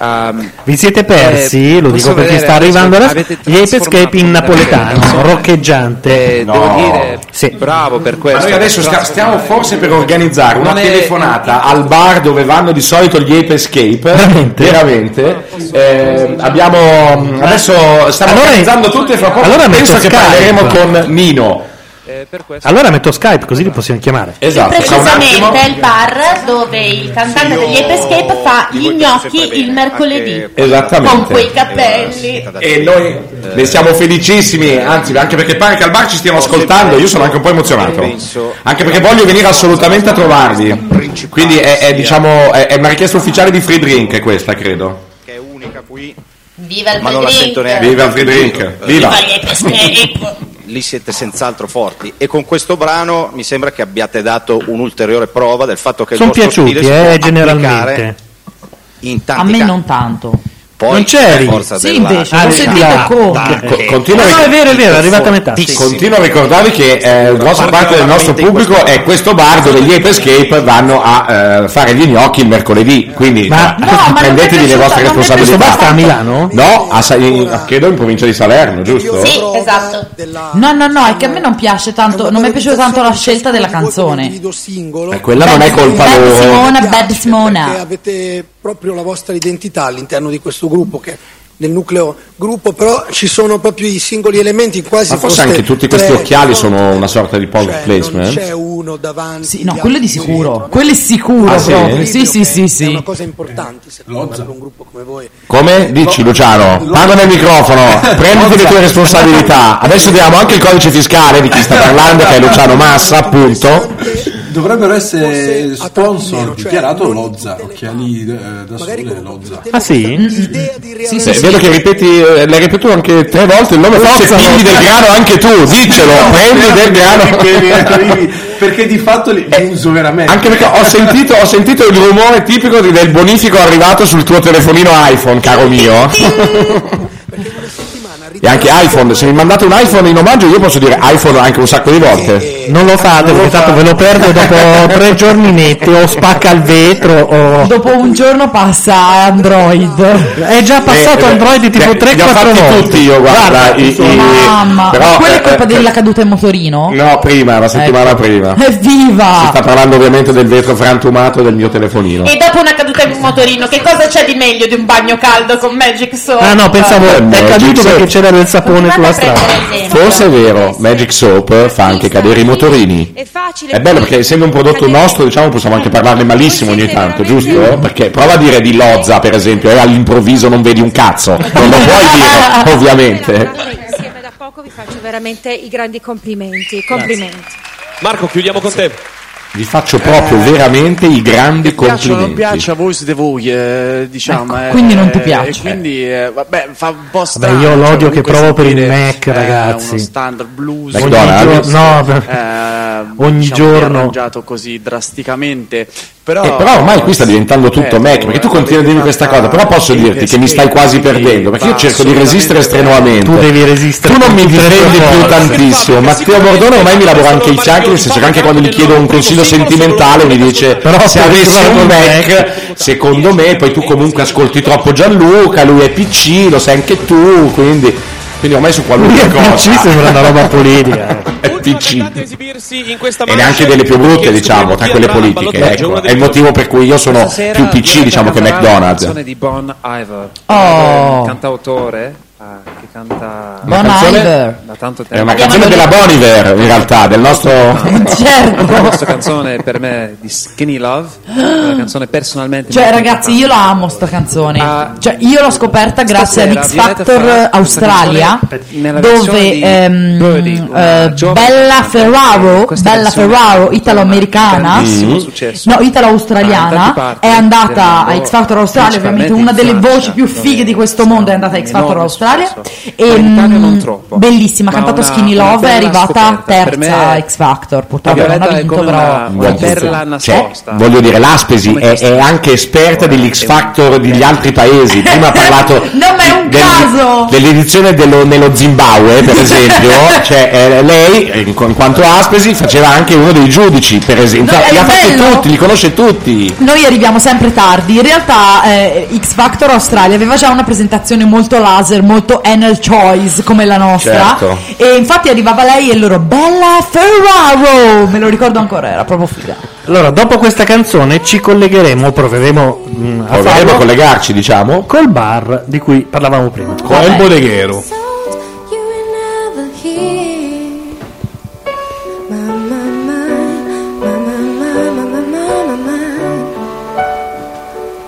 [SPEAKER 14] Ehm,
[SPEAKER 2] Vi siete persi,
[SPEAKER 14] eh,
[SPEAKER 2] lo
[SPEAKER 14] posso
[SPEAKER 2] dico per chi
[SPEAKER 14] vedere,
[SPEAKER 2] sta arrivando adesso,
[SPEAKER 14] avete
[SPEAKER 2] gli Ape Escape in napoletano, *laughs*
[SPEAKER 1] Eh,
[SPEAKER 2] roccheggiante.
[SPEAKER 14] devo dire, bravo per questo.
[SPEAKER 1] Ma noi adesso sta- stiamo forse per organizzare una
[SPEAKER 14] Non è-
[SPEAKER 1] telefonata al bar dove vanno di solito gli Ape Escape. Veramente? Eh, abbiamo. Adesso stiamo
[SPEAKER 2] Allora-
[SPEAKER 1] organizzando tutto e fra poco
[SPEAKER 2] allora
[SPEAKER 1] penso
[SPEAKER 2] metto
[SPEAKER 1] che
[SPEAKER 2] Skype.
[SPEAKER 1] parleremo con Nino. Esatto,
[SPEAKER 14] Eh, per questo
[SPEAKER 2] Allora metto Skype così li possiamo chiamare.
[SPEAKER 6] Precisamente è il bar dove il cantante degli Ape Escape fa gli gnocchi il mercoledì.
[SPEAKER 1] Esattamente.
[SPEAKER 6] Con quei capelli.
[SPEAKER 1] E noi ne siamo felicissimi, anzi anche perché pare che al bar ci stiano ascoltando, io sono anche un po' emozionato, anche perché voglio venire assolutamente a trovarvi, quindi è, è, diciamo, è, è una richiesta ufficiale di free drink questa credo.
[SPEAKER 11] che è unica qui.
[SPEAKER 6] Viva il
[SPEAKER 11] Ma non la
[SPEAKER 6] Friedrich.
[SPEAKER 11] sento neanche.
[SPEAKER 1] Viva il free drink, viva!
[SPEAKER 6] Viva gli Ape Escape.
[SPEAKER 11] Lì siete senz'altro forti. E con questo brano mi sembra che abbiate dato un'ulteriore prova del fatto che il
[SPEAKER 2] Sono
[SPEAKER 11] vostro
[SPEAKER 2] piaciuti,
[SPEAKER 11] stile si può
[SPEAKER 2] eh,
[SPEAKER 11] applicare
[SPEAKER 2] generalmente.
[SPEAKER 11] In
[SPEAKER 12] A
[SPEAKER 11] tanti
[SPEAKER 12] me
[SPEAKER 11] campi.
[SPEAKER 12] non tanto.
[SPEAKER 11] Poi,
[SPEAKER 12] non c'eri.
[SPEAKER 11] per forza
[SPEAKER 12] Sì,
[SPEAKER 11] della-
[SPEAKER 12] invece, l'ho Ah, sentito
[SPEAKER 11] dai,
[SPEAKER 12] con-
[SPEAKER 11] dai,
[SPEAKER 1] Co-
[SPEAKER 11] che-
[SPEAKER 1] continua a ric- Continua a ricordarvi che eh, grossa parte del nostro pubblico è questo bar dove gli Ape Escape vanno a eh, fare gli gnocchi il mercoledì, quindi eh, prendetevi le vostre responsabilità.
[SPEAKER 2] Questo basta a Milano?
[SPEAKER 1] No, a Sa- in- credo in provincia di Salerno, giusto?
[SPEAKER 12] Sì.
[SPEAKER 6] Esatto.
[SPEAKER 12] No, no, no, è che a me non piace tanto, non mi è piaciuta tanto la scelta della canzone.
[SPEAKER 1] Eh, quella non è colpa
[SPEAKER 12] Bad
[SPEAKER 1] loro.
[SPEAKER 12] Simona, Bad
[SPEAKER 9] Perché
[SPEAKER 12] Simona.
[SPEAKER 9] avete proprio la vostra identità all'interno di questo gruppo che nel nucleo gruppo però ci sono proprio i singoli elementi quasi
[SPEAKER 1] Ma forse
[SPEAKER 9] foste
[SPEAKER 1] anche tutti questi
[SPEAKER 9] tre- cioè,
[SPEAKER 1] occhiali sono una sorta di product
[SPEAKER 9] c'è
[SPEAKER 1] placement? eh?
[SPEAKER 9] uno davanti
[SPEAKER 12] Sì, no, quello è di sicuro. Quello è sicuro
[SPEAKER 1] Ah, sì?
[SPEAKER 12] proprio. Sì, sì, sì, sì.
[SPEAKER 9] una cosa importante secondo me per un gruppo come voi
[SPEAKER 1] Come? Dici Luciano, parla nel
[SPEAKER 9] *laughs*
[SPEAKER 1] microfono, prenditi le tue responsabilità. Adesso diamo anche il codice fiscale di chi sta parlando, che è Luciano Massa, appunto.
[SPEAKER 3] Dovrebbero essere sponsor dichiarato Lozza, occhiali eh, da sole Lozza.
[SPEAKER 1] Ah sì?
[SPEAKER 12] Sì,
[SPEAKER 1] Eh, vedo che ripeti, eh, l'hai ripetuto anche tre volte il nome, forse
[SPEAKER 3] Lozza,
[SPEAKER 1] prendi del
[SPEAKER 3] Lozza.
[SPEAKER 1] grano anche tu, *laughs* diccelo,
[SPEAKER 3] No,
[SPEAKER 1] prendi
[SPEAKER 3] spero
[SPEAKER 1] del
[SPEAKER 3] che mi
[SPEAKER 1] grano.
[SPEAKER 3] ripeto io, Perché di fatto li li uso
[SPEAKER 2] Eh.
[SPEAKER 3] veramente.
[SPEAKER 1] Anche
[SPEAKER 30] Eh,
[SPEAKER 1] perché ho sentito, ho sentito il rumore tipico di- del bonifico arrivato sul tuo telefonino iPhone, caro
[SPEAKER 2] *laughs*
[SPEAKER 1] mio. *laughs* E anche iPhone, se mi mandate un iPhone in omaggio io posso dire iPhone anche un sacco di volte.
[SPEAKER 2] Eh, Non lo fate perché tanto ve lo perdo dopo tre giorni netti o spacca il vetro o...
[SPEAKER 12] Dopo un giorno passa Android.
[SPEAKER 2] È
[SPEAKER 1] Eh,
[SPEAKER 2] già passato Android tipo 3-4
[SPEAKER 1] Li ho fatti
[SPEAKER 2] volte.
[SPEAKER 1] tutti io, guarda. i- i-
[SPEAKER 12] Mamma,
[SPEAKER 1] però,
[SPEAKER 12] ma quella è
[SPEAKER 1] eh,
[SPEAKER 12] colpa
[SPEAKER 1] eh,
[SPEAKER 12] della caduta in motorino?
[SPEAKER 1] *laughs*
[SPEAKER 12] Ecco.
[SPEAKER 1] No, prima, la settimana
[SPEAKER 2] Ecco.
[SPEAKER 1] prima. Si
[SPEAKER 12] Evviva!
[SPEAKER 1] sta parlando ovviamente del vetro frantumato del mio telefonino.
[SPEAKER 6] E dopo una caduta in un motorino, che cosa c'è di meglio di un bagno caldo con Magic Soap?
[SPEAKER 2] Ah no, pensavo
[SPEAKER 1] Eh,
[SPEAKER 2] è caduto perché c'era del sapone sulla strada.
[SPEAKER 1] Forse è vero, Magic Soap fa anche cadere i motorini.
[SPEAKER 10] È facile. Ah,
[SPEAKER 1] È bello perché essendo un prodotto nostro, diciamo, possiamo anche parlarne malissimo ogni tanto, giusto? Perché prova a dire di Lozza, per esempio, e all'improvviso non vedi un
[SPEAKER 10] *laughs*
[SPEAKER 1] cazzo. Non lo puoi dire, ovviamente.
[SPEAKER 10] Insieme da poco vi faccio veramente i grandi complimenti. Complimenti.
[SPEAKER 7] Marco, chiudiamo con te.
[SPEAKER 1] Vi faccio proprio veramente i grandi
[SPEAKER 30] piaccia o non
[SPEAKER 1] complimenti.
[SPEAKER 30] piaccia, voi siete voi, eh, diciamo.
[SPEAKER 1] Ecco,
[SPEAKER 30] eh,
[SPEAKER 1] quindi non ti
[SPEAKER 30] e
[SPEAKER 1] piace.
[SPEAKER 30] quindi, eh, vabbè, fa un po' strano.
[SPEAKER 2] Beh, io l'odio
[SPEAKER 30] cioè,
[SPEAKER 2] che
[SPEAKER 30] comunque
[SPEAKER 2] provo per il
[SPEAKER 30] sentire,
[SPEAKER 2] Mac,
[SPEAKER 30] eh,
[SPEAKER 2] ragazzi.
[SPEAKER 30] Uno standard blues. eh,
[SPEAKER 2] Ogni McDonald's. giorno- no, per- ogni giorno.
[SPEAKER 30] diciamo, arrangiato così drasticamente. Però,
[SPEAKER 1] Eh, però certo, ormai qui sta diventando tutto
[SPEAKER 30] Eh,
[SPEAKER 1] Mac, perché tu continui a dirmi questa cosa, però posso dirti che mi stai quasi perdendo, perché io cerco di resistere strenuamente.
[SPEAKER 2] Tu devi resistere
[SPEAKER 1] Tu non mi
[SPEAKER 2] tutte le
[SPEAKER 1] difendi
[SPEAKER 2] tue
[SPEAKER 1] più
[SPEAKER 2] forze.
[SPEAKER 1] tantissimo. Matteo Bordone ormai mi lavora anche i fianchi, nel senso che anche quando gli chiedo un consiglio sentimentale mi dice però se avessi un Mac, secondo me, poi tu comunque ascolti troppo Gianluca, lui è PC, lo sai anche tu, quindi, quindi ormai su qualunque cosa.
[SPEAKER 2] Ci sembra una
[SPEAKER 1] *laughs*
[SPEAKER 2] roba politica. eh.
[SPEAKER 1] È PC.
[SPEAKER 7] Esibirsi in questa
[SPEAKER 1] E neanche delle più brutte, diciamo, tra quelle politiche. Ecco. È il motivo per cui io sono più PC, diciamo, che
[SPEAKER 14] La
[SPEAKER 1] McDonald's.
[SPEAKER 14] canzone di Bon Iver,
[SPEAKER 1] Oh.
[SPEAKER 14] il cantautore eh, che canta
[SPEAKER 1] Bon Una canzone- Iver.
[SPEAKER 14] da tanto tempo.
[SPEAKER 1] È una canzone della Boniver, in realtà, del
[SPEAKER 12] *laughs*
[SPEAKER 1] nostro.
[SPEAKER 12] Certo.
[SPEAKER 14] La nostra canzone per me di Skinny Love, una canzone personalmente
[SPEAKER 12] Cioè,
[SPEAKER 14] molto
[SPEAKER 12] ragazzi, io la amo sta canzone. Cioè, io l'ho scoperta grazie
[SPEAKER 14] Stasera
[SPEAKER 12] ad X
[SPEAKER 14] Violetta
[SPEAKER 12] Factor
[SPEAKER 14] farà questa
[SPEAKER 12] Australia,
[SPEAKER 14] canzone nella versione
[SPEAKER 12] dove
[SPEAKER 14] di
[SPEAKER 12] ehm,
[SPEAKER 14] Birdie, una
[SPEAKER 12] eh,
[SPEAKER 14] giovane
[SPEAKER 12] Bella Ferraro,
[SPEAKER 14] Questa
[SPEAKER 12] Bella
[SPEAKER 14] versione
[SPEAKER 12] Ferraro,
[SPEAKER 14] è
[SPEAKER 12] italo-americana,
[SPEAKER 14] grandissimo successo.
[SPEAKER 12] no,
[SPEAKER 14] Da tanti
[SPEAKER 12] italo-australiana,
[SPEAKER 14] parti
[SPEAKER 12] è andata
[SPEAKER 14] del
[SPEAKER 12] a
[SPEAKER 14] mondo,
[SPEAKER 12] X Factor Australia, ovviamente
[SPEAKER 14] principalmente in
[SPEAKER 12] una delle
[SPEAKER 14] Francia,
[SPEAKER 12] voci più fighe di questo mondo è andata a X Factor
[SPEAKER 14] enorme
[SPEAKER 12] Australia.
[SPEAKER 14] successo.
[SPEAKER 12] E,
[SPEAKER 14] In Italia non
[SPEAKER 12] mm,
[SPEAKER 14] troppo,
[SPEAKER 12] bellissima, ha
[SPEAKER 14] ma
[SPEAKER 12] cantato
[SPEAKER 14] una-
[SPEAKER 12] Skinny
[SPEAKER 14] una
[SPEAKER 12] Love, è
[SPEAKER 14] bella
[SPEAKER 12] arrivata
[SPEAKER 14] scoperta. Per
[SPEAKER 12] terza a
[SPEAKER 14] me-
[SPEAKER 12] X Factor, purtroppo non
[SPEAKER 14] Violetta
[SPEAKER 12] ha
[SPEAKER 14] è
[SPEAKER 12] vinto,
[SPEAKER 14] come
[SPEAKER 12] però...
[SPEAKER 14] una- una perla
[SPEAKER 1] Cioè,
[SPEAKER 14] nascosta.
[SPEAKER 1] voglio dire, l'Aspesi è, è anche esperta dell'X Factor degli altri paesi. Prima ha
[SPEAKER 12] *laughs*
[SPEAKER 1] parlato
[SPEAKER 12] No, ma è un
[SPEAKER 1] del-
[SPEAKER 12] caso!
[SPEAKER 1] dell'edizione dello- nello Zimbabwe,
[SPEAKER 12] *laughs*
[SPEAKER 1] per esempio. cioè, eh, lei, in, qu- in quanto Aspesi, faceva anche uno dei giudici, per esempio.
[SPEAKER 12] No, è
[SPEAKER 1] li ha fatti
[SPEAKER 12] bello.
[SPEAKER 1] tutti, li conosce tutti.
[SPEAKER 12] Noi arriviamo sempre tardi, in realtà eh, X Factor Australia aveva già una presentazione molto laser, molto NL Choice come la nostra
[SPEAKER 1] Certo.
[SPEAKER 12] e infatti arrivava lei e loro Bella Ferraro, me lo ricordo ancora, era proprio figa.
[SPEAKER 2] Allora, dopo questa canzone ci collegheremo, proveremo mm, a
[SPEAKER 1] Proveremo
[SPEAKER 2] farlo
[SPEAKER 1] a collegarci, diciamo.
[SPEAKER 2] col bar di cui parlavamo prima.
[SPEAKER 5] Qua è il bodeghero.
[SPEAKER 17] never here.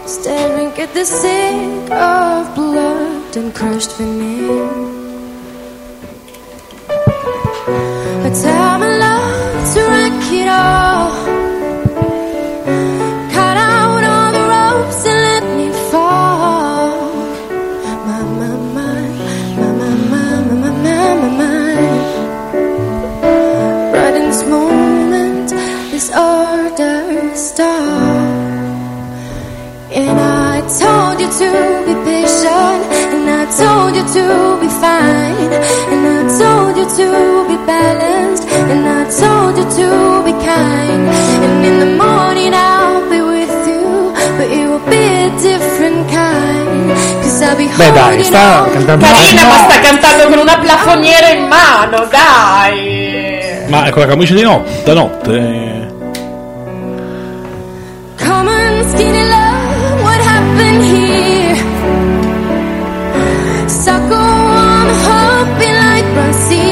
[SPEAKER 17] Staring at the sink of blood and crushed veneer. I tell my love to wreck it all. Cut out all the ropes and let me fall. My, my, my, my, my, my, my, my, my, my. Right in this moment, this order stops. And I told you to be patient, and I told you to be fine, and I told you to be balanced, and I told you to be kind. And in the morning I'll be with you, but it will be a different kind. Cause I'll be
[SPEAKER 2] Beh dai, sta cantando
[SPEAKER 6] Carina, ma sta cantando con una plafoniera in mano, dai.
[SPEAKER 5] Ma con la camicia di notte, da notte. eh.
[SPEAKER 17] Come on, skinny love, what happened here? Sucker, I'm hoping like Brazil.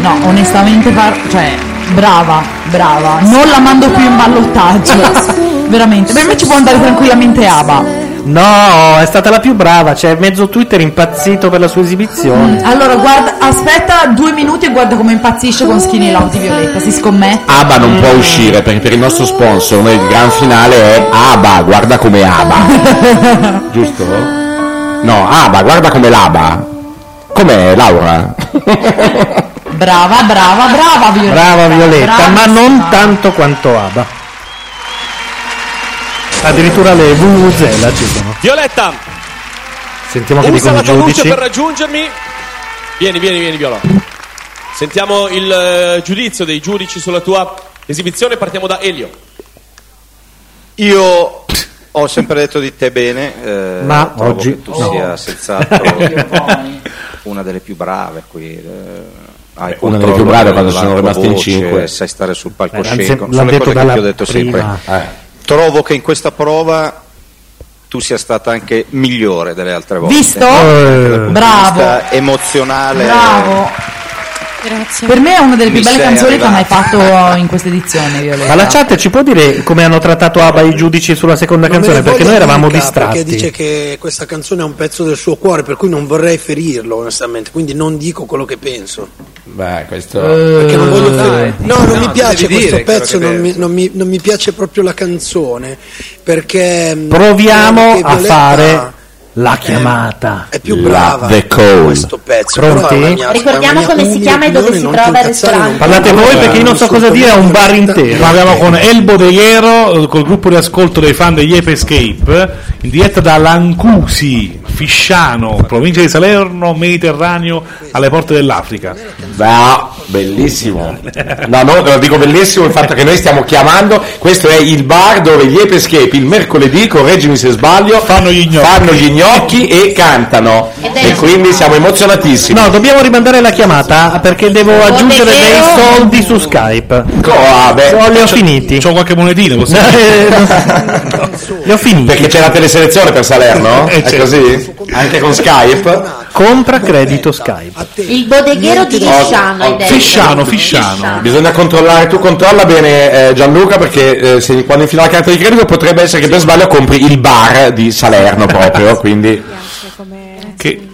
[SPEAKER 12] No, onestamente, par- cioè, brava, brava. Non la mando più in ballottaggio. Veramente. Per me ci può andare tranquillamente Aba.
[SPEAKER 2] No, è stata la più brava, c'è mezzo Twitter impazzito per la sua esibizione.
[SPEAKER 9] Mm.
[SPEAKER 12] Allora, guarda, aspetta due minuti e guarda come impazzisce con Skinny Love di Violetta. Si scommette.
[SPEAKER 1] ABBA non può uscire perché per il nostro sponsor noi il gran finale è ABBA, guarda come *laughs* ABBA. Giusto? No, ABBA, guarda come l'ABBA. Com'è Laura?
[SPEAKER 12] Brava, brava, brava Violetta.
[SPEAKER 2] Brava Violetta, ma non tanto quanto Abba. Addirittura le VVZ ci sono.
[SPEAKER 7] Violetta,
[SPEAKER 2] Sentiamo che
[SPEAKER 7] usa
[SPEAKER 2] dicono
[SPEAKER 7] la
[SPEAKER 2] i
[SPEAKER 7] tua luce
[SPEAKER 2] giudici.
[SPEAKER 7] per raggiungermi. Vieni, vieni, vieni, Viola. Sentiamo il eh, giudizio dei giudici sulla tua esibizione. Partiamo da Elio.
[SPEAKER 11] Io ho sempre detto di te bene, eh,
[SPEAKER 2] Ma
[SPEAKER 11] trovo
[SPEAKER 2] oggi
[SPEAKER 11] che tu
[SPEAKER 2] no. *laughs*
[SPEAKER 11] sia senz'altro una delle più brave qui. eh, hai
[SPEAKER 1] una delle
[SPEAKER 11] controllo
[SPEAKER 1] più brave
[SPEAKER 11] della
[SPEAKER 1] quando sono
[SPEAKER 11] tua
[SPEAKER 1] rimaste in
[SPEAKER 11] voce,
[SPEAKER 1] cinque.
[SPEAKER 11] Sai stare sul
[SPEAKER 1] Eh, anzi,
[SPEAKER 11] palcoscenico,
[SPEAKER 1] l'ha
[SPEAKER 11] sono le
[SPEAKER 1] detto
[SPEAKER 11] cose che
[SPEAKER 1] dalla
[SPEAKER 11] ti ho detto
[SPEAKER 1] prima.
[SPEAKER 11] sempre.
[SPEAKER 1] Eh,
[SPEAKER 11] Trovo che in questa prova tu sia stata anche migliore delle altre volte.
[SPEAKER 12] Visto?
[SPEAKER 11] Anche
[SPEAKER 1] Eh.
[SPEAKER 11] dal punto di
[SPEAKER 12] Bravo.
[SPEAKER 11] vista Emozionale.
[SPEAKER 12] Bravo.
[SPEAKER 17] Grazie.
[SPEAKER 12] Per me è una delle
[SPEAKER 11] Mi
[SPEAKER 12] più belle
[SPEAKER 11] sei
[SPEAKER 12] canzoni che ha mai
[SPEAKER 11] arrivata.
[SPEAKER 12] fatto in questa edizione, Violetta.
[SPEAKER 2] Ma la chat ci può dire come hanno trattato Abba i giudici sulla seconda
[SPEAKER 9] Non me
[SPEAKER 2] canzone?
[SPEAKER 9] ne
[SPEAKER 2] Perché
[SPEAKER 9] voglio
[SPEAKER 2] noi eravamo
[SPEAKER 9] mica,
[SPEAKER 2] distratti.
[SPEAKER 9] Perché dice che questa canzone è un pezzo del suo cuore, per cui non vorrei ferirlo, onestamente. Quindi non dico quello che penso.
[SPEAKER 1] Beh, questo...
[SPEAKER 9] Perché non voglio fare- Eh. No, non mi
[SPEAKER 1] devi
[SPEAKER 9] piace questo
[SPEAKER 1] dire quello
[SPEAKER 9] pezzo,
[SPEAKER 1] che
[SPEAKER 9] non
[SPEAKER 1] pensi.
[SPEAKER 9] mi, non mi- non mi piace proprio la canzone. Perché mm,
[SPEAKER 2] Proviamo
[SPEAKER 9] credo che
[SPEAKER 2] a
[SPEAKER 9] Violetta
[SPEAKER 2] fare la chiamata.
[SPEAKER 9] È più brava
[SPEAKER 1] The Call.
[SPEAKER 9] questo pezzo. però è una
[SPEAKER 2] Pronti?
[SPEAKER 9] mia-
[SPEAKER 6] Ricordiamo
[SPEAKER 9] è una mia
[SPEAKER 6] come si
[SPEAKER 9] umile
[SPEAKER 6] chiama e dove
[SPEAKER 9] opinione,
[SPEAKER 6] si
[SPEAKER 9] non
[SPEAKER 6] trova
[SPEAKER 9] ti
[SPEAKER 6] il
[SPEAKER 9] incazzare,
[SPEAKER 6] ristorante.
[SPEAKER 9] non-
[SPEAKER 2] Parlate voi perché io non so cosa dire, è un bar intero.
[SPEAKER 5] Parliamo con El Bodeghero eh, col gruppo di ascolto dei fan degli Ape Escape eh, in diretta da Lancusi, Fisciano, provincia di Salerno, Mediterraneo, alle porte dell'Africa.
[SPEAKER 1] No, bellissimo. No, no, lo dico bellissimo il fatto che noi stiamo chiamando. Questo è il bar dove gli Ape Escape il mercoledì, correggimi se sbaglio, fanno gli gnocchi, e cantano.
[SPEAKER 2] Ed è-
[SPEAKER 1] E quindi siamo emozionatissimi.
[SPEAKER 2] No, dobbiamo rimandare la chiamata perché devo aggiungere dei
[SPEAKER 1] Bodeghero.
[SPEAKER 2] soldi su Skype.
[SPEAKER 1] vabbè.
[SPEAKER 2] Li ho finiti. eh,
[SPEAKER 5] C'ho qualche monetina, così.
[SPEAKER 1] *laughs*
[SPEAKER 2] Li ho finiti. Eh, certo.
[SPEAKER 1] Perché c'è la teleselezione per Salerno? È così? Anche con Skype?
[SPEAKER 9] Eh,
[SPEAKER 2] Contra credito Skype.
[SPEAKER 6] Il bodeghero di Lisciano, hai detto.
[SPEAKER 8] esatto,
[SPEAKER 1] Bisogna controllare, tu controlla bene eh, Gianluca perché eh, se quando infila la carta di credito potrebbe essere che per sbaglio compri il bar di
[SPEAKER 8] *laughs*
[SPEAKER 1] Salerno proprio, quindi
[SPEAKER 5] che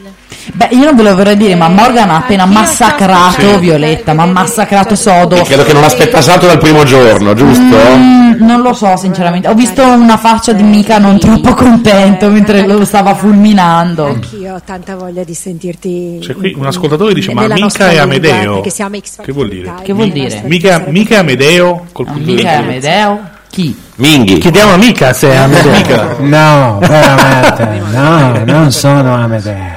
[SPEAKER 12] Beh, io non ve lo vorrei dire, ma Morgan ha appena massacrato Violetta, ma ha massacrato Sodo.
[SPEAKER 1] E credo che non aspettasse altro dal primo giorno, giusto?
[SPEAKER 12] Mm, non lo so, sinceramente. Ho visto una faccia di Mica non troppo contento mentre lo stava fulminando.
[SPEAKER 25] Io ho tanta voglia di sentirti.
[SPEAKER 5] C'è Cioè, qui un ascoltatore che dice: Ma
[SPEAKER 25] nella
[SPEAKER 5] mica
[SPEAKER 25] nostra
[SPEAKER 5] è
[SPEAKER 25] lingua,
[SPEAKER 5] Amedeo.
[SPEAKER 25] perché siamo X
[SPEAKER 5] Che vuol dire?
[SPEAKER 25] Che vuol dire? Ah,
[SPEAKER 5] Mica, mica è Amedeo col punto
[SPEAKER 12] Mica è
[SPEAKER 5] di-
[SPEAKER 12] Amedeo? Chi?
[SPEAKER 1] Minghi.
[SPEAKER 2] Chiediamo amica se
[SPEAKER 5] *laughs*
[SPEAKER 2] è amica.
[SPEAKER 8] No, *laughs* veramente, no, non sono Amedeo.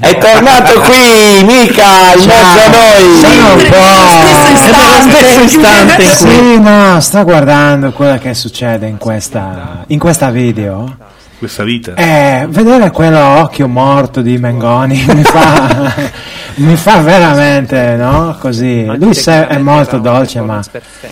[SPEAKER 1] È tornato qui, mica in mezzo a noi.
[SPEAKER 8] Sono un po'. Sì, no, sto guardando quello che succede in questa, in questa video.
[SPEAKER 5] Questa vita.
[SPEAKER 8] *laughs* Eh, vedere quello occhio morto di Mengoni mi fa, mi fa veramente, no? Così. Lui se- è molto dolce, ma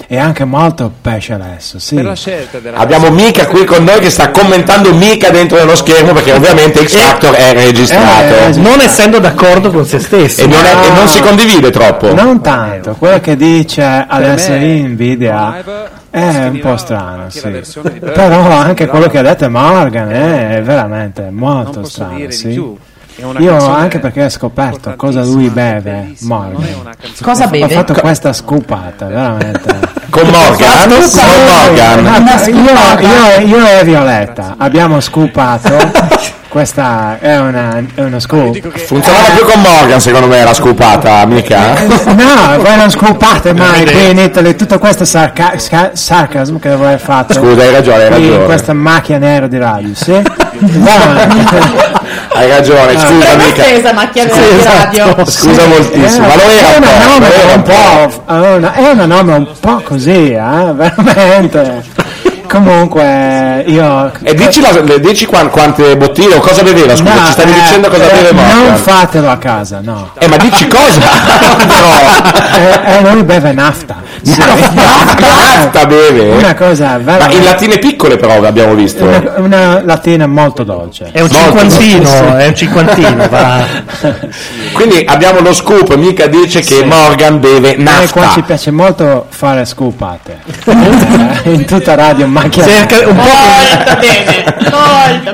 [SPEAKER 8] è anche molto pesce adesso, sì.
[SPEAKER 14] Per la scelta della
[SPEAKER 1] Abbiamo Mika qui con noi che sta commentando Mika dentro dello schermo perché ovviamente
[SPEAKER 8] Eh.
[SPEAKER 1] X Factor è registrato.
[SPEAKER 2] Eh, non essendo d'accordo con se stesso.
[SPEAKER 1] e, non è- e non si condivide troppo.
[SPEAKER 8] Non tanto, quello che dice adesso Nvidia è un po' strano, sì. Però anche quello che ha detto Morgan eh, è veramente molto strano, sì.
[SPEAKER 14] È una
[SPEAKER 8] Io
[SPEAKER 14] canzone
[SPEAKER 8] anche perché ho scoperto cosa lui beve, Morgan.
[SPEAKER 12] Cosa beve?
[SPEAKER 8] Ho fatto
[SPEAKER 12] Co-
[SPEAKER 8] questa scopata, veramente.
[SPEAKER 1] *laughs* Con Morgan?
[SPEAKER 8] Ho
[SPEAKER 1] Con
[SPEAKER 8] scopato-
[SPEAKER 1] Morgan?
[SPEAKER 8] Ah,
[SPEAKER 1] Una
[SPEAKER 8] Io,
[SPEAKER 1] scopata.
[SPEAKER 8] io- io e Violetta
[SPEAKER 14] *laughs*
[SPEAKER 8] abbiamo scopato. Questa è, una, è uno scoop.
[SPEAKER 1] Funzionava più con Morgan secondo me la scupata, eh?
[SPEAKER 8] Eh.
[SPEAKER 1] mica? *laughs*
[SPEAKER 8] No, voi non scopate mai
[SPEAKER 1] Vedete?
[SPEAKER 8] bene Italy, tutto questo sarca- sca- sarcasm che voi avete fatto.
[SPEAKER 1] Scusa, hai ragione, hai
[SPEAKER 8] Di
[SPEAKER 1] ragione.
[SPEAKER 8] questa macchia nera di radio,
[SPEAKER 1] *laughs*
[SPEAKER 8] sì?
[SPEAKER 1] esatto. Hai ragione, scusa mica.
[SPEAKER 12] Presa macchia
[SPEAKER 1] Sì,
[SPEAKER 12] di
[SPEAKER 1] esatto.
[SPEAKER 12] radio.
[SPEAKER 1] Scusa moltissimo, ma lo era
[SPEAKER 8] è
[SPEAKER 1] un
[SPEAKER 8] una
[SPEAKER 1] po',
[SPEAKER 8] norma
[SPEAKER 1] lo era
[SPEAKER 8] un
[SPEAKER 1] un
[SPEAKER 8] po', allora, è una norma un po' così, eh, *laughs* veramente. Comunque, io
[SPEAKER 1] E dici, la- dici quan- quante bottiglie o cosa beveva? Scusa,
[SPEAKER 8] No,
[SPEAKER 1] ci stavi
[SPEAKER 8] eh,
[SPEAKER 1] dicendo cosa
[SPEAKER 8] eh,
[SPEAKER 1] beve
[SPEAKER 8] Non
[SPEAKER 1] Morgan.
[SPEAKER 8] fatelo a casa, no.
[SPEAKER 1] Eh, ma dici
[SPEAKER 8] *laughs*
[SPEAKER 1] cosa? *laughs*
[SPEAKER 8] E eh, lui beve nafta.
[SPEAKER 1] Basta beve.
[SPEAKER 8] Una cosa
[SPEAKER 1] Ma
[SPEAKER 8] veramente-
[SPEAKER 1] in lattine piccole però abbiamo visto.
[SPEAKER 8] Una, una latina molto dolce.
[SPEAKER 1] È un Molto. cinquantino, è un cinquantino, va. *laughs* Quindi abbiamo lo scoop, mica dice che
[SPEAKER 8] Sì.
[SPEAKER 1] Morgan beve
[SPEAKER 8] E Eh, qua ci
[SPEAKER 1] nafta.
[SPEAKER 8] piace molto fare scopate. *laughs* in tutta radio macchia.
[SPEAKER 2] Cerca
[SPEAKER 8] *laughs*
[SPEAKER 2] un po'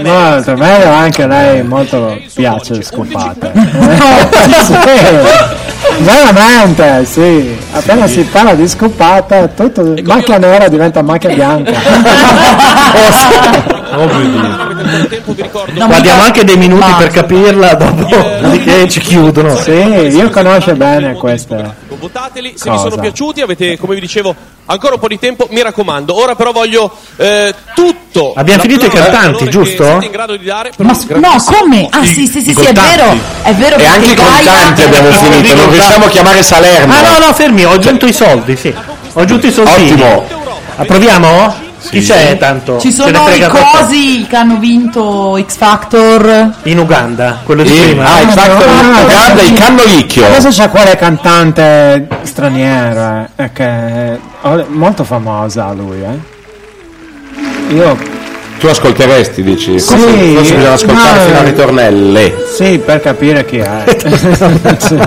[SPEAKER 8] Molto bello, anche a lei molto piace scopate. Sì, Veramente, sì. Appena si parla di scopata, tutto macchia nera diventa macchia
[SPEAKER 17] *laughs*
[SPEAKER 8] bianca.
[SPEAKER 2] Guardiamo anche dei minuti per capirla dopo di *laughs* che ci chiudono.
[SPEAKER 8] Sì, io conosco bene questa.
[SPEAKER 7] Votateli se
[SPEAKER 8] Cosa?
[SPEAKER 7] vi sono piaciuti, avete come vi dicevo ancora un po' di tempo, mi raccomando. Ora però voglio eh, tutto.
[SPEAKER 2] Abbiamo finito i
[SPEAKER 7] l'applauso
[SPEAKER 2] cantanti,
[SPEAKER 7] che
[SPEAKER 2] giusto?
[SPEAKER 7] siete in grado di dare per
[SPEAKER 12] Ma
[SPEAKER 7] un
[SPEAKER 12] s-
[SPEAKER 7] gran-
[SPEAKER 12] no, come? Ah sì, sì, sì,
[SPEAKER 7] I
[SPEAKER 12] sì, è
[SPEAKER 7] contanti.
[SPEAKER 12] vero. È vero
[SPEAKER 1] E
[SPEAKER 12] perché
[SPEAKER 1] anche i
[SPEAKER 12] Gaia-
[SPEAKER 1] contanti abbiamo finito, non riusciamo a chiamare Salerno.
[SPEAKER 2] Ah no, no, fermi, ho aggiunto i soldi, sì. Ho aggiunto i soldi.
[SPEAKER 1] Ottimo.
[SPEAKER 2] Approviamo? Chi c'è tanto?
[SPEAKER 12] Ci
[SPEAKER 2] Se ne
[SPEAKER 12] sono
[SPEAKER 2] frega
[SPEAKER 12] i
[SPEAKER 2] poco.
[SPEAKER 12] cosi che hanno vinto X Factor.
[SPEAKER 2] In Uganda, quello di
[SPEAKER 1] Sì,
[SPEAKER 2] prima.
[SPEAKER 1] ah, il fatto- guarda, il cannolicchio.
[SPEAKER 8] Adesso c'è quale cantante straniero eh, che è molto famosa lui, eh. Io
[SPEAKER 1] Tu ascolteresti, dici?
[SPEAKER 8] Sì,
[SPEAKER 1] forse, forse bisogna ascoltare
[SPEAKER 8] ma-
[SPEAKER 1] fino alle tornelle.
[SPEAKER 8] sì, per capire chi è. *laughs* Sì.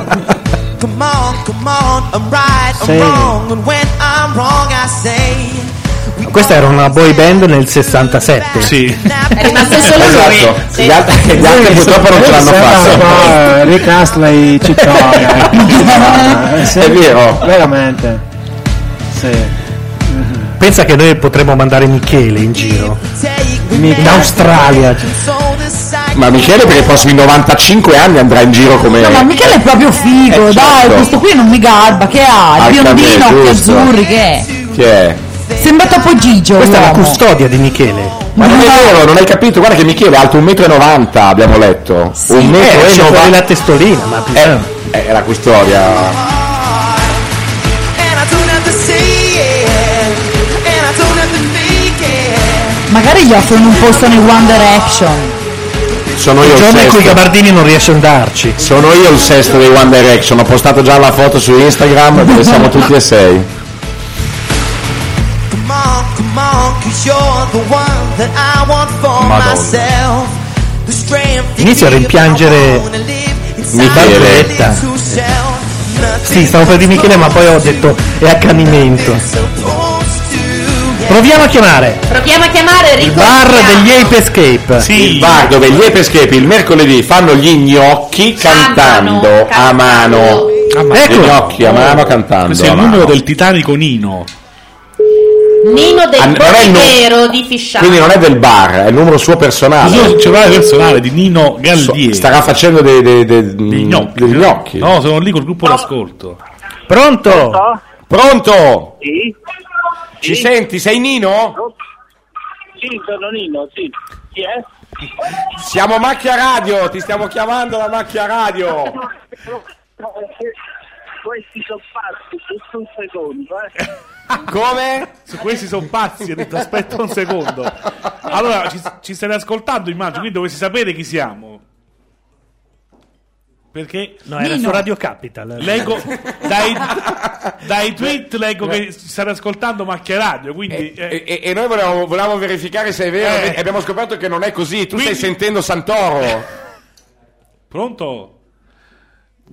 [SPEAKER 4] Come on, come on, I'm right, I'm
[SPEAKER 2] Sì.
[SPEAKER 4] wrong, and when I'm wrong I say
[SPEAKER 2] Questa era una boy band nel 67. Sì.
[SPEAKER 4] È rimasto
[SPEAKER 1] Esatto. Gli altri, gli altri purtroppo non ce l'hanno
[SPEAKER 8] Sembra un
[SPEAKER 1] fatta.
[SPEAKER 8] po', *laughs* eh, Rick Astley Ciccone. Eh, sì.
[SPEAKER 1] È vero.
[SPEAKER 8] Veramente. Sì.
[SPEAKER 2] Pensa che noi potremmo mandare Michele in giro. In Australia.
[SPEAKER 1] Ma Michele per i prossimi 95 anni andrà in giro come...
[SPEAKER 12] No, ma Michele è proprio figo,
[SPEAKER 1] Eh,
[SPEAKER 12] dai,
[SPEAKER 1] certo.
[SPEAKER 12] questo qui non mi garba, che ha?
[SPEAKER 1] Ah,
[SPEAKER 12] Il biondino,
[SPEAKER 1] vabbè,
[SPEAKER 12] occhi
[SPEAKER 1] giusto.
[SPEAKER 12] azzurri, che è?
[SPEAKER 1] Chi è?
[SPEAKER 12] Sembra troppo Gigio.
[SPEAKER 2] Questa è la
[SPEAKER 12] l'uomo.
[SPEAKER 2] custodia di Michele.
[SPEAKER 1] Ma non è vero, non hai capito, guarda che Michele è alto 1,90 m, abbiamo letto.
[SPEAKER 2] Eh,
[SPEAKER 1] 1,90
[SPEAKER 2] esce fuori la testolina, ma
[SPEAKER 1] Eh, eh, la custodia.
[SPEAKER 4] And I don't have to say it And I don't have to fake it
[SPEAKER 12] Magari gli offrono un posto nei One Direction.
[SPEAKER 1] Sono
[SPEAKER 2] il
[SPEAKER 1] io il
[SPEAKER 2] giorno in cui
[SPEAKER 1] sesto.
[SPEAKER 2] Gabardini non riesce ad andarci.
[SPEAKER 1] Sono io il sesto dei One Direction, ho postato già la foto su Instagram
[SPEAKER 2] *laughs*
[SPEAKER 1] dove siamo tutti e sei.
[SPEAKER 4] Come on, come on, cause you're the one that I want for
[SPEAKER 2] Madonna.
[SPEAKER 4] myself The strength to
[SPEAKER 2] Inizio a
[SPEAKER 4] give,
[SPEAKER 2] rimpiangere
[SPEAKER 4] Michele.
[SPEAKER 2] Barbaretta. Sì, stavo per dire Michele, ma poi ho detto è accanimento. Proviamo a chiamare
[SPEAKER 6] Proviamo a chiamare
[SPEAKER 2] il
[SPEAKER 6] Rico.
[SPEAKER 2] bar degli Ape Escape.
[SPEAKER 1] Il bar dove gli Epescape il mercoledì fanno gli gnocchi cantando a mano. Gli
[SPEAKER 5] Ecco.
[SPEAKER 1] gnocchi a mano cantando.
[SPEAKER 5] Questo è
[SPEAKER 1] a
[SPEAKER 5] il
[SPEAKER 1] mano.
[SPEAKER 5] numero del Titanico Nino.
[SPEAKER 6] Nino
[SPEAKER 1] Ah,
[SPEAKER 6] del
[SPEAKER 1] non è il nu-
[SPEAKER 6] Borghero di Fisciano.
[SPEAKER 1] Quindi non è del bar, è il numero suo
[SPEAKER 5] Il
[SPEAKER 1] personale.
[SPEAKER 5] suo cellulare personale
[SPEAKER 1] di Nino Gallieri. Starà facendo dei, dei- dei-
[SPEAKER 5] gnocchi. eh?
[SPEAKER 1] degli gnocchi.
[SPEAKER 5] No, sono lì col gruppo d'ascolto.
[SPEAKER 2] Pronto?
[SPEAKER 1] Pronto?
[SPEAKER 15] Sì?
[SPEAKER 1] Ci senti? Sei Nino?
[SPEAKER 15] Sì, sono Nino, sì. Chi è?
[SPEAKER 1] Siamo Macchia Radio, ti stiamo chiamando la Macchia Radio.
[SPEAKER 15] Questi sono pazzi, giusto un secondo, eh.
[SPEAKER 5] Come? Su questi sono pazzi, ho detto aspetta un secondo. Allora, ci, ci state ascoltando immagino, quindi dovresti sapere chi siamo. Perché
[SPEAKER 2] No, era su Radio Capital.
[SPEAKER 5] Leggo dai, dai tweet leggo che ci stanno ascoltando Macchia Radio, quindi
[SPEAKER 1] E, Eh, e- e noi volevamo, volevamo verificare se è vero
[SPEAKER 5] Eh.
[SPEAKER 1] e abbiamo scoperto che non è così. Tu
[SPEAKER 5] Quindi- Eh,
[SPEAKER 1] stai sentendo Santoro.
[SPEAKER 5] Pronto?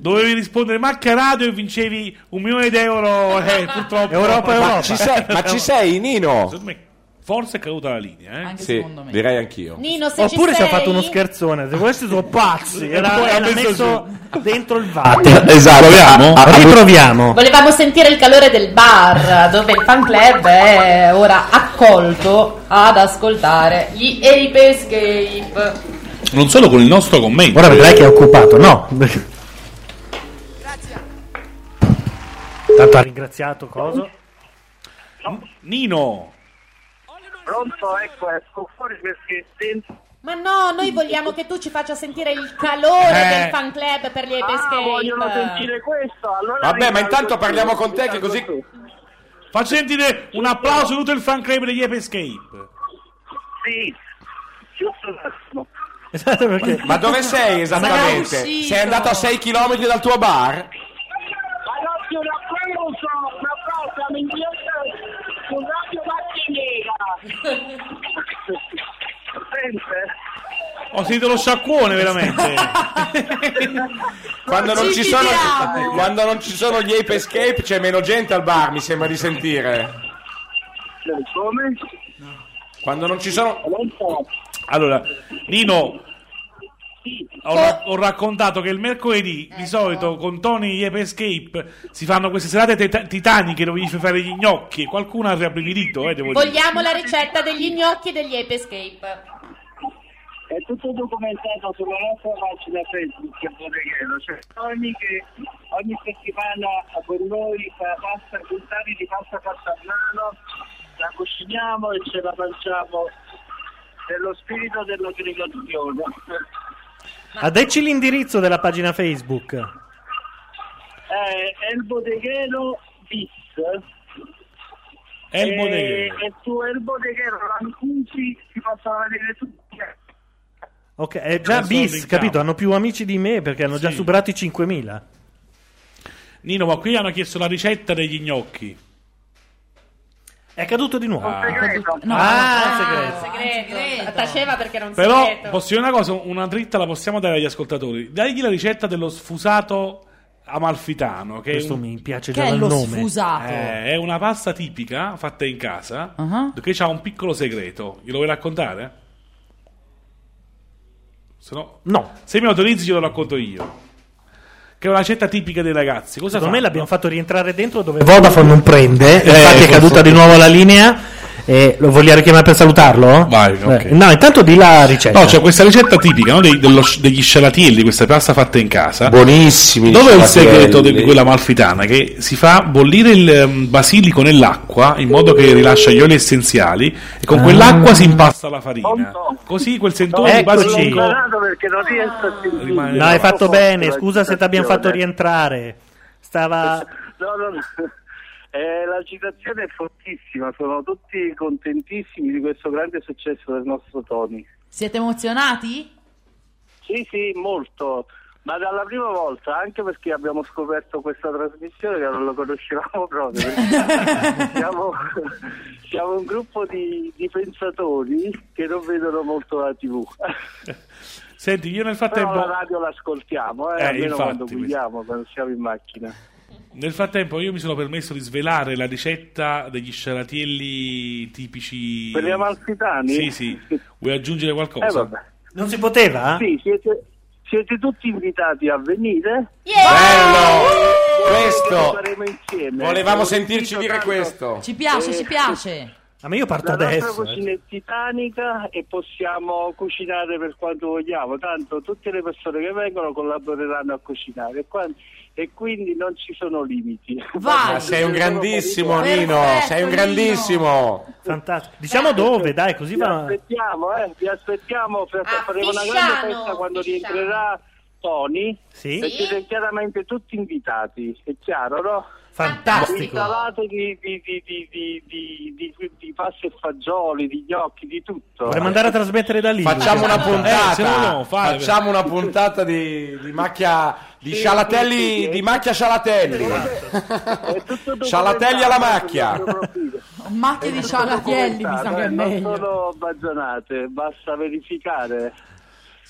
[SPEAKER 5] Dovevi rispondere Macchia Radio e vincevi un milione di euro. Eh, purtroppo.
[SPEAKER 1] ma, Ci sei, ma ci sei, Nino?
[SPEAKER 5] Secondo me, forse è caduta la linea. Eh?
[SPEAKER 1] Sì, direi anch'io.
[SPEAKER 6] Nino, se
[SPEAKER 2] Oppure
[SPEAKER 6] ci
[SPEAKER 2] ci ha
[SPEAKER 6] sei,
[SPEAKER 2] fatto uno scherzone. Se questi sono pazzi.
[SPEAKER 5] E poi
[SPEAKER 2] Era,
[SPEAKER 5] ha
[SPEAKER 2] era
[SPEAKER 5] messo
[SPEAKER 2] messo dentro il
[SPEAKER 1] Ah,
[SPEAKER 2] vate.
[SPEAKER 1] te- *laughs* esatto.
[SPEAKER 2] Proviamo.
[SPEAKER 1] Ah,
[SPEAKER 2] Riproviamo.
[SPEAKER 6] Volevamo sentire il calore del bar, dove il fan club è ora accolto ad ascoltare gli Ape Escape.
[SPEAKER 5] Non solo con il nostro commento.
[SPEAKER 2] Ora vedrai che è occupato. No. Tanto ha ringraziato Coso.
[SPEAKER 5] Nino.
[SPEAKER 25] Pronto, ecco, esco fuori perché dentro...
[SPEAKER 6] Ma no, noi vogliamo che tu ci faccia sentire il calore
[SPEAKER 1] Eh.
[SPEAKER 6] del fan club per gli Ape Escape.
[SPEAKER 25] Ah, vogliono sentire questo, allora...
[SPEAKER 1] Vabbè, ma
[SPEAKER 25] rinalzo
[SPEAKER 1] intanto
[SPEAKER 25] tu,
[SPEAKER 1] parliamo con te che
[SPEAKER 25] rinalzo
[SPEAKER 1] così...
[SPEAKER 25] tu.
[SPEAKER 5] Fa sentire un applauso a tutto il fan club degli Ape Escape.
[SPEAKER 25] Sì, giusto un attimo.
[SPEAKER 2] Esatto,
[SPEAKER 1] Ma dove sei esattamente?
[SPEAKER 25] uscito.
[SPEAKER 1] Sei andato a 6 km dal tuo bar?
[SPEAKER 25] Ragazzi, un applauso, un applauso, siamo in diretta su Radio Martinera. Sente?
[SPEAKER 5] Ho sentito lo sciacquone, veramente.
[SPEAKER 1] Quando non, ci
[SPEAKER 25] ci
[SPEAKER 1] sono,
[SPEAKER 25] fidiamo.
[SPEAKER 1] quando non ci sono gli Ape Escape c'è meno gente al bar, mi sembra di sentire.
[SPEAKER 25] Come?
[SPEAKER 1] Quando non ci sono...
[SPEAKER 5] Allora, Nino. Ho, ra- ho raccontato che il mercoledì di solito con Tony gli Ape Escape si fanno queste serate tita- titaniche dove gli fai fare gli gnocchi. Qualcuno ha riabbrividito, eh, devo dire.
[SPEAKER 6] Vogliamo la ricetta degli gnocchi e degli Ape Escape.
[SPEAKER 25] È tutto documentato sulla nostra pagina Facebook, che Bodeghero. Cioè, ogni, che, ogni settimana con noi fa pasta, puntati di pasta fatta a mano, la cuciniamo e ce la mangiamo nello spirito dell'aggregazione.
[SPEAKER 2] A decci l'indirizzo della pagina Facebook.
[SPEAKER 25] Eh, è il Bodeghero Eh, bis.
[SPEAKER 5] È il Bodeghero.
[SPEAKER 25] E, e su El Bodeghero Rancusi si possono vedere tutti.
[SPEAKER 5] Ecco.
[SPEAKER 2] Ok, è già
[SPEAKER 5] Sono in
[SPEAKER 2] bis,
[SPEAKER 5] campo.
[SPEAKER 2] capito? Hanno più amici di me perché hanno già
[SPEAKER 5] Sì.
[SPEAKER 2] superato i 5.000.
[SPEAKER 5] Nino, ma qui hanno chiesto la ricetta degli gnocchi. Ah.
[SPEAKER 2] È caduto di nuovo.
[SPEAKER 6] No,
[SPEAKER 2] Ah,
[SPEAKER 6] no,
[SPEAKER 2] segreto.
[SPEAKER 6] ah, segreto. Taceva perché non
[SPEAKER 5] Però
[SPEAKER 6] segreto.
[SPEAKER 5] posso dire una cosa, una dritta la possiamo dare agli ascoltatori. Dagli la ricetta dello sfusato amalfitano. Che
[SPEAKER 2] Questo
[SPEAKER 5] è un-
[SPEAKER 2] mi piace già dal nome.
[SPEAKER 5] Eh, è una pasta tipica fatta in casa che ha un piccolo segreto. Glielo vuoi raccontare? Se no,
[SPEAKER 2] No.
[SPEAKER 5] se mi autorizzi glielo racconto io. Che è una ricetta tipica dei ragazzi. Cosa
[SPEAKER 2] Secondo me
[SPEAKER 5] fanno?
[SPEAKER 2] l'abbiamo fatto rientrare dentro dove Vodafone non prende, infatti è
[SPEAKER 5] forse-
[SPEAKER 2] caduta di nuovo la linea. E lo vogliamo richiamare per salutarlo?
[SPEAKER 5] Vai, ok.
[SPEAKER 2] Eh, No, intanto di la
[SPEAKER 1] Eh,
[SPEAKER 2] ricetta.
[SPEAKER 5] No,
[SPEAKER 1] certo.
[SPEAKER 5] cioè, c'è questa ricetta tipica no, dei- dello- degli scialatielli, questa pasta fatta in casa.
[SPEAKER 1] Buonissimi.
[SPEAKER 5] Dove è il
[SPEAKER 1] scialatielli.
[SPEAKER 5] segreto di quella malfitana? Che si fa bollire il ehm, basilico nell'acqua in modo che rilascia gli oli essenziali e con quell'acqua si impasta la farina. Così quel sentore di
[SPEAKER 2] Eccoci.
[SPEAKER 5] basilico
[SPEAKER 25] perché non riesco a sentire.
[SPEAKER 2] No, hai fatto bene. Scusa se ti abbiamo fatto rientrare. Stava.
[SPEAKER 25] No, no, no. Eh, l'agitazione è fortissima, sono tutti contentissimi di questo grande successo del nostro Tony.
[SPEAKER 12] Siete emozionati?
[SPEAKER 25] Sì, sì, molto, ma dalla prima volta, anche perché abbiamo scoperto questa trasmissione che non lo conoscevamo proprio.
[SPEAKER 5] *laughs*
[SPEAKER 25] perché siamo, siamo un gruppo di, di pensatori che non vedono molto la TV.
[SPEAKER 5] Senti, io nel
[SPEAKER 25] Però la
[SPEAKER 5] frattempo,
[SPEAKER 25] radio l'ascoltiamo, eh,
[SPEAKER 5] Eh,
[SPEAKER 25] almeno
[SPEAKER 5] infatti,
[SPEAKER 25] quando guidiamo, quando siamo in macchina.
[SPEAKER 5] nel frattempo io mi sono permesso di svelare la ricetta degli scialatielli tipici.
[SPEAKER 25] Per gli amalfitani?
[SPEAKER 5] Sì, sì. Vuoi aggiungere qualcosa?
[SPEAKER 25] Eh, vabbè.
[SPEAKER 2] Non si poteva?
[SPEAKER 25] Sì, siete, siete tutti invitati a venire.
[SPEAKER 1] Questo.
[SPEAKER 25] Saremo insieme.
[SPEAKER 1] Volevamo
[SPEAKER 25] Abbiamo
[SPEAKER 1] sentirci
[SPEAKER 25] sentito
[SPEAKER 1] dire
[SPEAKER 25] tanto
[SPEAKER 1] questo.
[SPEAKER 12] Ci piace,
[SPEAKER 25] Eh,
[SPEAKER 12] ci piace.
[SPEAKER 2] Ma io parto
[SPEAKER 25] La nostra
[SPEAKER 2] adesso. eh.
[SPEAKER 25] cucina è titanica e possiamo cucinare per quanto vogliamo, tanto tutte le persone che vengono collaboreranno a cucinare e, qua- e quindi non ci sono limiti.
[SPEAKER 1] Ma sei un grandissimo
[SPEAKER 25] Perfetto,
[SPEAKER 1] Nino, sei un
[SPEAKER 25] Nino.
[SPEAKER 1] grandissimo.
[SPEAKER 2] Fantastico. Diciamo dove, dai, così
[SPEAKER 25] Vi
[SPEAKER 2] va.
[SPEAKER 25] aspettiamo, eh, vi aspettiamo, per-
[SPEAKER 12] Ah,
[SPEAKER 25] faremo una grande
[SPEAKER 6] Fisciano,
[SPEAKER 25] festa quando
[SPEAKER 6] Fisciano.
[SPEAKER 25] rientrerà Tony
[SPEAKER 2] Sì.
[SPEAKER 25] e siete chiaramente tutti invitati, è chiaro no?
[SPEAKER 2] Fantastico.
[SPEAKER 15] Insalate di, di, di, di, di, di, di, di pasta e fagioli, di gnocchi, di tutto.
[SPEAKER 2] Vorremmo andare a trasmettere da lì.
[SPEAKER 1] Facciamo una puntata,
[SPEAKER 2] Eh, se no no, fai.
[SPEAKER 1] facciamo una puntata di, di macchia di
[SPEAKER 2] Sì,
[SPEAKER 1] scialatelli, di macchia scialatelli. Scialatelli alla macchia.
[SPEAKER 12] *laughs* Macchie di scialatielli, mi sa che è
[SPEAKER 15] eh, non
[SPEAKER 12] meglio.
[SPEAKER 15] sono baggianate, basta verificare.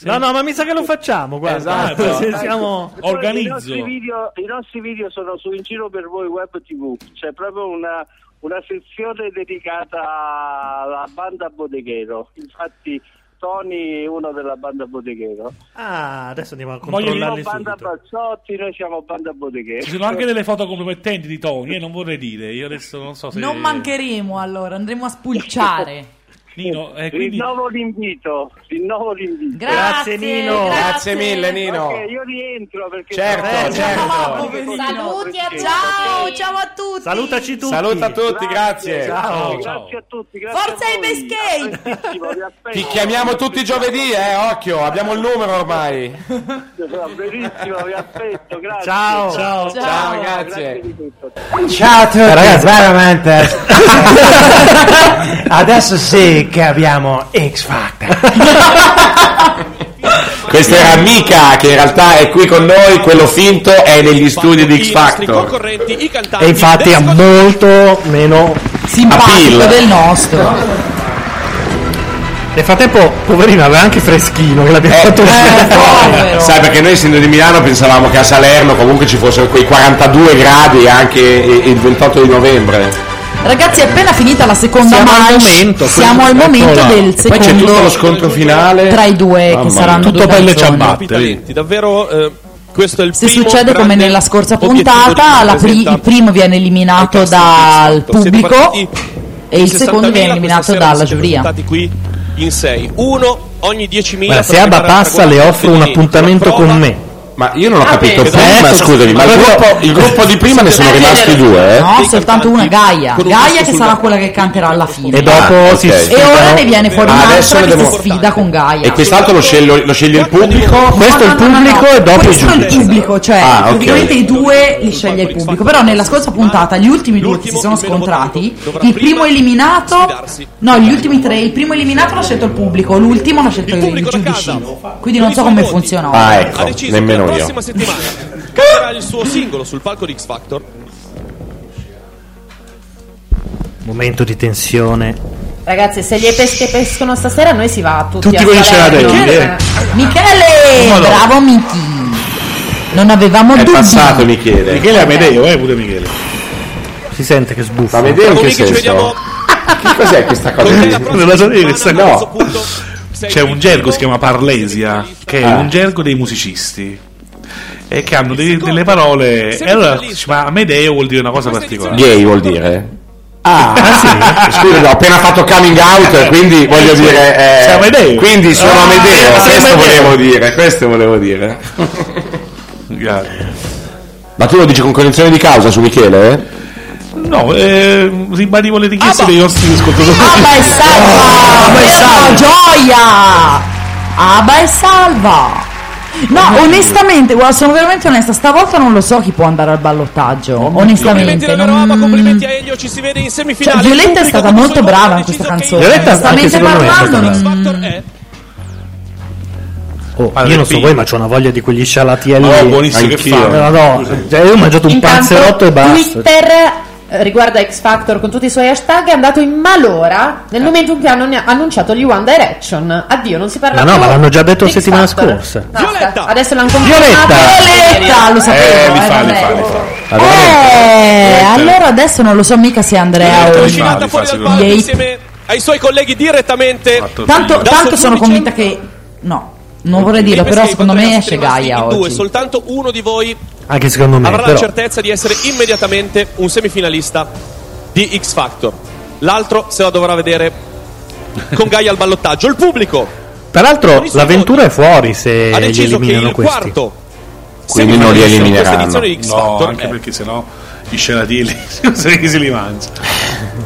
[SPEAKER 2] No, no, ma mi sa che lo facciamo, guarda.
[SPEAKER 15] Esatto.
[SPEAKER 2] Se siamo...
[SPEAKER 15] Poi I nostri, video, i nostri video sono su In Giro per Voi Web TV, c'è proprio una, una sezione dedicata alla banda Bodeghero. Infatti, Tony è uno della banda Bodeghero.
[SPEAKER 2] Ah, adesso andiamo a
[SPEAKER 15] Noi siamo
[SPEAKER 5] controllarli
[SPEAKER 15] banda
[SPEAKER 5] subito.
[SPEAKER 15] Bazzotti, noi siamo banda Bodeghero.
[SPEAKER 5] Ci sono anche delle foto compromettenti di Tony, e non vorrei dire. Io adesso non so se.
[SPEAKER 12] Non mancheremo allora, andremo a
[SPEAKER 1] *laughs*
[SPEAKER 12] spulciare.
[SPEAKER 5] Nino, eh, quindi-
[SPEAKER 15] Rinnovo l'invito, rinnovo l'invito.
[SPEAKER 5] Grazie, Grazie, Nino. grazie. Grazie mille, Nino.
[SPEAKER 15] Ok, io rientro perché
[SPEAKER 1] Certo,
[SPEAKER 15] sono-
[SPEAKER 1] certo.
[SPEAKER 12] Saluti a ciao, ciao a tutti.
[SPEAKER 2] Salutaci tutti.
[SPEAKER 1] Saluta a tutti, grazie.
[SPEAKER 2] Ciao.
[SPEAKER 15] Grazie a tutti, grazie.
[SPEAKER 12] Forza Ibescape!
[SPEAKER 1] Ti chiamiamo tutti i giovedì, eh, occhio, abbiamo il numero ormai.
[SPEAKER 15] *laughs* Benissimo, vi aspetto, grazie.
[SPEAKER 1] Ciao.
[SPEAKER 2] Ciao.
[SPEAKER 1] Ciao, grazie.
[SPEAKER 8] Ciao a tutti,
[SPEAKER 1] Eh, ragazzi.
[SPEAKER 8] veramente. *laughs* Adesso sì che abbiamo X Factor.
[SPEAKER 1] Questa era Mica che in realtà è qui con noi, quello finto è negli studi di X Factor.
[SPEAKER 2] E infatti ha molto meno
[SPEAKER 8] Appeal. del
[SPEAKER 12] nostro.
[SPEAKER 2] Nel frattempo, poverino, aveva anche freschino che
[SPEAKER 7] Eh,
[SPEAKER 2] l'abbiamo fatto uscire.
[SPEAKER 1] Sai perché noi essendo di Milano pensavamo che a Salerno comunque ci fossero quei 42 gradi anche i- il 28 di novembre.
[SPEAKER 12] Ragazzi, è appena finita la seconda manche. siamo al momento del
[SPEAKER 1] E Poi c'è tutto lo
[SPEAKER 12] secondo
[SPEAKER 1] scontro finale
[SPEAKER 12] tra i due
[SPEAKER 1] Mamma
[SPEAKER 12] che
[SPEAKER 1] mia.
[SPEAKER 12] saranno due canzoni.
[SPEAKER 7] Talenti, davvero eh, questo è il
[SPEAKER 12] Se
[SPEAKER 7] primo
[SPEAKER 12] succede come
[SPEAKER 7] grande
[SPEAKER 12] nella scorsa
[SPEAKER 7] obiettivo
[SPEAKER 12] puntata,
[SPEAKER 7] di
[SPEAKER 12] la pri-
[SPEAKER 7] presenta-
[SPEAKER 12] il primo viene
[SPEAKER 1] Ecco,
[SPEAKER 12] eliminato dal
[SPEAKER 1] esatto.
[SPEAKER 12] pubblico
[SPEAKER 7] Siete
[SPEAKER 12] e il secondo
[SPEAKER 7] 60.000,
[SPEAKER 12] viene eliminato
[SPEAKER 7] questa sera
[SPEAKER 12] dalla
[SPEAKER 7] siete
[SPEAKER 12] giuria.
[SPEAKER 7] presentati qui in 6 uno ogni 10.000
[SPEAKER 2] Guarda, se
[SPEAKER 7] per
[SPEAKER 2] Abba
[SPEAKER 7] arrivare a
[SPEAKER 2] passa, le
[SPEAKER 7] 44
[SPEAKER 2] offro un
[SPEAKER 7] quindi
[SPEAKER 2] appuntamento con me.
[SPEAKER 1] Ma io non ho
[SPEAKER 7] Ah,
[SPEAKER 1] capito
[SPEAKER 7] beh,
[SPEAKER 1] prima,
[SPEAKER 7] esatto.
[SPEAKER 1] scusami, ma il
[SPEAKER 7] Allora,
[SPEAKER 1] gruppo, il gruppo di prima ne sono
[SPEAKER 12] Eh,
[SPEAKER 1] rimasti due, eh?
[SPEAKER 12] No, soltanto una Gaia.
[SPEAKER 1] Con un
[SPEAKER 12] Gaia
[SPEAKER 1] passo
[SPEAKER 12] che
[SPEAKER 1] sul
[SPEAKER 12] sarà quella che canterà alla fine.
[SPEAKER 1] E dopo Ah, si ok.
[SPEAKER 12] E
[SPEAKER 1] sfidano.
[SPEAKER 12] ora ne viene fuori
[SPEAKER 1] Ah, adesso
[SPEAKER 12] un'altra
[SPEAKER 1] ne
[SPEAKER 12] che si
[SPEAKER 1] devo-
[SPEAKER 12] sfida con Gaia.
[SPEAKER 1] E quest'altro lo sceglie, lo sceglie il pubblico?
[SPEAKER 12] No, no, no, no, no. Questo è il pubblico, cioè
[SPEAKER 1] Ah, ok.
[SPEAKER 12] praticamente i due li sceglie il pubblico. Però nella scorsa puntata gli ultimi due che si sono scontrati, il primo eliminato, no, gli ultimi tre, il primo eliminato l'ha scelto il pubblico, l'ultimo l'ha scelto il giudicino. Quindi non so come funziona.
[SPEAKER 1] Ah, ecco, nemmeno
[SPEAKER 7] La
[SPEAKER 1] io.
[SPEAKER 7] prossima settimana canterà il suo singolo sul palco di X Factor.
[SPEAKER 2] Momento di tensione.
[SPEAKER 6] Ragazzi, se gli pesche pescono stasera, noi si va tutti.
[SPEAKER 2] Tutti
[SPEAKER 6] a
[SPEAKER 2] con i
[SPEAKER 6] Salerno.
[SPEAKER 2] celadini,
[SPEAKER 6] Eh.
[SPEAKER 12] Michele!
[SPEAKER 6] Come no?
[SPEAKER 12] Bravo Michi! Non avevamo
[SPEAKER 1] È
[SPEAKER 12] dubbi.
[SPEAKER 1] passato Michele.
[SPEAKER 5] Michele Amedeo, eh, pure Michele.
[SPEAKER 2] Si sente che sbuffa.
[SPEAKER 1] Ma Amedeo in che senso? Che cos'è questa cosa?
[SPEAKER 5] Non la sapevi questa
[SPEAKER 1] No.
[SPEAKER 5] cosa? *laughs* C'è un gergo, si chiama Parlesia, che è
[SPEAKER 1] Ah.
[SPEAKER 5] un gergo dei musicisti. E che hanno dei- delle parole. E allora dici, ma Amedeo vuol dire una cosa particolare.
[SPEAKER 1] Gay vuol dire? Ah, sì. *laughs* Scusa, ho appena fatto coming out, quindi voglio
[SPEAKER 5] Sì.
[SPEAKER 1] dire. eh,
[SPEAKER 5] Sei Amedeo.
[SPEAKER 1] Quindi sono
[SPEAKER 5] Ah,
[SPEAKER 1] Amedeo,
[SPEAKER 5] sei
[SPEAKER 1] eh, questo
[SPEAKER 5] Amedeo.
[SPEAKER 1] volevo dire, questo volevo dire.
[SPEAKER 5] Grazie.
[SPEAKER 1] Ma tu lo dici con cognizione di causa su Michele? eh?
[SPEAKER 5] No, eh, ribadivo le richieste dei nostri ascoltatori.
[SPEAKER 17] Ah,
[SPEAKER 5] *laughs*
[SPEAKER 12] Abba e
[SPEAKER 1] Oh,
[SPEAKER 12] salva! Abba e salva! Gioia! Abba e salva! No, onestamente, guarda, sono veramente onesta, stavolta non lo so chi può andare al ballottaggio.
[SPEAKER 7] Complimenti
[SPEAKER 12] Onestamente,
[SPEAKER 7] alla
[SPEAKER 12] non- mm.
[SPEAKER 7] Verona, complimenti a Elio, ci si vede in
[SPEAKER 12] cioè,
[SPEAKER 7] semifinale.
[SPEAKER 12] Violetta è stata molto brava in questa canzone.
[SPEAKER 2] Violetta, anche
[SPEAKER 12] onestamente
[SPEAKER 2] secondo me, è stata
[SPEAKER 12] parlando,
[SPEAKER 2] brava.
[SPEAKER 12] non-
[SPEAKER 2] Oh, io non so voi, ma c'ho una voglia di quegli scialatielli.
[SPEAKER 5] Oh, buonissimo che fanno.
[SPEAKER 2] No, no, cioè, io ho mangiato un panzerotto e basta.
[SPEAKER 6] Twitter eh, riguardo a X Factor con tutti i suoi hashtag è andato in malora
[SPEAKER 2] Eh.
[SPEAKER 6] nel momento in cui hanno annunciato gli One Direction. Addio, non si parla
[SPEAKER 2] Ma no,
[SPEAKER 6] più.
[SPEAKER 2] ma l'hanno già detto la settimana scorsa.
[SPEAKER 6] Basta. Adesso l'hanno confermato.
[SPEAKER 12] Violetta! Ah, Violetta, lo sapevo. eh, vabbè.
[SPEAKER 2] Ah,
[SPEAKER 12] Eh, allora adesso non lo so mica se Andrea o
[SPEAKER 7] Trascinata fuori dal palco
[SPEAKER 12] Yei.
[SPEAKER 7] insieme ai suoi colleghi direttamente.
[SPEAKER 12] Tanto,
[SPEAKER 7] Da
[SPEAKER 12] tanto sono
[SPEAKER 7] Solsonici
[SPEAKER 12] convinta che. No, non vorrei dirlo, però secondo me esce Gaia
[SPEAKER 7] in due,
[SPEAKER 12] oggi.
[SPEAKER 7] soltanto uno di voi
[SPEAKER 2] Anche secondo me,
[SPEAKER 7] avrà
[SPEAKER 2] però.
[SPEAKER 7] la certezza di essere immediatamente un semifinalista di X Factor. L'altro se la dovrà vedere con Gaia al ballottaggio. Il pubblico
[SPEAKER 2] Peraltro, l'avventura è fuori se
[SPEAKER 7] ha
[SPEAKER 2] li
[SPEAKER 7] deciso che
[SPEAKER 2] eliminano
[SPEAKER 7] il
[SPEAKER 2] questi.
[SPEAKER 7] quarto
[SPEAKER 1] Quindi non li elimineranno.
[SPEAKER 7] Questa edizione di X
[SPEAKER 5] No,
[SPEAKER 7] Factor
[SPEAKER 5] anche perché sennò i scelatili *laughs* se si li mangia.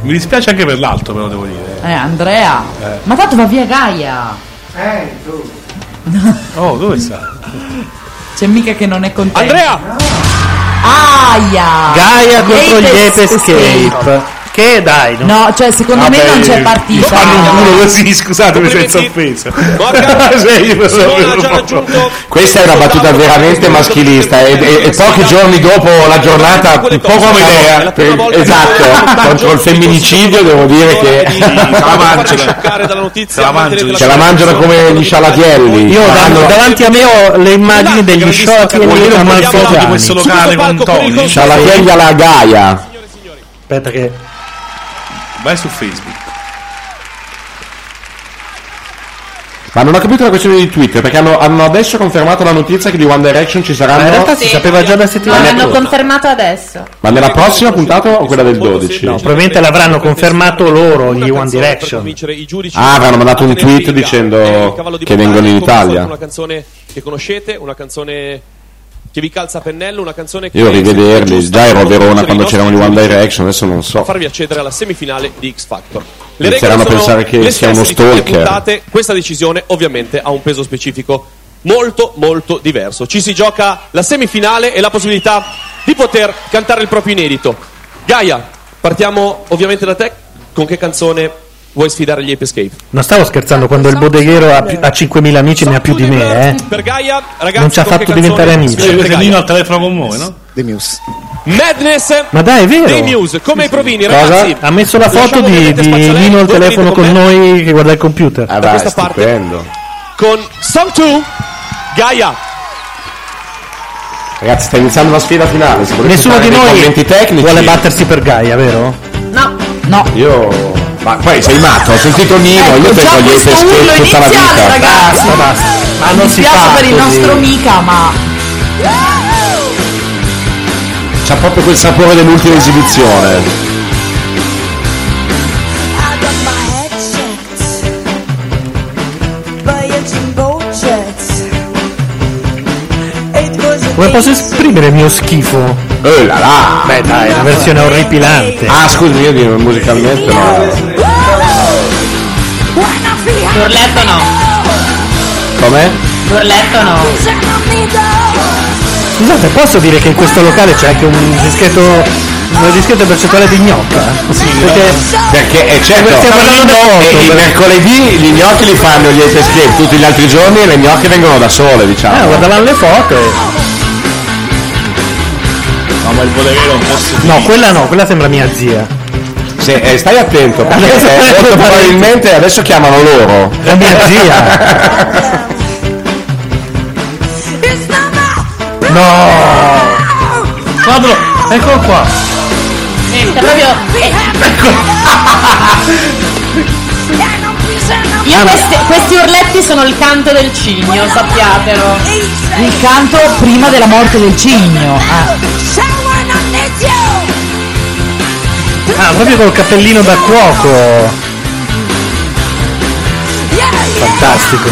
[SPEAKER 5] Mi dispiace anche per l'altro, però devo dire.
[SPEAKER 12] Eh, Andrea.
[SPEAKER 5] Eh.
[SPEAKER 12] Ma tanto va via Gaia.
[SPEAKER 5] Oh, dove sta?
[SPEAKER 12] C'è mica che non è contento.
[SPEAKER 7] Andrea!
[SPEAKER 12] Ah, Gaia.
[SPEAKER 2] Gaia contro gli Ape Escape. Che dai, Ah, non-
[SPEAKER 12] No, cioè secondo me
[SPEAKER 5] Vabbè,
[SPEAKER 12] non c'è
[SPEAKER 5] lo
[SPEAKER 12] partita.
[SPEAKER 5] fanno in culo così, scusatemi senza offesa.
[SPEAKER 2] *laughs*
[SPEAKER 5] Cioè, io sono-
[SPEAKER 1] Questa è una battuta veramente maschilista e, e- e pochi giorni dopo la giornata, un po' come idea, esatto, contro il femminicidio devo dire *laughs* che
[SPEAKER 7] Notizia
[SPEAKER 1] ce la mangiano come gli scialatielli.
[SPEAKER 2] Io da-
[SPEAKER 1] Fanno-
[SPEAKER 2] davanti a me ho le immagini degli sciolati e
[SPEAKER 1] Voglio dire un po' di applauso di questo locale con Tony. Scialatielli alla Gaia.
[SPEAKER 2] Aspetta che
[SPEAKER 5] Vai su Facebook.
[SPEAKER 1] Ma non ho capito la questione di Twitter perché hanno, hanno adesso confermato la notizia che di One Direction ci saranno.
[SPEAKER 2] Ma in realtà si Sì. sapeva già da
[SPEAKER 6] No,
[SPEAKER 2] settimana
[SPEAKER 6] l'hanno confermato adesso.
[SPEAKER 1] Ma nella prossima puntata o quella del 12?
[SPEAKER 2] No, probabilmente l'avranno confermato loro gli One Direction.
[SPEAKER 1] Ah, avranno mandato un tweet dicendo che vengono in Italia.
[SPEAKER 7] Una canzone che conoscete, una canzone che vi calza a pennello, una canzone che
[SPEAKER 1] Io rivederli, già ero a Verona quando c'erano gli One Direction, adesso non so.
[SPEAKER 7] farvi accedere alla semifinale di X Factor. Le
[SPEAKER 1] Inizieranno
[SPEAKER 7] regole
[SPEAKER 1] a
[SPEAKER 7] sono
[SPEAKER 1] pensare che
[SPEAKER 7] le
[SPEAKER 1] sia uno
[SPEAKER 7] stesse di tutte le
[SPEAKER 1] stalker.
[SPEAKER 7] puntate. Questa decisione ovviamente ha un peso specifico molto molto diverso. Ci si gioca la semifinale e la possibilità di poter cantare il proprio inedito. Gaia, partiamo ovviamente da te. Con che canzone vuoi sfidare gli Ape Escape?
[SPEAKER 2] Non stavo scherzando quando il bodeghero ha, più- ha 5.000 amici ne ha più di me, eh.
[SPEAKER 7] Per Gaia, ragazzi,
[SPEAKER 2] Non ci ha
[SPEAKER 7] con che
[SPEAKER 2] fatto diventare
[SPEAKER 7] canzone
[SPEAKER 2] amici.
[SPEAKER 7] sfidate
[SPEAKER 2] C'è il
[SPEAKER 7] Gaia?
[SPEAKER 2] Io
[SPEAKER 5] al telefono con voi, no?
[SPEAKER 7] The Muse. Madness
[SPEAKER 2] Ma dai, è vero.
[SPEAKER 7] dei Muse, come i provini,
[SPEAKER 2] Cosa?
[SPEAKER 7] ragazzi.
[SPEAKER 2] Ha messo la foto
[SPEAKER 7] Lasciamo
[SPEAKER 2] di,
[SPEAKER 7] ovviamente
[SPEAKER 2] di
[SPEAKER 7] spazio a
[SPEAKER 2] Lino
[SPEAKER 7] lei.
[SPEAKER 2] al
[SPEAKER 7] Voi venite
[SPEAKER 2] telefono con
[SPEAKER 7] me
[SPEAKER 2] noi che guarda il computer.
[SPEAKER 1] Ah,
[SPEAKER 7] Da
[SPEAKER 1] vai,
[SPEAKER 7] questa parte.
[SPEAKER 1] stupendo.
[SPEAKER 7] Con Song 2, Gaia.
[SPEAKER 1] Ragazzi, sta iniziando la sfida finale. se volete
[SPEAKER 2] Nessuno
[SPEAKER 1] fare
[SPEAKER 2] di
[SPEAKER 1] dei
[SPEAKER 2] noi
[SPEAKER 1] commenti tecnici.
[SPEAKER 2] vuole battersi per Gaia, vero?
[SPEAKER 12] No, no.
[SPEAKER 1] Io. Ma poi sei matto, ho sentito Nino, io
[SPEAKER 12] Ecco,
[SPEAKER 1] te
[SPEAKER 12] già
[SPEAKER 1] voglio
[SPEAKER 12] questo urlo
[SPEAKER 1] pescare tutta la
[SPEAKER 12] iniziale,
[SPEAKER 1] vita.
[SPEAKER 12] ragazzi.
[SPEAKER 1] Basta, basta.
[SPEAKER 2] Ma
[SPEAKER 12] Mi
[SPEAKER 2] non si fa
[SPEAKER 12] dispiace per il
[SPEAKER 2] così.
[SPEAKER 12] nostro mica, ma
[SPEAKER 1] C'ha proprio quel sapore dell'ultima esibizione.
[SPEAKER 2] Come posso esprimere il mio schifo?
[SPEAKER 1] Eh la la!
[SPEAKER 2] Beh dai, è una versione orripilante.
[SPEAKER 1] Ah, scusi, io dico musicalmente no.
[SPEAKER 12] L'urletto no.
[SPEAKER 1] Com'è?
[SPEAKER 12] L'urletto no.
[SPEAKER 2] Scusate, posso dire che in questo locale c'è anche un dischetto. una discreta percentuale di gnocca? Sì, perché.
[SPEAKER 1] eh. Perché è certo,
[SPEAKER 2] Stiamo parlando
[SPEAKER 1] e
[SPEAKER 2] otto,
[SPEAKER 1] i
[SPEAKER 2] però.
[SPEAKER 1] mercoledì gli gnocchi li fanno gli Ape Escape, tutti gli altri giorni le gnocche vengono da sole,
[SPEAKER 2] Ah,
[SPEAKER 1] diciamo.
[SPEAKER 2] guardavamo le foto.
[SPEAKER 5] No, ma il bodeghero non posso
[SPEAKER 2] No, quella no, quella sembra mia zia.
[SPEAKER 1] Sì, eh, stai attento, perché
[SPEAKER 2] *laughs* Adesso-
[SPEAKER 1] eh, molto probabilmente adesso chiamano loro.
[SPEAKER 2] La mia zia. No! Guardalo, eccolo qua.
[SPEAKER 6] Cioè, proprio.
[SPEAKER 5] Ecco.
[SPEAKER 6] Io
[SPEAKER 2] Ah,
[SPEAKER 6] queste- questi urletti sono il canto del cigno, sappiatelo.
[SPEAKER 12] Il canto prima della morte del cigno. eh.
[SPEAKER 2] Ah, proprio col cappellino da cuoco. Fantastico.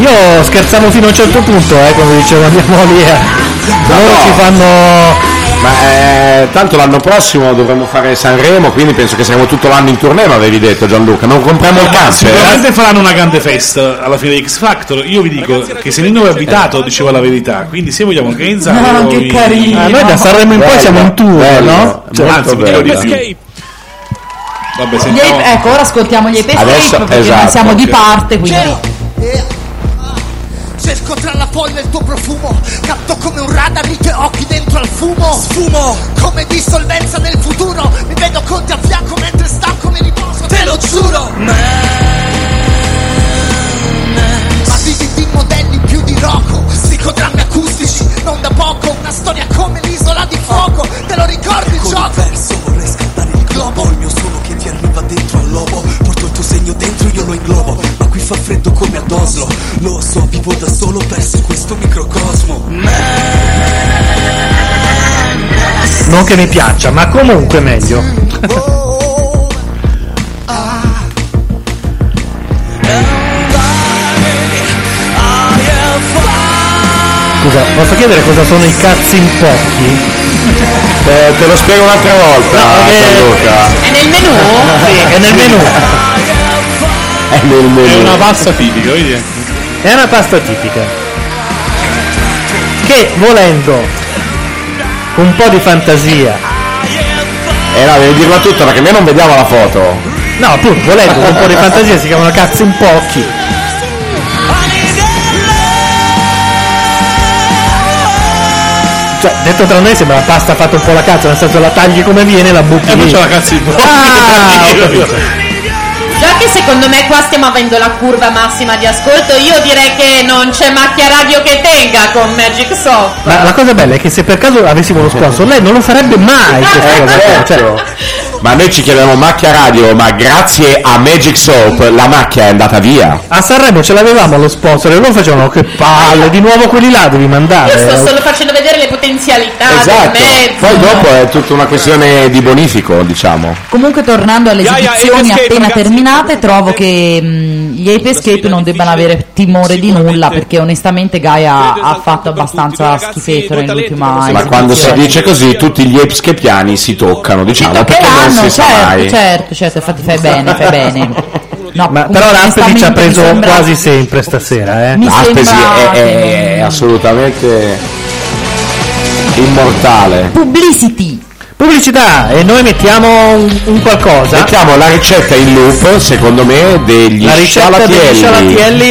[SPEAKER 2] Io scherzavo fino a un certo punto, eh, come diceva mia moglie. Loro ci fanno.
[SPEAKER 1] Ma eh, tanto l'anno prossimo dovremmo fare Sanremo, quindi penso che saremo tutto l'anno in tournée, ma avevi detto Gianluca, non compriamo il eh? camper.
[SPEAKER 7] cioè, eh.
[SPEAKER 5] Sicuramente faranno una grande festa alla fine di X Factor. Io vi dico che se Nino è abitato, diceva la verità. Quindi se vogliamo organizzare.
[SPEAKER 2] Ma che
[SPEAKER 5] noi-
[SPEAKER 2] carino. Ah, noi da Sanremo in poi siamo in tour, no?
[SPEAKER 5] Cioè,
[SPEAKER 2] eh, Molto
[SPEAKER 5] anzi, vi dico di
[SPEAKER 2] bello.
[SPEAKER 5] più. Vabbè,
[SPEAKER 12] Gli
[SPEAKER 5] sentiamo.
[SPEAKER 12] ape- ecco, ora ascoltiamo gli Ape
[SPEAKER 5] Adesso-
[SPEAKER 12] Escape perché
[SPEAKER 5] esatto,
[SPEAKER 12] non siamo di
[SPEAKER 5] ok.
[SPEAKER 12] parte,
[SPEAKER 17] Cioè,
[SPEAKER 12] quindi
[SPEAKER 34] Cerco tra la foglia il tuo profumo Capto come un radar i tuoi occhi dentro al fumo Sfumo come dissolvenza nel futuro Mi vedo con te a fianco mentre stanco mi riposo Te lo giuro Ma vivi di modelli più di Rocco Psicodrammi acustici, non da poco Una storia come l'isola di fuoco Te lo ricordi Ecco il gioco? verso vorrei scattare il globo Il mio suono che ti arriva dentro al lobo Porto il tuo segno dentro, io lo inglobo Ma qui fa freddo come ad Oslo Lo so, vivo da solo perso in questo microcosmo
[SPEAKER 2] Non che mi piaccia, ma comunque meglio.
[SPEAKER 17] Cioè,
[SPEAKER 2] Scusa, posso chiedere cosa sono i cazzi in pochi? eh,
[SPEAKER 1] Eh, te lo spiego un'altra volta, Gianluca.
[SPEAKER 6] È Eh,
[SPEAKER 34] *laughs*
[SPEAKER 6] nel menù?
[SPEAKER 2] Sì, è nel menù.
[SPEAKER 1] È nel
[SPEAKER 5] È
[SPEAKER 1] menù.
[SPEAKER 2] Eh,
[SPEAKER 5] una pasta tipica, vedi?
[SPEAKER 2] È una pasta tipica. che volendo un po' di fantasia
[SPEAKER 1] Eh no, devi dirla tutta perché noi non vediamo la foto.
[SPEAKER 2] No, appunto, volendo con un po' di fantasia si chiamano cazzo in pochi. Cioè, detto tra noi sembra la pasta fatta un po' la cazzo, nel senso la tagli come viene e la butti
[SPEAKER 5] E poi
[SPEAKER 2] lì.
[SPEAKER 5] c'è Eh, la cazzo
[SPEAKER 2] *laughs*
[SPEAKER 5] in pochi.
[SPEAKER 2] Ah, ho capito.
[SPEAKER 5] *laughs*
[SPEAKER 6] Già che secondo me qua stiamo avendo la curva massima di ascolto, io direi che non c'è macchia radio che tenga con Magic Soft.
[SPEAKER 2] Ma la cosa bella è che se per caso avessimo uno sponsor, lei non lo farebbe mai questa cosa qua, cioè-
[SPEAKER 1] Eh, certo. Ma noi ci chiamiamo Macchia Radio, ma grazie a Magic Soap la macchia è andata via.
[SPEAKER 2] a Sanremo ce l'avevamo lo sponsor e loro facevano che palle, di nuovo quelli là devi mandare.
[SPEAKER 6] Io sto solo facendo vedere le potenzialità
[SPEAKER 1] Esatto.
[SPEAKER 6] del mezzo.
[SPEAKER 1] Poi dopo è tutta una questione di bonifico, diciamo.
[SPEAKER 12] Comunque tornando alle esibizioni appena terminate, trovo che mh, gli Ape Escape non debbano avere timore di nulla perché onestamente Gaia ha fatto abbastanza schifetto
[SPEAKER 2] Ah,
[SPEAKER 12] nell'ultima
[SPEAKER 1] Ma
[SPEAKER 12] esibizione.
[SPEAKER 1] quando si dice così tutti gli epschepiani si toccano, diciamo, perché non
[SPEAKER 12] Hanno,
[SPEAKER 1] si sa
[SPEAKER 12] certo,
[SPEAKER 1] mai.
[SPEAKER 12] certo, certo, infatti fai bene, fai bene. No,
[SPEAKER 2] Ma però Raspedi ci ha
[SPEAKER 12] onestamente
[SPEAKER 2] preso
[SPEAKER 12] mi sembra-
[SPEAKER 2] quasi sempre stasera, eh.
[SPEAKER 12] Mi
[SPEAKER 1] Aspesi è,
[SPEAKER 12] sembra
[SPEAKER 1] è-
[SPEAKER 12] che
[SPEAKER 1] è assolutamente immortale.
[SPEAKER 12] Publicity.
[SPEAKER 2] Pubblicità e noi mettiamo un, un qualcosa.
[SPEAKER 1] Mettiamo la ricetta in loop, secondo me, degli
[SPEAKER 2] La ricetta degli scialatielli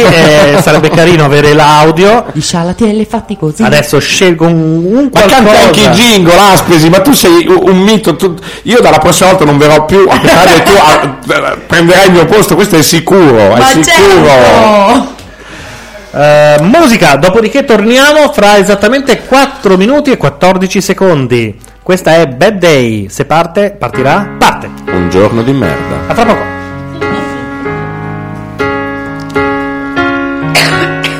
[SPEAKER 1] *laughs*
[SPEAKER 2] eh, sarebbe carino avere l'audio.
[SPEAKER 12] I scialatielli fatti così.
[SPEAKER 2] Adesso scelgo un, un
[SPEAKER 1] Ma
[SPEAKER 2] qualcosa.
[SPEAKER 1] canta anche i jingle, Aspesi, ma tu sei un, un mito. tu- io dalla prossima volta non verrò più a Catania e tu a- prenderai il mio posto, questo è sicuro, è sicuro.
[SPEAKER 2] certo!
[SPEAKER 12] certo!
[SPEAKER 2] Eh, musica, dopodiché torniamo fra esattamente 4 minuti e 14 secondi. Questa è Bad Day. Se parte, partirà, parte.
[SPEAKER 1] Un giorno di merda.
[SPEAKER 2] A fra poco.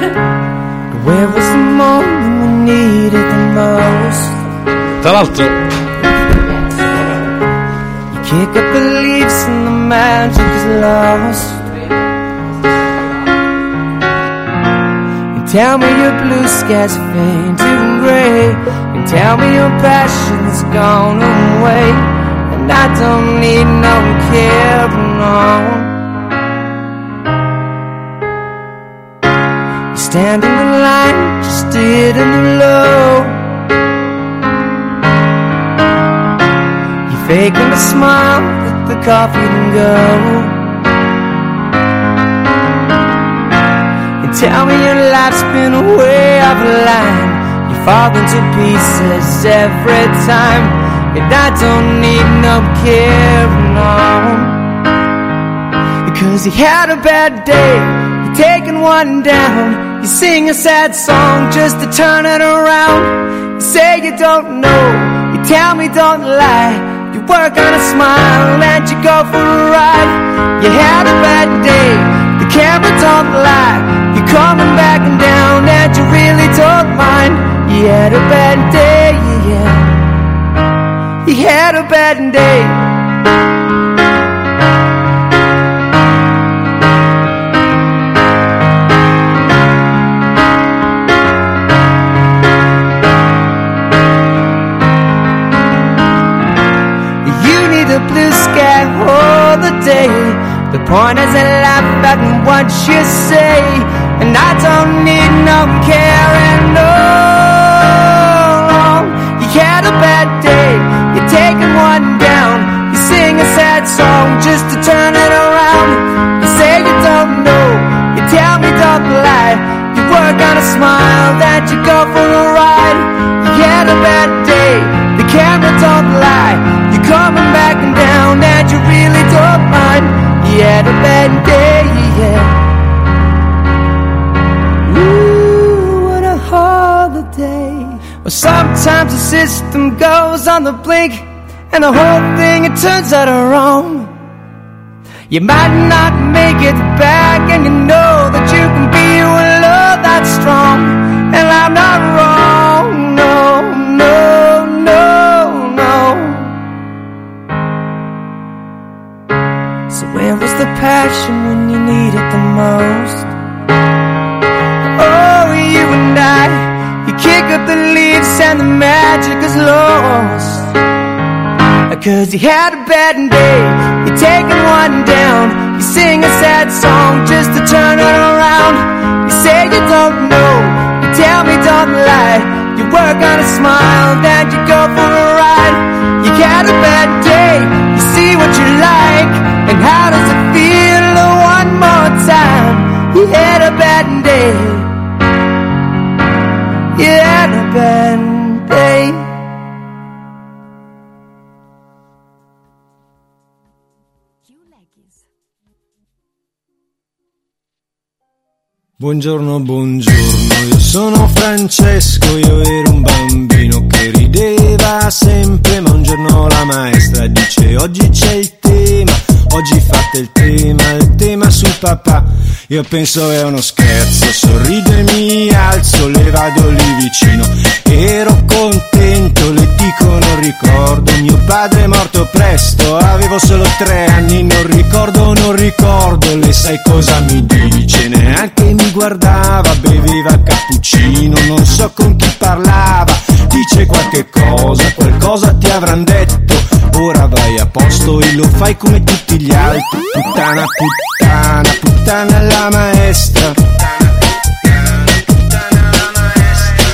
[SPEAKER 13] Where was the moment we needed the most?
[SPEAKER 5] Tra l'altro,
[SPEAKER 13] You kick up the leaves and the magic is lost. And tell me your blue skies are fading gray. And tell me your passion's gone away. And I don't need no care, no. You stand in the line, just hidden and low. You fake a smile, let the coffee and go. You tell me your life's been way off line. You fall into pieces every time, and I don't need no care, no. Cause you had a bad day, you're taking one down. You sing a sad song just to turn it around. You say you don't know, you tell me don't lie. You work on a smile and you go for a ride. You had a bad day, the camera don't lie. You're coming back and down and you really don't mind. You had a bad day, yeah. You had a bad day. You need a blue sky all the day. The point is I laugh at what you say, and I don't need no care and no. You had a bad day, you're taking one down. You sing a sad song just to turn it around. You say you don't know, you tell me don't lie. You work on a smile that you go for a ride. You had a bad day, the camera don't lie. You're coming back and down that you really don't mind. You had a bad day, yeah. Ooh, what a holiday. Well, sometimes the system goes on the blink, and the whole thing it turns out wrong. You might not make it back, and you know that you can be with love that's strong. And I'm not wrong, no, no, no, no. So where was the passion when you needed the most? Oh, you and I, you kick up the leaves and the magic is lost. Cause you had a bad day, you're taking one down. You sing a sad song just to turn it around. You say you don't know, you tell me don't lie. You work on a smile, then you go for a ride. You get a bad day, you see what you like, and how does it feel one more time? You had a bad day, you had a bad day.
[SPEAKER 29] Buongiorno, buongiorno, io sono Francesco, io ero un bambino che rideva sempre, ma un giorno la maestra dice oggi c'è il tema, oggi fate il tema, il tema su papà, io penso è uno scherzo, sorrido e mi alzo, le vado lì vicino, ero contento, le dico non ricordo, mio padre è morto presto, avevo solo tre anni, non ricordo, non ricordo, le sai cosa mi dice, neanche mi guardava, beveva cappuccino, non so con chi parlava, dice qualche cosa, qualcosa ti avran detto, ora vai a posto e lo fai come tutti gli altri, puttana, puttana, puttana la maestra.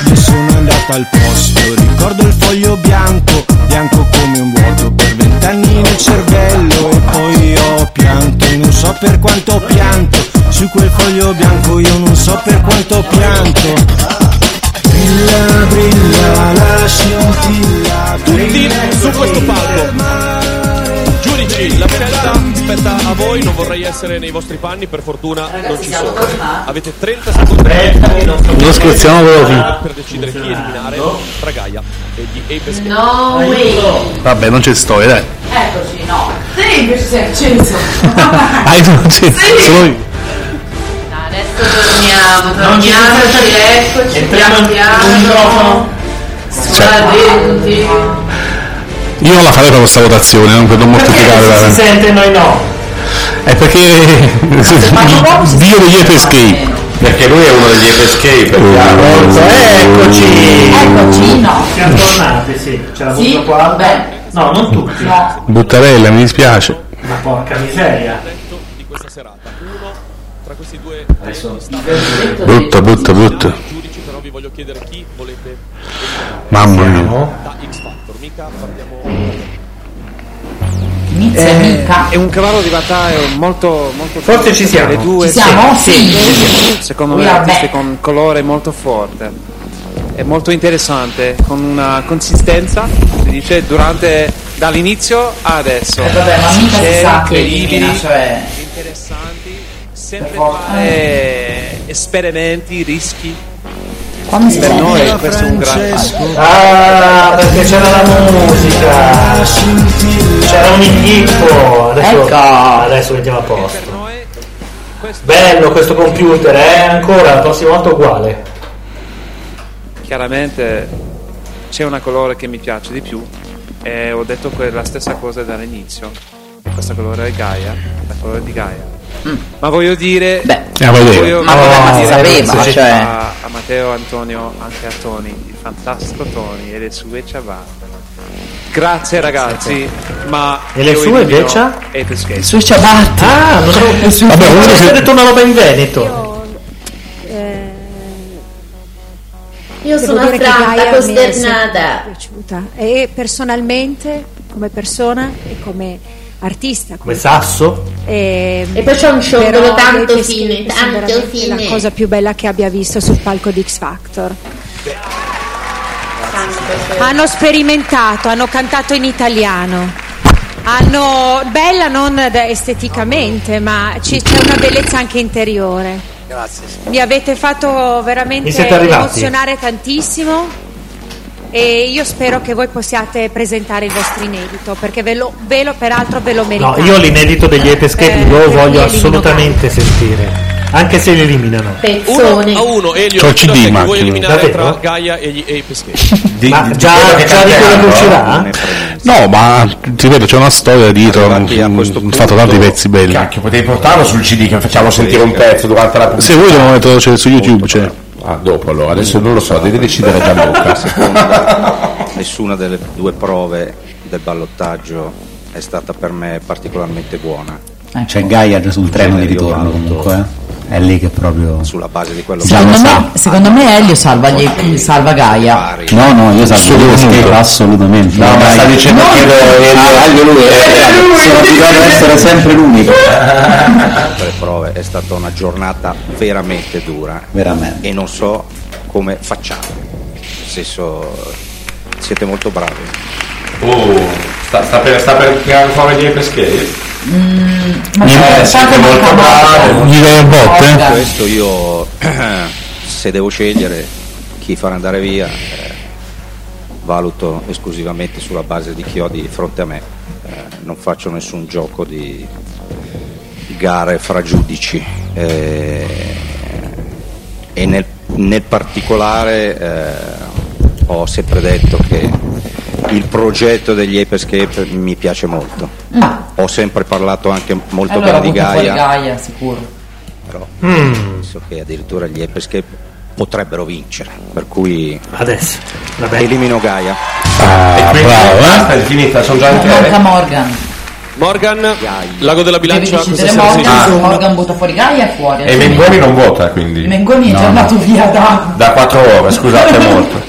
[SPEAKER 29] Io sono andato al posto, ricordo il foglio bianco, bianco come un vuoto per vent'anni nel cervello e poi ho pianto, non so per quanto ho pianto, su quel foglio bianco io non so per quanto ho pianto. Brilla, brilla, la scintilla,
[SPEAKER 7] Tutti su questo palco. Giudici, la scelta spetta a voi, non vorrei essere nei vostri panni, per fortuna non ci sono. Avete 30 secondi
[SPEAKER 5] Eh, Non scherziamo, ve lo dico.
[SPEAKER 7] per decidere chi eliminare tra Gaia e gli Apes.
[SPEAKER 12] No way.
[SPEAKER 5] Vabbè, non c'è storia, dai.
[SPEAKER 12] Eccoci, no. Sì, invece sei acceso.
[SPEAKER 5] Dai, non c'è. Sono io.
[SPEAKER 12] Adesso torniamo, torniamoci, eccoci. Entriamo in microfono. Certo. Scusi.
[SPEAKER 5] Io non la farei per questa votazione, non credo molto più
[SPEAKER 28] si sente noi Eh, no?
[SPEAKER 5] È perché Dio degli Ape Escape.
[SPEAKER 1] Perché lui è uno degli Ape Escape. Oh, Eccoci!
[SPEAKER 12] Eccoci, no.
[SPEAKER 28] Siamo tornati, sì. C'è la
[SPEAKER 12] Sì,
[SPEAKER 28] vostra qua.
[SPEAKER 12] vabbè.
[SPEAKER 28] No, non tutti. No.
[SPEAKER 5] Buttarella, mi dispiace.
[SPEAKER 28] Ma porca miseria.
[SPEAKER 7] Di questa serata. Uno tra questi due
[SPEAKER 28] Adesso
[SPEAKER 5] Brutto, brutto, brutto.
[SPEAKER 7] giudici, però vi voglio chiedere chi volete eliminare.
[SPEAKER 5] Mamma mia.
[SPEAKER 7] Da X Factor, mica partiamo
[SPEAKER 12] Inizia mica.
[SPEAKER 14] Eh, È un cavallo di battaglia molto, molto
[SPEAKER 28] Forse ci siamo.
[SPEAKER 14] Le due,
[SPEAKER 28] Ci siamo? Sì.
[SPEAKER 14] Secondo
[SPEAKER 28] Qui
[SPEAKER 14] me
[SPEAKER 28] vabbè.
[SPEAKER 14] artiste con colore molto forte. È molto interessante, con una consistenza, si dice, durante dall'inizio ad adesso.
[SPEAKER 12] Eh, vabbè, ma mica si sa che elimina,
[SPEAKER 14] Incredibili,
[SPEAKER 12] cioè. eh.
[SPEAKER 14] interessanti, sempre fare eh, esperimenti, rischi.
[SPEAKER 12] Quando
[SPEAKER 14] per noi questo è un grande
[SPEAKER 28] Ah, perché c'era la musica. C'era un inghippo. Adesso,
[SPEAKER 14] Ecco.
[SPEAKER 28] adesso mettiamo a posto. Bello questo computer, eh? Ancora, la prossima volta uguale.
[SPEAKER 14] chiaramente c'è una colore che mi piace di più e ho detto que- la stessa cosa dall'inizio questa colore è Gaia la colore di Gaia ma voglio dire
[SPEAKER 5] Eh, voglio dire.
[SPEAKER 14] voglio-
[SPEAKER 5] Mm. Ma vabbè, ma si
[SPEAKER 14] voglio
[SPEAKER 5] sapeva,
[SPEAKER 14] dire
[SPEAKER 5] cioè.
[SPEAKER 14] a, a Matteo Antonio anche a Tony il fantastico Tony e le sue ciabatte grazie ragazzi ma
[SPEAKER 28] E le
[SPEAKER 14] io
[SPEAKER 28] sue
[SPEAKER 14] elimino
[SPEAKER 28] invece?
[SPEAKER 14] Ape Escape.
[SPEAKER 28] ciabatte. Ah, non avevo pensato.
[SPEAKER 14] Vabbè,
[SPEAKER 28] Vabbè,
[SPEAKER 14] uno
[SPEAKER 28] ho
[SPEAKER 14] che-
[SPEAKER 28] detto una roba in Veneto.
[SPEAKER 25] Io
[SPEAKER 6] sono affranta, costernata.
[SPEAKER 25] piaciuta. E personalmente, come persona e come artista.
[SPEAKER 28] Come sasso.
[SPEAKER 25] E,
[SPEAKER 6] E poi c'è un ciondolo
[SPEAKER 25] però
[SPEAKER 6] tanto
[SPEAKER 25] Ape Escape
[SPEAKER 6] fine,
[SPEAKER 25] sono
[SPEAKER 6] tanto
[SPEAKER 25] veramente
[SPEAKER 6] fine.
[SPEAKER 25] La cosa più bella che abbia visto sul palco di X Factor.
[SPEAKER 10] Hanno sperimentato, hanno cantato in italiano. Hanno bella non da- esteticamente, ma ci- c'è una bellezza anche interiore.
[SPEAKER 34] Grazie.
[SPEAKER 10] Mi avete fatto veramente
[SPEAKER 34] Mi siete arrivati.
[SPEAKER 10] emozionare tantissimo e io spero che voi possiate presentare il vostro inedito perché ve lo, ve lo- peraltro ve lo
[SPEAKER 28] No,
[SPEAKER 10] meritate.
[SPEAKER 28] io l'inedito degli Ape Escape lo voglio
[SPEAKER 10] elimino
[SPEAKER 28] assolutamente sentire. Anche se li eliminano.
[SPEAKER 7] Uno a uno, Elio,
[SPEAKER 28] C'ho il
[SPEAKER 7] chiedo a
[SPEAKER 28] CD,
[SPEAKER 7] te chi
[SPEAKER 28] Marco.
[SPEAKER 7] vuoi eliminare
[SPEAKER 28] Davvero?
[SPEAKER 7] tra Gaia e gli Ape Escape.
[SPEAKER 28] Ma già, già di quello che uscirà?
[SPEAKER 5] No, ma ti ripeto, c'è una storia dietro. Ho fatto tanti pezzi belli.
[SPEAKER 1] Cacchio, potevi portarlo sul CD che facciamo sentire un pezzo durante la puntata.
[SPEAKER 5] Se voi lo metto c'è su YouTube, cioè. c'è.
[SPEAKER 1] Ah, dopo allora, adesso non lo so, deve decidere *laughs* Gianluca.
[SPEAKER 11] Nessuna delle due prove del ballottaggio è stata per me particolarmente buona.
[SPEAKER 24] C'è Gaia sul treno di ritorno comunque. eh.
[SPEAKER 3] È lì che proprio.
[SPEAKER 11] Sulla base di quello
[SPEAKER 3] Già lo
[SPEAKER 12] Secondo me,
[SPEAKER 3] sa.
[SPEAKER 12] secondo me Elio salva, gli- salva Gaia.
[SPEAKER 3] No, no, io salvo lo schedo assolutamente.
[SPEAKER 1] No, ma sta dicendo che lo- è l'orario lui,
[SPEAKER 2] *laughs*
[SPEAKER 1] eh, sono abituato ad essere sempre
[SPEAKER 12] *laughs*
[SPEAKER 1] l'unico.
[SPEAKER 11] per le prove è stata una giornata veramente dura
[SPEAKER 3] Veramente.
[SPEAKER 11] e non so come facciate nel senso siete molto bravi
[SPEAKER 1] Oh, sta, sta per, sta per tirare fuori di Peschieri?
[SPEAKER 11] Eh, siete molto bravi
[SPEAKER 1] Gli dai un botte?
[SPEAKER 11] Per questo io *clears throat* se devo scegliere chi far andare via eh, valuto esclusivamente sulla base di chi ho di fronte a me Eh, non faccio nessun gioco di gare fra giudici Eh, e nel, nel particolare eh, ho sempre detto che il progetto degli Ape Escape mi piace molto ho sempre parlato anche molto
[SPEAKER 12] Ah. allora
[SPEAKER 11] bene di
[SPEAKER 12] butta fuori
[SPEAKER 11] Gaia
[SPEAKER 12] Gaia, sicuro.
[SPEAKER 11] però
[SPEAKER 12] Mm.
[SPEAKER 11] penso che addirittura gli Ape Escape potrebbero vincere per cui
[SPEAKER 2] adesso
[SPEAKER 11] elimino Gaia eh,
[SPEAKER 1] e quindi
[SPEAKER 5] Ah,
[SPEAKER 1] basta Ah, è finita sono già in tre
[SPEAKER 12] Morgan Morgan.
[SPEAKER 7] Morgan, Lago della
[SPEAKER 12] Devi
[SPEAKER 7] Bilancia,
[SPEAKER 12] decidere
[SPEAKER 7] 66.
[SPEAKER 12] Morgan, se Morgan butta fuori Gaia è fuori.
[SPEAKER 1] Ah, e
[SPEAKER 12] altrimenti-
[SPEAKER 1] Mengoni non vota quindi
[SPEAKER 12] Mengoni è
[SPEAKER 1] No, no.
[SPEAKER 12] già andato via da.
[SPEAKER 1] da 4 ore scusate molto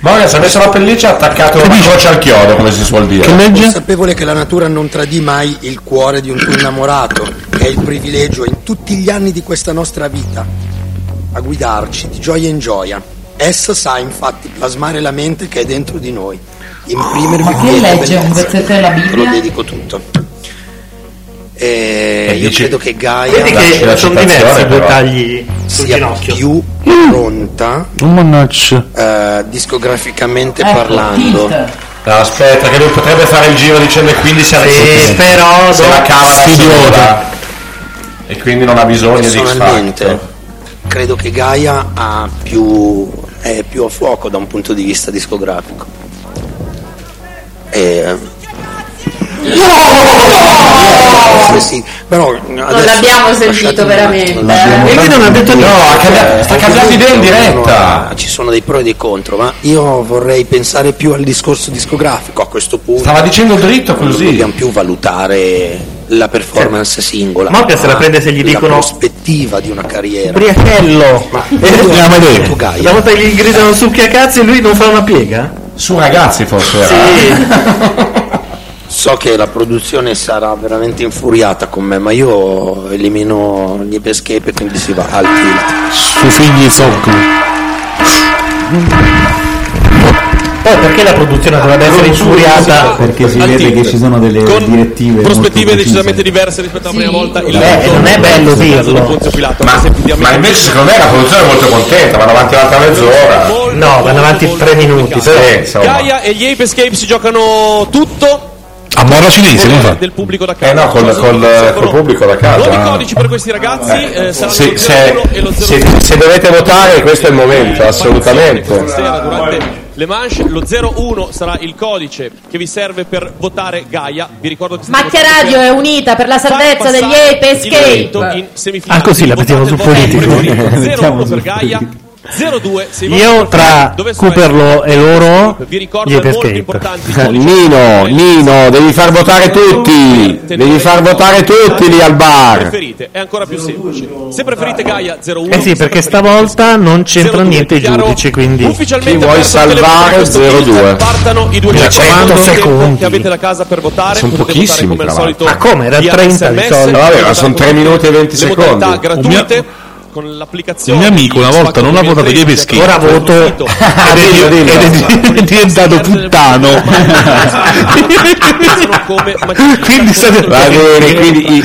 [SPEAKER 1] Morgan si è messo la pelliccia e ha attaccato la croce al chiodo come si suol dire
[SPEAKER 9] consapevole che la natura non tradì mai il cuore di un tuo innamorato, che è il privilegio in tutti gli anni di questa nostra vita a guidarci di gioia in gioia. Essa sa infatti plasmare la mente che è dentro di noi, imprimervi
[SPEAKER 12] Ma chi
[SPEAKER 9] quiete
[SPEAKER 12] legge un
[SPEAKER 9] bellezza.
[SPEAKER 12] versetto della
[SPEAKER 9] Te lo
[SPEAKER 12] Bibbia?
[SPEAKER 9] dedico tutto. E io credo che Gaia
[SPEAKER 12] Vedi che
[SPEAKER 9] La
[SPEAKER 12] sono
[SPEAKER 9] citazione,
[SPEAKER 12] diversi i due
[SPEAKER 9] però,
[SPEAKER 12] tagli
[SPEAKER 9] sia più pronta eh, discograficamente
[SPEAKER 1] Ecco,
[SPEAKER 9] parlando.
[SPEAKER 1] tilt. No, aspetta che lui potrebbe fare il giro dicendo e quindi si
[SPEAKER 9] Sì, però
[SPEAKER 1] se la
[SPEAKER 9] dopo-
[SPEAKER 1] cava è
[SPEAKER 9] Sfidiosa.
[SPEAKER 1] sola. e quindi non ha bisogno di
[SPEAKER 9] Personalmente,
[SPEAKER 1] fatto.
[SPEAKER 9] Credo che Gaia ha più, è più a fuoco da un punto di vista discografico. Eh, E... Sì, sì, Però adesso
[SPEAKER 6] l'abbiamo sentito
[SPEAKER 9] lasciatemi un
[SPEAKER 6] veramente,
[SPEAKER 9] attimo-
[SPEAKER 6] eh. L'abbiamo-
[SPEAKER 1] Egli non ha detto No, niente. Cioè, ha cambiato- sta cambiando idea in diretta.
[SPEAKER 9] Ci sono dei pro e dei contro, ma io vorrei pensare più al discorso discografico a questo punto.
[SPEAKER 1] Stava dicendo dritto così. Cioè,
[SPEAKER 9] Non dobbiamo più valutare la performance singola.
[SPEAKER 2] Morgan se la
[SPEAKER 9] ma
[SPEAKER 2] prende se gli dicono-
[SPEAKER 9] la prospettiva di una Ecco, carriera.
[SPEAKER 2] Briatello!
[SPEAKER 9] Ma
[SPEAKER 1] Eh,
[SPEAKER 2] La volta che gli gridano succhia cazzo e lui non fa una piega?
[SPEAKER 1] Su ragazzi forse
[SPEAKER 2] eh.
[SPEAKER 1] era.
[SPEAKER 9] So che la produzione sarà veramente infuriata con me, ma io elimino gli escape e quindi si va al tilt.
[SPEAKER 2] Sui figli zoccoli. Poi perché la produzione dovrebbe essere infuriata?
[SPEAKER 3] Perché si vede che ci sono delle direttive.
[SPEAKER 7] prospettive decisamente diverse rispetto alla prima volta. Il
[SPEAKER 3] Beh,
[SPEAKER 1] eh,
[SPEAKER 7] letto
[SPEAKER 3] non è bello dirlo.
[SPEAKER 7] da Ponzio Pilato. Ma,
[SPEAKER 1] ma invece secondo me la produzione è molto contenta vanno avanti un'altra mezz'ora
[SPEAKER 2] no vanno avanti tre minuti
[SPEAKER 1] sì, insomma
[SPEAKER 7] Gaia e gli Ape Escape si giocano tutto
[SPEAKER 1] a Moro Cinese
[SPEAKER 7] del pubblico da
[SPEAKER 1] eh no col, col, col pubblico da
[SPEAKER 7] Nuovi
[SPEAKER 1] casa
[SPEAKER 7] codici per questi ragazzi eh, saranno
[SPEAKER 1] Sì,
[SPEAKER 7] lo
[SPEAKER 1] se,
[SPEAKER 7] 01 e lo Eh, 02
[SPEAKER 1] se- se dovete votare questo è il momento assolutamente
[SPEAKER 7] sera durante le manche. Lo 01 sarà il codice che vi serve per votare Gaia. Vi ricordo che state
[SPEAKER 6] Macchia
[SPEAKER 7] votando
[SPEAKER 6] Radio è unita per la salvezza degli Ape
[SPEAKER 7] il momento
[SPEAKER 6] Escape.
[SPEAKER 7] in semifinale.
[SPEAKER 2] Ah così la mettiamo sul politico. *laughs*
[SPEAKER 7] 01 per Gaia, 02 se i vostri
[SPEAKER 2] Io tra Cooperlo e loro gli Escape.
[SPEAKER 1] Nino Nino devi far votare tutti devi far votare tutti lì al bar
[SPEAKER 7] preferite è ancora più semplice. Se preferite Gaia 01
[SPEAKER 2] Eh sì, perché stavolta non c'entra niente i giudici, quindi
[SPEAKER 7] ufficialmente aperto il televoto per questo tilt. Partano i 200 secondi che avete da casa per votare.
[SPEAKER 1] Sono
[SPEAKER 7] Potete
[SPEAKER 1] pochissimi, tra
[SPEAKER 7] votare come al solito.
[SPEAKER 1] l'altro. Ma come? Era
[SPEAKER 7] via
[SPEAKER 1] 30 di
[SPEAKER 7] SMS,
[SPEAKER 1] solito. Vabbè, ma sono tre minuti e venti
[SPEAKER 7] Le modalità
[SPEAKER 1] secondi.
[SPEAKER 7] gratuite
[SPEAKER 5] Un
[SPEAKER 7] con
[SPEAKER 5] Un
[SPEAKER 7] l'applicazione.
[SPEAKER 5] mio amico una volta non ha votato gli peschi.
[SPEAKER 7] Ora voto.
[SPEAKER 5] Ed è, di- ed è di- è diventato puttano.
[SPEAKER 1] quindi va bene quindi i-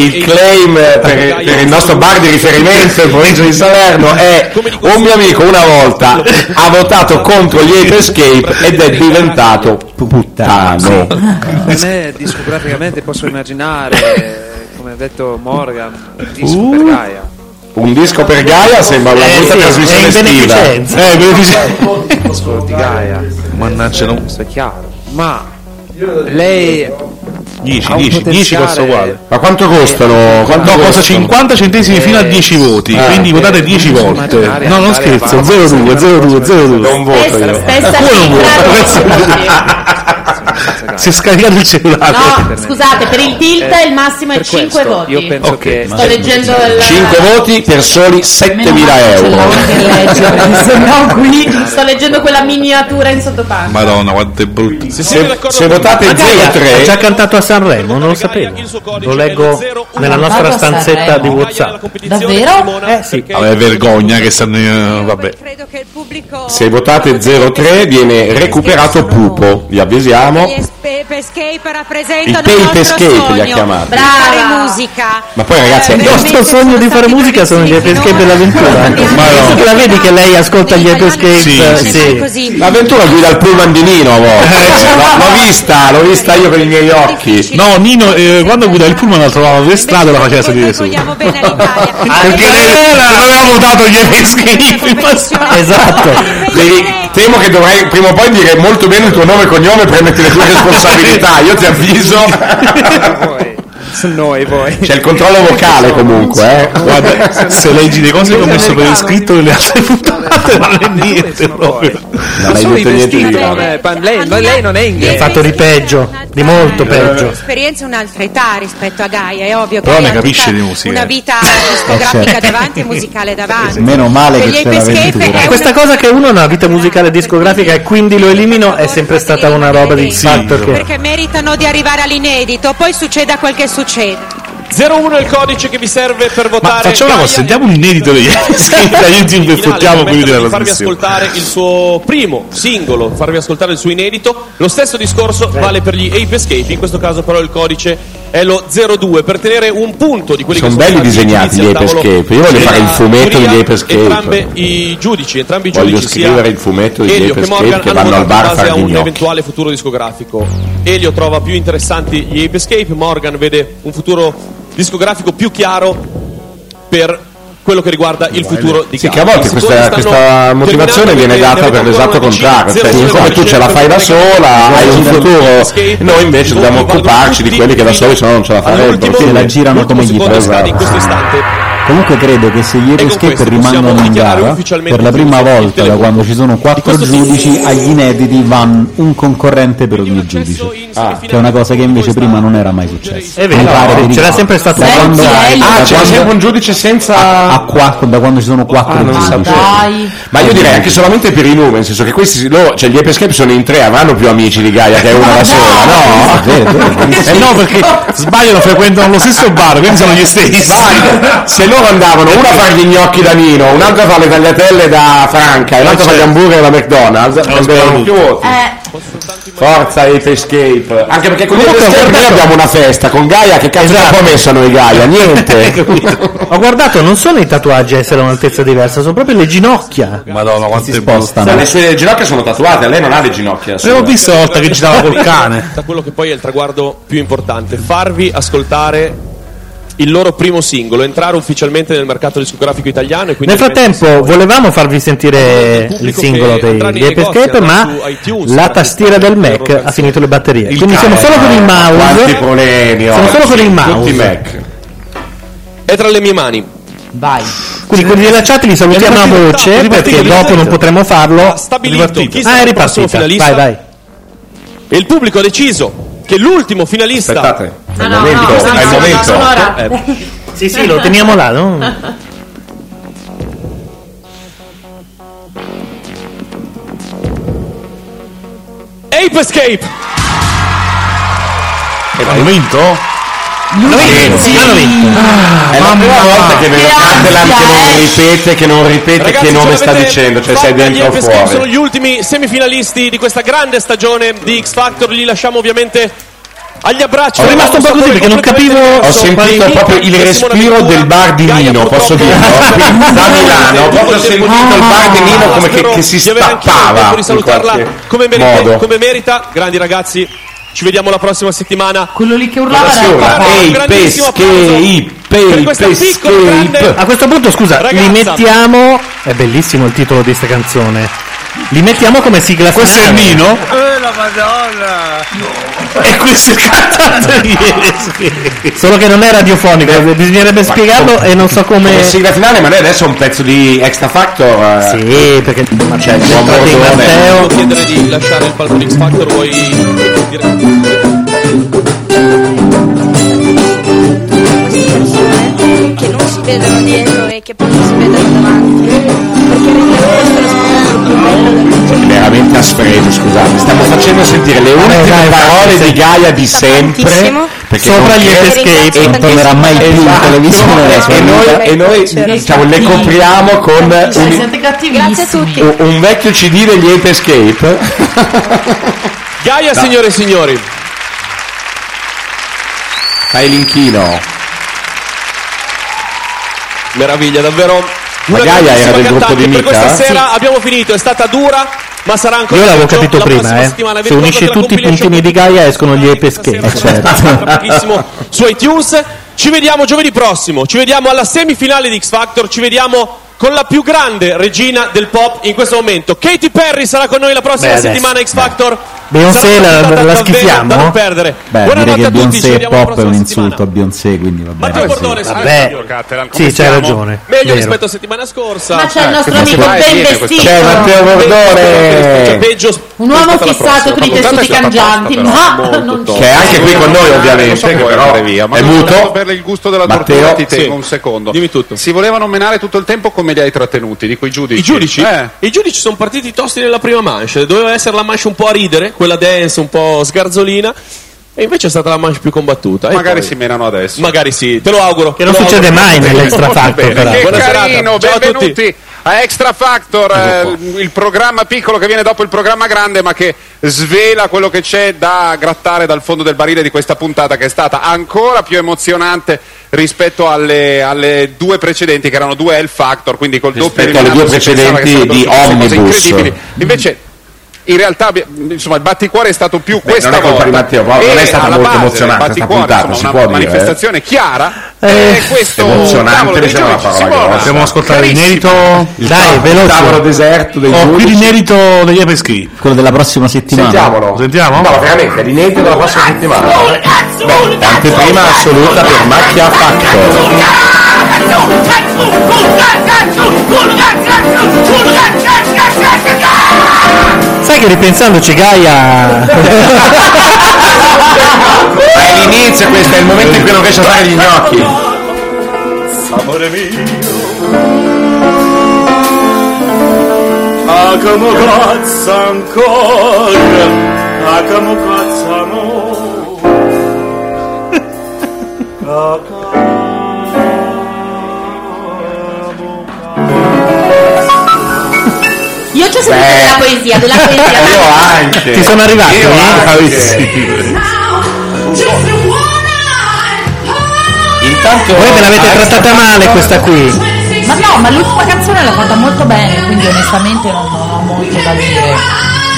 [SPEAKER 1] i- il claim per, per il nostro bar di riferimento in provincia di Salerno è un mio amico una volta ha votato contro gli Ape Escape ed è diventato puttano
[SPEAKER 14] Per me discograficamente posso immaginare, eh, come ha detto Morgan, il disco per
[SPEAKER 1] Uh.
[SPEAKER 14] Gaia.
[SPEAKER 1] un disco per Gaia sembra una
[SPEAKER 14] Eh,
[SPEAKER 1] brutta
[SPEAKER 14] sì,
[SPEAKER 1] trasmissione
[SPEAKER 14] è in
[SPEAKER 1] estiva
[SPEAKER 14] beneficenza.
[SPEAKER 1] Eh, in beneficenza.
[SPEAKER 14] Disco di Gaia.
[SPEAKER 5] Mannaggia, non
[SPEAKER 14] Questo è chiaro. Ma lei
[SPEAKER 5] 10,
[SPEAKER 14] Ha un
[SPEAKER 5] 10, 10 costa
[SPEAKER 14] potenziale-
[SPEAKER 5] uguale.
[SPEAKER 1] Ma quanto costano? Quanto
[SPEAKER 5] no, costa
[SPEAKER 1] costano?
[SPEAKER 5] 50 centesimi fino a 10 voti,
[SPEAKER 1] Eh.
[SPEAKER 5] quindi votate 10 volte. No, non scherzo, 02, 02, 02.
[SPEAKER 1] Non voto io.
[SPEAKER 6] Stessa
[SPEAKER 2] *laughs*
[SPEAKER 5] Eh, pure non voto.
[SPEAKER 6] cifra.
[SPEAKER 5] si è scaricato il
[SPEAKER 2] Ah,
[SPEAKER 5] cellulare.
[SPEAKER 6] No, scusate, per il tilt
[SPEAKER 5] Eh,
[SPEAKER 6] il massimo è 5 voti.
[SPEAKER 5] penso che
[SPEAKER 6] Sto leggendo il
[SPEAKER 1] 5 voti per soli 7.000 euro.
[SPEAKER 6] Sto leggendo quella miniatura in sottopagina.
[SPEAKER 5] Madonna, quanto è brutto.
[SPEAKER 1] Se, se votate 03
[SPEAKER 2] ha già cantato a Sanremo, non lo sapevo. Lo leggo nella nostra
[SPEAKER 5] Cantato a
[SPEAKER 2] stanzetta
[SPEAKER 5] Sanremo.
[SPEAKER 2] di
[SPEAKER 14] Esatto.
[SPEAKER 2] WhatsApp.
[SPEAKER 12] eh. Davvero?
[SPEAKER 2] Eh sì.
[SPEAKER 5] Vabbè, Ah, vergogna che stanno. eh, Vabbè.
[SPEAKER 1] Se votate 03 viene recuperato Pupo, vi avvisiamo.
[SPEAKER 10] Pepe Escape
[SPEAKER 1] Il
[SPEAKER 10] rappresentano
[SPEAKER 1] Tape
[SPEAKER 10] nostro
[SPEAKER 1] Escape li ha
[SPEAKER 10] sogno
[SPEAKER 1] chiamati.
[SPEAKER 10] di fare musica.
[SPEAKER 1] Ma poi ragazzi è
[SPEAKER 2] Eh, Il nostro sogno di fare musica sono gli escape dell'avventura. Ma no. che la vedi che lei ascolta gli escape?
[SPEAKER 1] Sì, Eh, L'avventura guida il pullman di Nino a volte. L'ho- L'ho vista, l'ho vista io con i miei occhi.
[SPEAKER 5] No, Nino, eh, quando guida il pullman la trovavo per strada e la faceva salire su. *laughs* Perché non avevo votato gli iscritti in passato.
[SPEAKER 1] Esatto. Devi- temo che dovrai prima o poi dire molto bene il tuo nome e cognome e prenderti
[SPEAKER 5] *laughs*
[SPEAKER 1] le tue responsabilità. Io ti avviso.
[SPEAKER 14] *laughs* Noi voi.
[SPEAKER 1] C'è il controllo vocale comunque. Eh.
[SPEAKER 5] Guarda, se leggi le cose che ho messo per iscritto nelle altre puntate, non è niente proprio.
[SPEAKER 1] Non
[SPEAKER 14] Sono i vestiti,
[SPEAKER 5] di grave.
[SPEAKER 14] non è- pa- lei, ma lei non è
[SPEAKER 2] Ha
[SPEAKER 14] inglese.
[SPEAKER 2] fatto di peggio, di molto peggio.
[SPEAKER 10] L'esperienza è un'altra età rispetto a Gaia, è ovvio
[SPEAKER 2] Però
[SPEAKER 10] che
[SPEAKER 2] ne
[SPEAKER 10] ha tutta
[SPEAKER 2] capisce di musica.
[SPEAKER 10] Una vita
[SPEAKER 2] Eh,
[SPEAKER 10] discografica
[SPEAKER 2] certo.
[SPEAKER 10] davanti e musicale davanti.
[SPEAKER 3] Meno male
[SPEAKER 10] Per
[SPEAKER 3] che
[SPEAKER 10] gli
[SPEAKER 3] c'è
[SPEAKER 10] Ape Escape
[SPEAKER 3] l'avventura.
[SPEAKER 10] è
[SPEAKER 2] E questa cosa che uno ha una vita musicale discografica e quindi lo elimino è sempre stata una roba del fatto che
[SPEAKER 10] perché meritano di arrivare all'inedito, poi succeda quel che succede.
[SPEAKER 7] 01 è il codice che vi serve per
[SPEAKER 5] Ma
[SPEAKER 7] votare.
[SPEAKER 5] facciamo una cosa, sentiamo un inedito degli
[SPEAKER 1] *laughs*
[SPEAKER 5] iscritti a YouTube e fottiamo
[SPEAKER 7] Finale,
[SPEAKER 5] quelli della
[SPEAKER 7] di farvi
[SPEAKER 5] trasmissione.
[SPEAKER 7] ascoltare il suo primo singolo, farvi ascoltare il suo inedito. Lo stesso discorso vale per gli Ape Escape, in questo caso però il codice è lo 02 per tenere un punto di quelli
[SPEAKER 1] Sono
[SPEAKER 7] che sono
[SPEAKER 1] belli
[SPEAKER 7] stati
[SPEAKER 1] disegnati
[SPEAKER 7] giudizi
[SPEAKER 1] gli
[SPEAKER 7] al
[SPEAKER 1] Ape
[SPEAKER 7] tavolo
[SPEAKER 1] Escape. Io voglio
[SPEAKER 7] della
[SPEAKER 1] fare il fumetto
[SPEAKER 7] giuria.
[SPEAKER 1] degli Ape Escape.
[SPEAKER 7] Entrambi i giudici, entrambi i
[SPEAKER 1] Voglio
[SPEAKER 7] giudici sia
[SPEAKER 1] scrivere il fumetto degli
[SPEAKER 7] Elio
[SPEAKER 1] Ape
[SPEAKER 7] che
[SPEAKER 1] Escape
[SPEAKER 7] Morgan
[SPEAKER 1] che
[SPEAKER 7] hanno
[SPEAKER 1] vanno al
[SPEAKER 7] votato
[SPEAKER 1] bar a
[SPEAKER 7] in base
[SPEAKER 1] fare
[SPEAKER 7] a
[SPEAKER 1] gli
[SPEAKER 7] un
[SPEAKER 1] gnocchi.
[SPEAKER 7] eventuale futuro discografico. Elio trova più interessanti gli Ape Escape, Morgan vede un futuro discografico più chiaro per quello che riguarda il futuro di
[SPEAKER 1] Sì,
[SPEAKER 7] Gaia.
[SPEAKER 1] che a volte
[SPEAKER 7] I
[SPEAKER 1] questa,
[SPEAKER 7] secondi
[SPEAKER 1] questa
[SPEAKER 7] stanno
[SPEAKER 1] motivazione
[SPEAKER 7] terminando
[SPEAKER 1] viene
[SPEAKER 7] perché
[SPEAKER 1] data
[SPEAKER 7] ne
[SPEAKER 1] per
[SPEAKER 7] avete
[SPEAKER 1] l'esatto
[SPEAKER 7] ancora
[SPEAKER 1] contrario,
[SPEAKER 7] decine,
[SPEAKER 1] cioè
[SPEAKER 7] zero
[SPEAKER 1] siccome tu ce la fai da sola, hai un futuro, noi invece dobbiamo occuparci di quelli che da soli se no non ce la farebbero.
[SPEAKER 3] Perché la girano come gli
[SPEAKER 1] secondo
[SPEAKER 3] pare.
[SPEAKER 1] scade in questo istante.
[SPEAKER 3] Comunque credo che se gli Escape rimangono in gara, per la prima volta da quando ci sono quattro giudici, agli inediti vanno un concorrente per ogni giudice. ah, Che è una cosa che invece prima non era mai successa.
[SPEAKER 2] È vero,
[SPEAKER 3] Mi pare
[SPEAKER 2] no,
[SPEAKER 3] di
[SPEAKER 2] ce l'ha
[SPEAKER 3] no.
[SPEAKER 2] sempre stato
[SPEAKER 3] Da
[SPEAKER 2] Senti,
[SPEAKER 3] quando,
[SPEAKER 2] Elio.
[SPEAKER 3] da
[SPEAKER 2] Ah, c'era
[SPEAKER 3] quando-
[SPEAKER 2] sempre
[SPEAKER 1] un giudice senza...
[SPEAKER 3] A, a quattro, da quando ci sono quattro
[SPEAKER 1] Ah, non
[SPEAKER 3] giudici.
[SPEAKER 1] sapevo. Ma io direi anche solamente per i numeri, nel senso che questi, loro, cioè gli Ape Escape sono in tre, avranno più amici di Gaia che è una da sola, *laughs* no?
[SPEAKER 5] Eh no, perché sbagliano, frequentano lo stesso bar, quindi sono gli stessi.
[SPEAKER 1] Se loro andavano uno a fare gli gnocchi da Nino, un'altra a fare le tagliatelle da Franca e un'altra a fare gli hamburger da McDonald's, prendevano più voti.
[SPEAKER 5] Eh,
[SPEAKER 1] Forza Ape Escape. Anche perché con gli Ape
[SPEAKER 2] Comunque,
[SPEAKER 1] Escape noi
[SPEAKER 2] guardate-
[SPEAKER 1] abbiamo una festa, con Gaia che cazzo
[SPEAKER 2] Esatto.
[SPEAKER 1] abbiamo messo noi *laughs* Gaia? Niente.
[SPEAKER 2] ho guardato, non sono i tatuaggi a essere a un'altezza diversa, sono proprio le ginocchia.
[SPEAKER 5] Madonna, quanto è
[SPEAKER 1] Cioè,
[SPEAKER 5] brutto.
[SPEAKER 1] le sue ginocchia sono tatuate, lei non ha le ginocchia.
[SPEAKER 5] L'avevo visto una volta che girava col cane.
[SPEAKER 7] Da quello che poi è il traguardo più importante, farvi ascoltare il loro primo singolo, entrare ufficialmente nel mercato discografico italiano e quindi
[SPEAKER 2] Nel frattempo volevamo farvi sentire il singolo dei
[SPEAKER 7] andrà nei
[SPEAKER 2] degli Ape
[SPEAKER 7] negozi,
[SPEAKER 2] Escape,
[SPEAKER 7] andrà
[SPEAKER 2] ma
[SPEAKER 7] su iTunes,
[SPEAKER 2] la tastiera del Mac ha finito le batterie. Quindi siamo solo con il
[SPEAKER 1] Quanti
[SPEAKER 2] mouse.
[SPEAKER 1] problemi
[SPEAKER 2] Siamo
[SPEAKER 1] oggi,
[SPEAKER 2] solo con il
[SPEAKER 1] Tutti
[SPEAKER 2] mouse.
[SPEAKER 1] Mac.
[SPEAKER 7] è tra le mie mani.
[SPEAKER 12] Vai.
[SPEAKER 2] Quindi quelli della chat li salutiamo a voce perché dopo non potremo farlo.
[SPEAKER 7] Stabilito chi
[SPEAKER 2] Ah,
[SPEAKER 7] sarà
[SPEAKER 2] è
[SPEAKER 7] il prossimo
[SPEAKER 2] ripartita. Vai,
[SPEAKER 7] finalista.
[SPEAKER 2] vai.
[SPEAKER 7] E il pubblico ha deciso che l'ultimo finalista
[SPEAKER 1] È il momento, è il momento.
[SPEAKER 2] Sì, sì, lo teniamo là, no?
[SPEAKER 7] Eh, Ape Escape.
[SPEAKER 5] E l'hanno vinto? L'hanno vinto,
[SPEAKER 1] Sì.
[SPEAKER 5] l'hanno vinto.
[SPEAKER 1] È la prima volta che vedo Catalan che non ripete, che non ripete
[SPEAKER 7] Ragazzi,
[SPEAKER 1] che
[SPEAKER 7] se
[SPEAKER 1] nome sta
[SPEAKER 7] l'avete
[SPEAKER 1] dicendo, cioè
[SPEAKER 7] fatta,
[SPEAKER 1] sei dentro o
[SPEAKER 7] gli FSK sono
[SPEAKER 1] fuori.
[SPEAKER 7] gli ultimi semifinalisti di questa grande stagione di X Factor. Li lasciamo ovviamente agli abbracci.
[SPEAKER 1] Sono rimasto un po' così perché non capivo- Ho sentito proprio il respiro del bar di Nino, posso dirlo?
[SPEAKER 7] *laughs*
[SPEAKER 1] Da Milano, ho proprio sentito il bar
[SPEAKER 7] Ah,
[SPEAKER 1] di Nino come che, che si stappava
[SPEAKER 7] Tempo di
[SPEAKER 1] in
[SPEAKER 7] salutarla
[SPEAKER 1] qualche
[SPEAKER 7] come merita,
[SPEAKER 1] modo.
[SPEAKER 7] come merita. Grandi ragazzi, ci vediamo la prossima settimana.
[SPEAKER 12] Quello lì che urlava era il
[SPEAKER 1] Attenzione,
[SPEAKER 12] papà.
[SPEAKER 1] Ehi,
[SPEAKER 7] grandissimo
[SPEAKER 1] pesche,
[SPEAKER 7] applauso
[SPEAKER 1] i
[SPEAKER 7] per
[SPEAKER 1] pei,
[SPEAKER 7] questa
[SPEAKER 1] pesche,
[SPEAKER 7] piccola grande
[SPEAKER 1] i pe-
[SPEAKER 2] A questo punto, scusa,
[SPEAKER 7] Ragazza.
[SPEAKER 2] li mettiamo. È bellissimo il titolo di sta canzone. Li mettiamo come sigla
[SPEAKER 5] Questo è
[SPEAKER 2] finale.
[SPEAKER 5] Nino?
[SPEAKER 13] Eh, la madonna!
[SPEAKER 5] E questo è
[SPEAKER 2] Solo che non è radiofonico, bisognerebbe spiegarlo e non so come.
[SPEAKER 1] Eh, Come sigla finale, ma noi adesso un pezzo di extra factor. eh. Cioè,
[SPEAKER 2] Sì, perché ma
[SPEAKER 1] c'è il buon
[SPEAKER 2] Entrate in
[SPEAKER 1] Bordone.
[SPEAKER 7] Devo chiedere di lasciare il palco di X Factor, vuoi
[SPEAKER 17] che non si vedono dietro e che poi non si vedono
[SPEAKER 5] *laughs*
[SPEAKER 17] davanti perché rendono questo lo spettacolo più bello del
[SPEAKER 1] Veramente a sfregio, scusate. Stiamo facendo sentire le ultime parole di Gaia di sempre.
[SPEAKER 17] tantissimo.
[SPEAKER 1] Perché
[SPEAKER 17] Sopra
[SPEAKER 1] non
[SPEAKER 17] gli
[SPEAKER 1] credo-
[SPEAKER 17] escape.
[SPEAKER 1] e non tornerà mai più in televisione. E noi, e noi diciamo, le copriamo con un,
[SPEAKER 17] grazie a tutti
[SPEAKER 1] un- un vecchio CD degli Ape *laughs* Escape.
[SPEAKER 7] Gaia,
[SPEAKER 1] No.
[SPEAKER 7] signore e signori.
[SPEAKER 1] Fai l'inchino.
[SPEAKER 7] Meraviglia, davvero.
[SPEAKER 1] Ma
[SPEAKER 7] una
[SPEAKER 1] Gaia era
[SPEAKER 7] grandissima
[SPEAKER 1] del gruppo
[SPEAKER 7] cantante.
[SPEAKER 1] di
[SPEAKER 7] Per
[SPEAKER 1] Mica?
[SPEAKER 7] questa
[SPEAKER 1] Sì.
[SPEAKER 7] sera abbiamo finito, è stata dura, ma sarà ancora
[SPEAKER 2] Io l'avevo
[SPEAKER 7] peggio
[SPEAKER 2] capito
[SPEAKER 7] la
[SPEAKER 2] prima,
[SPEAKER 7] prossima
[SPEAKER 2] eh.
[SPEAKER 7] settimana.
[SPEAKER 2] Se
[SPEAKER 7] Vi ricordo
[SPEAKER 2] unisci
[SPEAKER 7] che la
[SPEAKER 2] tutti i
[SPEAKER 7] compilation
[SPEAKER 2] puntini di Gaia escono gli epeschi. *laughs* Certo.
[SPEAKER 7] pochissimo su iTunes. Ci vediamo giovedì prossimo, ci vediamo alla semifinale di X Factor, ci vediamo con la più grande regina del pop in questo momento. Katy Perry sarà con noi la
[SPEAKER 2] Beh,
[SPEAKER 7] prossima
[SPEAKER 2] adesso,
[SPEAKER 7] settimana X Factor.
[SPEAKER 2] Beyoncé
[SPEAKER 7] Sarà una
[SPEAKER 2] la-
[SPEAKER 7] puntata
[SPEAKER 2] la
[SPEAKER 7] davvero
[SPEAKER 2] schifiamo? eh?
[SPEAKER 7] Da non perdere.
[SPEAKER 15] Beh, direi
[SPEAKER 7] Buonanotte
[SPEAKER 15] che
[SPEAKER 7] a tutti, ci
[SPEAKER 15] Beyoncé
[SPEAKER 7] vediamo alla
[SPEAKER 15] pop è
[SPEAKER 7] prossima
[SPEAKER 15] un
[SPEAKER 7] settimana.
[SPEAKER 15] insulto a Beyoncé, quindi va bene. Eh
[SPEAKER 7] Matteo Bordone,
[SPEAKER 15] sì.
[SPEAKER 7] signore e
[SPEAKER 15] Vabbè.
[SPEAKER 7] signori.
[SPEAKER 15] Cattelan,
[SPEAKER 2] come Sì, c'hai stiamo? ragione.
[SPEAKER 7] Meglio
[SPEAKER 2] Vero.
[SPEAKER 7] rispetto alla settimana scorsa. Eh,
[SPEAKER 6] Ma c'è il nostro
[SPEAKER 2] amico
[SPEAKER 6] ben vestito.
[SPEAKER 2] C'è Matteo
[SPEAKER 1] Bordone.
[SPEAKER 7] Peggio,
[SPEAKER 6] Un uomo
[SPEAKER 7] rispetto alla
[SPEAKER 6] fissato
[SPEAKER 7] prossima.
[SPEAKER 6] con i
[SPEAKER 7] Ma
[SPEAKER 6] tessuti
[SPEAKER 7] guardate se la
[SPEAKER 6] cangianti.
[SPEAKER 7] pasta,
[SPEAKER 6] Ma
[SPEAKER 7] però,
[SPEAKER 6] non
[SPEAKER 7] molto
[SPEAKER 1] Che è anche qui con noi, ovviamente.
[SPEAKER 24] Non so
[SPEAKER 1] che
[SPEAKER 24] puoi
[SPEAKER 1] però
[SPEAKER 24] andare via, Eh, ma
[SPEAKER 1] è
[SPEAKER 24] non
[SPEAKER 1] muto.
[SPEAKER 24] volevo per il gusto della
[SPEAKER 1] Matteo,
[SPEAKER 24] tortura ti
[SPEAKER 1] sì.
[SPEAKER 24] tengo un secondo.
[SPEAKER 7] Dimmi tutto.
[SPEAKER 24] Si volevano menare tutto il tempo come li hai trattenuti, dico i giudici.
[SPEAKER 7] I giudici?
[SPEAKER 24] Eh.
[SPEAKER 7] I giudici sono partiti tosti nella prima manche. Doveva essere la manche un po' a ridere, quella dance un po' sgarzolina. E invece è stata la manche più combattuta. E
[SPEAKER 24] Magari
[SPEAKER 7] poi-
[SPEAKER 24] si menano adesso.
[SPEAKER 7] Magari sì, te lo auguro.
[SPEAKER 24] non succede mai
[SPEAKER 7] *laughs* nell'extra
[SPEAKER 24] Bene, che carino,
[SPEAKER 7] Ciao a tutti.
[SPEAKER 24] benvenuti a Extra Factor, eh, il programma piccolo che viene dopo il programma grande, ma che svela quello che c'è da grattare dal fondo del barile di questa puntata, che è stata ancora più emozionante rispetto alle, alle due precedenti, che erano due L Factor, quindi col doppio
[SPEAKER 1] Rispetto alle
[SPEAKER 24] eliminato
[SPEAKER 1] due
[SPEAKER 24] si pensava che
[SPEAKER 1] precedenti
[SPEAKER 24] sarebbero
[SPEAKER 1] di
[SPEAKER 24] tutte cose
[SPEAKER 1] Omnibus.
[SPEAKER 24] incredibili. Invece, in realtà, abbi- insomma, il batticuore è stato più
[SPEAKER 1] Beh,
[SPEAKER 24] questa
[SPEAKER 1] non è colpa
[SPEAKER 24] volta.
[SPEAKER 1] di Matteo, però non
[SPEAKER 24] E
[SPEAKER 1] è stata
[SPEAKER 24] alla
[SPEAKER 1] molto
[SPEAKER 24] base del
[SPEAKER 1] emozionante questa
[SPEAKER 24] batticuore,
[SPEAKER 1] puntata,
[SPEAKER 24] insomma,
[SPEAKER 1] si
[SPEAKER 24] una
[SPEAKER 1] può dire, eh.
[SPEAKER 24] manifestazione chiara.
[SPEAKER 2] Eh,
[SPEAKER 24] e questo
[SPEAKER 1] emozionante,
[SPEAKER 24] tavolo dei
[SPEAKER 1] mi sembra la
[SPEAKER 24] giudici si
[SPEAKER 1] parola
[SPEAKER 24] muove.
[SPEAKER 1] grossa. Possiamo ascoltare il
[SPEAKER 24] Carissimo.
[SPEAKER 1] merito? Il Dai, tavolo- veloce. Oh, il tavolo deserto dei
[SPEAKER 5] Ho qui
[SPEAKER 1] giudici.
[SPEAKER 5] il merito degli Epeschi.
[SPEAKER 15] Quello della prossima settimana.
[SPEAKER 1] Sentiamolo.
[SPEAKER 5] Sentiamo?
[SPEAKER 1] No, veramente, l'inedito della prossima settimana. Beh, anteprima assoluta per Macchia Factor.
[SPEAKER 2] Sai che ripensandoci Gaia
[SPEAKER 1] È l'inizio questo, è il momento in cui non riesce a fare gli gnocchi.
[SPEAKER 13] Amore mio A come cazzo ancora A come cazzo amore A
[SPEAKER 6] Io ci ho sentito
[SPEAKER 13] Beh.
[SPEAKER 6] della poesia, della poesia.
[SPEAKER 1] Io anche.
[SPEAKER 2] Ti sono arrivati?
[SPEAKER 1] Io
[SPEAKER 2] Bravissimi.
[SPEAKER 1] anche. Intanto
[SPEAKER 2] Voi me l'avete trattata male questa qui.
[SPEAKER 12] Ma no, ma l'ultima canzone l'ha fatta molto bene, quindi onestamente non non ho molto da dire.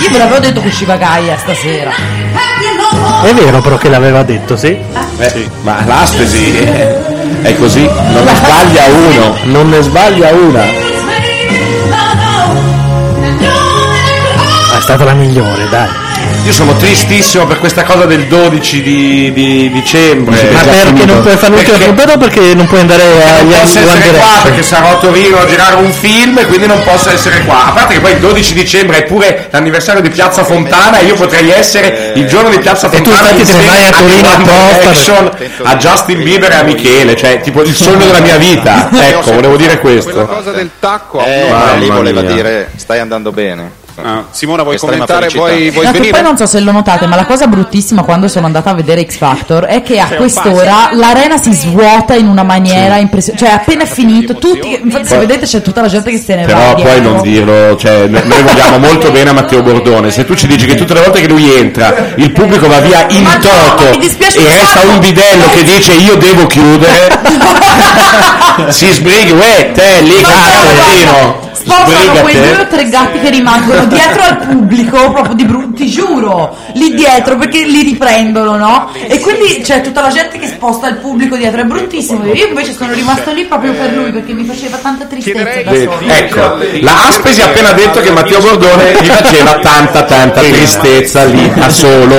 [SPEAKER 12] Io ve l'avevo detto che usciva Gaia stasera.
[SPEAKER 2] È vero però che l'aveva detto, sì.
[SPEAKER 1] Eh, ma l'aspesi eh, è così, non ne sbaglia uno, non ne sbaglia una.
[SPEAKER 2] È stata la migliore, dai.
[SPEAKER 1] Io sono tristissimo per questa cosa del 12 di, di dicembre.
[SPEAKER 2] Eh, Ma perché non puoi fare l'ultima
[SPEAKER 1] Perché
[SPEAKER 2] puntata o perché non puoi andare agli
[SPEAKER 1] non posso essere
[SPEAKER 2] One
[SPEAKER 1] qua
[SPEAKER 2] Direction?
[SPEAKER 1] perché sarò a Torino a girare un film e quindi non posso essere qua. A parte che poi il 12 dicembre è pure l'anniversario di Piazza Fontana e io potrei essere il giorno di Piazza
[SPEAKER 2] tu
[SPEAKER 1] Fontana
[SPEAKER 2] infatti te ne
[SPEAKER 1] insieme
[SPEAKER 2] vai a
[SPEAKER 1] One
[SPEAKER 2] Torino apposta cioè, per-
[SPEAKER 1] Direction, a Justin Bieber e a Michele, cioè tipo il sogno della mia
[SPEAKER 11] *laughs*
[SPEAKER 1] vita. Ecco, volevo dire questo.
[SPEAKER 24] cosa del tacco
[SPEAKER 1] Eh,
[SPEAKER 24] no,
[SPEAKER 1] ma
[SPEAKER 24] lì
[SPEAKER 1] lì voleva
[SPEAKER 24] voleva
[SPEAKER 1] dire,
[SPEAKER 24] dire stai andando bene Ah, Simona vuoi
[SPEAKER 1] Estrema
[SPEAKER 24] commentare
[SPEAKER 1] felicità.
[SPEAKER 24] vuoi, vuoi
[SPEAKER 12] No, che
[SPEAKER 24] venire
[SPEAKER 12] poi non so se lo notate, ma la cosa bruttissima quando sono andata a vedere X Factor è che a
[SPEAKER 24] Sei un
[SPEAKER 12] quest'ora l'arena si svuota in una maniera impressionante. Cioè, appena è finito, tutti. Infatti, se vedete c'è tutta la gente che se ne va.
[SPEAKER 1] Però
[SPEAKER 12] dietro.
[SPEAKER 1] puoi non dirlo, cioè no- noi
[SPEAKER 12] *laughs*
[SPEAKER 1] vogliamo molto bene a Matteo Bordone. Se tu ci dici che tutte le volte che lui entra il pubblico va via in toto
[SPEAKER 12] mi dispiace
[SPEAKER 1] e
[SPEAKER 12] un
[SPEAKER 1] resta un bidello che dice io devo
[SPEAKER 12] *laughs*
[SPEAKER 1] chiudere, si sbrighi, uè, te lì,
[SPEAKER 12] Ma
[SPEAKER 1] cazzo,
[SPEAKER 12] Cioè, guarda,
[SPEAKER 1] Tino.
[SPEAKER 12] spostano quei
[SPEAKER 5] Sbrigate.
[SPEAKER 12] due o tre gatti che rimangono dietro al pubblico, proprio di brutto, ti giuro, lì dietro perché li riprendono, no? E quindi c'è tutta la gente che sposta il pubblico dietro, è bruttissimo. Io invece sono rimasto lì proprio per lui perché mi faceva tanta tristezza. da
[SPEAKER 1] Vedi,
[SPEAKER 12] solo.
[SPEAKER 1] Ecco, la Aspesi ha appena detto che Matteo Bordone gli faceva tanta tanta tristezza
[SPEAKER 12] *laughs*
[SPEAKER 1] lì da solo.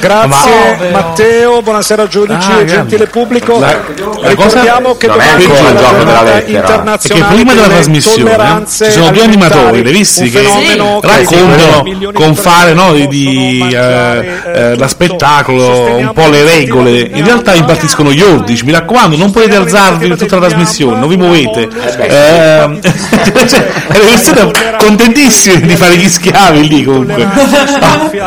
[SPEAKER 3] Grazie
[SPEAKER 1] Ma-
[SPEAKER 3] Ah, Matteo, buonasera giudici
[SPEAKER 1] Ah,
[SPEAKER 3] e
[SPEAKER 1] grande.
[SPEAKER 3] gentile pubblico.
[SPEAKER 1] La- la
[SPEAKER 3] Ricordiamo
[SPEAKER 1] cosa-
[SPEAKER 3] che
[SPEAKER 1] non è
[SPEAKER 3] domani
[SPEAKER 1] ancora
[SPEAKER 3] c'è
[SPEAKER 1] il
[SPEAKER 3] la
[SPEAKER 1] gioco della
[SPEAKER 3] giornata
[SPEAKER 1] lettera.
[SPEAKER 3] internazionale
[SPEAKER 5] Perché prima della
[SPEAKER 3] delle
[SPEAKER 5] trasmissione eh.
[SPEAKER 3] tolleranze
[SPEAKER 5] ci sono due
[SPEAKER 3] alimentari,
[SPEAKER 5] animatori, l'hai visti
[SPEAKER 3] un
[SPEAKER 5] che
[SPEAKER 3] fenomeno che
[SPEAKER 5] raccontano
[SPEAKER 3] riguarda
[SPEAKER 5] con fare no, di, di, eh, eh, la spettacolo un po' le regole. In realtà impartiscono gli ordini. Mi raccomando, non potete alzarvi per tutta la trasmissione, non vi muovete.
[SPEAKER 3] Eh,
[SPEAKER 5] Ehm, *laughs* cioè, le persone contentissime di fare gli schiavi lì comunque. eh.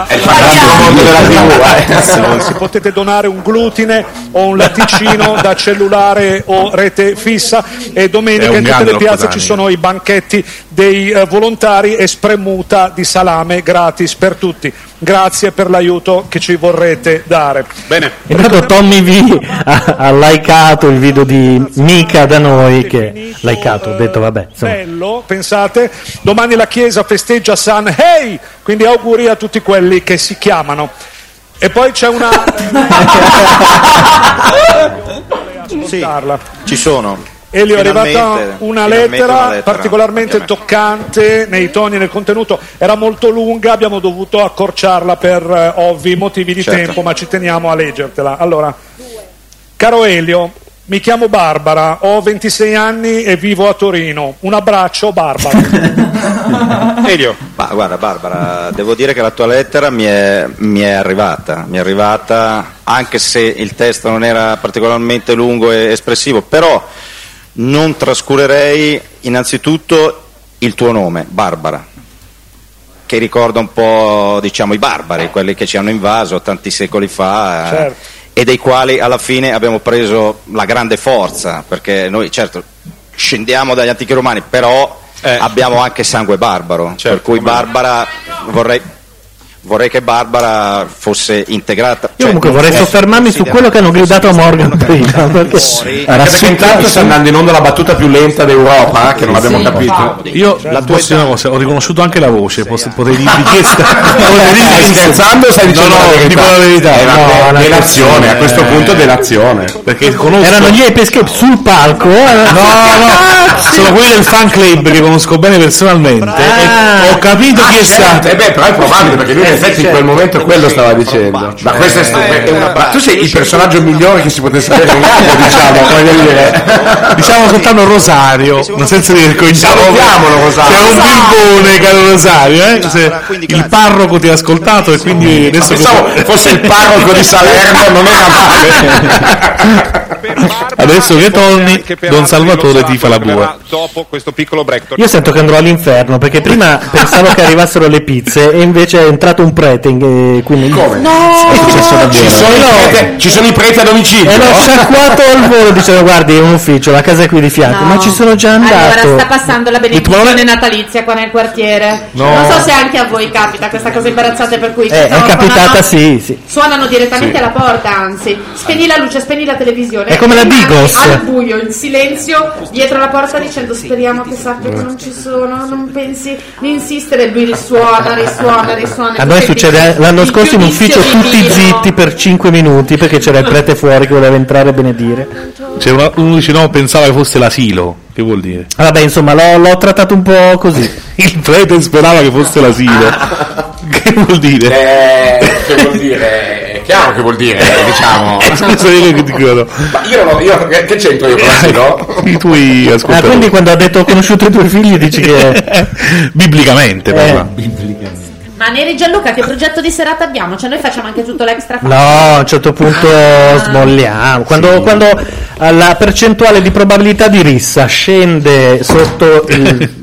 [SPEAKER 3] Ragazzi, Eh, se potete donare un glutine o
[SPEAKER 5] *laughs*
[SPEAKER 3] un latticino da cellulare o rete fissa e
[SPEAKER 5] È
[SPEAKER 3] domenica
[SPEAKER 5] un
[SPEAKER 3] in tutte
[SPEAKER 5] grande
[SPEAKER 3] le piazze
[SPEAKER 5] Locodani.
[SPEAKER 3] ci sono i banchetti dei eh, volontari e spremuta di salame gratis per tutti grazie per l'aiuto che ci vorrete dare bene
[SPEAKER 2] Intanto Tommy V ha, ha licato il video di Mika da noi che licato, ho detto vabbè, insomma.
[SPEAKER 3] bello pensate domani la chiesa festeggia San Hey quindi auguri a tutti quelli che si chiamano e poi c'è una ascoltarla
[SPEAKER 11] Ci sono.
[SPEAKER 3] Elio è arrivata
[SPEAKER 11] Finalmente,
[SPEAKER 3] una
[SPEAKER 11] finalmente
[SPEAKER 3] lettera,
[SPEAKER 11] una lettera.
[SPEAKER 3] particolarmente toccante nei toni e nel contenuto, era molto lunga, abbiamo dovuto accorciarla per eh, ovvi motivi di
[SPEAKER 11] Certo.
[SPEAKER 3] tempo, ma ci teniamo a leggertela. Allora, caro Elio, mi chiamo Barbara, ho 26 anni e vivo a Torino. Un
[SPEAKER 11] *laughs*
[SPEAKER 3] abbraccio Barbara.
[SPEAKER 11] Ma guarda Barbara, devo dire che la tua lettera mi è, mi è arrivata, mi è arrivata anche se il testo non era particolarmente lungo e espressivo, però non trascurerei innanzitutto il tuo nome, Barbara, che ricorda un po' diciamo i barbari, quelli che ci hanno invaso tanti secoli fa. eh,
[SPEAKER 2] Certo.
[SPEAKER 11] E dei quali alla fine abbiamo preso la grande forza, perché noi certo scendiamo dagli antichi romani, però abbiamo anche sangue barbaro, per cui Barbara vorrei, vorrei che Barbara fosse integrata. Cioè, eh,
[SPEAKER 2] Io comunque
[SPEAKER 1] cioè,
[SPEAKER 2] vorrei
[SPEAKER 1] eh,
[SPEAKER 2] soffermarmi su quello che hanno gridato a Morgan prima, perché
[SPEAKER 1] Era intanto sta andando in onda la battuta più lenta d'Europa, eh, che non abbiamo capito.
[SPEAKER 5] Io
[SPEAKER 2] Cioè,
[SPEAKER 5] la tua una cosa, ho riconosciuto anche la voce,
[SPEAKER 2] eh.
[SPEAKER 5] posso- potrei dirvi chi è
[SPEAKER 2] *laughs*
[SPEAKER 5] stato.
[SPEAKER 1] Stai scherzando o stai dicendo
[SPEAKER 5] no,
[SPEAKER 1] la
[SPEAKER 5] no,
[SPEAKER 1] verità?
[SPEAKER 5] dico la verità.
[SPEAKER 1] È una de-
[SPEAKER 5] no,
[SPEAKER 1] delazione, a questo punto
[SPEAKER 5] delazione. Perché conosco
[SPEAKER 2] erano gli Epescape sul palco. eh.
[SPEAKER 5] No, no, sono quelli del fan club che conosco bene personalmente.
[SPEAKER 2] Ah.
[SPEAKER 5] e ho capito chi è stato.
[SPEAKER 1] E Ah, certo. Eh, beh, però è probabile perché lui in
[SPEAKER 5] Eh,
[SPEAKER 1] effetti
[SPEAKER 5] sì,
[SPEAKER 1] in quel
[SPEAKER 5] certo.
[SPEAKER 1] momento quello stava dicendo. Ma questo è, sta- è una- Eh, ma tu sei il personaggio migliore che si potesse avere in campo, *laughs* diciamo, voglio dire.
[SPEAKER 5] Diciamo soltanto Rosario, ma senza dire il cognome.
[SPEAKER 1] Salutiamolo, Rosario.
[SPEAKER 5] C'era un birbone, caro Rosario. eh, se- il parroco ti ha ascoltato e quindi adesso.
[SPEAKER 1] Pensavo fosse il parroco di Salerno, non era
[SPEAKER 5] Adesso
[SPEAKER 14] *laughs*
[SPEAKER 5] che torni, Don Salvatore ti fa la bua.
[SPEAKER 2] eh.
[SPEAKER 24] dopo questo piccolo break.
[SPEAKER 2] Io sento che andrò all'inferno perché prima pensavo che arrivassero le pizze e invece è entrato un prete. in- eh, quindi... Come? No!
[SPEAKER 1] Ci sono, i preti, ci sono i preti a domicilio.
[SPEAKER 2] E l'ho sciacquato al volo dicendo guardi è un ufficio, la casa è qui di fianco, ma ci sono già andato.
[SPEAKER 6] Allora sta passando la benedizione
[SPEAKER 2] Ritrovare-
[SPEAKER 6] natalizia qua nel quartiere.
[SPEAKER 2] No.
[SPEAKER 6] Non so se anche a voi capita questa cosa imbarazzante per cui ci
[SPEAKER 2] Eh, è
[SPEAKER 6] trovano-
[SPEAKER 2] capitata sì, sì.
[SPEAKER 6] Suonano direttamente
[SPEAKER 2] Sì.
[SPEAKER 6] alla porta, anzi, spegni la luce, spegni la televisione.
[SPEAKER 2] È come la
[SPEAKER 6] E rimani
[SPEAKER 2] Digos.
[SPEAKER 6] Al buio, in silenzio, dietro la porta dicendo speriamo che sappia che non ci sono, non pensi, non insistere, e lui risuona, risuona, risuona.
[SPEAKER 2] A noi
[SPEAKER 6] Tutti
[SPEAKER 2] succede l'anno
[SPEAKER 6] il
[SPEAKER 2] scorso in
[SPEAKER 6] giudizio
[SPEAKER 2] ufficio
[SPEAKER 6] di
[SPEAKER 2] tutti
[SPEAKER 6] Dio.
[SPEAKER 2] zitti per 5 minuti perché c'era il prete fuori che voleva entrare e benedire.
[SPEAKER 5] C'è una- uno dice no, pensava che fosse l'asilo. Che vuol dire? *laughs*
[SPEAKER 2] Vabbè, insomma, l'ho, l'ho trattato un po' così.
[SPEAKER 5] Il prete sperava che fosse l'asilo.
[SPEAKER 1] *laughs*
[SPEAKER 5] che vuol dire?
[SPEAKER 1] Eh, che vuol dire? È chiaro che vuol dire, *laughs* diciamo.
[SPEAKER 5] Scusa, io che dicono.
[SPEAKER 1] Ma io, non ho- io che, che c'entro io con l'asilo?
[SPEAKER 5] I
[SPEAKER 1] *laughs*
[SPEAKER 5] tuoi
[SPEAKER 2] Ah,
[SPEAKER 5] ascoltatori.
[SPEAKER 2] quindi quando ha detto ho conosciuto i tuoi figli dici che... Eh.
[SPEAKER 5] Biblicamente, parla.
[SPEAKER 6] Ma Neri Gianluca, che progetto di serata abbiamo? Cioè noi facciamo anche tutto l'extra
[SPEAKER 2] No, a un certo punto
[SPEAKER 6] Ah.
[SPEAKER 2] smolliamo. Quando, quando la percentuale di probabilità di rissa scende sotto il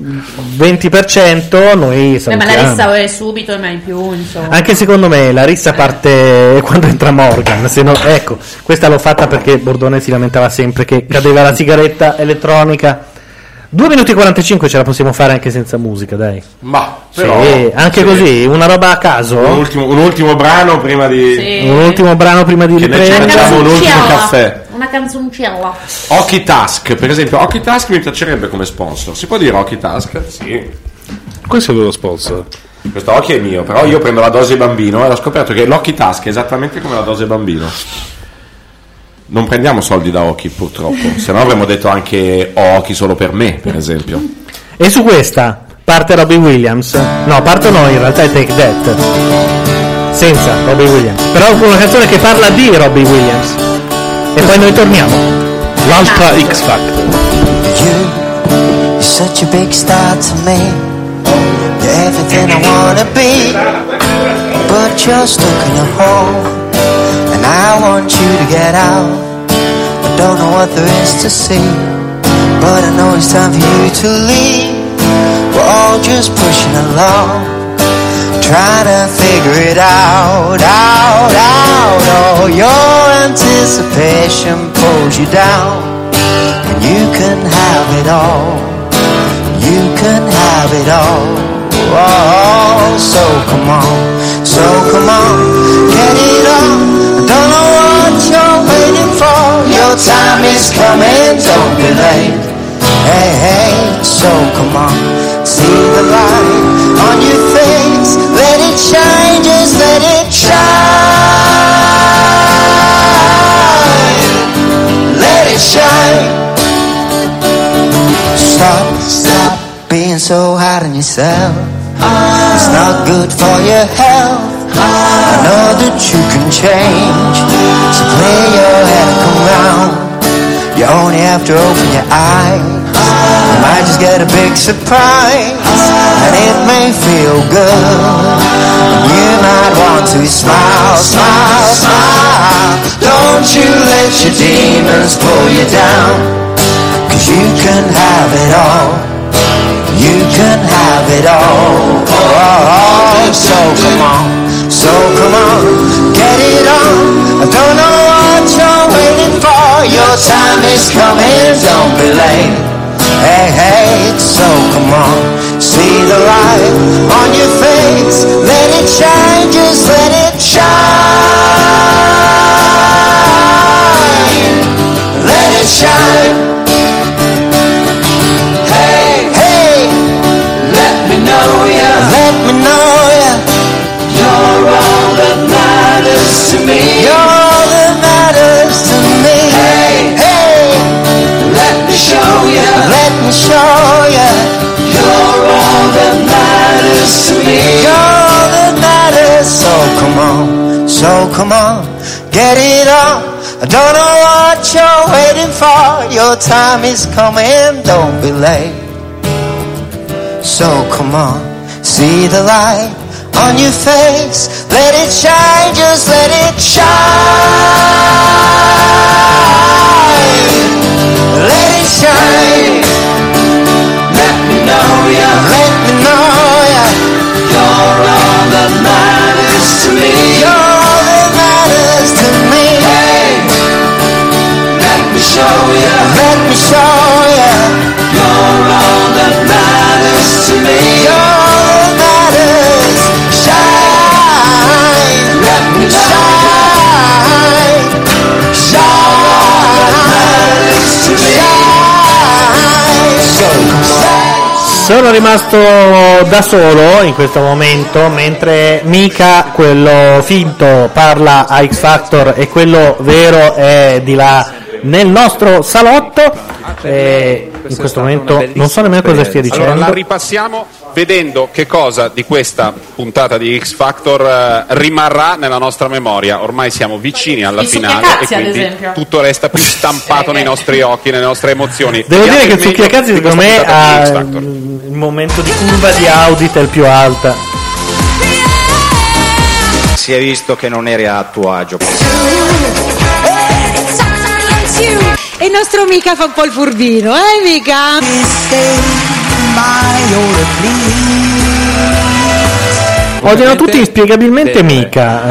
[SPEAKER 2] 20%, noi
[SPEAKER 6] Beh, ma la
[SPEAKER 2] salutiamo.
[SPEAKER 6] rissa è subito e mai più, insomma.
[SPEAKER 2] Anche secondo me la rissa parte quando entra Morgan. Se no, ecco, questa l'ho fatta perché Bordone si lamentava sempre che cadeva la sigaretta elettronica. 2 minuti e 45 ce la possiamo fare anche senza musica, dai.
[SPEAKER 1] Ma
[SPEAKER 2] Sì,
[SPEAKER 1] però,
[SPEAKER 2] Eh, anche
[SPEAKER 1] sì.
[SPEAKER 2] così, una roba a caso.
[SPEAKER 1] Un ultimo, un ultimo brano prima di.
[SPEAKER 2] Un ultimo brano prima di
[SPEAKER 1] Che noi ci
[SPEAKER 2] riprendere.
[SPEAKER 1] mangiamo un ultimo caffè.
[SPEAKER 6] Una una canzoncella.
[SPEAKER 1] Occhi Task, per esempio, Occhi Task mi piacerebbe come sponsor. Si può dire Occhi Task? Sì.
[SPEAKER 5] Questo è lo sponsor.
[SPEAKER 1] Questo occhio è mio, però io prendo la dose bambino e ho scoperto che l'occhi task è esattamente come la dose bambino. Non prendiamo soldi da occhi purtroppo, se no avremmo detto anche ho occhi solo per me, per esempio.
[SPEAKER 2] E su questa parte Robbie Williams. No, parto noi, in realtà è Take That. Senza Robbie Williams. Però con una canzone che parla di Robbie Williams. E poi noi torniamo.
[SPEAKER 5] L'Alfa X Factor.
[SPEAKER 4] You're such a big star to me. You're everything I wanna be. But you're stuck in a hole. And I want you to get out. I don't know what there is to see. But I know it's time for you to leave. We're all just pushing along. Trying to figure it out, out, out. All your anticipation pulls you down. And you can have it all. You can have it all. Oh, so come on, so come on, get it on. I don't know what you're waiting for. Your time is coming, don't be late. Hey, hey, so come on, see the light on your face. Let it shine, just let it shine. Let it shine. Stop, stop being so hard on yourself. It's not good for your health. I know that you can change. So clear your head and come round. You only have to open your eyes. You might just get a big surprise. And it may feel good. And you might want to smile, smile, smile. Don't you let your demons pull you down. Cause you can have it all. You can have it all. Oh, so come on, so come on, get it on. I don't know what you're waiting for. Your time is coming, don't be late. Hey, hey, so come on, see the light on your face. Let it shine, just let it shine. Let it shine. Hey, hey, let me know ya. Let me know ya. You're all that matters to me. You're all that matters to me. Hey, hey, let me show ya. Let me show ya. You're all that matters to me. You're all that matters. So come on, so come on, get it on. I don't know what you're waiting for. Your time is coming, don't be late. So come on, see the light on your face. Let it shine, just let it shine. Let it shine. Let me know ya. Let me know ya. You're all that matters to me. You're all that matters to me. Hey, let me show ya. Let me show ya. You're all that matters to me. You're all that matters. Shine. Let me shine. Shine.
[SPEAKER 2] Sono rimasto da solo in questo momento mentre Mika, quello finto, parla a X Factor e quello vero è di là nel nostro salotto. E in questo momento non so nemmeno cosa stia dicendo.
[SPEAKER 14] Allora la ripassiamo vedendo che cosa di questa puntata di X Factor eh, rimarrà nella nostra memoria. Ormai siamo vicini alla
[SPEAKER 6] Il
[SPEAKER 14] finale e
[SPEAKER 6] succhiacazzi, ad
[SPEAKER 14] quindi
[SPEAKER 6] esempio.
[SPEAKER 14] tutto resta
[SPEAKER 6] *laughs*
[SPEAKER 14] più stampato nei nostri occhi, nelle nostre emozioni.
[SPEAKER 2] Devo
[SPEAKER 14] Vediamo
[SPEAKER 2] dire che
[SPEAKER 14] il meglio
[SPEAKER 2] Zucchiacazzi
[SPEAKER 14] di
[SPEAKER 2] secondo
[SPEAKER 14] questa
[SPEAKER 2] me
[SPEAKER 14] puntata di
[SPEAKER 2] ha
[SPEAKER 14] X Factor.
[SPEAKER 2] il momento di curva di audit è il più alta.
[SPEAKER 11] Si è visto che non eri a tuo agio.
[SPEAKER 10] E il nostro mica fa un po' il furbino, eh mica?
[SPEAKER 2] Odiano tutti inspiegabilmente eh. mica.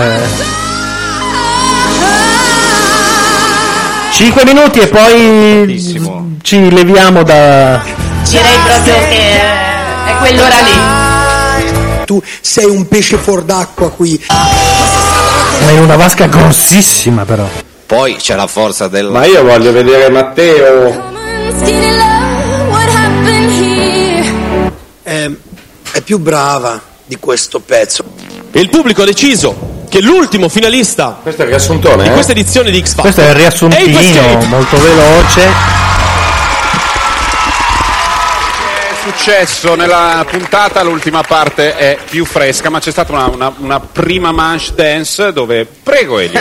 [SPEAKER 2] 5 minuti e poi ci leviamo da...
[SPEAKER 6] Direi proprio che eh, è quell'ora lì.
[SPEAKER 9] Tu sei un pesce fuor d'acqua qui.
[SPEAKER 2] Ma in una vasca grossissima però.
[SPEAKER 11] Poi c'è la forza del.
[SPEAKER 1] Ma io voglio vedere Matteo.
[SPEAKER 9] È, Eh, è più brava di questo pezzo.
[SPEAKER 7] Il pubblico ha deciso che l'ultimo finalista
[SPEAKER 1] Questo è il riassuntone,
[SPEAKER 7] di
[SPEAKER 1] eh?
[SPEAKER 7] questa edizione di X Factor
[SPEAKER 2] Questo è il
[SPEAKER 7] Ape
[SPEAKER 2] riassuntino
[SPEAKER 7] Escape.
[SPEAKER 2] molto veloce.
[SPEAKER 14] è successo nella puntata, l'ultima parte è più fresca, ma c'è stata una, una- una prima manche dance dove. Prego,
[SPEAKER 11] *laughs*
[SPEAKER 14] Elio.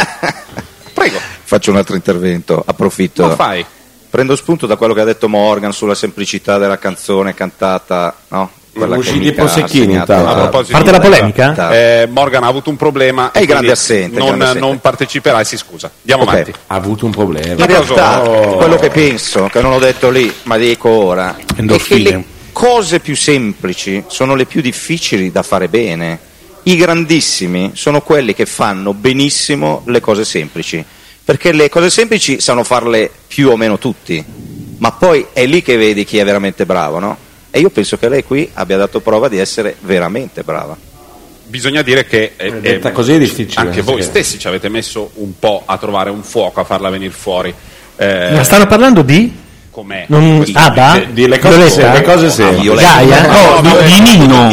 [SPEAKER 11] Faccio un altro intervento, approfitto.
[SPEAKER 14] Lo fai.
[SPEAKER 11] Prendo spunto da quello che ha detto Morgan sulla semplicità della canzone cantata, no? Quella
[SPEAKER 1] Luigi
[SPEAKER 11] che
[SPEAKER 1] di
[SPEAKER 11] mica ha
[SPEAKER 1] Prosecchini,
[SPEAKER 11] segnato-
[SPEAKER 1] intanto. Ah,
[SPEAKER 14] A proposito,
[SPEAKER 2] Parte la polemica?
[SPEAKER 11] Tanto.
[SPEAKER 14] eh, Morgan ha avuto un problema.
[SPEAKER 11] È il
[SPEAKER 14] e
[SPEAKER 11] grande
[SPEAKER 14] quindi
[SPEAKER 11] assente, il
[SPEAKER 14] Non,
[SPEAKER 11] grande assente.
[SPEAKER 14] non parteciperà e si scusa. Andiamo
[SPEAKER 11] Ok,
[SPEAKER 14] avanti.
[SPEAKER 1] Ha avuto un problema.
[SPEAKER 11] In realtà,
[SPEAKER 14] Oh.
[SPEAKER 11] quello che penso, che non ho detto lì, ma dico ora,
[SPEAKER 5] Endorfine.
[SPEAKER 11] è che le cose più semplici sono le più difficili da fare bene. I grandissimi sono quelli che fanno benissimo le cose semplici, perché le cose semplici sanno farle più o meno tutti, ma poi è lì che vedi chi è veramente bravo, no? E io penso che lei qui abbia dato prova di essere veramente brava.
[SPEAKER 14] Bisogna dire che eh,
[SPEAKER 11] detta
[SPEAKER 14] eh,
[SPEAKER 11] così è difficile,
[SPEAKER 14] anche
[SPEAKER 11] non si
[SPEAKER 14] voi
[SPEAKER 11] vede.
[SPEAKER 14] stessi ci avete messo un po' a trovare un fuoco, a farla venire fuori. Eh,
[SPEAKER 2] Ma stanno parlando di?
[SPEAKER 14] com'è?
[SPEAKER 2] Non- ah,
[SPEAKER 14] Questo-
[SPEAKER 2] Abba?
[SPEAKER 14] di- di- le
[SPEAKER 1] cose-
[SPEAKER 2] Violetta?
[SPEAKER 1] le cose semplici.
[SPEAKER 2] Ah, Gaia?
[SPEAKER 1] No,
[SPEAKER 2] No,
[SPEAKER 1] no,
[SPEAKER 2] di di Nino.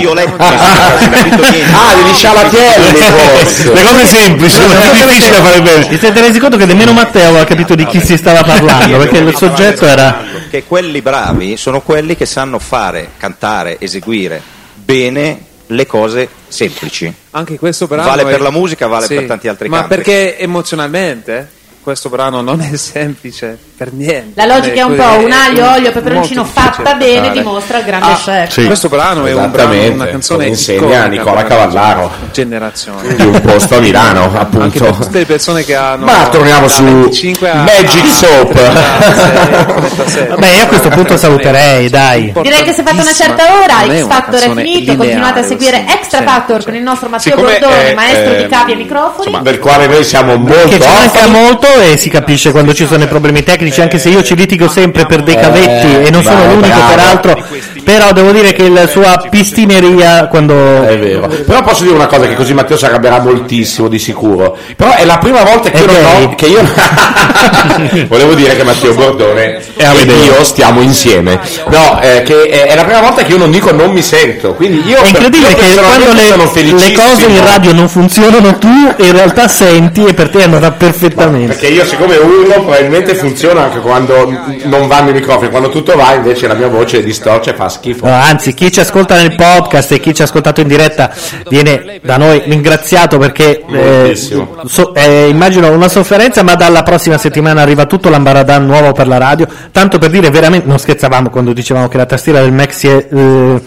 [SPEAKER 1] Ah, devi scialatielli forse.
[SPEAKER 2] Le cose semplici, non è difficile fare bene. Vi siete resi conto che nemmeno Matteo ha capito di chi si stava parlando, perché il soggetto era
[SPEAKER 11] che quelli bravi sono quelli che sanno fare, cantare, eseguire bene le cose semplici.
[SPEAKER 14] Anche questo
[SPEAKER 11] brano Vale per è- la musica, vale Sì. per tanti altri Ma campi.
[SPEAKER 14] perché emozionalmente questo brano non è semplice per niente.
[SPEAKER 6] La logica è
[SPEAKER 14] Eh,
[SPEAKER 6] un po' un aglio, olio, peperoncino fatta bene dimostra il grande
[SPEAKER 14] Ah,
[SPEAKER 6] chef.
[SPEAKER 14] Questo brano è un brano,
[SPEAKER 1] Esattamente,
[SPEAKER 14] una canzone
[SPEAKER 1] lo insegna
[SPEAKER 14] iconica
[SPEAKER 1] Nicola
[SPEAKER 14] per
[SPEAKER 1] Cavallaro.
[SPEAKER 14] Generazione.
[SPEAKER 1] Di un posto a Milano, appunto.
[SPEAKER 14] Anche per tutte le persone che hanno
[SPEAKER 1] Ma torniamo
[SPEAKER 14] da
[SPEAKER 1] su
[SPEAKER 14] 25 a-
[SPEAKER 1] Magic
[SPEAKER 14] Esatto, Soap.
[SPEAKER 2] Vabbè, io a questo punto saluterei, dai.
[SPEAKER 6] Direi che si è fatta una certa ora, X Factor è finito, continuate a seguire Extra Factor con il nostro Matteo
[SPEAKER 1] Siccome
[SPEAKER 6] Bordone,
[SPEAKER 1] è,
[SPEAKER 6] maestro di
[SPEAKER 1] ehm,
[SPEAKER 6] cavi e microfoni.
[SPEAKER 1] del quale noi siamo molto
[SPEAKER 2] Che ci manca
[SPEAKER 1] orfani.
[SPEAKER 2] molto e si capisce quando ci sono i problemi tecnici, anche se io ci litigo sempre per dei cavetti
[SPEAKER 1] Eh,
[SPEAKER 2] e non sono
[SPEAKER 1] bravo,
[SPEAKER 2] l'unico
[SPEAKER 1] bravo.
[SPEAKER 2] peraltro, però devo dire che la sua pistineria quando...
[SPEAKER 1] È vero. Però posso dire una cosa che così Matteo si arrabbierà moltissimo di sicuro. Però è la prima volta che io non ho- che
[SPEAKER 2] *laughs*
[SPEAKER 1] io- volevo dire che Matteo Bordone e io stiamo insieme. No, eh, che è, è la prima volta che io non dico non mi sento. Quindi io
[SPEAKER 2] È incredibile
[SPEAKER 1] io
[SPEAKER 2] che
[SPEAKER 1] personalmente
[SPEAKER 2] quando
[SPEAKER 1] sono
[SPEAKER 2] le, le
[SPEAKER 1] felicissimo.
[SPEAKER 2] cose in radio non funzionano tu in realtà senti e per te è andata perfettamente.
[SPEAKER 1] Perché io siccome urlo probabilmente funziona anche quando non vanno i microfoni, quando tutto va invece la mia voce distorce e fa schifo.
[SPEAKER 2] No, anzi, chi ci ascolta nel podcast e chi ci ha ascoltato in diretta viene da noi ringraziato perché eh,
[SPEAKER 1] Moltissimo.
[SPEAKER 2] so- eh, immagino una sofferenza, ma dalla prossima settimana arriva tutto l'ambaradan nuovo per la radio. Tanto per dire veramente, non scherzavamo quando dicevamo che la tastiera del Mac si è eh,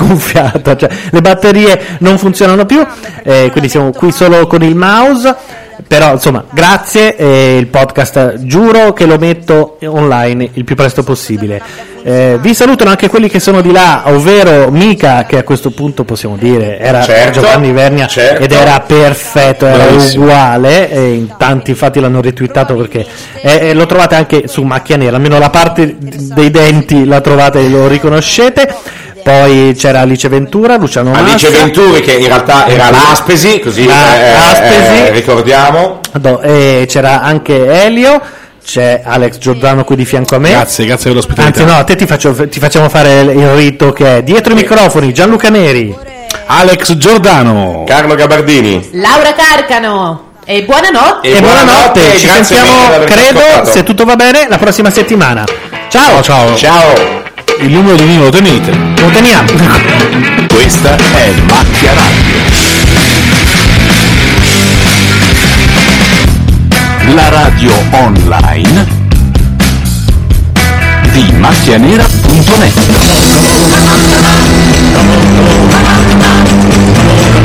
[SPEAKER 2] sgonfiata, cioè le batterie non funzionano più, eh, quindi siamo qui solo con il mouse. Però insomma, grazie. eh, il podcast eh, giuro che lo metto online il più presto possibile. Eh, vi salutano anche quelli che sono di là, ovvero Mica, che a questo punto possiamo dire era
[SPEAKER 1] Certo,
[SPEAKER 2] Giovanni Vernia
[SPEAKER 1] certo.
[SPEAKER 2] ed era perfetto, era
[SPEAKER 1] Bravissimo.
[SPEAKER 2] uguale. E in tanti infatti l'hanno retweetato perché eh, eh, lo trovate anche su Macchia Nera, almeno la parte d- dei denti la trovate e lo riconoscete. Poi c'era Alice Ventura, Luciano
[SPEAKER 1] Alice
[SPEAKER 2] Massa.
[SPEAKER 1] Venturi che in realtà era l'Aspesi, così
[SPEAKER 2] Ah,
[SPEAKER 1] eh,
[SPEAKER 2] Aspesi.
[SPEAKER 1] eh, ricordiamo.
[SPEAKER 2] Do- e c'era anche Elio, c'è Alex Giordano qui di fianco a me.
[SPEAKER 5] Grazie, grazie per l'ospitalità.
[SPEAKER 2] Anzi, no, a te ti, faccio- ti facciamo fare il- il rito che è dietro i microfoni Gianluca Neri,
[SPEAKER 5] Alex Giordano,
[SPEAKER 1] Carlo Gabardini.
[SPEAKER 6] Laura Carcano e buonanotte.
[SPEAKER 2] E, buonanotte, ci
[SPEAKER 1] grazie mille per
[SPEAKER 2] sentiamo,
[SPEAKER 1] averci
[SPEAKER 2] credo,
[SPEAKER 1] ascoltato.
[SPEAKER 2] se tutto va bene, la prossima settimana. Ciao,
[SPEAKER 5] ciao.
[SPEAKER 1] Ciao.
[SPEAKER 5] Il numero di Nino lo tenete.
[SPEAKER 2] Lo teniamo.
[SPEAKER 1] Questa è Macchia
[SPEAKER 5] Radio. La radio online
[SPEAKER 3] di macchianera.net